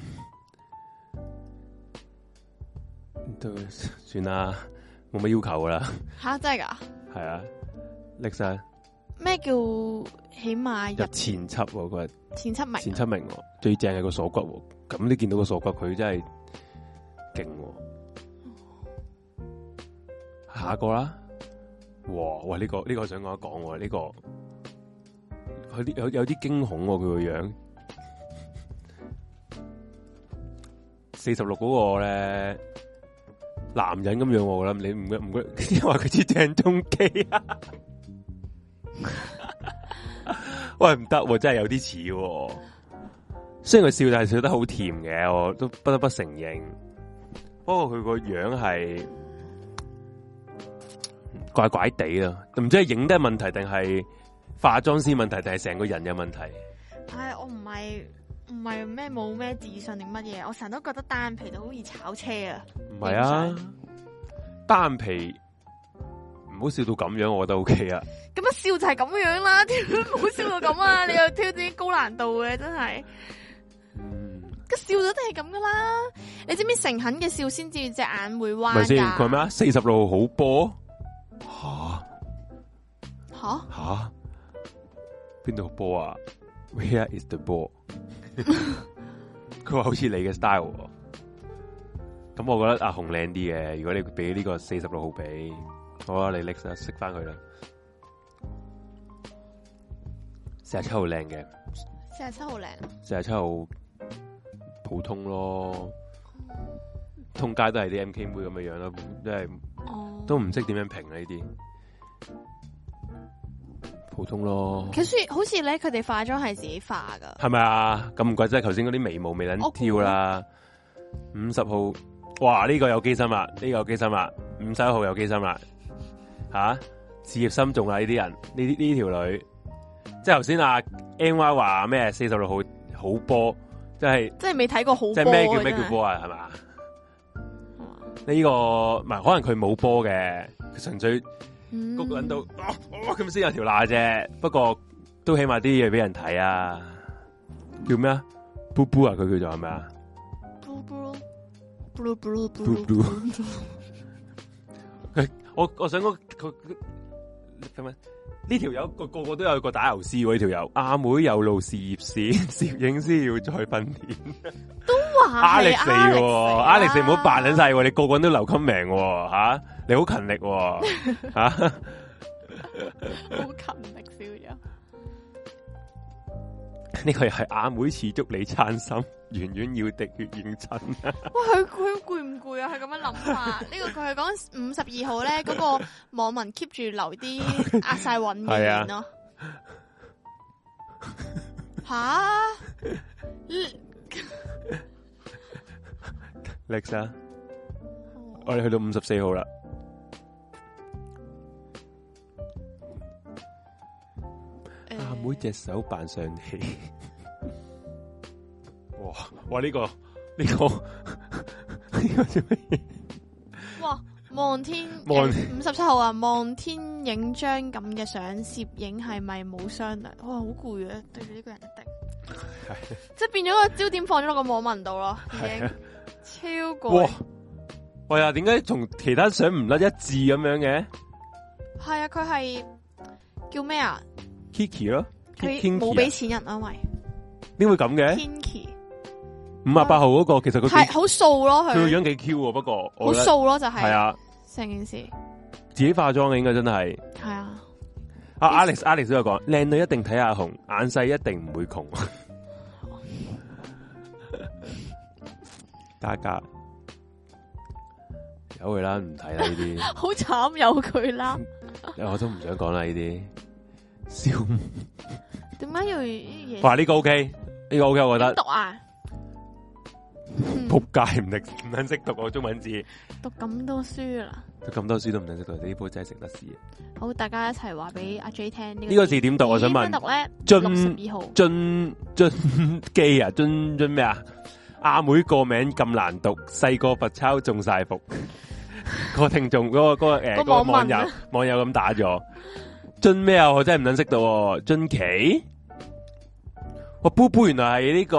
Speaker 1: 都算啦，冇乜要求噶啦，
Speaker 3: 吓真係㗎？
Speaker 1: 係啊，拎晒
Speaker 3: 咩叫起碼
Speaker 1: 入
Speaker 3: 入
Speaker 1: 前七喎，嗰日
Speaker 3: 前七名啊？
Speaker 1: 前七名喎，最正係個鎖骨喎，咁你見到個鎖骨佢真係勁喎。下一個啦，哇哇呢、個呢、個想講一講喎，呢、個佢啲有有啲驚恐喎佢個樣，四十六嗰個咧。男人咁樣我諗你唔覺唔覺， 因為佢似鄭中基啊！ 喂，唔得喎，真係有啲似喎。雖然佢笑，但係笑得好甜嘅，我都不得不承認。不過佢個樣係怪怪地啊，唔知係影得問題定係化妝師問題，定係成個人有問題。
Speaker 3: 唉，我唔係唔係咩冇咩自信定乜嘢，我成日都覺得單眼皮就好易炒車啊！
Speaker 1: 唔係啊
Speaker 3: 影，
Speaker 1: 單眼皮唔好笑到咁樣，我覺得 OK 啊。
Speaker 3: 咁一笑就係咁樣啦，屌唔好笑到咁啊！你又挑戰高難度嘅，真係
Speaker 1: 嗯，
Speaker 3: 個笑咗都係咁噶啦。你知唔知誠懇嘅笑先至隻眼會
Speaker 1: 係
Speaker 3: 彎
Speaker 1: 咪先？佢係
Speaker 3: 㗎？
Speaker 1: 咩啊？四十六號好波吓
Speaker 3: 吓，
Speaker 1: 吓，邊啊度個波啊？Where is the ball？佢話好似你嘅 style，喎咁我覺得阿紅靚啲嘅。如果你俾呢個四十六號比，好啦，你拎啦，識翻佢啦。四十七號靚嘅，
Speaker 3: 四十七號靚，
Speaker 1: 四十七號普通咯，通街都係啲 M K 妹咁嘅樣啦，即係。
Speaker 3: 哦，
Speaker 1: 都唔識點樣評啊呢啲，普通咯，
Speaker 3: 其實好似咧，佢哋化妝係自己化噶。
Speaker 1: 係咪啊？咁唔怪之得頭先嗰啲眉毛未捻
Speaker 3: 我估
Speaker 1: 挑啦。五十號，哇！呢、個有機心啦，啊呢、個有機心啦，五十一號有機心啦，吓、事業心重啊！呢啲人，呢啲呢條女，即係頭先啊 N Y 話咩四十六號好波，即係
Speaker 3: 即係未睇過好波
Speaker 1: 即係咩叫咩叫波啊？係嘛？呢、個唔係可能佢冇波嘅，佢純粹。
Speaker 3: 嗯
Speaker 1: 谷撚到啊啊咁先有條罅啫。不過都起碼啲嘢俾人睇啊。叫咩啊？Boo Boo 啊，佢叫做係咪啊
Speaker 3: blue blue
Speaker 1: ？Boo
Speaker 3: blue
Speaker 1: Boo。佢我我想講佢咁樣呢條友個個個都有個打油詩喎，呢條友阿妹有路事 業線，攝影師要再訓練。
Speaker 3: 話啊係
Speaker 1: Alex 嚟
Speaker 3: 啊
Speaker 1: 嘅
Speaker 3: 嚟
Speaker 1: 喎，Alex 你唔好扮撚
Speaker 3: 緊
Speaker 1: 晒喎，你個個人都留襟命喎吓，你好勤力喎吓。
Speaker 3: 好勤力笑咗。
Speaker 1: 呢個又係阿妹似足你撐心，遠遠要滴血認親。啊
Speaker 3: 哇！佢佢攰唔攰啊？佢咁樣諗法，呢個佢係講五十二號咧，嗰個網民 keep 住留啲壓晒韻嘅
Speaker 1: 啊
Speaker 3: 言咯。吓？呢
Speaker 1: Lex 啊，我哋去到五十四號啦。
Speaker 3: 呃
Speaker 1: 阿妹隻手扮上氣， 哇哇呢、個呢、個 呢、個做乜嘢？
Speaker 3: 哇！望天
Speaker 1: 望
Speaker 3: 五十七號啊！望天影張咁嘅相，攝影係咪冇商量？哇！好攰啊！對住呢個人一定，即係變咗個焦點放咗落個網民度咯，已
Speaker 1: 係啊
Speaker 3: 經超攰
Speaker 1: 哇。喂啊，點解同其他相唔甩一致咁樣嘅
Speaker 3: 係啊！佢係叫咩啊？
Speaker 1: ？Kiki 咯，
Speaker 3: 佢
Speaker 1: Kinky
Speaker 3: 冇
Speaker 1: 啊
Speaker 3: 俾錢人啊，因為
Speaker 1: 點會咁嘅？
Speaker 3: Kinky
Speaker 1: 五啊八號嗰個其實佢
Speaker 3: 係
Speaker 1: 幾
Speaker 3: 好素咯，
Speaker 1: 佢個
Speaker 3: 佢
Speaker 1: 樣幾 Q 喎，不過
Speaker 3: 好
Speaker 1: 我覺得
Speaker 3: 素咯，就
Speaker 1: 係
Speaker 3: 係
Speaker 1: 啊，
Speaker 3: 成件事
Speaker 1: 自己化妝嘅應該真係。
Speaker 3: 係啊，
Speaker 1: 啊 Alex Alex 都有講，靚女一定睇下紅，眼細一定唔會窮。 價格由佢啦，唔睇啦呢
Speaker 3: 好慘有佢啦。
Speaker 1: 啲，我都唔想講啦呢啲。笑，
Speaker 3: 點解要呢
Speaker 1: 哇呢、個 OK，呢個 OK，我覺
Speaker 3: 嘢
Speaker 1: 得
Speaker 3: 讀啊？
Speaker 1: 仆街唔識唔肯識讀我中文字，
Speaker 3: 讀咁多書啦，
Speaker 1: 佢咁多書都唔肯識讀，呢鋪真係食得屎。
Speaker 3: 好，大家一齊話俾阿 J 聽呢
Speaker 1: 呢個字點讀？我想
Speaker 3: 點
Speaker 1: 問
Speaker 3: 樣讀咧，
Speaker 1: 進
Speaker 3: 六十二號
Speaker 1: 津津基啊，津津咩啊？阿妹個名咁難讀，細個罰抄中晒伏。個聽眾嗰、個嗰、個诶、
Speaker 3: 個
Speaker 1: 嗰個
Speaker 3: 網
Speaker 1: 網
Speaker 3: 民
Speaker 1: 友
Speaker 3: 啊
Speaker 1: 網友咁打咗津咩啊？我真係唔撚識到喎津奇。我布布原來係呢個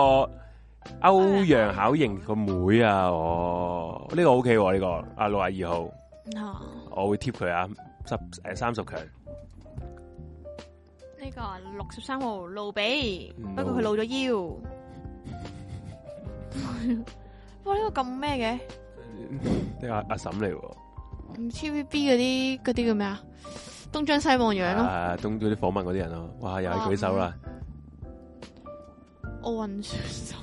Speaker 1: 歐
Speaker 3: 哎
Speaker 1: 陽巧瑩個妹啊！哦，呢、個 O K 喎，呢、個啊六廿二號，
Speaker 3: 啊
Speaker 1: 我會貼佢啊，十诶三十強。
Speaker 3: 呢個六十三號露比
Speaker 1: 嗯，
Speaker 3: 不過佢露咗腰。
Speaker 1: 嗯
Speaker 3: 哇！呢個咁咩
Speaker 1: 呢個阿阿嬸嚟喎。
Speaker 3: 嘅？唔 TVB 嗰啲嗰啲叫咩啊？東張西望樣咯，
Speaker 1: 啊，東嗰啲訪問嗰啲人咯，哇，又係舉手啦，
Speaker 3: 奧運選手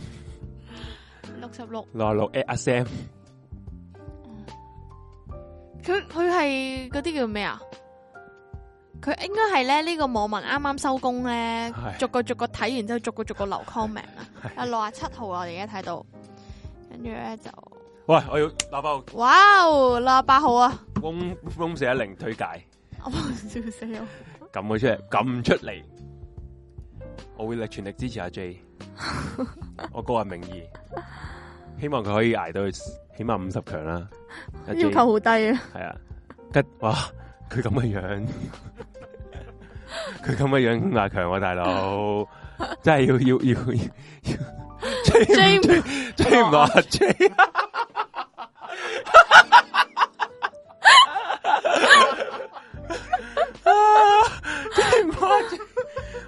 Speaker 3: 六十六，
Speaker 1: 六啊六 at 阿 Sam，
Speaker 3: 佢佢係嗰啲叫咩啊？佢應該係咧呢個網民啱啱收工咧
Speaker 1: 係，
Speaker 3: 逐個逐個睇完之後，逐個逐個留 comment 啊。啊六啊七號啊，我哋而家睇到，跟住咧就
Speaker 1: 喂，我要打包
Speaker 3: 哇哦六啊八號啊，
Speaker 1: 翁翁四一零推介，
Speaker 3: 我笑死我。
Speaker 1: 撳佢出嚟，撳出嚟，我會力全力支持阿 J，我個人名義，希望佢可以捱到去起碼五十強啦，阿 J
Speaker 3: 要求好低啊！
Speaker 1: 係啊，吉哇，佢咁嘅樣，佢咁嘅樣咁阿強啊，大 佬，真係要要要要追
Speaker 3: J
Speaker 1: 唔追追唔到阿 J。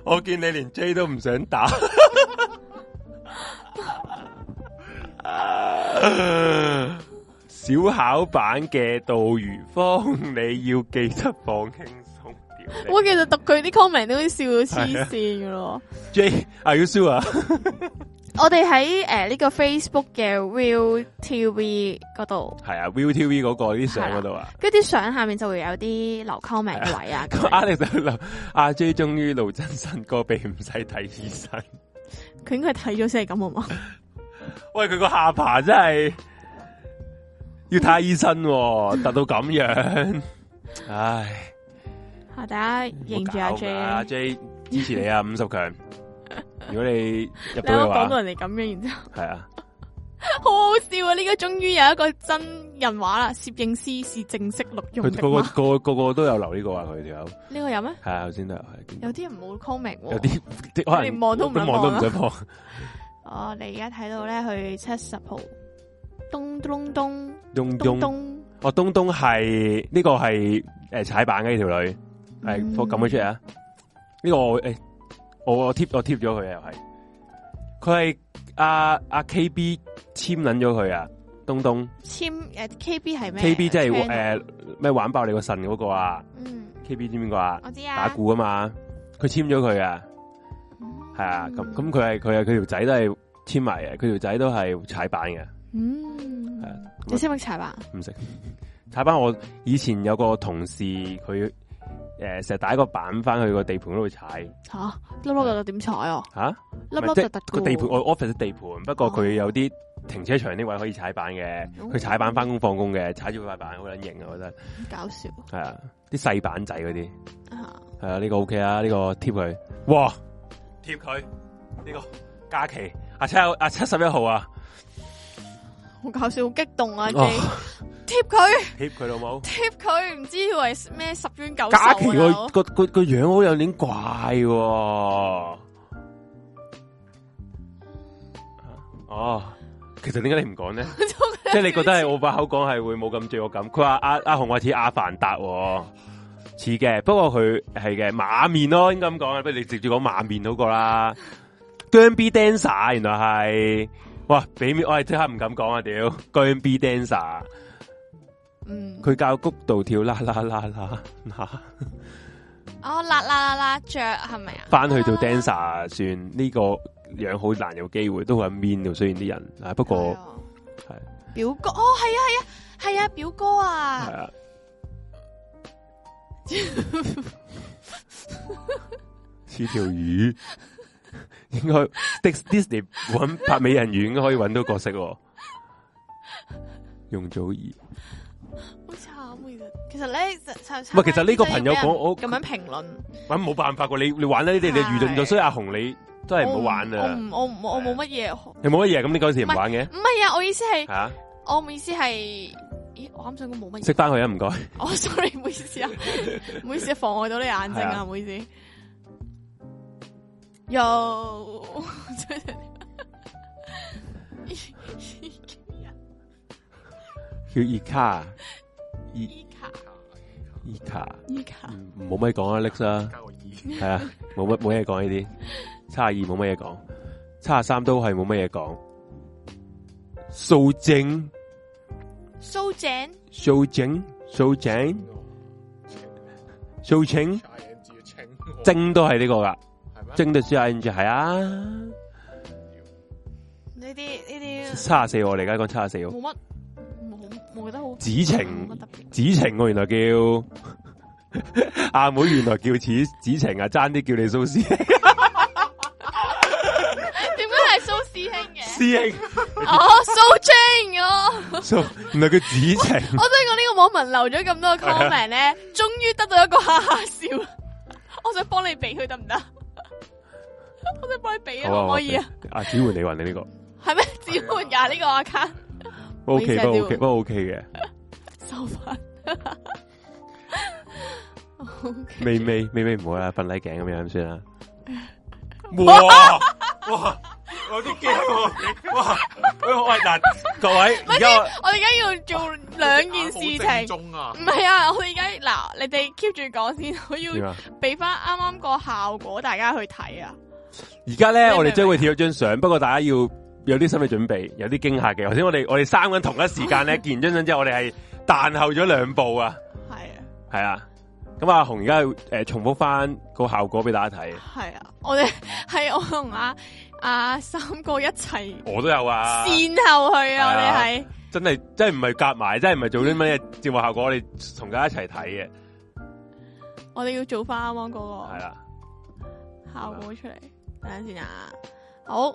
Speaker 1: 我见你连 J 都唔想打。小考版嘅杜如風，你要記得放輕鬆啲。
Speaker 3: 我其實讀佢啲 comment 都笑到黐線噶咯。
Speaker 1: 啊 J，are you sure？
Speaker 3: 我哋喺诶呢個 Facebook 嘅 Real TV 嗰度，
Speaker 1: 係啊，Viu TV 嗰個啲相嗰度啊。
Speaker 3: 跟住啲相下面就會有啲留 comment 嘅 位啊。咁樣
Speaker 1: Alex 就諗阿 J 終於露真身個鼻唔使睇醫生。
Speaker 3: 佢應該係睇咗先係咁 好嘛？
Speaker 1: 喂，佢個下巴真係要睇下醫生、喎，突到咁樣，唉，
Speaker 3: 嚇大家認住阿 J
Speaker 1: 唔好搞啦
Speaker 3: 啊
Speaker 1: 阿！J 支持 你啊，五十強。如果你入
Speaker 3: 你啱
Speaker 1: 到嘅
Speaker 3: 啱講
Speaker 1: 話
Speaker 3: 到，人哋咁樣，然之後
Speaker 1: 係啊，
Speaker 3: 好好笑啊！呢個終於有一個真人話啦，攝影師是正式錄用啊
Speaker 1: 佢
Speaker 3: 的
Speaker 1: 個個
Speaker 3: 嗎？
Speaker 1: 個個個都有留呢個啊，佢條友
Speaker 3: 呢個有咩？
Speaker 1: 係啊，頭先都有係
Speaker 3: 有啲人冇 comment 喎。
Speaker 1: 有啲啲可
Speaker 3: 連
Speaker 1: 能
Speaker 3: 望都唔
Speaker 1: 都
Speaker 3: 想
Speaker 1: 望都唔
Speaker 3: 望啊
Speaker 1: 想望。
Speaker 3: 哦，你而家睇到咧，佢七十號咚咚咚
Speaker 1: 東
Speaker 3: 咚
Speaker 1: 東，
Speaker 3: 咚。
Speaker 1: 哦，東東係呢個係誒踩板嘅呢條女，
Speaker 3: 嗯
Speaker 1: 係我撳佢出嚟啊！呢個我誒我我貼我貼咗佢啊，又係佢係阿阿 KB 簽撚咗佢啊，東東
Speaker 3: 簽誒 KB 係咩
Speaker 1: KB 即係呃
Speaker 3: channel
Speaker 1: 誒咩玩爆你個腎嗰個啊
Speaker 3: 嗯，
Speaker 1: ，KB 知唔知邊個啊？
Speaker 3: 我知
Speaker 1: 打
Speaker 3: 啊，
Speaker 1: 鼓啊嘛，佢簽咗佢啊，
Speaker 3: 嗯
Speaker 1: 係啊，咁咁佢係佢係佢條仔都係簽埋嘅，佢條仔都係踩板嘅，
Speaker 3: 嗯
Speaker 1: 係啊，
Speaker 3: 你識唔識柴吧？
Speaker 1: 唔食。踩翻我以前有個同事，佢诶成日打個板翻去個地盤嗰度踩
Speaker 3: 吓，粒粒突突點踩啊？
Speaker 1: 吓，
Speaker 3: 粒
Speaker 1: 唔
Speaker 3: 粒
Speaker 1: 係即係
Speaker 3: 突突
Speaker 1: 個
Speaker 3: 㗎
Speaker 1: 地盤，我 office 嘅地盤，不過
Speaker 3: 哦
Speaker 1: 佢有啲停車場呢位可以踩板嘅，
Speaker 3: 哦
Speaker 1: 佢踩板翻工放工嘅，踩住佢塊板好撚型啊！我覺得
Speaker 3: 搞笑
Speaker 1: 係啊，啲細板仔嗰啲
Speaker 3: 啊！
Speaker 1: 係啊，呢個 OK 啊，呢個貼佢，哇，貼佢呢個假期啊七啊七十一號啊，
Speaker 3: 好搞笑，好激動啊！
Speaker 1: 哦
Speaker 3: J 貼佢
Speaker 1: 貼佢老母。
Speaker 3: 貼佢，唔知以為咩十冤九 仇
Speaker 1: 假期個
Speaker 3: 啊！我
Speaker 1: 個個個樣好有點怪喎、啊哦，其實點解你唔講咧？即係你覺得係我把口講係會冇咁罪惡感？佢話阿阿紅話似阿凡達、喎，似嘅，不過佢係嘅馬面咯，應該咁講。不如你直接講馬面好過啦。姜 B dancer 原來係，哇！俾面我係即刻唔敢講啊！屌姜 B dancer。
Speaker 3: 嗯，Ừ.
Speaker 1: 佢教谷度跳啦啦啦啦啦，
Speaker 3: Ờ,
Speaker 13: 哦，辣辣辣辣着系咪啊？
Speaker 1: 翻去做
Speaker 3: À.
Speaker 1: dancer 算呢、個个样好難有機會，都好喺面度。雖然啲人，啊不過係
Speaker 3: 表哥，
Speaker 13: 哦，系啊系啊系啊，表哥
Speaker 1: 係
Speaker 3: à.
Speaker 13: 啊，
Speaker 1: 啊，似條魚，應該 Dis- Disney 揾拍美人魚應該可以揾到角色喎。容祖兒，
Speaker 3: 好慘啊！其實其實咧，就
Speaker 1: 喂其實呢個朋友講我
Speaker 3: 咁樣評論，
Speaker 1: 咁冇辦法喎。你你玩啦，呢啲你
Speaker 3: 係
Speaker 1: 遇盡咗，所以阿紅你都係唔好玩
Speaker 3: 我
Speaker 1: 啊。
Speaker 3: 唔我唔我冇乜嘢，唔
Speaker 1: 你冇乜嘢，咁你嗰時唔玩嘅
Speaker 3: 係啊！我意思係，
Speaker 1: 吓，
Speaker 3: 我意思係，咦？我啱想講冇乜嘢
Speaker 1: 識。翻佢啊，唔該。
Speaker 3: 我
Speaker 13: 哦
Speaker 3: sorry，唔好意思啊，唔好意思，妨礙到你眼睛
Speaker 1: 係啊
Speaker 3: 啊，唔好意思。又
Speaker 1: 叫 e 卡
Speaker 3: 伊卡
Speaker 1: e 卡，
Speaker 3: 伊卡，
Speaker 1: 嗯冇乜講啊，Lex 啦。
Speaker 2: 加個二。
Speaker 1: 系啊，冇乜冇嘢讲呢啲，七廿二冇乜嘢讲，七廿三都系冇乜嘢讲。素正
Speaker 3: 蘇井
Speaker 1: 素正素正素正
Speaker 2: I N G 清
Speaker 1: 正都系呢个噶，
Speaker 2: 係咩？
Speaker 1: 正都 C I N G 系啊，
Speaker 3: 呢啲呢
Speaker 1: 七廿四我哋而家讲七廿四
Speaker 3: 啲
Speaker 1: 喎，
Speaker 3: 冇乜，冇，我覺得 好
Speaker 1: 子晴
Speaker 3: 冇乜特別。
Speaker 1: 子晴我原来叫 阿妹，原来叫子子晴啊，争啲叫你苏 师兄
Speaker 13: 点解系苏师兄嘅？
Speaker 1: 师兄
Speaker 13: 哦，苏晶哦。
Speaker 1: 苏，原来叫子晴
Speaker 13: 我想講呢個網民留咗咁多 comment 咧，終於得到一個哈哈笑。我想幫你俾佢得唔得？ 我想幫你俾啊，可唔可以啊？，
Speaker 1: 阿子焕你云你呢个
Speaker 13: 係咩？ 只換㗎呢個 account
Speaker 1: ，O K
Speaker 3: 意思啊
Speaker 1: 不過
Speaker 3: 子
Speaker 1: O K 不
Speaker 3: 桓
Speaker 1: 過 O K 嘅。
Speaker 13: 收 翻。
Speaker 1: 未未未未唔好啦，瞓禮頸咁樣算啦。哇哇，我啲驚喎！哇，喂喂嗱，各位而家我
Speaker 13: 我哋而家要做兩件事情。
Speaker 2: 中啊
Speaker 13: 唔，係啊！我哋而家嗱，你哋 keep 住講先，我
Speaker 1: 點
Speaker 13: 要
Speaker 1: 啊？
Speaker 13: 俾翻啱啱個效果大家去睇啊！
Speaker 1: 而家咧，
Speaker 13: 你明
Speaker 1: 我哋將會貼咗張相，不過大家要有啲心理準備，有啲驚嚇嘅。頭先我哋我哋三個人同一時間咧，見完張相之後，我哋係彈後咗兩步啊，
Speaker 3: 係啊
Speaker 1: 係啊。咁阿紅而家誒重複翻個效果俾大家睇，
Speaker 3: 係啊，我哋係我同阿阿三個一齊
Speaker 1: 我都有啊，
Speaker 3: 善後去啊，我
Speaker 1: 係
Speaker 3: 哋
Speaker 1: 啊
Speaker 3: 係
Speaker 1: 真係真係唔係夾埋，真係唔係做啲乜嘢節目效果，我哋同大家一齊睇嘅，
Speaker 3: 我哋要做翻啱啱嗰個
Speaker 1: 係。啦。
Speaker 3: 效果出嚟。等陣先啊，好，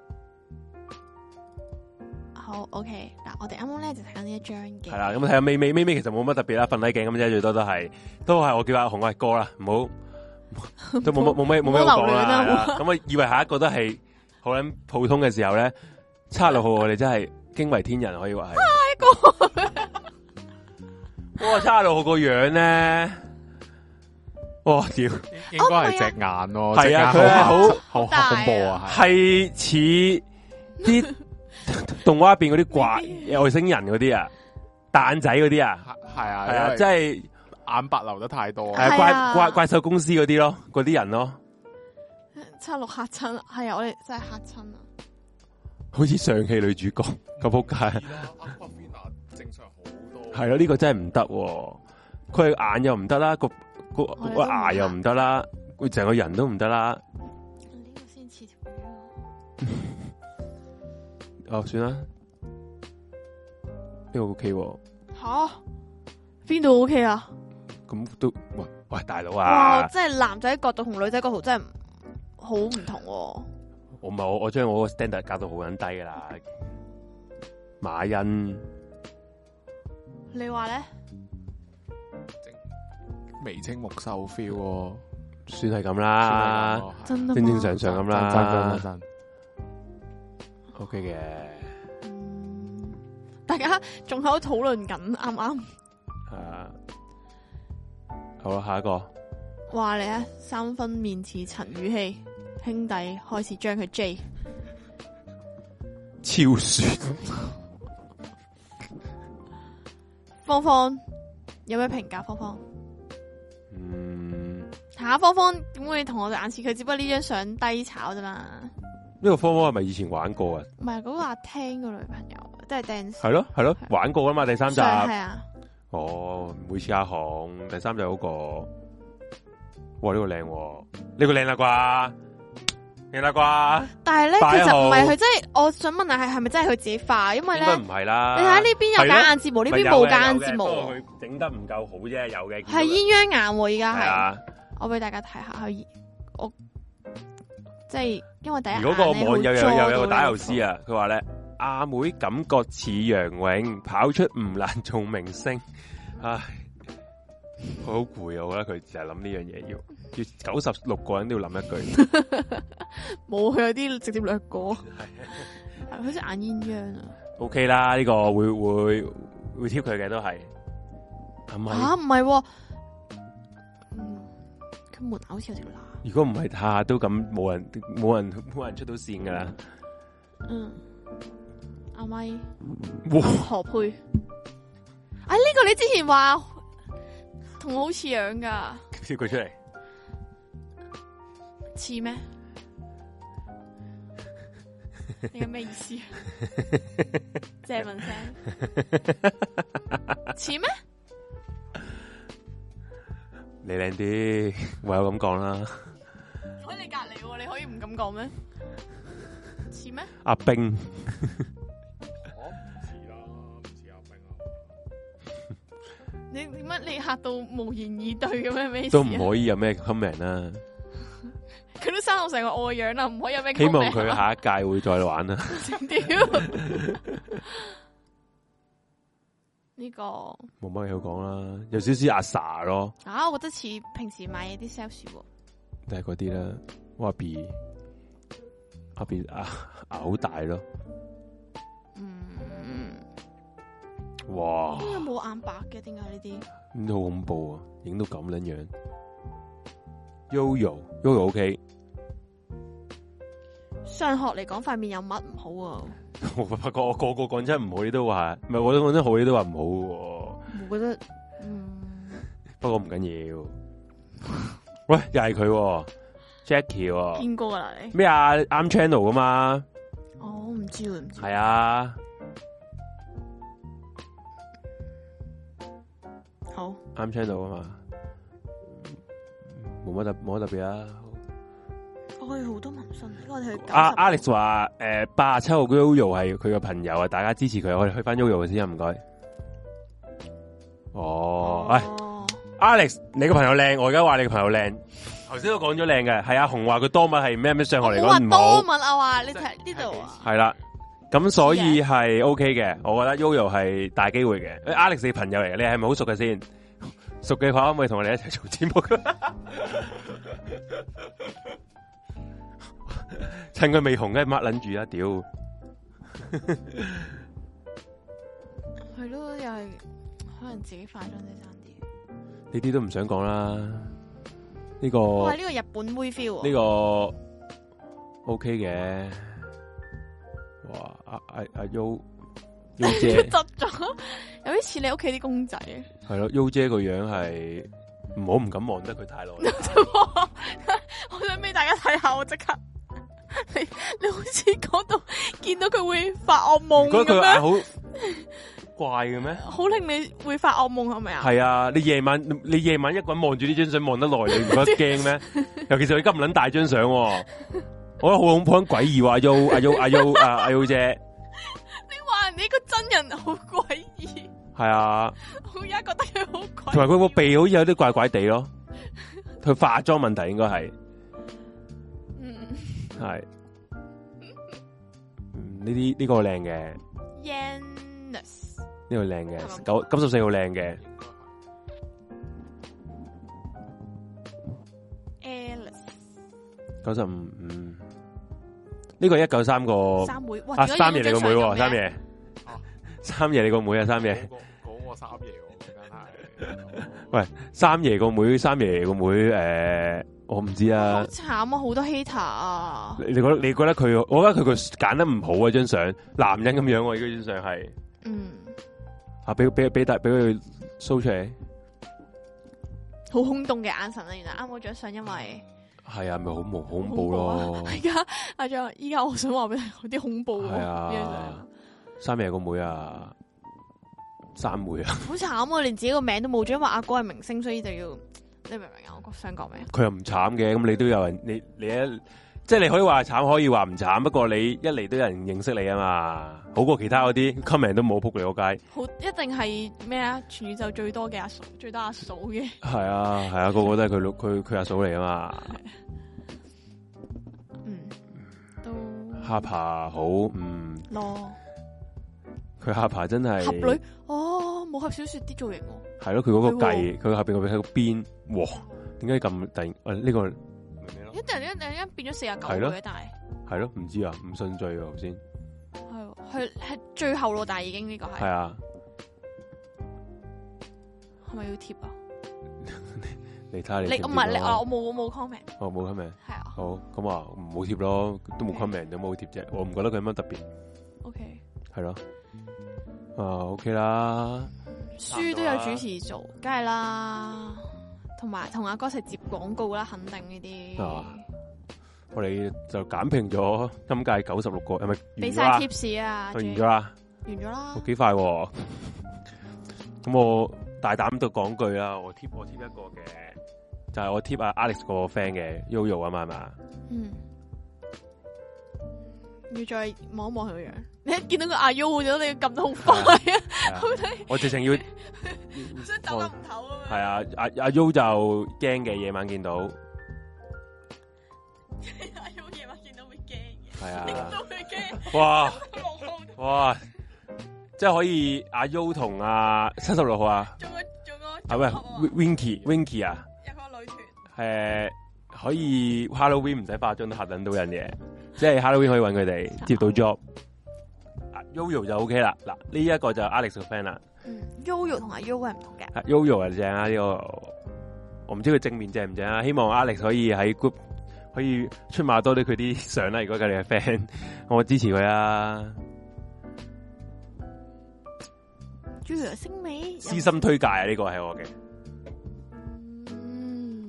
Speaker 3: 好，OK。嗱，我哋啱啱咧就睇緊呢一張嘅，
Speaker 1: 系啦，咁睇下尾尾尾尾，其實冇乜特別啦，瞓禮鏡咁啫，最多都係都係我叫阿紅喂哥啦，唔好 都冇乜冇咩冇咩好講
Speaker 3: 唔好留戀
Speaker 1: 啦。
Speaker 3: 啦
Speaker 1: 係啦咁啊，以為下一個都係好撚普通嘅時候咧，七六號我哋真係驚為天人，可以話係。下一個，哇！七六號個樣咧，哇屌，
Speaker 3: 哦
Speaker 2: 應該係隻眼
Speaker 1: 係
Speaker 2: 咯，
Speaker 1: 啊
Speaker 2: 隻眼
Speaker 1: 佢係
Speaker 2: 好好恐怖啊，係
Speaker 1: 係似啲 動畫入边嗰啲怪外星人嗰啲啊，蛋仔嗰啲啊，
Speaker 2: 係啊，
Speaker 1: 係
Speaker 2: 係
Speaker 1: 啊，
Speaker 2: 啊，
Speaker 1: 即
Speaker 2: 即係
Speaker 1: 係。
Speaker 2: 眼白流得太多啊，
Speaker 1: 诶，
Speaker 3: 係
Speaker 1: 怪
Speaker 3: 啊
Speaker 1: 怪怪兽公司嗰啲咯，嗰啲人咯，
Speaker 3: 七六嚇親，係啊，我哋真係嚇親啊！
Speaker 1: 好似上戲女主角咁仆街，
Speaker 2: Aquafina 正常好多
Speaker 1: 係咯，呢個真係唔得喎，佢眼又唔得啦，個個
Speaker 3: 我哋都
Speaker 1: 個
Speaker 3: 唔
Speaker 1: 牙又唔得啦，佢成個人都唔得啦，
Speaker 3: 呢個先似條魚啊！
Speaker 1: 哦，算啦，呢個 OK 喎，
Speaker 3: 吓？邊度 OK 啊？
Speaker 1: 咁都喂喂大佬
Speaker 3: 哇！
Speaker 1: 啊，
Speaker 3: 真係男仔角度同女仔角度真係唔好唔同喎。
Speaker 1: 我唔係我我將我個 standard 教到好撚低噶啦，馬欣
Speaker 3: 你話咧？
Speaker 2: 眉清目秀 feel 喎
Speaker 1: 算係咁啦，
Speaker 2: 真
Speaker 3: 真啊嘛
Speaker 1: 正正常常咁啦
Speaker 2: 真真
Speaker 1: ，OK 嘅，
Speaker 3: 嗯大家仲喺度討論緊，啱啱
Speaker 1: 啊，好啦，下一個。
Speaker 3: 話你啊，三分面似陳宇希兄弟，開始將佢 J。
Speaker 1: 超雪，
Speaker 3: 芳芳有咩評價？芳芳
Speaker 1: 嗯，呢、
Speaker 3: 吓，芳芳點會同我哋眼似？佢只不過呢張相低炒啫嘛，
Speaker 1: 個方方係咪以前玩過啊？
Speaker 3: 唔係嗰個阿聽個女朋友，都係 dance
Speaker 1: 係咯係咯，
Speaker 3: 係
Speaker 1: 玩過啊嘛，第三集。
Speaker 3: 係啊，
Speaker 1: 哦，每次阿航第三集嗰、個哇呢、個个靓、喎，呢、個个靓啦啩，靓啦
Speaker 3: 但系咧，
Speaker 1: 擺
Speaker 3: 其實唔係
Speaker 1: 好
Speaker 3: 佢真係，我想問下係係咪真係佢自己化？因
Speaker 1: 啩，
Speaker 3: 為
Speaker 1: 应
Speaker 3: 咧，
Speaker 1: 该唔
Speaker 3: 你
Speaker 1: 啊系啦。
Speaker 3: 睇下呢邊有假眼睫毛，呢
Speaker 1: 呢
Speaker 3: 邊冇假眼睫毛，
Speaker 1: 佢整得唔夠好啫，有嘅。
Speaker 3: 係鴛鴦眼喎。而
Speaker 1: 係
Speaker 3: 家係，
Speaker 1: 啊！
Speaker 3: 我俾大家睇下佢，我即係因為第一
Speaker 1: 如果個網友有有有個打油
Speaker 3: 詩
Speaker 1: 詩啊，佢話咧阿妹感覺似楊穎，跑出唔難做明星，唉，好攰啊！我覺得佢成日諗呢樣嘢要要九十六個人都要諗一句，
Speaker 3: 冇，佢有啲直接掠過，係好似眼鴛鴦啊！
Speaker 1: OK 啦，呢、個會會會貼佢嘅都係，係咪？
Speaker 3: 啊，唔係喎，嗯，佢門口好似有條罅，
Speaker 1: 如果唔係下下都咁，冇人冇人冇人出到線噶啦。
Speaker 3: 嗯，阿咪。
Speaker 1: 哇！
Speaker 3: 何佩？啊，呢、個个你之前話同我好似樣噶，
Speaker 1: 貼佢出嚟，
Speaker 3: 似咩？你有咩意思？借問聲，似咩？
Speaker 1: 你靚啲，唯有咁講啦。
Speaker 3: 喺你隔離喎，你可以唔咁講咩？似咩？啊
Speaker 1: 阿冰。
Speaker 3: 你點解你嚇到無言以對咁樣咩意思
Speaker 1: 都
Speaker 3: 啊？
Speaker 1: 唔可以有咩 comment 啊啦。
Speaker 3: 佢都生我成個我嘅樣啦，唔可以有咩 comment
Speaker 1: 希
Speaker 3: 啊？
Speaker 1: 望佢下一屆會再玩啊啦。
Speaker 3: 屌呢個。
Speaker 1: 冇乜嘢好講啦，有少少阿 sa 咯，
Speaker 3: 啊，我覺得似平時買嘢啲 sales 喎，
Speaker 1: 都係嗰啲啦。我阿 B，阿 B 啊，牙好大咯。
Speaker 3: 嗯，
Speaker 1: 哇，
Speaker 3: 點解冇眼白嘅？點解呢啲？
Speaker 1: 咁都好恐怖啊！影到咁撚樣。Yoyo，Yoyo OK，
Speaker 3: 上學嚟講，塊面有乜唔好啊？
Speaker 1: 我發覺我個個講真唔好，你都話唔係我都講真好，你都話唔好喎。
Speaker 3: 我覺得，嗯，
Speaker 1: 不過唔緊要。喂，又係佢喎 Jackie 喎
Speaker 3: 嗯見過噶啦你。
Speaker 1: 咩啊？啱 channel 噶嘛？
Speaker 3: 哦，唔知喎，唔知。
Speaker 1: 系啊，
Speaker 3: 好，
Speaker 1: 啱 channel 啊嘛，冇乜特冇乜特別啊。
Speaker 3: 我哋好多紋身，我哋去
Speaker 1: 阿
Speaker 3: 阿
Speaker 1: 啊 Alex 話诶八十七號 Yoyo 係佢嘅朋友啊，大家支持佢，我哋去翻 Yoyo 先啊，唔該。哦，喂、
Speaker 3: 哦，
Speaker 1: Alex，你個朋友靚，我而家話你個朋友靚。頭先都講咗靚嘅，係阿紅話佢多物係咩咩上學嚟
Speaker 3: 我話
Speaker 1: 講唔
Speaker 3: 多
Speaker 1: 好，
Speaker 3: 問啊話，你睇呢度啊，
Speaker 1: 係啦。咁所以係 OK 嘅，我覺得 Yoyo 係大機會嘅。誒 Alex 你朋友嚟嘅，你係咪好熟嘅先？ 熟嘅話可唔可以同我哋一齊做節目？ 趁佢未紅，梗係掹撚住啦！啊屌，
Speaker 3: 係咯，又係可能自己化妝啲爭啲。
Speaker 1: 呢啲都唔想講啦。呢、個
Speaker 3: 哇，
Speaker 1: 呢、
Speaker 3: 呢個日本妹 feel 喎
Speaker 1: 個 OK 嘅。哇！阿阿阿 U U 姐。
Speaker 3: 執咗，有啲似你屋企啲公仔 啊。
Speaker 1: 系咯，U 姐個樣係唔好唔敢望得佢太耐，
Speaker 3: 我想俾大家睇下，我即刻。 你你好似講到見到佢會發惡夢
Speaker 1: 覺得佢
Speaker 3: 咁
Speaker 1: 眼
Speaker 3: 樣，
Speaker 1: 好怪嘅咩？
Speaker 3: 好令你會發惡夢係咪啊？
Speaker 1: 係啊，你夜晚你夜晚一個人望住呢張相望得耐，你唔覺得驚咩？尤其是佢今撚大張相喎，我覺得好恐怖，好詭異喎！阿 U 阿 U 阿 U 啊阿 U 姐，
Speaker 3: 你話人哋個真人好詭異，
Speaker 1: 係啊，
Speaker 3: 我而家覺得佢好詭異。
Speaker 1: 同埋佢個鼻好似有啲怪怪地咯，佢化妝問題應該係
Speaker 3: 嗯
Speaker 1: 係。嗯呢啲呢個靚嘅，呢
Speaker 3: ，Yanus
Speaker 1: 個靚嘅，九九十四號靚嘅，
Speaker 3: Alice
Speaker 1: 九十五，嗯，呢個一九三個
Speaker 3: 三妹，哇！
Speaker 1: 啊，
Speaker 3: 如果
Speaker 1: 三爺你
Speaker 3: 影
Speaker 1: 個
Speaker 3: 張
Speaker 1: 妹
Speaker 3: 相
Speaker 1: 喎，
Speaker 3: 咁
Speaker 1: 三
Speaker 3: 樣，
Speaker 1: 爺，三爺你個妹啊，三爺，
Speaker 14: 嗰個三爺喎，真係。
Speaker 1: 喂三爺個妹，三爺個妹，诶，我唔知
Speaker 3: 好
Speaker 1: 啊，
Speaker 3: 慘啊！好多 hater 啊！
Speaker 1: 你你覺得你覺得佢，我覺得佢個揀得唔好啊，張相，男人咁樣喎，呢張相係，
Speaker 3: 嗯，
Speaker 1: 啊，俾俾俾大俾佢 show 出嚟，
Speaker 3: 好空洞嘅眼神啊！原來啱我張相，因為。
Speaker 1: 係啊，咪好恐好恐怖咯，
Speaker 3: 而家阿張，依家我想話俾你有啲恐怖喎，
Speaker 1: 係
Speaker 3: 呢張
Speaker 1: 啊三
Speaker 3: 相，
Speaker 1: 爺個妹啊，三妹啊，
Speaker 3: 好慘啊！連自己個名都冇，因為阿哥係明星，所以就要你明唔明啊？我想講咩啊？
Speaker 1: 佢又唔慘嘅，咁你都有人，你你一即係你可以話慘，可以話唔慘，不過你一嚟都有人認識你啊嘛，好過其他嗰啲 comment 都冇仆你個街。
Speaker 3: 好一定係咩啊？全宇宙最多嘅阿嫂，最多阿嫂嘅，
Speaker 1: 係啊，係啊，個個都係佢老佢佢阿嫂嚟啊嘛。
Speaker 3: 嗯，都
Speaker 1: 蝦爬好，嗯，
Speaker 3: 咯
Speaker 1: 佢蝦爬真係
Speaker 3: 俠女哦，武俠小說啲造型喎，
Speaker 1: 係咯，佢嗰個計，
Speaker 3: 係
Speaker 1: 佢下邊個佢個邊，哇，點解咁突然？誒呢個明咩咯？
Speaker 3: 一突然間突然間變咗四廿九
Speaker 1: 係咯
Speaker 3: 嘅，但係
Speaker 1: 係咯，唔知啊，唔順序喎頭先。
Speaker 3: 係喎佢係最後咯，但係已經呢個
Speaker 1: 係
Speaker 3: 係
Speaker 1: 啊，
Speaker 3: 係咪要貼啊？
Speaker 1: 你睇下
Speaker 3: 你
Speaker 1: 你哦
Speaker 3: 唔係你啊？我冇我冇 comment
Speaker 1: 我哦冇 comment。
Speaker 3: 係啊
Speaker 1: 好，咁啊唔好貼咯，都冇 comment，都冇貼啫。我唔覺得佢有乜特別，
Speaker 3: ，OK，
Speaker 1: 係咯。啊，OK 啦，
Speaker 3: 書都有主持做，梗係啦，同埋同阿哥一齊接廣告啦，肯定呢
Speaker 1: 啊
Speaker 3: 啲，
Speaker 1: 我哋就簡評咗今屆九十六個，係咪
Speaker 3: 俾
Speaker 1: 完
Speaker 3: 晒
Speaker 1: 咗啦？
Speaker 3: tips 啊，
Speaker 1: 完
Speaker 3: 完
Speaker 1: 咗啦。
Speaker 3: 完咗啦
Speaker 1: 我，幾快喎！咁我大膽到講句啦，我貼我貼一個嘅，就係、我貼阿 Alex 個 friend 嘅 Yoyo 啊嘛，係嘛？
Speaker 3: 嗯，要再望一望佢個樣， 你一見到個阿 U 咗，你要撳得好 快啊，
Speaker 1: 係啊
Speaker 3: 好睇，
Speaker 1: 我直情要
Speaker 3: 想走得唔唞啊
Speaker 1: 係啊，阿阿 U 就驚嘅，夜晚見到
Speaker 3: 阿 U 夜晚見到會驚嘅，
Speaker 1: 係
Speaker 3: 見
Speaker 1: 啊，
Speaker 3: 到會驚，
Speaker 1: 哇
Speaker 3: 落空，
Speaker 1: 哇，即係可以阿 U 同阿七十六號啊，
Speaker 3: 做個做個
Speaker 1: 啊喂
Speaker 3: 組合喎
Speaker 1: Winky Winky 啊，
Speaker 3: 有個哦女團，
Speaker 1: 誒、可以 Halloween 唔使化妝都嚇撚到人嘅，即係 Halloween 可以揾佢哋接到 job。啊 Yoyo 就 OK 啦，嗱呢一個就 Alex 嘅 friend 啦
Speaker 3: 嗯，Yoyo 同阿 U 係唔同嘅，
Speaker 1: 啊，Yoyo 啊正啊呢、個，我唔知佢正面正唔正啊，希望 Alex 可以喺 group 可以出馬多啲佢啲相啦，如果佢哋係 friend，我 支持佢啊，
Speaker 3: Yoyo 星美，
Speaker 1: 私心推介啊呢、個係我嘅，
Speaker 3: 嗯，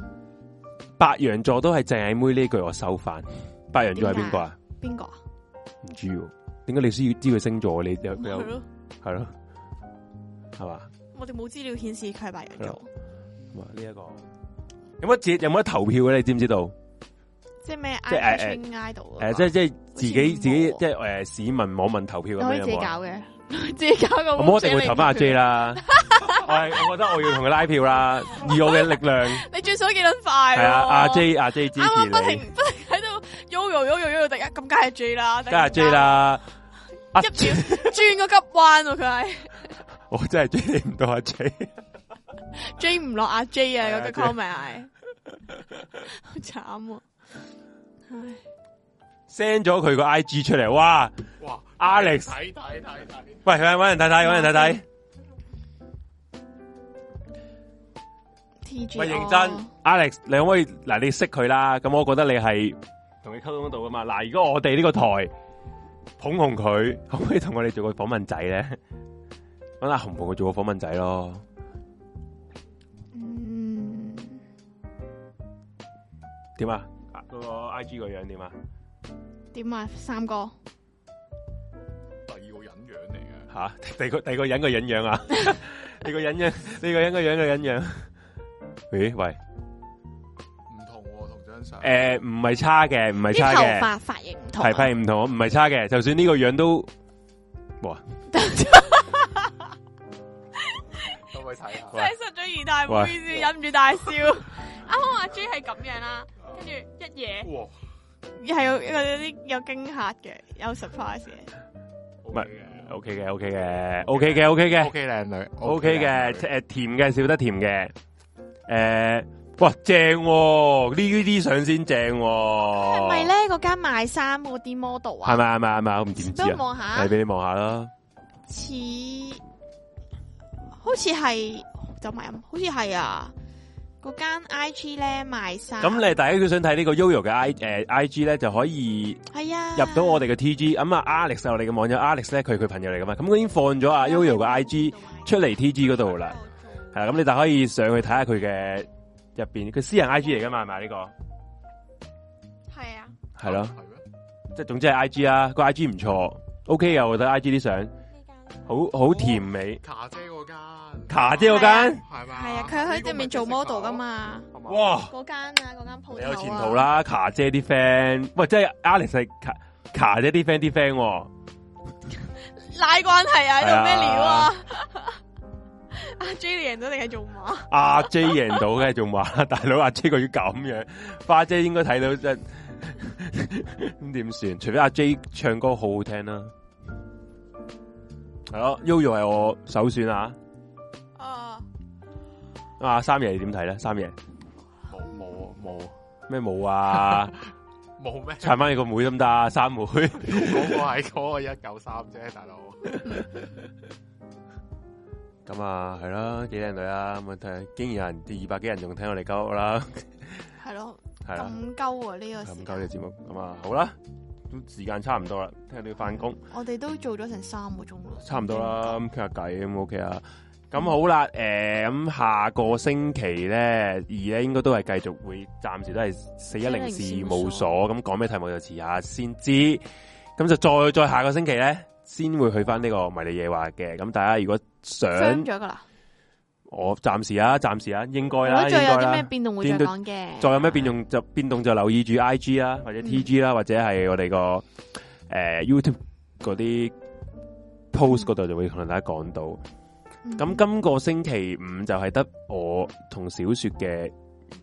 Speaker 1: 白羊座都係正阿妹呢句我收翻，白羊座係邊個啊？
Speaker 3: 邊個啊？
Speaker 1: 唔知喎，點解你需要知佢星座？你有佢有
Speaker 3: 係咯，
Speaker 1: 係咯，係嘛？
Speaker 3: 我哋冇資料顯示佢係白羊
Speaker 1: 係
Speaker 3: 座
Speaker 1: 咯。咁啊呢一個有乜節有冇得投票嘅？你知唔知道？
Speaker 3: 即係咩
Speaker 1: 即係誒
Speaker 3: I 啊 G Idol
Speaker 1: 诶，即系即系自己自
Speaker 3: 好似冇喎
Speaker 1: 己即系诶市民網民投票
Speaker 3: 你
Speaker 1: 咁
Speaker 3: 可
Speaker 1: 樣
Speaker 3: 以
Speaker 1: 有
Speaker 3: 自己
Speaker 1: 冇
Speaker 3: 搞
Speaker 1: 啊？
Speaker 3: 嘅， 自己搞個 website 嚟投票。
Speaker 1: 咁我一定會投翻阿 J 啦。我係我覺得我要同佢拉票啦，以我嘅力量
Speaker 3: 你轉數都幾撚快喎
Speaker 1: 係啊！阿 J 阿 J 支
Speaker 3: 啱
Speaker 1: 持
Speaker 3: 啱不
Speaker 1: 你，
Speaker 3: 停不 停喺度 Yoyo Yoyo Yoyo，突然間咁梗係 J 啦，突
Speaker 1: 加阿
Speaker 3: 然間
Speaker 1: J，啦！阿
Speaker 3: 一秒 轉個急彎喎，佢係
Speaker 1: 我真係追你唔到阿 J，
Speaker 3: J 唔落阿 J 啊，
Speaker 1: 係啊
Speaker 3: 嗰個
Speaker 1: J
Speaker 3: comment 係好慘喎。唉
Speaker 1: send 咗佢個 I G 出嚟，哇！
Speaker 2: 哇
Speaker 1: Alex
Speaker 2: 睇睇睇睇，
Speaker 1: 喂，搵人睇睇，搵人睇睇。
Speaker 3: ，T G，哦
Speaker 1: 喂，認真，Alex，你可唔可以嗱？你識佢啦，咁我覺得你係同佢溝通到噶嘛。嗱，如果我哋呢個台捧紅佢，可唔可以同我哋做個訪問仔咧？搵阿紅同佢做個訪問仔咯。
Speaker 3: 嗯，
Speaker 1: 點啊？啊嗰個 I G 個樣點啊？
Speaker 3: 點啊？三哥，
Speaker 2: 第二個人樣嚟嘅，
Speaker 1: 吓，第個第個人個人樣啊？ 你個人樣，你個人個樣個人樣。咦？喂，
Speaker 2: 唔同喎，同張相。
Speaker 1: 誒，唔係差嘅，唔係
Speaker 3: 啲
Speaker 1: 差
Speaker 3: 頭
Speaker 1: 嘅，
Speaker 3: 髮髮型唔同啊，
Speaker 1: 係批唔同，唔係差嘅。就算呢個樣都，哇！
Speaker 2: 可唔可以睇下？
Speaker 1: 喂
Speaker 3: 真係失咗儀，但係唔好意思，
Speaker 2: 喂
Speaker 3: 忍唔住 大笑。啱啱阿 J 係咁樣啦，跟住一嘢
Speaker 2: 哇，
Speaker 3: 係有有啲有驚嚇嘅，有 surprise 嘅。
Speaker 2: 唔
Speaker 1: 係 O K 嘅，O K 嘅，O K 嘅，O K 嘅
Speaker 2: O K 靚女
Speaker 1: O K 嘅，
Speaker 2: 靚女
Speaker 1: 诶甜嘅少得甜嘅，诶、哇正喎呢啲相先正喎，
Speaker 3: 係
Speaker 1: 係
Speaker 3: 咪？咧？嗰間賣衫嗰啲 model
Speaker 1: 哦係咪係
Speaker 3: 啊？
Speaker 1: 咪係咪？我唔知唔知
Speaker 3: 俾我
Speaker 1: 啊，
Speaker 3: 望下
Speaker 1: 係，俾你望下啦，
Speaker 3: 似好似係走埋音，好似係啊。嗰間 IG 咧賣衫，
Speaker 1: 咁你大家佢想睇呢個 Yoyo 嘅 I 诶 I G 咧就可以
Speaker 3: 係啊
Speaker 1: 入到我哋嘅 T G，咁啊 Alex 係我哋嘅網友 Alex 咧佢係佢朋友嚟噶嘛，咁佢已經放咗
Speaker 3: 啊
Speaker 1: 阿 Yoyo 嘅 I G 出嚟 T G 嗰度啦，係啦，咁你大家可以上去睇下佢嘅入邊，佢私人 I G 嚟噶嘛，係咪呢個？
Speaker 3: 係啊，
Speaker 1: 係咯。
Speaker 2: 係咩？
Speaker 1: 即系总之系 I G 啊啦，个 I 啊 G 唔錯 o k 嘅，我覺得 I G 啲相好好甜美，
Speaker 2: 卡姐嗰間
Speaker 1: 卡姐嗰間，
Speaker 15: 係嘛？
Speaker 2: 係啊，佢喺對面做 model 噶嘛，
Speaker 3: 哦
Speaker 15: 係嘛。
Speaker 1: 哇！
Speaker 3: 嗰間啊，嗰間鋪頭
Speaker 1: 你
Speaker 3: 啊
Speaker 1: 有前途！啦，卡姐啲 friend，喂，即係 Alex 係卡卡姐啲 friend 啲 friend，喎
Speaker 2: 拉關係啊，喺度咩
Speaker 1: 係啊
Speaker 2: 料啊？阿 J 贏咗定係做馬？
Speaker 1: 阿 J 贏到嘅仲話， 大佬阿 J 個要咁樣，花姐應該睇到真， 咁點算？除非阿 J 唱歌好好聽啦，係咯，Yoyo 係我首選啊，
Speaker 2: 啊，
Speaker 1: 啊三爺你點睇咧？三爺
Speaker 15: 冇冇啊冇
Speaker 1: 咩冇啊？
Speaker 15: 冇咩？
Speaker 1: 撐翻你個妹得唔得啊？三妹。
Speaker 15: 嗰個係嗰個一九三啫，大佬。
Speaker 1: 咁啊，係啦，幾靚女啊！咁啊，睇下竟然有人二百幾人仲聽我哋鳩啦，
Speaker 3: 係咯，
Speaker 1: 係啦，
Speaker 3: 咁鳩啊呢個時
Speaker 1: 咁鳩
Speaker 3: 間
Speaker 1: 嘅節目，咁啊，好啦，咁時間差唔多啦，聽日都要翻工，
Speaker 3: 我哋都做咗成三個鐘咯，
Speaker 1: 差唔多啦，咁傾下偈咁 OK 啊，咁好啦，诶、咁下個星期咧，而咧應該都係繼續會，暫時都係四一零事務所，咁講咩題目就遲下先知，咁就再再下個星期咧，先會去翻呢個迷你夜話嘅，咁大家如果想
Speaker 3: 傷嗯咗噶啦。
Speaker 1: 我暫時啊，暫時啊，應該
Speaker 3: 如
Speaker 1: 啦，
Speaker 3: 果再有
Speaker 1: 應該
Speaker 3: 啲
Speaker 1: 啦
Speaker 3: 咩變動會再講嘅，
Speaker 1: 再有咩變動就變動就留意住 I G 啦，或者 T G 啦，或者係我哋個诶 YouTube 嗰啲 post 嗰度就會同大家講到。
Speaker 3: 嗯？
Speaker 1: 咁今個星期五就係得我同小雪嘅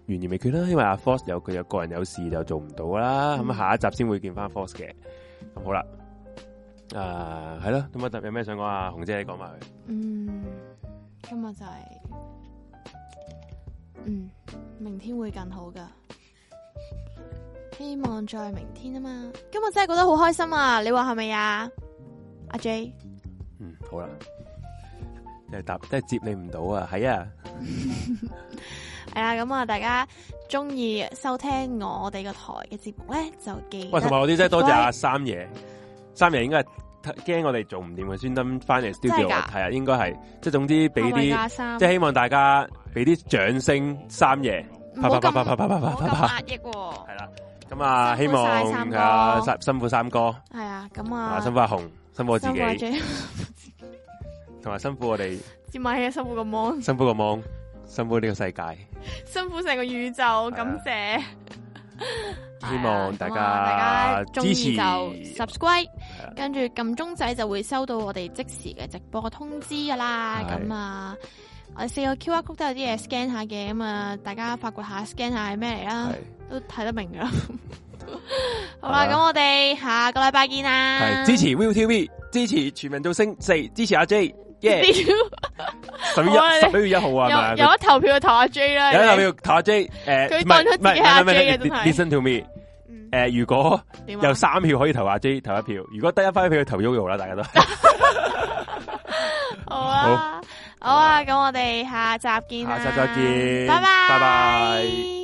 Speaker 1: 懸而未決啦，因為阿 Force 有佢有個人有事就做唔到啦。咁、
Speaker 3: 嗯
Speaker 1: 下一集先會見翻 Force 嘅。咁好啦，诶係咯，咁啊有咩想講啊？紅姐你講埋佢。
Speaker 3: 嗯，今日就係嗯，明天會更好噶。希望在明天啊嘛，今日真係覺得好開心啊！你話係咪啊？阿 J，
Speaker 1: 嗯，好啦，即係答，即係接你唔到啊，係啊。
Speaker 3: 係啦，咁啊，大家中意收聽我哋個台嘅節目咧，就記
Speaker 1: 喂，同埋
Speaker 3: 得
Speaker 1: 我啲真係多謝
Speaker 3: 唔該
Speaker 1: 阿三爺，三爺應該係驚我哋做唔掂佢專登翻嚟
Speaker 3: 真
Speaker 1: studio
Speaker 3: 係㗎 Oh
Speaker 1: 睇啊，應該係即係總之俾
Speaker 3: 啊
Speaker 2: 我咪
Speaker 1: 啲
Speaker 2: 加，三
Speaker 1: 即係希望大家俾啲掌聲三爺，
Speaker 2: 唔好咁
Speaker 1: 啪啪啪啪啪
Speaker 2: 唔
Speaker 1: 啪
Speaker 2: 好
Speaker 1: 啪
Speaker 2: 咁
Speaker 1: 啪
Speaker 2: 壓抑喎。
Speaker 1: 係啦，咁啊希
Speaker 3: 辛苦晒
Speaker 1: 望
Speaker 3: 三哥
Speaker 1: 係啊辛辛苦三哥，
Speaker 3: 係啊，咁
Speaker 1: 啊
Speaker 3: 啊，
Speaker 1: 辛苦阿紅，辛苦我自
Speaker 3: 辛苦阿
Speaker 1: 己，
Speaker 3: J，
Speaker 1: 同埋辛苦我哋，
Speaker 3: 接埋起辛苦個 mon，
Speaker 1: 辛苦個網，辛苦呢個世界，
Speaker 3: 辛苦成個宇宙，感謝。
Speaker 1: 啊希望大
Speaker 3: 係啊咁啊大
Speaker 1: 家
Speaker 3: 家中
Speaker 1: 支持
Speaker 3: 意就，subscribe，
Speaker 1: 啊
Speaker 3: 跟住撳鐘仔就會收到我哋即時嘅直播通知噶啦。
Speaker 1: 係
Speaker 3: 咁啊，我哋四個 QR code 都有啲嘢 scan 下嘅，咁啊，大家發掘下 scan 下係咩嚟啦
Speaker 1: 係，
Speaker 3: 都睇得明噶啦。 好
Speaker 1: 係
Speaker 3: 啦，
Speaker 1: 啊
Speaker 3: 咁我哋下個禮拜見啊啦。
Speaker 1: 係 支持 Will TV，支持全民造星四，支持阿 J，耶！ 十月
Speaker 3: 好啊
Speaker 1: 一十一月一號啊，係咪啊
Speaker 3: 有有得投票就投阿 J 啦。
Speaker 1: 有一
Speaker 3: 你
Speaker 1: 投票投阿 J，诶，
Speaker 3: 佢
Speaker 1: 唔
Speaker 3: 當
Speaker 1: 係
Speaker 3: 咗
Speaker 1: 唔係
Speaker 3: 自己係阿
Speaker 1: 唔係
Speaker 3: J 嘅
Speaker 1: 唔係
Speaker 3: 真係
Speaker 1: Listen to me，
Speaker 3: 嗯
Speaker 1: 诶，如果
Speaker 3: 點啊
Speaker 1: 有三票可以投阿 J 投一票，如果得一分票投 Yoyo 啦，大家都
Speaker 3: 好啊，好啊，咁我哋下集見啦。
Speaker 1: 下集再見
Speaker 3: 拜拜，
Speaker 1: 拜拜。